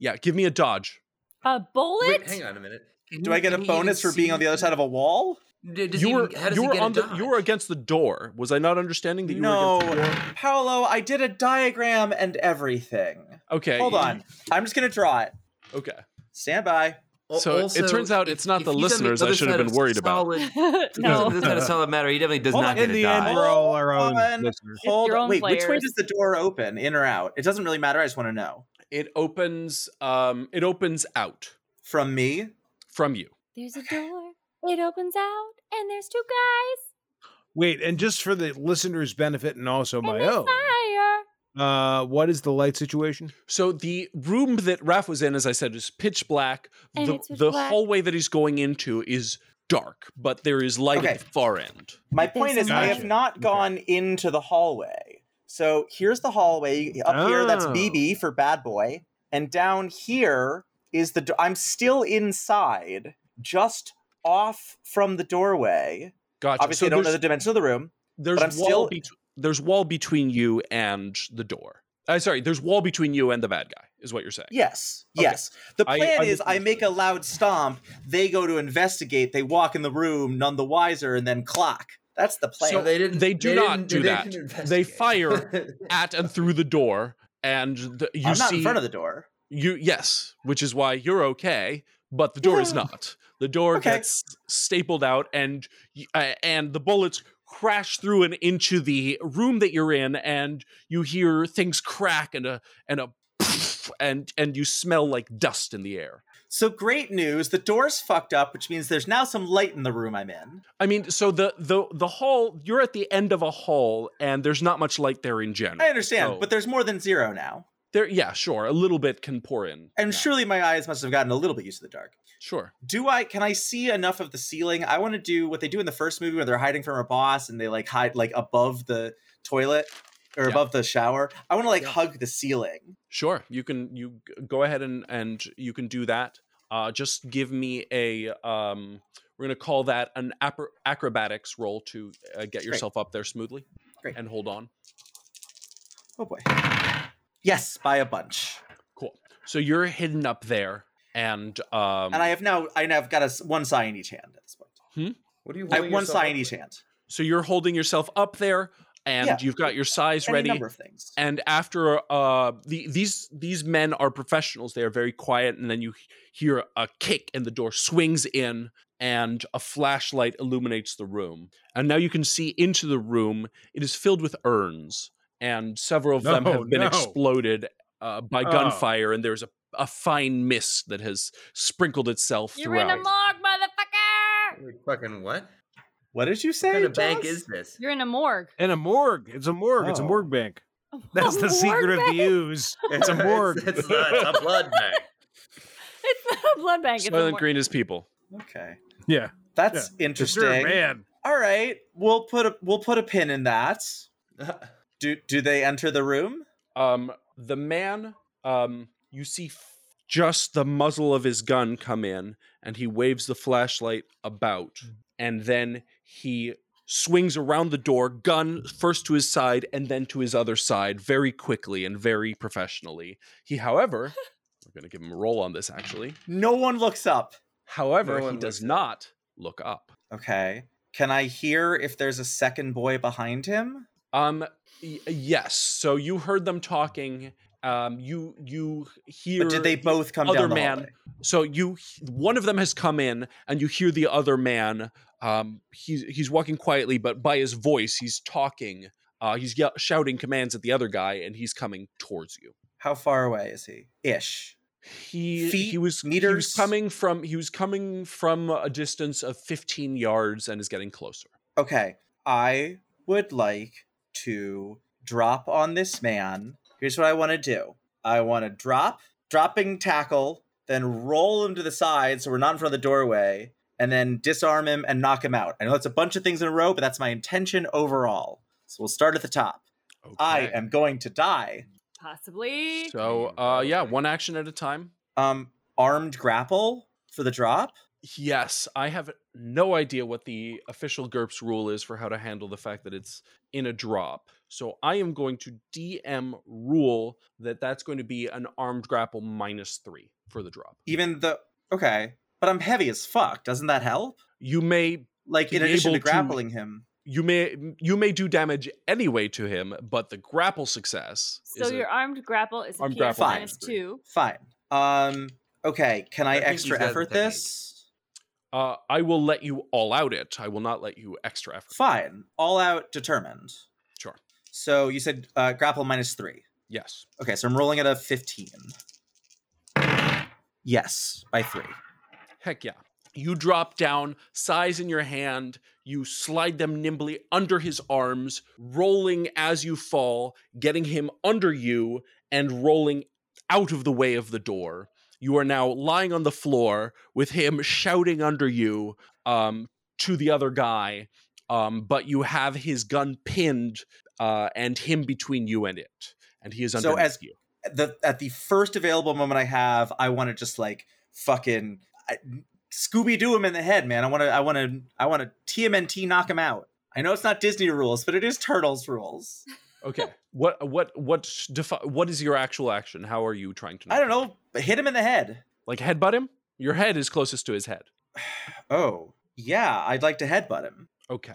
Speaker 1: yeah, give me a dodge.
Speaker 4: A bullet?
Speaker 2: Wait, hang on a minute. Can
Speaker 3: Do
Speaker 2: he-
Speaker 3: I get a
Speaker 2: can he
Speaker 3: bonus
Speaker 2: even
Speaker 3: for being on the
Speaker 2: see-
Speaker 3: other side of a wall?
Speaker 2: D- Does
Speaker 1: you
Speaker 2: he even-
Speaker 1: were
Speaker 2: how does
Speaker 1: you
Speaker 2: he
Speaker 1: were
Speaker 2: get a
Speaker 1: on the
Speaker 2: dodge?
Speaker 1: you were against the door. Was I not understanding that you
Speaker 3: No,
Speaker 1: were against the door?
Speaker 3: Paolo, I did a diagram and everything.
Speaker 1: Okay.
Speaker 3: Hold on. I'm just going to draw it.
Speaker 1: Okay.
Speaker 3: Stand by.
Speaker 2: Al-
Speaker 1: So it turns out it's not the
Speaker 2: he's on
Speaker 1: listeners I
Speaker 2: other
Speaker 1: should have
Speaker 2: side
Speaker 1: been
Speaker 2: of
Speaker 1: worried about.
Speaker 2: solid-
Speaker 4: no.
Speaker 2: That's not a solid matter. He definitely does
Speaker 3: Hold
Speaker 2: not
Speaker 3: on,
Speaker 2: get
Speaker 10: In
Speaker 2: a
Speaker 10: the
Speaker 2: dodge.
Speaker 10: end, we're all our
Speaker 3: Hold
Speaker 10: own
Speaker 3: on.
Speaker 10: listeners.
Speaker 3: Hold
Speaker 4: your
Speaker 3: on.
Speaker 4: own
Speaker 3: Wait, which way
Speaker 4: players.
Speaker 3: does the door open? In or out? It doesn't really matter. I just want to know.
Speaker 1: It opens um it opens out
Speaker 3: From me?
Speaker 1: from you.
Speaker 4: There's a door. It opens out, and there's two guys.
Speaker 10: Wait, and just for the listeners' benefit and also
Speaker 4: and
Speaker 10: my
Speaker 4: they
Speaker 10: own,
Speaker 4: fire.
Speaker 10: uh, what is the light situation?
Speaker 1: So the room that Raph was in, as I said, is pitch black.
Speaker 4: And
Speaker 1: the
Speaker 4: it's pitch
Speaker 1: the
Speaker 4: black.
Speaker 1: hallway that he's going into is dark, but there is light
Speaker 3: Okay.
Speaker 1: at the far end.
Speaker 3: My point is, I
Speaker 10: Gotcha.
Speaker 3: have not gone into the hallway. So here's the hallway. Up here, that's
Speaker 10: Oh.
Speaker 3: BB for bad boy. And down here is the door. I'm still inside, just off from the doorway.
Speaker 1: Gotcha.
Speaker 3: Obviously, I
Speaker 1: so
Speaker 3: don't know the
Speaker 1: there's,
Speaker 3: dimension of the room.
Speaker 1: there's
Speaker 3: but I'm
Speaker 1: wall
Speaker 3: still-
Speaker 1: bet- there's wall between you and the door. Uh, sorry, there's wall between you and the bad guy, is what you're saying.
Speaker 3: Yes,
Speaker 1: Okay.
Speaker 3: yes. The
Speaker 1: I-
Speaker 3: plan
Speaker 1: I
Speaker 3: is I
Speaker 1: misunderstood.
Speaker 3: make a loud stomp. They go to investigate. They walk in the room, none the wiser, and then clock. That's the plan.
Speaker 2: So they didn't.
Speaker 1: They do not
Speaker 2: didn't-
Speaker 1: do
Speaker 2: they
Speaker 1: that.
Speaker 2: didn't
Speaker 1: They
Speaker 2: investigate.
Speaker 1: fire At and through the door, and the, you
Speaker 3: I'm
Speaker 1: see
Speaker 3: not in front of the door.
Speaker 1: You yes, which is why you're okay, but the door is
Speaker 3: Yeah.
Speaker 1: not. The door
Speaker 3: Okay.
Speaker 1: gets stapled out, and y- uh, and the bullets crash through and into the room that you're in, and you hear things crack and a and a poof, and and you smell like dust in the air.
Speaker 3: So great news. The door's fucked up, which means there's now some light in the room I'm in.
Speaker 1: I mean, so the the the hall you're at the end of a hall, and there's not much light there in general.
Speaker 3: I understand,
Speaker 1: So-
Speaker 3: but there's more than zero now.
Speaker 1: There, yeah, sure, a little bit can pour in,
Speaker 3: And
Speaker 1: now.
Speaker 3: surely my eyes must have gotten a little bit used to the dark.
Speaker 1: sure.
Speaker 3: Do I can I see enough of the ceiling? I want to do what they do in the first movie where they're hiding from a boss and they like hide like above the toilet or
Speaker 1: Yeah.
Speaker 3: above the shower. I want to like
Speaker 1: Yeah.
Speaker 3: hug the ceiling.
Speaker 1: Sure, you can you g- go ahead and and you can do that. Uh, just give me a um, we're gonna call that an apro- acrobatics roll to uh, get yourself up there smoothly.
Speaker 3: Great.
Speaker 1: And hold on.
Speaker 3: Oh boy. Yes, by a bunch.
Speaker 1: Cool. So you're hidden up there, and um,
Speaker 3: And I have now I now have got a s- one sign in each hand at this point.
Speaker 2: What do you?
Speaker 3: I
Speaker 2: holding
Speaker 3: have one
Speaker 2: yourself
Speaker 3: sign
Speaker 2: up
Speaker 3: in each
Speaker 2: with?
Speaker 3: hand.
Speaker 1: so you're holding yourself up there, and
Speaker 3: Yeah.
Speaker 1: you've got your size
Speaker 3: Any
Speaker 1: ready.
Speaker 3: number of things.
Speaker 1: and after uh the, these these men are professionals they are very quiet and then you h- hear a kick and the door swings in and a flashlight illuminates the room and now you can see into the room it is filled with urns and several of them
Speaker 10: No,
Speaker 1: have been
Speaker 10: no.
Speaker 1: exploded uh, by
Speaker 10: Oh.
Speaker 1: gunfire and there's a, a fine mist that has sprinkled itself
Speaker 4: You're in
Speaker 1: throughout
Speaker 4: a morgue, motherfucker.
Speaker 2: Wait, Fucking what?
Speaker 3: What did you say?
Speaker 2: What kind of bank
Speaker 3: Joss?
Speaker 2: is this?
Speaker 4: You're in a morgue.
Speaker 10: And a morgue. It's a morgue. It's a
Speaker 3: Oh.
Speaker 10: morgue bank. That's the secret of the ooze. It's a morgue.
Speaker 2: it's, it's not- it's a blood bank.
Speaker 4: It's not a blood bank. It's a
Speaker 1: Soylent
Speaker 4: morgue.
Speaker 1: Green is people.
Speaker 3: Okay,
Speaker 10: Yeah.
Speaker 3: that's
Speaker 10: It's your
Speaker 3: interesting.
Speaker 10: man.
Speaker 3: All right, we'll put a we'll put a pin in that. Do do they enter the room?
Speaker 1: Um, the man, um, you see f- just the muzzle of his gun come in, and he waves the flashlight about,
Speaker 3: Mm.
Speaker 1: and then he swings around the door, gun first to his side and then to his other side, very quickly and very professionally. He, however, we're going to give him a roll on this actually.
Speaker 3: No one looks up.
Speaker 1: However,
Speaker 2: No
Speaker 1: he
Speaker 2: one
Speaker 1: does
Speaker 2: looks up.
Speaker 1: not look up.
Speaker 3: Okay. Can I hear if there's a second boy behind him?
Speaker 1: Um, y- yes. So you heard them talking. Um, you you hear.
Speaker 3: But did they both come
Speaker 1: other
Speaker 3: down the
Speaker 1: man-
Speaker 3: hallway?
Speaker 1: So you, one of them has come in, and you hear the other man. Um, he's he's walking quietly, but by his voice, he's talking. Uh, he's ye- shouting commands at the other guy, and he's coming towards you.
Speaker 3: How far away is he? Ish.
Speaker 1: He he
Speaker 3: Feet,
Speaker 1: was he was
Speaker 3: meters?
Speaker 1: coming from he was coming from a distance of fifteen yards and is getting closer.
Speaker 3: Okay. I would like to drop on this man. Here's what I want to do. I want to drop, dropping tackle, then roll him to the side so we're not in front of the doorway, and then disarm him and knock him out. I know that's a bunch of things in a row, but that's my intention overall. So we'll start at the top. I
Speaker 2: Okay.
Speaker 3: am going to die.
Speaker 4: Possibly.
Speaker 1: So uh, yeah, one action at a time.
Speaker 3: Um, armed grapple for the drop.
Speaker 1: Yes, I have no idea what the official GURPS rule is for how to handle the fact that it's in a drop. So I am going to DM rule that that's going to be an armed grapple minus three for the drop.
Speaker 3: Even the okay, but I'm heavy as fuck. Doesn't that help?
Speaker 1: You may
Speaker 3: Like in
Speaker 1: Be
Speaker 3: addition
Speaker 1: able
Speaker 3: to
Speaker 1: to-
Speaker 3: grappling him.
Speaker 1: you may you may do damage anyway to him, but the grapple success.
Speaker 4: So
Speaker 1: is a-
Speaker 4: your armed grapple is a
Speaker 1: Armed
Speaker 4: PS
Speaker 1: grapple
Speaker 4: minus
Speaker 1: minus three.
Speaker 4: two.
Speaker 3: Fine. Um. Okay. Can
Speaker 2: I
Speaker 3: I,
Speaker 2: think he's
Speaker 3: extra
Speaker 2: got the
Speaker 3: effort
Speaker 2: technique.
Speaker 3: this?
Speaker 1: uh, I will let you all out it. I will not let you extra effort.
Speaker 3: Fine. All out determined.
Speaker 1: Sure.
Speaker 3: So you said uh, grapple minus three.
Speaker 1: Yes.
Speaker 3: Okay, so I'm rolling at a fifteen. Yes, by three.
Speaker 1: Heck yeah. You drop down, size in your hand, you slide them nimbly under his arms, rolling as you fall, getting him under you and rolling out of the way of the door. You are now lying on the floor with him shouting under you um, to the other guy, um, but you have his gun pinned uh, and him between you and it. And he is
Speaker 3: So
Speaker 1: under
Speaker 3: as-
Speaker 1: you.
Speaker 3: At The at the first available moment I have, I want to just like fucking Scooby Doo him in the head, man. I want to. I want to. I want to TMNT knock him out. I know it's not Disney rules, but it is Turtles rules.
Speaker 1: Okay. what what what defi- what is your actual action? How are you trying to
Speaker 3: I don't know. But hit him in the head.
Speaker 1: Like headbutt him? Your head is closest to his head.
Speaker 3: Oh yeah, I'd like to headbutt him.
Speaker 1: Okay.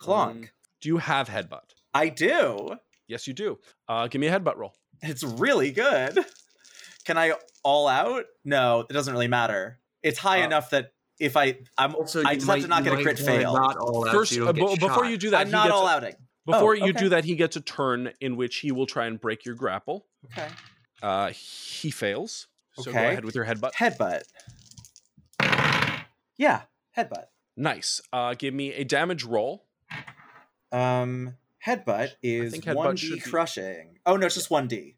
Speaker 3: Clonk.
Speaker 1: Um, do you have headbutt?
Speaker 3: Mm. I do.
Speaker 1: Yes, you do. Uh, give me a headbutt roll.
Speaker 3: It's really good. Can I all out? No, it doesn't really matter. It's high
Speaker 1: Oh.
Speaker 2: Uh,
Speaker 3: enough that if I I'm
Speaker 2: Also,
Speaker 3: I
Speaker 2: you
Speaker 3: just have
Speaker 2: might-
Speaker 3: to not
Speaker 2: you
Speaker 3: get a
Speaker 2: might
Speaker 3: crit
Speaker 2: wanna
Speaker 3: fail.
Speaker 2: Not all out, so
Speaker 1: First,
Speaker 2: you
Speaker 1: uh,
Speaker 2: don't get
Speaker 1: b- before
Speaker 2: shot.
Speaker 1: you do that,
Speaker 3: I'm
Speaker 1: he
Speaker 3: not
Speaker 1: gets
Speaker 3: all
Speaker 1: a-
Speaker 3: outing.
Speaker 1: before
Speaker 3: Oh,
Speaker 1: you
Speaker 3: okay.
Speaker 1: do that, he gets a turn in which he will try and break your grapple.
Speaker 3: Okay.
Speaker 1: Uh, he fails. So go
Speaker 3: Okay.
Speaker 1: ahead with your headbutt.
Speaker 3: Headbutt. Yeah, headbutt.
Speaker 1: Nice. Uh, give me a damage roll.
Speaker 3: Um, headbutt is
Speaker 1: think headbutt
Speaker 3: one D
Speaker 1: should be-
Speaker 3: crushing. Oh no, it's just one D.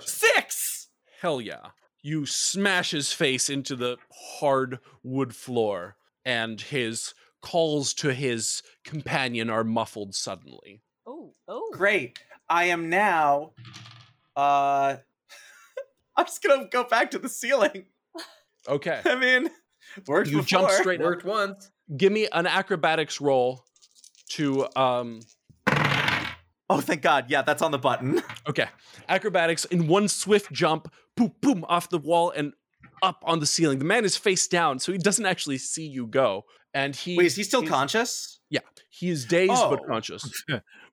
Speaker 3: Six.
Speaker 1: Hell yeah. You smash his face into the hard wood floor, and his calls to his companion are muffled suddenly.
Speaker 4: Oh, oh.
Speaker 3: Great. I am now. Uh, I'm just gonna go back to the ceiling.
Speaker 1: Okay.
Speaker 3: I mean, worked
Speaker 1: You jump
Speaker 3: before.
Speaker 1: straight up.
Speaker 2: Worked once.
Speaker 1: give me an acrobatics roll to um
Speaker 3: Oh, thank God. Yeah, that's on the button.
Speaker 1: okay acrobatics in one swift jump poop boom off the wall and up on the ceiling the man is face down so he doesn't actually see you go and he
Speaker 3: Wait, is he still
Speaker 1: he's-
Speaker 3: conscious?
Speaker 1: he is dazed but
Speaker 3: Oh.
Speaker 1: conscious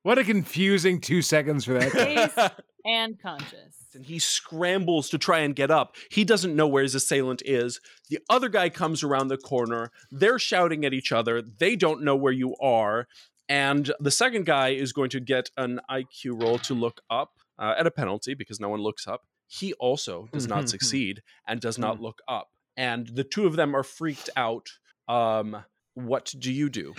Speaker 10: What a confusing two seconds for that.
Speaker 4: Dazed. And conscious.
Speaker 1: and he scrambles to try and get up he doesn't know where his assailant is the other guy comes around the corner they're shouting at each other they don't know where you are and the second guy is going to get an iq roll to look up uh, at a penalty because no one looks up. He also does not succeed and does not look up. And the two of them are freaked out. Um, What do you do?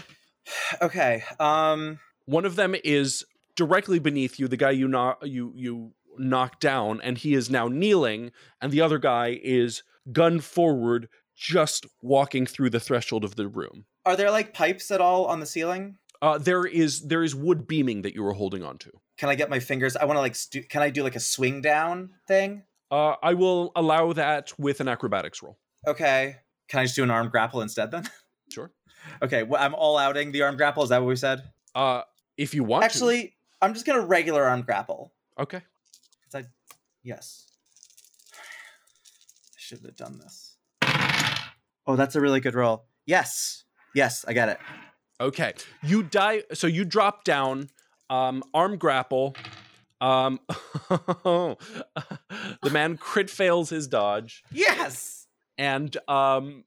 Speaker 3: Okay. Um.
Speaker 1: One of them is directly beneath you, the guy you knock you you knocked down, and he is now kneeling, and the other guy is gun forward, just walking through the threshold of the room.
Speaker 3: Are there like pipes at all on the ceiling?
Speaker 1: Uh, there is there is wood beaming that you were holding onto.
Speaker 3: Can I get my fingers? I want to like. Stu- can I do like a swing down thing?
Speaker 1: Uh, I will allow that with an acrobatics roll.
Speaker 3: Okay. Can I just do an arm grapple instead then?
Speaker 1: Sure.
Speaker 3: Okay. Well, I'm all outing the arm grapple. Is that what we said?
Speaker 1: Uh, if you want. to.
Speaker 3: Actually, I'm just gonna regular arm grapple.
Speaker 1: Okay.
Speaker 3: 'Cause I, yes. I shouldn't have done this. Oh, that's a really good roll. Yes. Yes, I get it.
Speaker 1: Okay. You die. So you drop down, um, arm grapple. Um, the man crit fails his dodge,
Speaker 3: Yes.
Speaker 1: and um,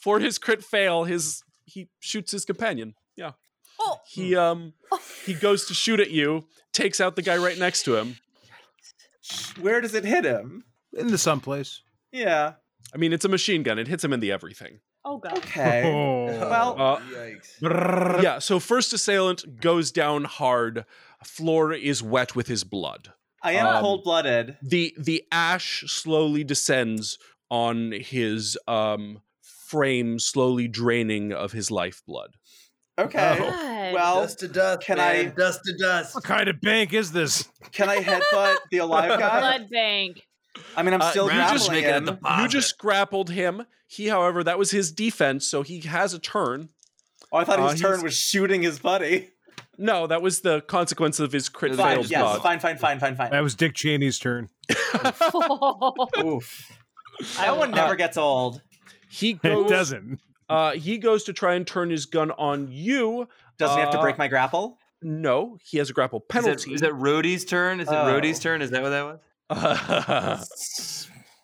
Speaker 1: for his crit fail, his he shoots his companion. Yeah.
Speaker 4: Oh.
Speaker 1: He um he goes to shoot at you, takes out the guy right next to him.
Speaker 3: Where does it hit him?
Speaker 5: into someplace.
Speaker 3: Yeah.
Speaker 1: I mean, it's a machine gun. It hits him in the everything.
Speaker 4: Oh god.
Speaker 3: Okay.
Speaker 10: Oh.
Speaker 5: Oh.
Speaker 3: Well,
Speaker 1: Uh,
Speaker 6: yikes.
Speaker 5: Brrr.
Speaker 1: yeah. So first assailant goes down hard. Floor is wet with his blood.
Speaker 3: I am
Speaker 1: um,
Speaker 3: cold blooded.
Speaker 1: the the ash slowly descends on his um frame slowly draining of his lifeblood
Speaker 3: Okay.
Speaker 1: Oh,
Speaker 4: God.
Speaker 3: Well,
Speaker 6: dust to dust.
Speaker 3: can
Speaker 6: man.
Speaker 3: I-
Speaker 6: Dust to dust.
Speaker 5: What kind of bank is this?
Speaker 3: can I headbutt the alive guy?
Speaker 4: blood bank.
Speaker 3: I mean, I'm
Speaker 1: Uh,
Speaker 3: still
Speaker 1: you
Speaker 3: grappling
Speaker 1: just
Speaker 6: make it a
Speaker 3: him.
Speaker 6: deposit.
Speaker 1: you just grappled him he however that was his defense so he has a turn
Speaker 3: Oh, I thought
Speaker 1: Uh,
Speaker 3: his
Speaker 1: he's-
Speaker 3: turn was shooting his buddy.
Speaker 1: no that was the consequence of his crit
Speaker 2: Fine,
Speaker 1: failed
Speaker 3: Fine.
Speaker 2: fails
Speaker 3: Yes.
Speaker 1: dodge.
Speaker 3: Fine. Fine. Fine. Fine.
Speaker 5: That
Speaker 3: Fine.
Speaker 5: was Dick Cheney's turn.
Speaker 3: Oof. That one never gets old.
Speaker 1: he goes
Speaker 5: It doesn't.
Speaker 1: uh he goes to try and turn his gun on you
Speaker 3: Doesn't he have to
Speaker 1: uh,
Speaker 3: break my grapple?
Speaker 1: no he has a grapple
Speaker 2: Is
Speaker 1: penalty
Speaker 2: it, is it Rhodey's turn? Is it
Speaker 3: Oh.
Speaker 2: Rhodey's turn? Is that what that was?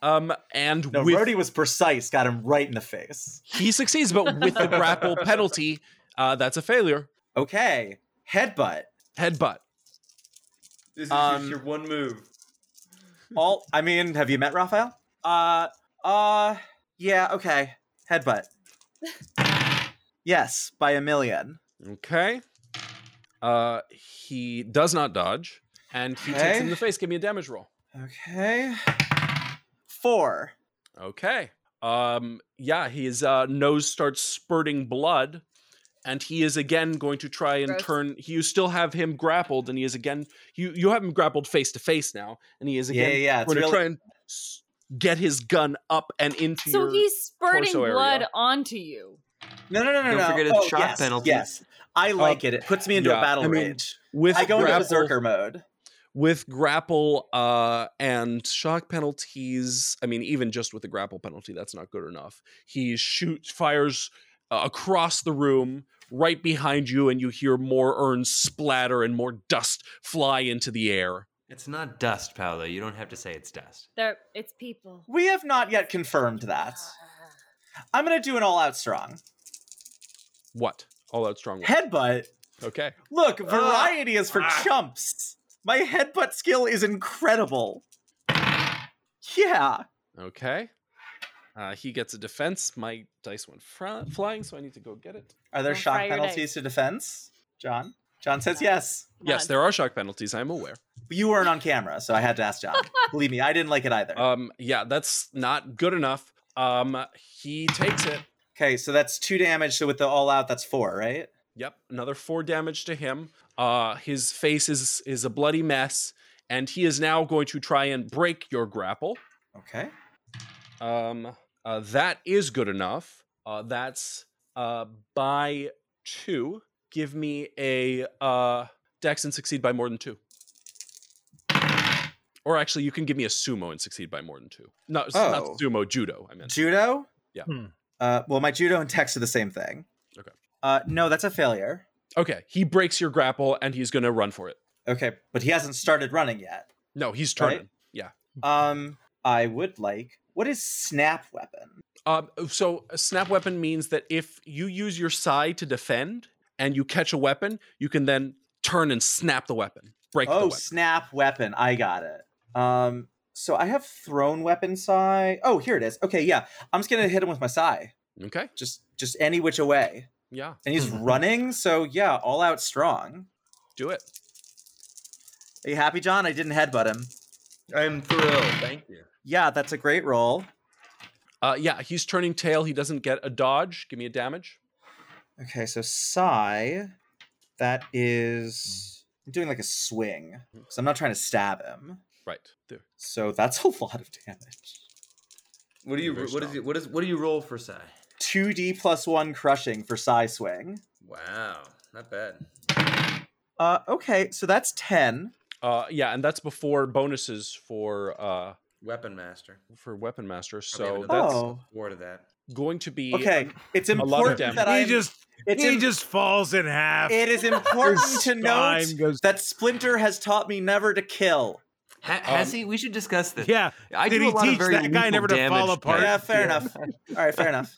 Speaker 1: um and
Speaker 3: No,
Speaker 1: with
Speaker 3: Rhodey was precise. Got him right in the face.
Speaker 1: He succeeds, but with the grapple penalty, uh, that's a failure.
Speaker 3: Okay. Headbutt.
Speaker 1: Headbutt.
Speaker 6: This is
Speaker 3: Um,
Speaker 6: your one move.
Speaker 3: All. I mean, have you met Raphael? Uh. Uh. Yeah. Okay. Headbutt. Yes, by a million.
Speaker 1: Okay. Uh, he does not dodge, and he takes
Speaker 3: Okay.
Speaker 1: him in the face. Give me a damage roll.
Speaker 3: Okay. Four.
Speaker 1: Okay. Um, yeah, his uh, nose starts spurting blood, and he is again going to try and
Speaker 4: Gross.
Speaker 1: turn. You still have him grappled, and he is again. You you have him grappled face to face now, and he is
Speaker 3: Yeah,
Speaker 1: again
Speaker 3: yeah, yeah. It's
Speaker 1: going
Speaker 3: really
Speaker 1: to try and s- get his gun up and into
Speaker 4: so
Speaker 1: your.
Speaker 4: he's spurting
Speaker 1: torso area.
Speaker 4: blood onto you.
Speaker 3: no, no, no, no.
Speaker 2: Don't
Speaker 3: no.
Speaker 2: forget his
Speaker 3: oh,
Speaker 2: shock
Speaker 3: yes,
Speaker 2: penalty.
Speaker 3: Yes, I like it. It puts me into
Speaker 1: Oh, yeah,
Speaker 3: a battle
Speaker 1: I mean,
Speaker 3: rage.
Speaker 1: with
Speaker 3: I go into
Speaker 1: grapple-
Speaker 3: berserker mode.
Speaker 1: with grapple uh and shock penalties i mean even just with the grapple penalty that's not good enough he shoots fires uh, across the room right behind you and you hear more urns splatter and more dust fly into the air
Speaker 2: It's not dust, Paolo. You don't have to say it's dust.
Speaker 4: There, it's people.
Speaker 3: We have not yet confirmed that. I'm gonna do an all-out strong
Speaker 1: what all that strong work.
Speaker 3: headbutt.
Speaker 1: okay
Speaker 3: Look, variety is for
Speaker 1: Ah.
Speaker 3: chumps. My headbutt skill is incredible. Yeah.
Speaker 1: okay uh, he gets a defense my dice went fr- flying so i need to go get it
Speaker 3: Are there
Speaker 4: Don't
Speaker 3: shock
Speaker 4: fry your
Speaker 3: penalties
Speaker 4: dice.
Speaker 3: to defense, John? John says yes.
Speaker 4: Come
Speaker 1: yes
Speaker 4: on.
Speaker 1: there are shock penalties i'm aware
Speaker 3: You weren't on camera, so I had to ask John. Believe me, I didn't like it either.
Speaker 1: um yeah that's not good enough um he takes it
Speaker 3: okay, so that's two damage. So with the all out, that's four, right?
Speaker 1: Yep, another four damage to him. Uh, his face is is a bloody mess, and he is now going to try and break your grapple.
Speaker 3: Okay.
Speaker 1: Um, uh, that is good enough. Uh, that's uh, by two. Give me a uh, dex and succeed by more than two. Or actually, you can give me a sumo and succeed by more than two. Not, not
Speaker 3: Oh.
Speaker 1: sumo, judo. I meant.
Speaker 3: Judo?
Speaker 1: Yeah.
Speaker 5: Hmm.
Speaker 3: Uh, well, my judo and text are the same thing.
Speaker 1: Okay.
Speaker 3: Uh, no, that's a failure.
Speaker 1: Okay, he breaks your grapple, and he's going to run for it.
Speaker 3: Okay, but he hasn't started running yet.
Speaker 1: No, he's
Speaker 3: Right.
Speaker 1: turning.
Speaker 3: Um, I would like. What is snap weapon?
Speaker 1: Um, so a snap weapon means that if you use your side to defend and you catch a weapon, you can then turn and snap the weapon, break the
Speaker 3: oh,
Speaker 1: weapon.
Speaker 3: snap weapon. I got it. Um, so I have thrown weapon psi. Oh, here it is. Okay, yeah. I'm just gonna hit him with my psi.
Speaker 1: Okay.
Speaker 3: Just, just any which way.
Speaker 1: Yeah,
Speaker 3: and he's running. So yeah, all out strong.
Speaker 1: do it.
Speaker 3: Are you happy, John? I didn't headbutt him.
Speaker 6: I'm thrilled. Thank you.
Speaker 3: Yeah, that's a great roll.
Speaker 1: Uh, yeah, he's turning tail. He doesn't get a dodge. Give me a damage.
Speaker 3: Okay, so Psy, that is I'm doing like a swing. So I'm not trying to stab him.
Speaker 1: Right there.
Speaker 3: So that's a lot of damage.
Speaker 6: What do you?
Speaker 1: Very
Speaker 6: What is
Speaker 1: strong.
Speaker 6: it? What is? What do you roll for Sai?
Speaker 3: 2d plus 1 crushing for Psy swing.
Speaker 6: Wow, not bad.
Speaker 3: Uh okay, so that's 10.
Speaker 1: Uh, yeah, and that's before bonuses for uh,
Speaker 6: Weapon master.
Speaker 1: for weapon master.
Speaker 6: have
Speaker 1: So
Speaker 6: another
Speaker 1: that's
Speaker 3: oh.
Speaker 6: Ward of that.
Speaker 1: going to be
Speaker 3: Okay, it's
Speaker 1: lot of
Speaker 3: important
Speaker 1: damage.
Speaker 3: that
Speaker 5: he
Speaker 3: I
Speaker 5: just
Speaker 3: it's
Speaker 5: he
Speaker 3: im-
Speaker 5: just falls in half.
Speaker 3: it is important to note
Speaker 5: Time goes.
Speaker 3: that Splinter has taught me never to kill.
Speaker 2: Ha- has he? We should discuss this.
Speaker 5: Um, yeah,
Speaker 2: I
Speaker 5: did
Speaker 2: do
Speaker 5: he
Speaker 2: a lot
Speaker 5: teach
Speaker 2: of very
Speaker 5: that guy
Speaker 2: lethal
Speaker 5: never to fall
Speaker 2: damage,
Speaker 5: apart?
Speaker 2: Pat.
Speaker 3: Yeah, fair enough. All right, fair enough.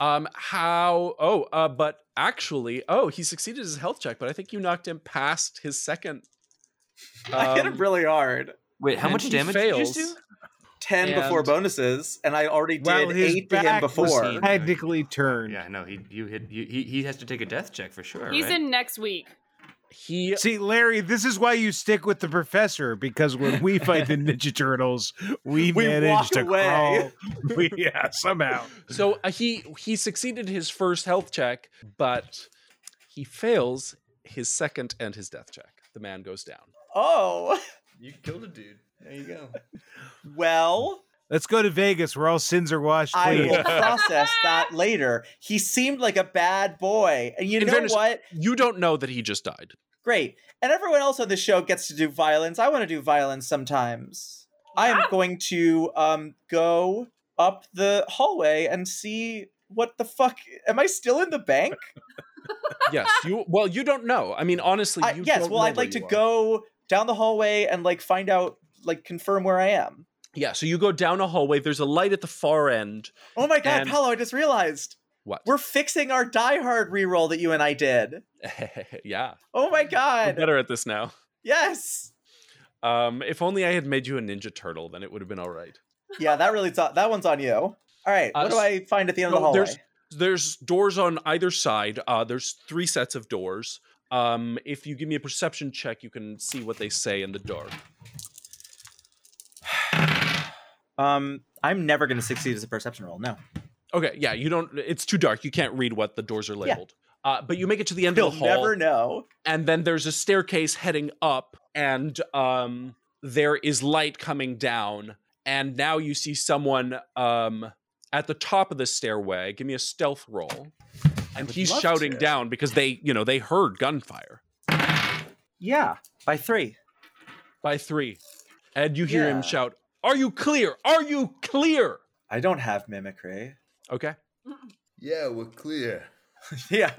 Speaker 1: Um, how? Oh, uh, but actually, oh, he succeeded his health check, but I think you knocked him past his second.
Speaker 3: I hit
Speaker 1: um,
Speaker 3: him really hard.
Speaker 2: Wait, how
Speaker 1: and
Speaker 2: much
Speaker 1: he
Speaker 2: damage
Speaker 1: fails.
Speaker 2: did you just do?
Speaker 3: 10 before
Speaker 1: and-
Speaker 3: bonuses, and I already did
Speaker 5: Well, his
Speaker 3: 8 to him
Speaker 5: back was
Speaker 3: before.
Speaker 2: seen.
Speaker 5: Technically turned.
Speaker 2: Yeah, no, he you hit you, he he has to take a death check for sure.
Speaker 4: He's
Speaker 2: right?
Speaker 4: in next week.
Speaker 1: He
Speaker 5: See, Larry, this is why you stick with the professor because when we fight the Ninja Turtles, we,
Speaker 3: We
Speaker 5: manage
Speaker 3: walk
Speaker 5: to
Speaker 3: away.
Speaker 5: crawl. We, yeah, somehow.
Speaker 1: so uh, he he succeeded his first health check, but he fails his second and his death check. The man goes down.
Speaker 3: Oh,
Speaker 6: You killed a dude. There you go.
Speaker 3: well,
Speaker 5: Let's go to Vegas where all sins are washed
Speaker 3: I uh,
Speaker 5: clean.
Speaker 3: will process that later. He seemed like a bad boy. And you
Speaker 1: In
Speaker 3: know
Speaker 1: fairness-
Speaker 3: what?
Speaker 1: You don't know that he just died.
Speaker 3: Great. And everyone else on the show gets to do violence. I want to do violence sometimes. I
Speaker 1: Ah!
Speaker 3: am going to um go up the hallway and see what the fuck am I still in the bank?
Speaker 1: Yes, you. Well, you don't know. I mean, honestly,
Speaker 3: I,
Speaker 1: you
Speaker 3: yes,
Speaker 1: don't
Speaker 3: well
Speaker 1: know
Speaker 3: I'd
Speaker 1: where
Speaker 3: like to
Speaker 1: you are.
Speaker 3: go down the hallway and like find out like confirm where I am.
Speaker 1: Yeah, so you go down a hallway. There's a light at the far end.
Speaker 3: Oh my god,
Speaker 1: And-
Speaker 3: Paolo, I just realized.
Speaker 1: What?
Speaker 3: We're fixing our Die Hard reroll that you and I did.
Speaker 1: yeah,
Speaker 3: Oh my
Speaker 1: we're
Speaker 3: god.
Speaker 1: better at this now.
Speaker 3: Yes.
Speaker 1: Um, if only I had made you a Ninja Turtle, then it would have been all right.
Speaker 3: Yeah, that really's on, that one's on you. All right,
Speaker 1: Uh,
Speaker 3: what do I find at the end of the
Speaker 1: so
Speaker 3: hallway?
Speaker 1: there's- There's doors on either side. Uh, there's three sets of doors. Um, if you give me a perception check, you can see what they say in the dark.
Speaker 3: Um, I'm never going to succeed as a perception roll. No.
Speaker 1: Okay, yeah, you don't. It's too dark. You can't read what the doors are labeled. Uh, but you make it to the end
Speaker 3: You'll
Speaker 1: of the hall,
Speaker 3: never know.
Speaker 1: and then there's a staircase heading up, and um, there is light coming down, and now you see someone um at the top of the stairway. Give me a stealth roll, and
Speaker 3: would
Speaker 1: he's
Speaker 3: love
Speaker 1: shouting
Speaker 3: to.
Speaker 1: down because they, you know, they heard gunfire.
Speaker 3: Yeah, by three.
Speaker 1: by three. And you hear
Speaker 3: Yeah.
Speaker 1: him shout, Are you clear? Are you clear?
Speaker 3: I don't have mimicry.
Speaker 1: Okay.
Speaker 6: Yeah, we're clear.
Speaker 3: yeah.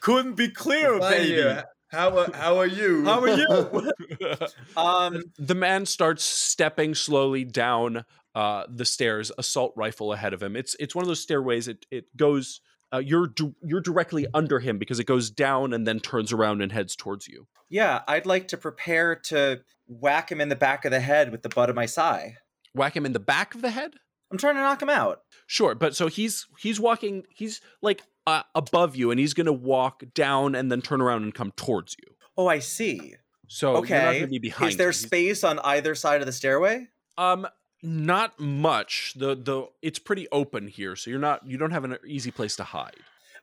Speaker 3: Couldn't be clearer,
Speaker 6: Fine, yeah. How are, how are you?
Speaker 3: How are you? um,
Speaker 1: The man starts stepping slowly down uh, the stairs, assault rifle ahead of him. It's it's one of those stairways. It it goes. Uh, you're du- you're directly under him because it goes down and then turns around and heads towards you.
Speaker 3: yeah, I'd like to prepare to whack him in the back of the head with the butt of my sigh.
Speaker 1: Whack him in the back of the head.
Speaker 3: I'm trying to knock him out.
Speaker 1: Sure, but so he's he's walking. He's like uh, above you, and he's gonna walk down and then turn around and come towards you.
Speaker 3: Oh, I see.
Speaker 1: So you're not
Speaker 3: Okay.
Speaker 1: gonna be behind.
Speaker 3: Is there
Speaker 1: him. He's-
Speaker 3: space on either side of the stairway?
Speaker 1: Um, not much. The the it's pretty open here, so you're not you don't have an easy place to hide.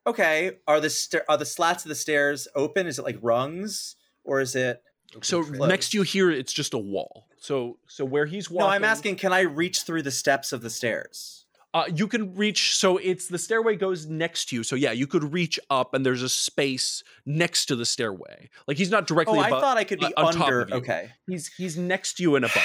Speaker 3: Okay. Are the sta- are the slats of the stairs open? Is it like rungs or is it?
Speaker 1: So next you here, it's just a wall. So so where he's walking.
Speaker 3: No, I'm asking. Can I reach through the steps of the stairs?
Speaker 1: Uh, you can reach. So it's the stairway goes next to you. So yeah, you could reach up, and there's a space next to the stairway. Like he's not directly
Speaker 3: Oh, I
Speaker 1: above.
Speaker 3: thought I could be
Speaker 1: uh, on top
Speaker 3: under.
Speaker 1: of you.
Speaker 3: Okay.
Speaker 1: he's he's next to you and above.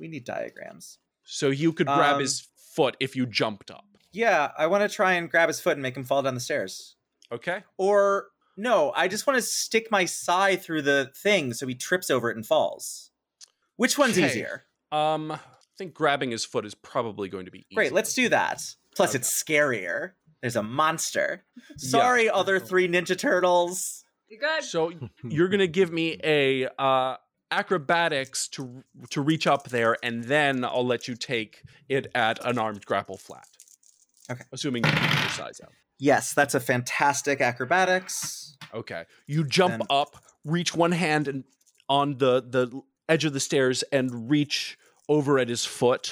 Speaker 3: We need diagrams.
Speaker 1: So you could grab
Speaker 3: Um,
Speaker 1: his foot if you jumped up.
Speaker 3: Yeah, I want to try and grab his foot and make him fall down the stairs.
Speaker 1: Okay.
Speaker 3: Or no, I just want to stick my sigh through the thing so he trips over it and falls. Which one's
Speaker 1: Okay.
Speaker 3: easier?
Speaker 1: Um, I think grabbing his foot is probably going to be easy.
Speaker 3: Great, let's do that. Plus,
Speaker 1: Okay.
Speaker 3: it's scarier. There's a monster.
Speaker 1: Yes.
Speaker 3: Sorry, other three Ninja Turtles.
Speaker 4: You're good.
Speaker 1: So you're gonna give me a uh, acrobatics to to reach up there, and then I'll let you take it at an armed grapple flat.
Speaker 3: Okay.
Speaker 1: Assuming you keep your size out.
Speaker 3: Yes, that's a fantastic acrobatics.
Speaker 1: Okay. You jump
Speaker 3: And-
Speaker 1: up, reach one hand and on the the edge of the stairs and reach over at his foot.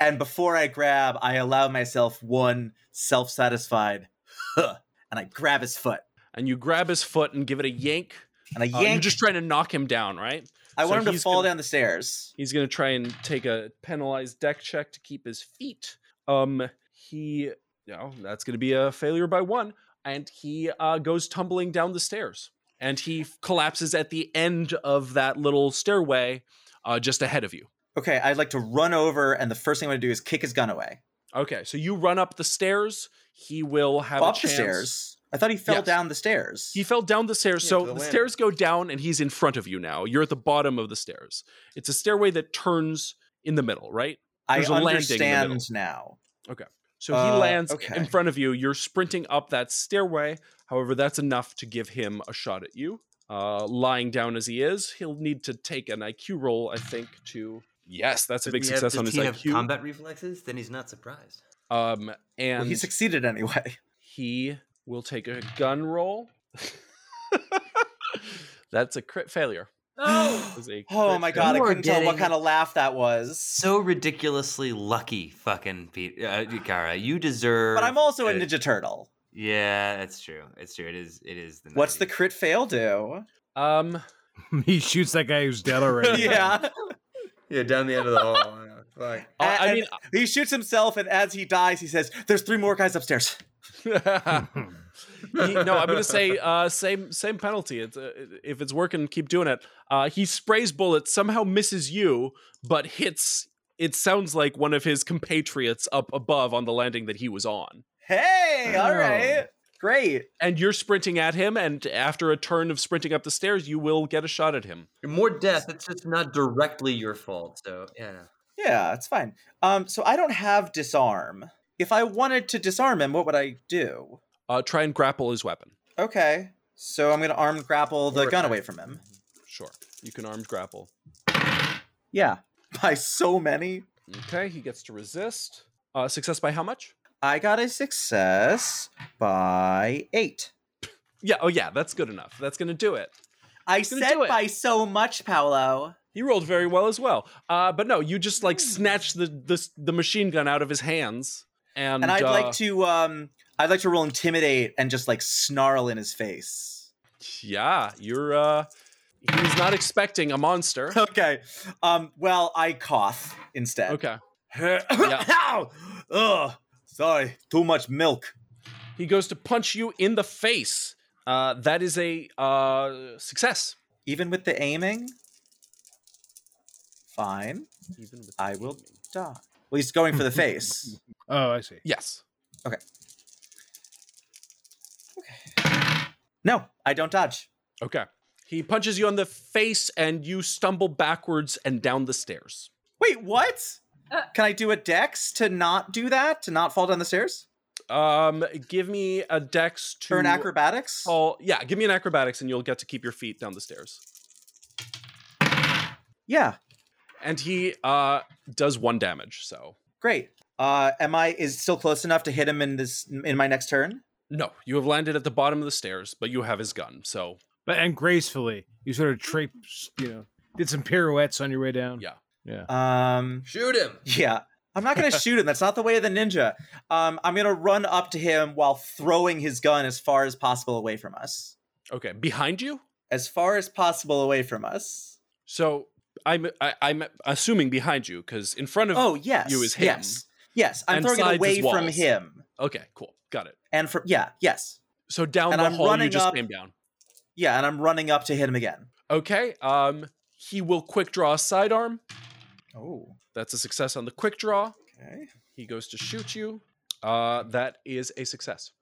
Speaker 3: And before I grab, I allow myself one self satisfied, huh, and I grab his foot
Speaker 1: And you grab his foot and give it a yank.
Speaker 3: and I
Speaker 1: Uh,
Speaker 3: yank.
Speaker 1: you're just trying to knock him down, right?
Speaker 3: I
Speaker 1: so
Speaker 3: want him to
Speaker 1: he's
Speaker 3: fall
Speaker 1: gonna-
Speaker 3: down the stairs.
Speaker 1: He's gonna try and take a penalized deck check to keep his feet. Um, he, no, that's gonna be a failure by one, and he uh, goes tumbling down the stairs, and he f- collapses at the end of that little stairway, uh, just ahead of you.
Speaker 3: Okay, I'd like to run over, and the first thing I'm going to do is kick his gun away.
Speaker 1: Okay, so you run up the stairs. He will have a
Speaker 3: Up the
Speaker 1: chance.
Speaker 3: stairs. I thought he fell
Speaker 1: Yes.
Speaker 3: down the stairs.
Speaker 1: He fell down the stairs,
Speaker 6: Yeah,
Speaker 1: so
Speaker 6: to the
Speaker 1: the,
Speaker 6: landing.
Speaker 1: stairs go down, and he's in front of you now. You're at the bottom of the stairs. It's a stairway that turns in the middle, right?
Speaker 3: I
Speaker 1: there's a landing in the middle.
Speaker 3: understand now.
Speaker 1: So he
Speaker 3: Uh,
Speaker 1: lands
Speaker 3: okay.
Speaker 1: in front of you. You're sprinting up that stairway. However, that's enough to give him a shot at you. Uh, lying down as he is, he'll need to take an IQ roll, I think, to. Yes, that's a big
Speaker 2: Does he have-
Speaker 1: success on
Speaker 2: does
Speaker 1: his
Speaker 2: he have
Speaker 1: IQ.
Speaker 2: combat reflexes? Then he's not surprised.
Speaker 1: Um, and
Speaker 3: Well, he succeeded anyway.
Speaker 1: he will take a gun roll. that's a crit failure. That was a
Speaker 3: Oh
Speaker 1: crit
Speaker 3: my
Speaker 1: fail.
Speaker 3: god, I
Speaker 2: You are
Speaker 3: couldn't tell what
Speaker 2: getting-
Speaker 3: kind of laugh that was.
Speaker 2: So ridiculously lucky, fucking Pete, uh, Kara. You deserve.
Speaker 3: but I'm also a
Speaker 2: uh,
Speaker 3: Ninja Turtle.
Speaker 2: Yeah, that's true. It's true. It is. It is. The
Speaker 3: What's the
Speaker 2: 90s.
Speaker 3: crit fail do?
Speaker 1: Um,
Speaker 10: he shoots that guy who's dead already.
Speaker 3: yeah.
Speaker 6: Yeah, down the end of the hall. yeah, Fuck.
Speaker 1: I- I
Speaker 3: And-
Speaker 1: mean,
Speaker 3: He shoots himself, and as he dies, he says, There's three more guys upstairs.
Speaker 1: He- no, I'm gonna say uh, same same penalty. It's, uh, if it's working, keep doing it. Uh, he sprays bullets, somehow misses you, but hits. It sounds like one of his compatriots up above on the landing that he was on.
Speaker 3: Hey, all
Speaker 10: Oh.
Speaker 3: right. Great.
Speaker 1: And you're sprinting at him, and after a turn of sprinting up the stairs, you will get a shot at him.
Speaker 2: more death? It's just not directly your fault. So yeah.
Speaker 3: Yeah, it's fine. Um, so I don't have disarm. If I wanted to disarm him, what would I do?
Speaker 1: Uh, try and grapple his weapon.
Speaker 3: Okay. So I'm gonna arm grapple the
Speaker 6: Or
Speaker 3: gun
Speaker 6: attack.
Speaker 3: away from him.
Speaker 1: Sure, you can armed grapple.
Speaker 3: Yeah. By so many.
Speaker 1: Okay, he gets to resist. Uh, success by how much?
Speaker 3: I got a success by eight.
Speaker 1: Yeah. Oh, yeah. That's good enough. That's gonna do it.
Speaker 3: I
Speaker 1: gonna
Speaker 3: said
Speaker 1: do it.
Speaker 3: by so much, Paolo.
Speaker 1: He rolled very well as well. Uh, but no, you just like snatched the, the the machine gun out of his hands, and,
Speaker 3: And I'd
Speaker 1: uh,
Speaker 3: like to um I'd like to roll intimidate and just like snarl in his face.
Speaker 1: Yeah, you're. uh He's not expecting a monster.
Speaker 3: Okay. Um well I cough instead.
Speaker 1: Okay.
Speaker 3: Ow! Ugh. Sorry, too much milk.
Speaker 1: He goes to punch you in the face. Uh, that is a uh, success.
Speaker 3: Even with the aiming? Fine.
Speaker 1: Even with
Speaker 3: I will die. Well he's going for the face.
Speaker 10: Oh, I see.
Speaker 1: Yes.
Speaker 3: No, I don't dodge.
Speaker 1: Okay. He punches you on the face, and you stumble backwards and down the stairs.
Speaker 3: Wait, what?
Speaker 4: Uh.
Speaker 3: Can I do a dex to not do that? To not fall down the stairs?
Speaker 1: Um, give me a dex to
Speaker 3: Or an acrobatics?
Speaker 1: Oh, yeah. Give me an acrobatics, and you'll get to keep your feet down the stairs.
Speaker 3: Yeah,
Speaker 1: and he uh does one damage so
Speaker 3: great. Uh, am I is still close enough to hit him in this in my next turn?
Speaker 1: no you have landed at the bottom of the stairs but you have his gun so
Speaker 10: But and gracefully, you sort of traipsed, you know, did some pirouettes on your way down.
Speaker 1: Yeah.
Speaker 10: Yeah.
Speaker 3: Um,
Speaker 6: Shoot him.
Speaker 3: yeah. I'm not gonna shoot him. That's not the way of the ninja. Um, I'm gonna run up to him while throwing his gun as far as possible away from us.
Speaker 1: okay behind you
Speaker 3: As far as possible away from us.
Speaker 1: so i'm I, i'm assuming behind you because in front of
Speaker 3: Oh yes,
Speaker 1: You is him.
Speaker 3: yes, yes. I'm
Speaker 1: And
Speaker 3: throwing
Speaker 1: sides
Speaker 3: it
Speaker 1: is
Speaker 3: away from
Speaker 1: walls.
Speaker 3: him
Speaker 1: okay cool got it
Speaker 3: and from yeah, yes,
Speaker 1: so down
Speaker 3: And
Speaker 1: the
Speaker 3: I'm
Speaker 1: hall you
Speaker 3: running
Speaker 1: just
Speaker 3: up-
Speaker 1: came down
Speaker 3: yeah. And I'm running up to hit him again.
Speaker 1: okay um he will quick draw a sidearm
Speaker 3: Oh,
Speaker 1: that's a success on the quick draw
Speaker 3: okay,
Speaker 1: he goes to shoot you uh that is a success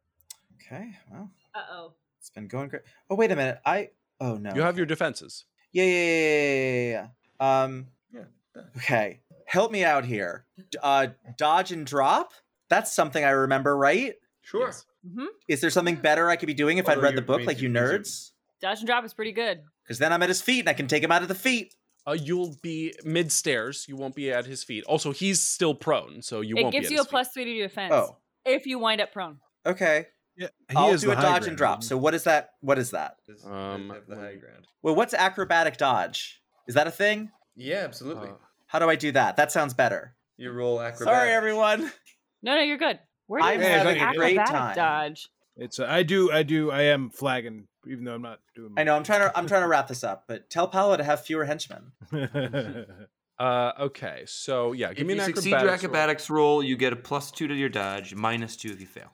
Speaker 3: okay. Well,
Speaker 4: Uh oh.
Speaker 3: it's been going great. Oh wait a minute. I oh no.
Speaker 1: you have your defenses
Speaker 3: Yeah, yeah, yeah, yeah, yeah, yeah. Um,
Speaker 6: Yeah, that.
Speaker 3: Okay, help me out here. D- Uh, dodge and drop. That's something I remember, right?
Speaker 6: Sure.
Speaker 1: Yes.
Speaker 4: Mm-hmm.
Speaker 3: Is there something better I could be doing if I'd
Speaker 6: Although
Speaker 3: read the
Speaker 6: you
Speaker 3: book,
Speaker 6: made
Speaker 3: like
Speaker 6: your
Speaker 3: you
Speaker 6: music.
Speaker 3: nerds?
Speaker 4: Dodge and drop is pretty good.
Speaker 3: Because then I'm at his feet and I can take him out of the feet.
Speaker 1: uh, you'll be mid stairs. You won't be at his feet. Also, he's still prone, so you
Speaker 4: it
Speaker 1: won't. be
Speaker 4: gives
Speaker 1: at
Speaker 4: you
Speaker 1: his
Speaker 4: a
Speaker 1: feet.
Speaker 4: plus three to your defense
Speaker 3: Oh,
Speaker 4: if you wind up prone.
Speaker 3: Okay.
Speaker 10: He
Speaker 3: I'll
Speaker 10: is
Speaker 3: do
Speaker 10: the
Speaker 3: a
Speaker 10: high
Speaker 3: dodge
Speaker 10: ground.
Speaker 3: and drop. So what is that? What is that?
Speaker 11: Does,
Speaker 1: Um,
Speaker 11: does it have the high
Speaker 1: wait.
Speaker 11: ground.
Speaker 3: Well, what's acrobatic dodge? Is that a thing?
Speaker 11: Yeah, absolutely.
Speaker 1: Uh,
Speaker 3: How do I do that? That sounds better.
Speaker 11: you roll acrobatics.
Speaker 3: Sorry, everyone.
Speaker 4: No, no, you're good. Where
Speaker 3: I'm
Speaker 4: you
Speaker 5: having a
Speaker 3: great
Speaker 4: acrobatic
Speaker 3: time.
Speaker 4: dodge?
Speaker 5: It's uh, I do I do I am flagging even though I'm not doing.
Speaker 3: I know I'm trying to I'm trying to wrap this up, but tell Paolo to have fewer henchmen.
Speaker 5: to.
Speaker 1: Uh, okay, so yeah, give
Speaker 2: if
Speaker 1: me
Speaker 2: you
Speaker 1: an
Speaker 2: succeed
Speaker 1: acrobatics.
Speaker 2: your
Speaker 1: roll.
Speaker 2: acrobatics roll, you get a plus two to your dodge, minus two if you fail.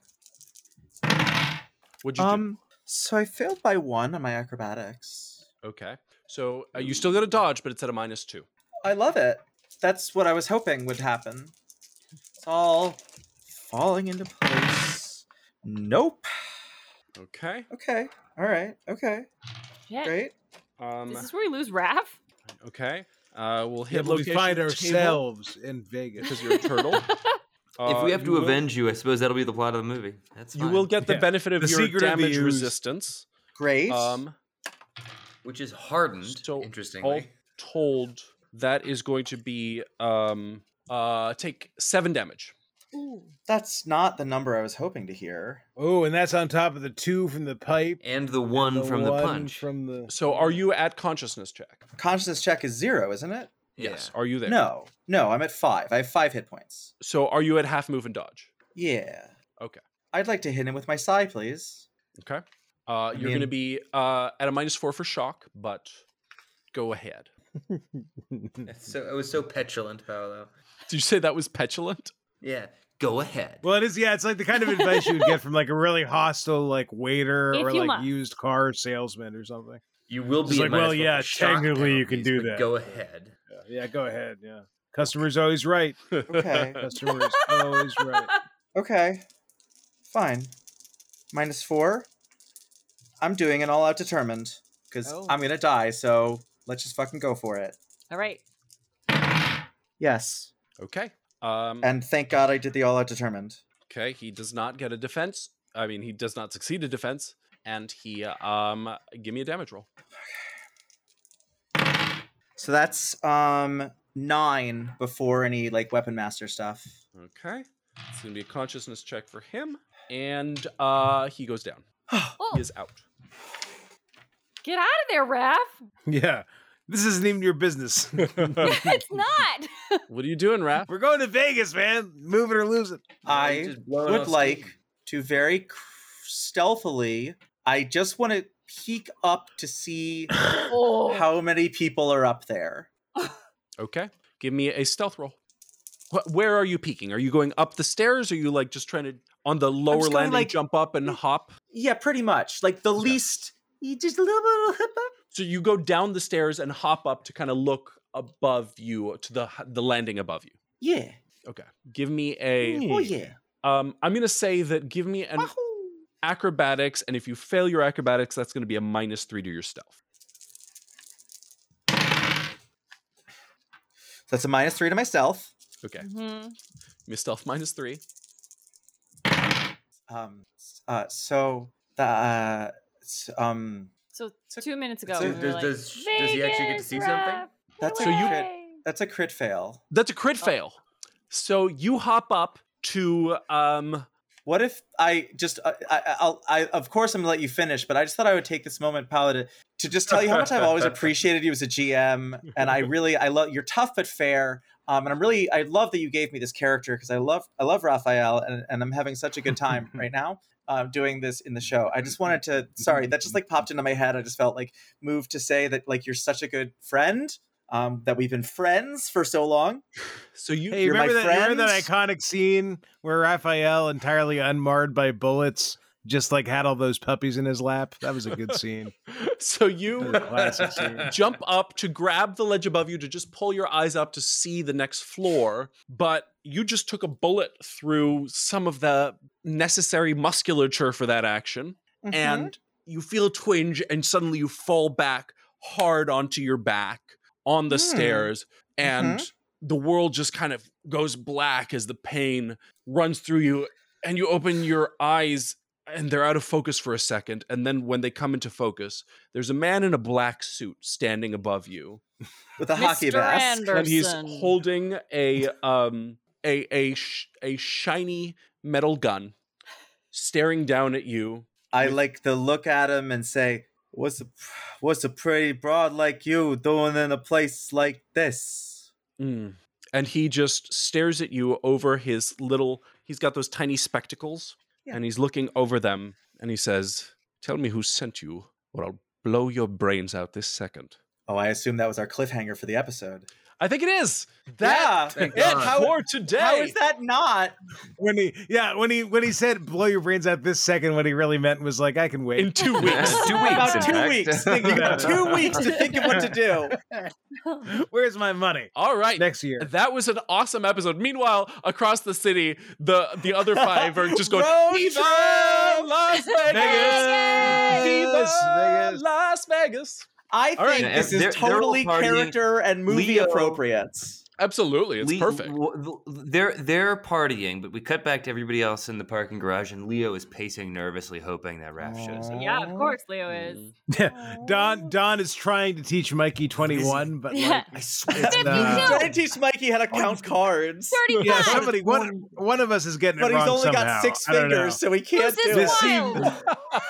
Speaker 1: What'd you
Speaker 9: Um,
Speaker 3: So I failed by one on my acrobatics.
Speaker 1: do? Okay, so uh, you still got a dodge, but it's at a minus two.
Speaker 3: I love it. That's what I was hoping would happen. It's all falling into place. Nope.
Speaker 1: Okay.
Speaker 3: Okay. All right. Okay.
Speaker 4: Shit.
Speaker 3: Great.
Speaker 1: Um.
Speaker 4: Is this where we lose Raph?
Speaker 1: Okay. Uh, we'll
Speaker 5: Yeah,
Speaker 1: hit
Speaker 5: but we
Speaker 1: location
Speaker 5: find
Speaker 1: table
Speaker 5: ourselves in Vegas.
Speaker 1: because you're a turtle.
Speaker 2: if
Speaker 1: Uh,
Speaker 2: we have to
Speaker 1: you will-
Speaker 2: avenge you, I suppose that'll be the plot of the movie. That's
Speaker 1: you
Speaker 2: fine.
Speaker 1: will get the
Speaker 5: Yeah.
Speaker 1: benefit of
Speaker 5: The
Speaker 1: your
Speaker 5: secret of the
Speaker 1: damage
Speaker 5: ooze.
Speaker 1: resistance.
Speaker 3: Great.
Speaker 1: Um,
Speaker 2: which is hardened.
Speaker 1: So,
Speaker 2: interestingly,
Speaker 1: all told, that is going to be um uh take seven damage.
Speaker 4: Ooh.
Speaker 3: That's not the number I was hoping to hear.
Speaker 5: oh, and that's on top of the two from the pipe,
Speaker 2: and the one
Speaker 5: the
Speaker 2: from
Speaker 5: one
Speaker 2: the punch.
Speaker 5: from the.
Speaker 1: So, are you at consciousness check?
Speaker 3: Consciousness check is zero, isn't it?
Speaker 1: Yes. Are you there?
Speaker 3: No. No, I'm at five. I have five hit points.
Speaker 1: So, are you at half move and dodge?
Speaker 3: Yeah.
Speaker 1: Okay.
Speaker 3: I'd like to hit him with my psi, please.
Speaker 1: Okay. Uh, you're going to be
Speaker 3: mean-
Speaker 1: uh, at a minus four for shock, but go ahead.
Speaker 11: So it was so petulant, Paolo.
Speaker 1: Did you say that was petulant?
Speaker 2: Yeah, go ahead.
Speaker 5: Well, it is. Yeah, it's like the kind of advice you would get from like a really hostile like waiter
Speaker 4: If
Speaker 5: or
Speaker 4: you
Speaker 5: like
Speaker 4: must.
Speaker 5: used car salesman or something.
Speaker 2: You will
Speaker 5: It's
Speaker 2: be at
Speaker 5: like, well,
Speaker 2: minus one
Speaker 5: yeah,
Speaker 2: for shock
Speaker 5: technically you can
Speaker 2: penalties,
Speaker 5: do
Speaker 2: but
Speaker 5: that.
Speaker 2: Go ahead.
Speaker 5: Yeah, yeah, go ahead. Yeah, customer's always right.
Speaker 3: Okay.
Speaker 5: Customer is always right.
Speaker 3: Okay. Fine. Minus four. I'm doing an all out determined because
Speaker 5: Oh.
Speaker 3: I'm going to die, so let's just fucking go for it.
Speaker 4: All right.
Speaker 3: Yes.
Speaker 1: Okay. Um,
Speaker 3: And thank God I did the all out determined.
Speaker 1: okay. He does not get a defense. I mean, he does not succeed a defense, and he uh, um, give me a damage roll.
Speaker 3: So that's um nine before any like weapon master stuff.
Speaker 1: Okay. It's going to be a consciousness check for him, and uh, he goes down. He
Speaker 4: Oh,
Speaker 1: is out.
Speaker 4: get out of there, Raph.
Speaker 5: Yeah, this isn't even your business.
Speaker 4: it's not.
Speaker 1: What are you doing, Raph?
Speaker 5: We're going to Vegas, man. Move it or lose it.
Speaker 3: I
Speaker 2: Just blowing
Speaker 3: would
Speaker 2: off
Speaker 3: like
Speaker 2: steam.
Speaker 3: to very cr- stealthily. I just want to peek up to see
Speaker 4: Oh.
Speaker 3: how many people are up there.
Speaker 1: Okay. Give me a stealth roll. Wh- Where are you peeking? Are you going up the stairs? Are you like just trying to on the lower
Speaker 3: going,
Speaker 1: landing
Speaker 3: like-
Speaker 1: jump up and hop?
Speaker 3: Yeah, pretty much. Like the
Speaker 1: Okay.
Speaker 3: least, you just a little bit. of a hip up.
Speaker 1: So you go down the stairs and hop up to kind of look above you to the h- the landing above you.
Speaker 3: Yeah.
Speaker 1: Okay. Give me a
Speaker 3: Oh yeah. Ah.
Speaker 1: um I'm going to say that give me an
Speaker 3: Wahoo.
Speaker 1: acrobatics and if you fail your acrobatics that's going to be a minus 3 to your stealth.
Speaker 3: That's a minus three to myself.
Speaker 1: Okay.
Speaker 4: Mhm.
Speaker 1: Your stealth minus 3.
Speaker 3: Um. s- Uh. So the. Uh, s- um.
Speaker 4: So
Speaker 3: So-
Speaker 4: two minutes ago,
Speaker 3: so
Speaker 4: we were
Speaker 3: does-
Speaker 4: like,
Speaker 11: does- does he actually get to
Speaker 4: "Vegas,
Speaker 11: see something?"
Speaker 4: Raph,
Speaker 3: That's a
Speaker 4: away."
Speaker 3: crit. That's a crit fail.
Speaker 1: That's a crit fail. So you hop up to um
Speaker 3: What if I just uh, I, I I'll I of course I'm gonna let you finish, but I just thought I would take this moment, Paolo, to, to just tell you how much I've always appreciated you as a GM, and I really I love you're tough but fair, um, and I'm really I love that you gave me this character because I love I love Raphael, and, and I'm having such a good time right now. Uh, doing this in the show, I just wanted to. Sorry, that just like popped into my head. I just felt like moved to say that like you're such a good friend, um, that we've been friends for so long.
Speaker 1: so you
Speaker 5: Hey,
Speaker 3: You're my
Speaker 5: remember that, remember that
Speaker 3: friends?
Speaker 5: iconic scene where Raphael, entirely unmarred by bullets, just like had all those puppies in his lap? That was a good scene.
Speaker 1: so
Speaker 5: That
Speaker 1: you
Speaker 5: was a classic scene.
Speaker 1: jump up to grab the ledge above you to just pull your eyes up to see the next floor, but you just took a bullet through some of the necessary musculature for that action,
Speaker 3: Mhm.
Speaker 1: and you feel a twinge, and suddenly you fall back hard onto your back on the
Speaker 3: Hmm.
Speaker 1: stairs, and the world just kind of goes black as the pain runs through you, and you open your eyes. And they're out of focus for a second. And then when they come into focus, there's a man in a black suit standing above you
Speaker 3: with a hockey
Speaker 4: Mr.
Speaker 3: mask.
Speaker 4: Anderson.
Speaker 1: and he's holding a um a a sh- a shiny metal gun staring down at you.
Speaker 3: I like to look at him and say, "What's a what's a pretty broad like you doing in a place like this?"
Speaker 1: Mm. And he just stares at you over his little, he's got those tiny spectacles
Speaker 3: Yeah.
Speaker 1: and he's looking over them and he says, Tell me who sent you or I'll blow your brains out this second.
Speaker 3: Oh, I assume that was our cliffhanger for the episode.
Speaker 1: I think it is.
Speaker 3: That
Speaker 11: Thank
Speaker 1: it
Speaker 11: God.
Speaker 3: How-
Speaker 1: for today.
Speaker 3: how is that not?
Speaker 5: when he yeah when he when he said blow your brains out this second what he really meant was like i can wait
Speaker 1: In two weeks.
Speaker 2: Two weeks, in
Speaker 3: About two
Speaker 2: fact.
Speaker 3: weeks. You got two weeks to think of what to do.
Speaker 5: where's my money
Speaker 1: All right.
Speaker 5: next year
Speaker 1: That was an awesome episode. Meanwhile, across the city, the the other five are just going
Speaker 3: Road
Speaker 1: Viva
Speaker 3: trip!
Speaker 1: Las Vegas! Viva
Speaker 5: Las Vegas!
Speaker 1: Las Vegas!
Speaker 3: I
Speaker 1: All right.
Speaker 3: think
Speaker 2: Yeah,
Speaker 3: this
Speaker 2: they're-
Speaker 3: is
Speaker 2: they're all
Speaker 3: totally
Speaker 2: partying.
Speaker 3: character and movie
Speaker 2: Leo-
Speaker 3: appropriate.
Speaker 1: Absolutely, it's
Speaker 2: Le-
Speaker 1: perfect.
Speaker 2: w- w- They're they're partying, but we cut back to everybody else in the parking garage, and Leo is pacing nervously, hoping that Raph shows up.
Speaker 4: Yeah, of course Leo is. Oh.
Speaker 5: don don is trying to teach mikey 21 but
Speaker 4: Yeah.
Speaker 5: like
Speaker 2: I swear,
Speaker 5: it's
Speaker 4: Fifty
Speaker 5: not.
Speaker 4: two.
Speaker 3: Trying to teach Mikey how to count cards,
Speaker 4: 35.
Speaker 5: yeah somebody one one of us is getting it
Speaker 3: but he's
Speaker 5: wrong
Speaker 3: only
Speaker 5: somehow.
Speaker 3: got six
Speaker 5: I don't know.
Speaker 3: fingers, so he can't
Speaker 4: Who's
Speaker 3: do
Speaker 5: This
Speaker 3: it.
Speaker 4: this
Speaker 5: seemed-
Speaker 4: wild?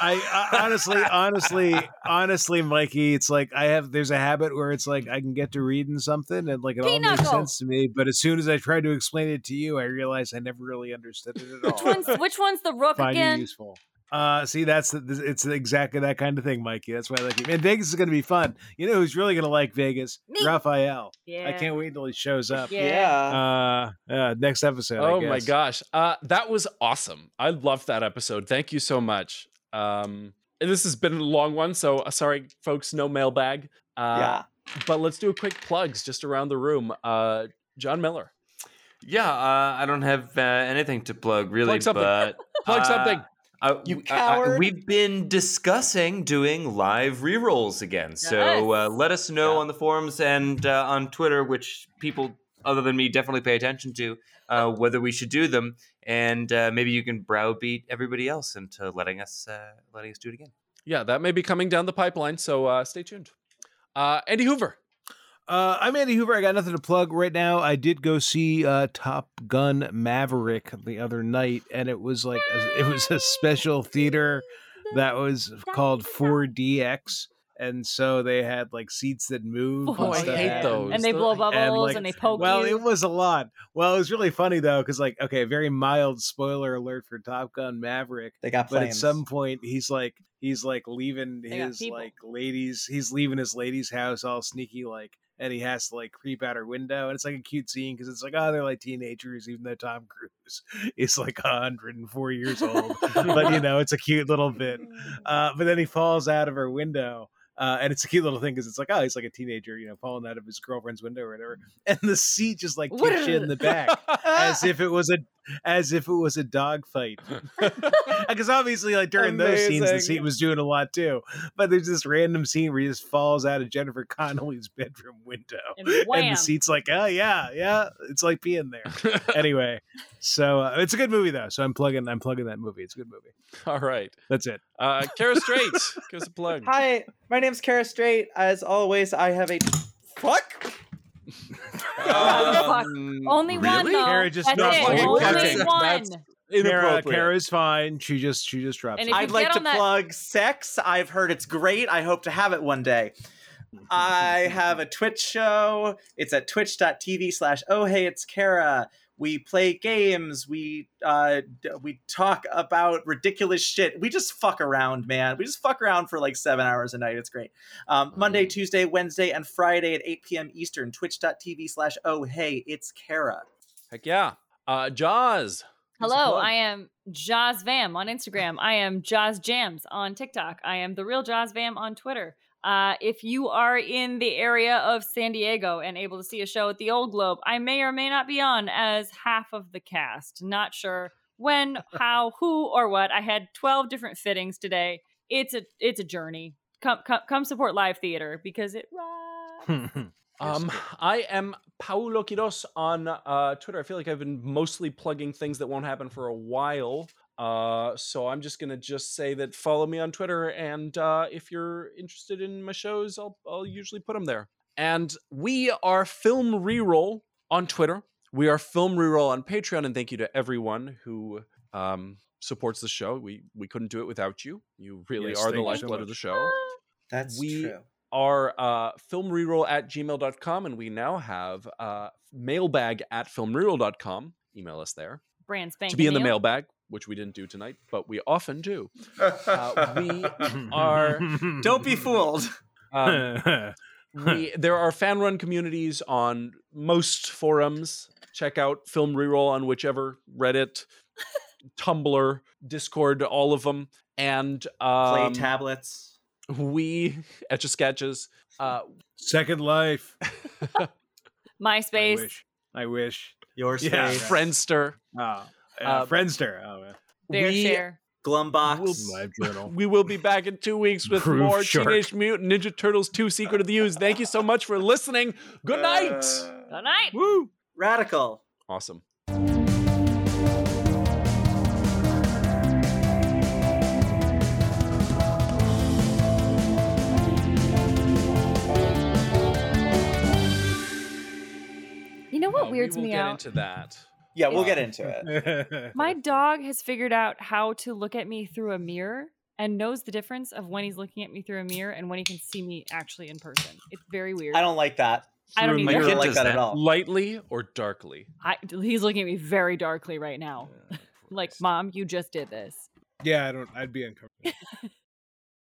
Speaker 5: I, I honestly, honestly, honestly, Mikey, it's like I have. There's a habit where it's like I can get to reading something and like it all makes
Speaker 4: Pinochle.
Speaker 5: sense to me, but as soon as I try to explain it to you, I realize I never really understood it at all.
Speaker 4: Which one's, which one's the rook
Speaker 5: Find it
Speaker 4: again?
Speaker 5: useful. Uh, see, that's the, it's exactly that kind of thing, Mikey. That's why I like it. And Vegas is going to be fun. You know who's really going to like Vegas?
Speaker 4: Me.
Speaker 5: Raphael.
Speaker 4: Yeah.
Speaker 5: I can't wait till he shows up.
Speaker 4: Yeah.
Speaker 5: Uh, uh, next episode. I
Speaker 1: Oh my
Speaker 5: guess.
Speaker 1: gosh, uh, that was awesome! I loved that episode. Thank you so much. Um, and this has been a long one, so uh, sorry, folks, no mailbag. Uh,
Speaker 3: yeah.
Speaker 1: But let's do a quick plugs just around the room. Uh, John Miller,
Speaker 2: yeah, uh, I don't have uh, anything to plug really,
Speaker 1: Plug something.
Speaker 2: but
Speaker 1: plug
Speaker 2: uh,
Speaker 1: something.
Speaker 2: I-
Speaker 3: You
Speaker 2: I- I-
Speaker 3: coward.
Speaker 2: we've been discussing doing live rerolls again. So uh,
Speaker 4: Yes.
Speaker 2: let us know
Speaker 1: Yeah.
Speaker 2: on the forums and uh, on Twitter, which people other than me definitely pay attention to, uh, whether we should do them. And uh, maybe you can browbeat everybody else into letting us uh, letting us do it again.
Speaker 1: Yeah, that may be coming down the pipeline, so uh, stay tuned. Uh, Andy Hoover.
Speaker 5: Uh, I'm Andy Hoover. I got nothing to plug right now. I did go see uh, Top Gun Maverick the other night, and it was like a, it was a special theater that was called 4DX, and so they had like seats that move.
Speaker 1: Oh,
Speaker 5: and
Speaker 1: I
Speaker 5: stuff
Speaker 1: hate
Speaker 5: happened.
Speaker 1: those.
Speaker 4: And they blow bubbles and,
Speaker 5: like,
Speaker 4: they poke
Speaker 5: Well,
Speaker 4: you.
Speaker 5: it was a lot. Well, it was really funny though, because like, okay, very mild spoiler alert for Top Gun Maverick
Speaker 3: They got
Speaker 5: but
Speaker 3: flames.
Speaker 5: at some point he's like he's like leaving
Speaker 4: They got
Speaker 5: his
Speaker 4: people.
Speaker 5: like ladies he's leaving his lady's house all sneaky like and he has to like creep out her window and it's like a cute scene because it's like oh they're like teenagers even though tom cruise is like 104 years old but you know it's a cute little
Speaker 4: Mm.
Speaker 5: bit uh, but then he falls out of her window uh, and it's a cute little thing because it's like oh he's like a teenager you know falling out of his girlfriend's window or whatever and the seat just like kicks you in the back as if it was a as if it was a dog fight because obviously, like during those scenes, the
Speaker 1: Amazing.
Speaker 5: seat was doing a lot too. But there's this random scene where he just falls out of Jennifer Connelly's bedroom window,
Speaker 4: and
Speaker 5: and
Speaker 4: wham.
Speaker 5: the seat's like, oh yeah, yeah, it's like being there. anyway, so uh, it's a good movie though. So I'm plugging, I'm plugging that movie. It's a good movie.
Speaker 1: All right,
Speaker 5: That's it.
Speaker 1: uh, Kara Strait, give us a plug.
Speaker 3: Hi, my name's Kara Strait. As always, I have a fuck.
Speaker 4: Oh, fuck.
Speaker 2: Um,
Speaker 4: Only one,
Speaker 2: really?
Speaker 4: though.
Speaker 5: Kara just
Speaker 4: That's
Speaker 5: not
Speaker 4: it.
Speaker 1: fucking
Speaker 4: Only
Speaker 1: cussing.
Speaker 4: one.
Speaker 5: uh, Kara,
Speaker 1: Inappropriate.
Speaker 5: Kara's fine. She just, she just dropped.
Speaker 4: And
Speaker 5: it.
Speaker 4: if you
Speaker 3: I'd like
Speaker 4: get
Speaker 3: to
Speaker 4: on that-
Speaker 3: plug sex. I've heard it's great. I hope to have it one day. I have a Twitch show. It's at twitch.tv slash oh hey it's Kara. We play games. We uh, d- we talk about ridiculous shit. We just fuck around, man. We just fuck around for like seven hours a night. It's great. Um,
Speaker 4: Mm-hmm.
Speaker 3: Monday, Tuesday, Wednesday, and Friday at 8 p.m. Eastern. Twitch.tv slash oh hey it's Kara.
Speaker 1: Heck yeah. Uh, Jaws. Give us a
Speaker 4: Hello,
Speaker 1: plug.
Speaker 4: I am Jaws Vam on Instagram. I am Jaws Jams on TikTok. I am the real Jaws Vam on Twitter. Uh, if you are in the area of San Diego and able to see a show at the Old Globe, I may or may not be on as half of the cast. Not sure when, how, who, or what. I had twelve different fittings today. It's a it's a journey. Come come come support live theater because it rocks.
Speaker 1: Um, I am Paulo Quiros on uh, Twitter. I feel like I've been mostly plugging things that won't happen for a while. Uh, so I'm just gonna just say that follow me on Twitter, and uh, if you're interested in my shows, I'll I'll usually put them there. And we are Film Reroll on Twitter. We are Film Reroll on Patreon, and thank you to everyone who um, supports the show. We we couldn't do it without you. You really
Speaker 5: Yes,
Speaker 1: are the
Speaker 5: thank you so
Speaker 1: lifeblood of
Speaker 5: much.
Speaker 1: the show.
Speaker 4: Ah,
Speaker 3: That's
Speaker 1: We-
Speaker 3: true.
Speaker 1: Our uh, filmreroll at gmail.com, and we now have uh, mailbag at filmreroll.com. Email us there
Speaker 4: Brand spanking
Speaker 1: to be in the
Speaker 4: new.
Speaker 1: mailbag, which we didn't do tonight, but we often do. Uh, we are.
Speaker 3: Don't be fooled.
Speaker 1: Um, we there are fan run communities on most forums. Check out Film Reroll on whichever Reddit, Tumblr, Discord, all of them, and
Speaker 3: Play
Speaker 1: um,
Speaker 3: tablets.
Speaker 1: we etch a sketches. Uh,
Speaker 5: Second Life. I
Speaker 4: MySpace.
Speaker 5: wish. I wish.
Speaker 3: Your space.
Speaker 5: Yeah.
Speaker 1: Friendster.
Speaker 5: Oh,
Speaker 1: Uh,
Speaker 5: uh, Friendster. Oh, yeah.
Speaker 4: Bear
Speaker 1: we
Speaker 4: share.
Speaker 3: Glumbox.
Speaker 5: Live journal.
Speaker 1: we will be back in two weeks with
Speaker 5: Groove
Speaker 1: more
Speaker 5: Shark.
Speaker 1: Teenage Mutant Ninja Turtles 2 Secret of the Use. Thank you so much for listening. Good night.
Speaker 6: Uh,
Speaker 4: Good night.
Speaker 5: Woo!
Speaker 3: Radical.
Speaker 1: awesome.
Speaker 4: You know what
Speaker 1: Uh,
Speaker 4: weirds
Speaker 1: we will
Speaker 4: me
Speaker 1: get
Speaker 4: out?
Speaker 1: into that.
Speaker 3: Yeah, we'll get into it.
Speaker 4: My dog has figured out how to look at me through a mirror and knows the difference of when he's looking at me through a mirror and when he can see me actually in person. It's very weird.
Speaker 3: I don't like that.
Speaker 4: I don't
Speaker 1: Through a
Speaker 3: I
Speaker 4: either.
Speaker 1: mirror.
Speaker 3: don't like
Speaker 2: does
Speaker 3: that
Speaker 2: that.
Speaker 3: at all.
Speaker 1: Lightly or darkly?
Speaker 4: I, he's looking at me very darkly right now. like, mom, you just did this.
Speaker 5: yeah, I don't. I'd be uncomfortable.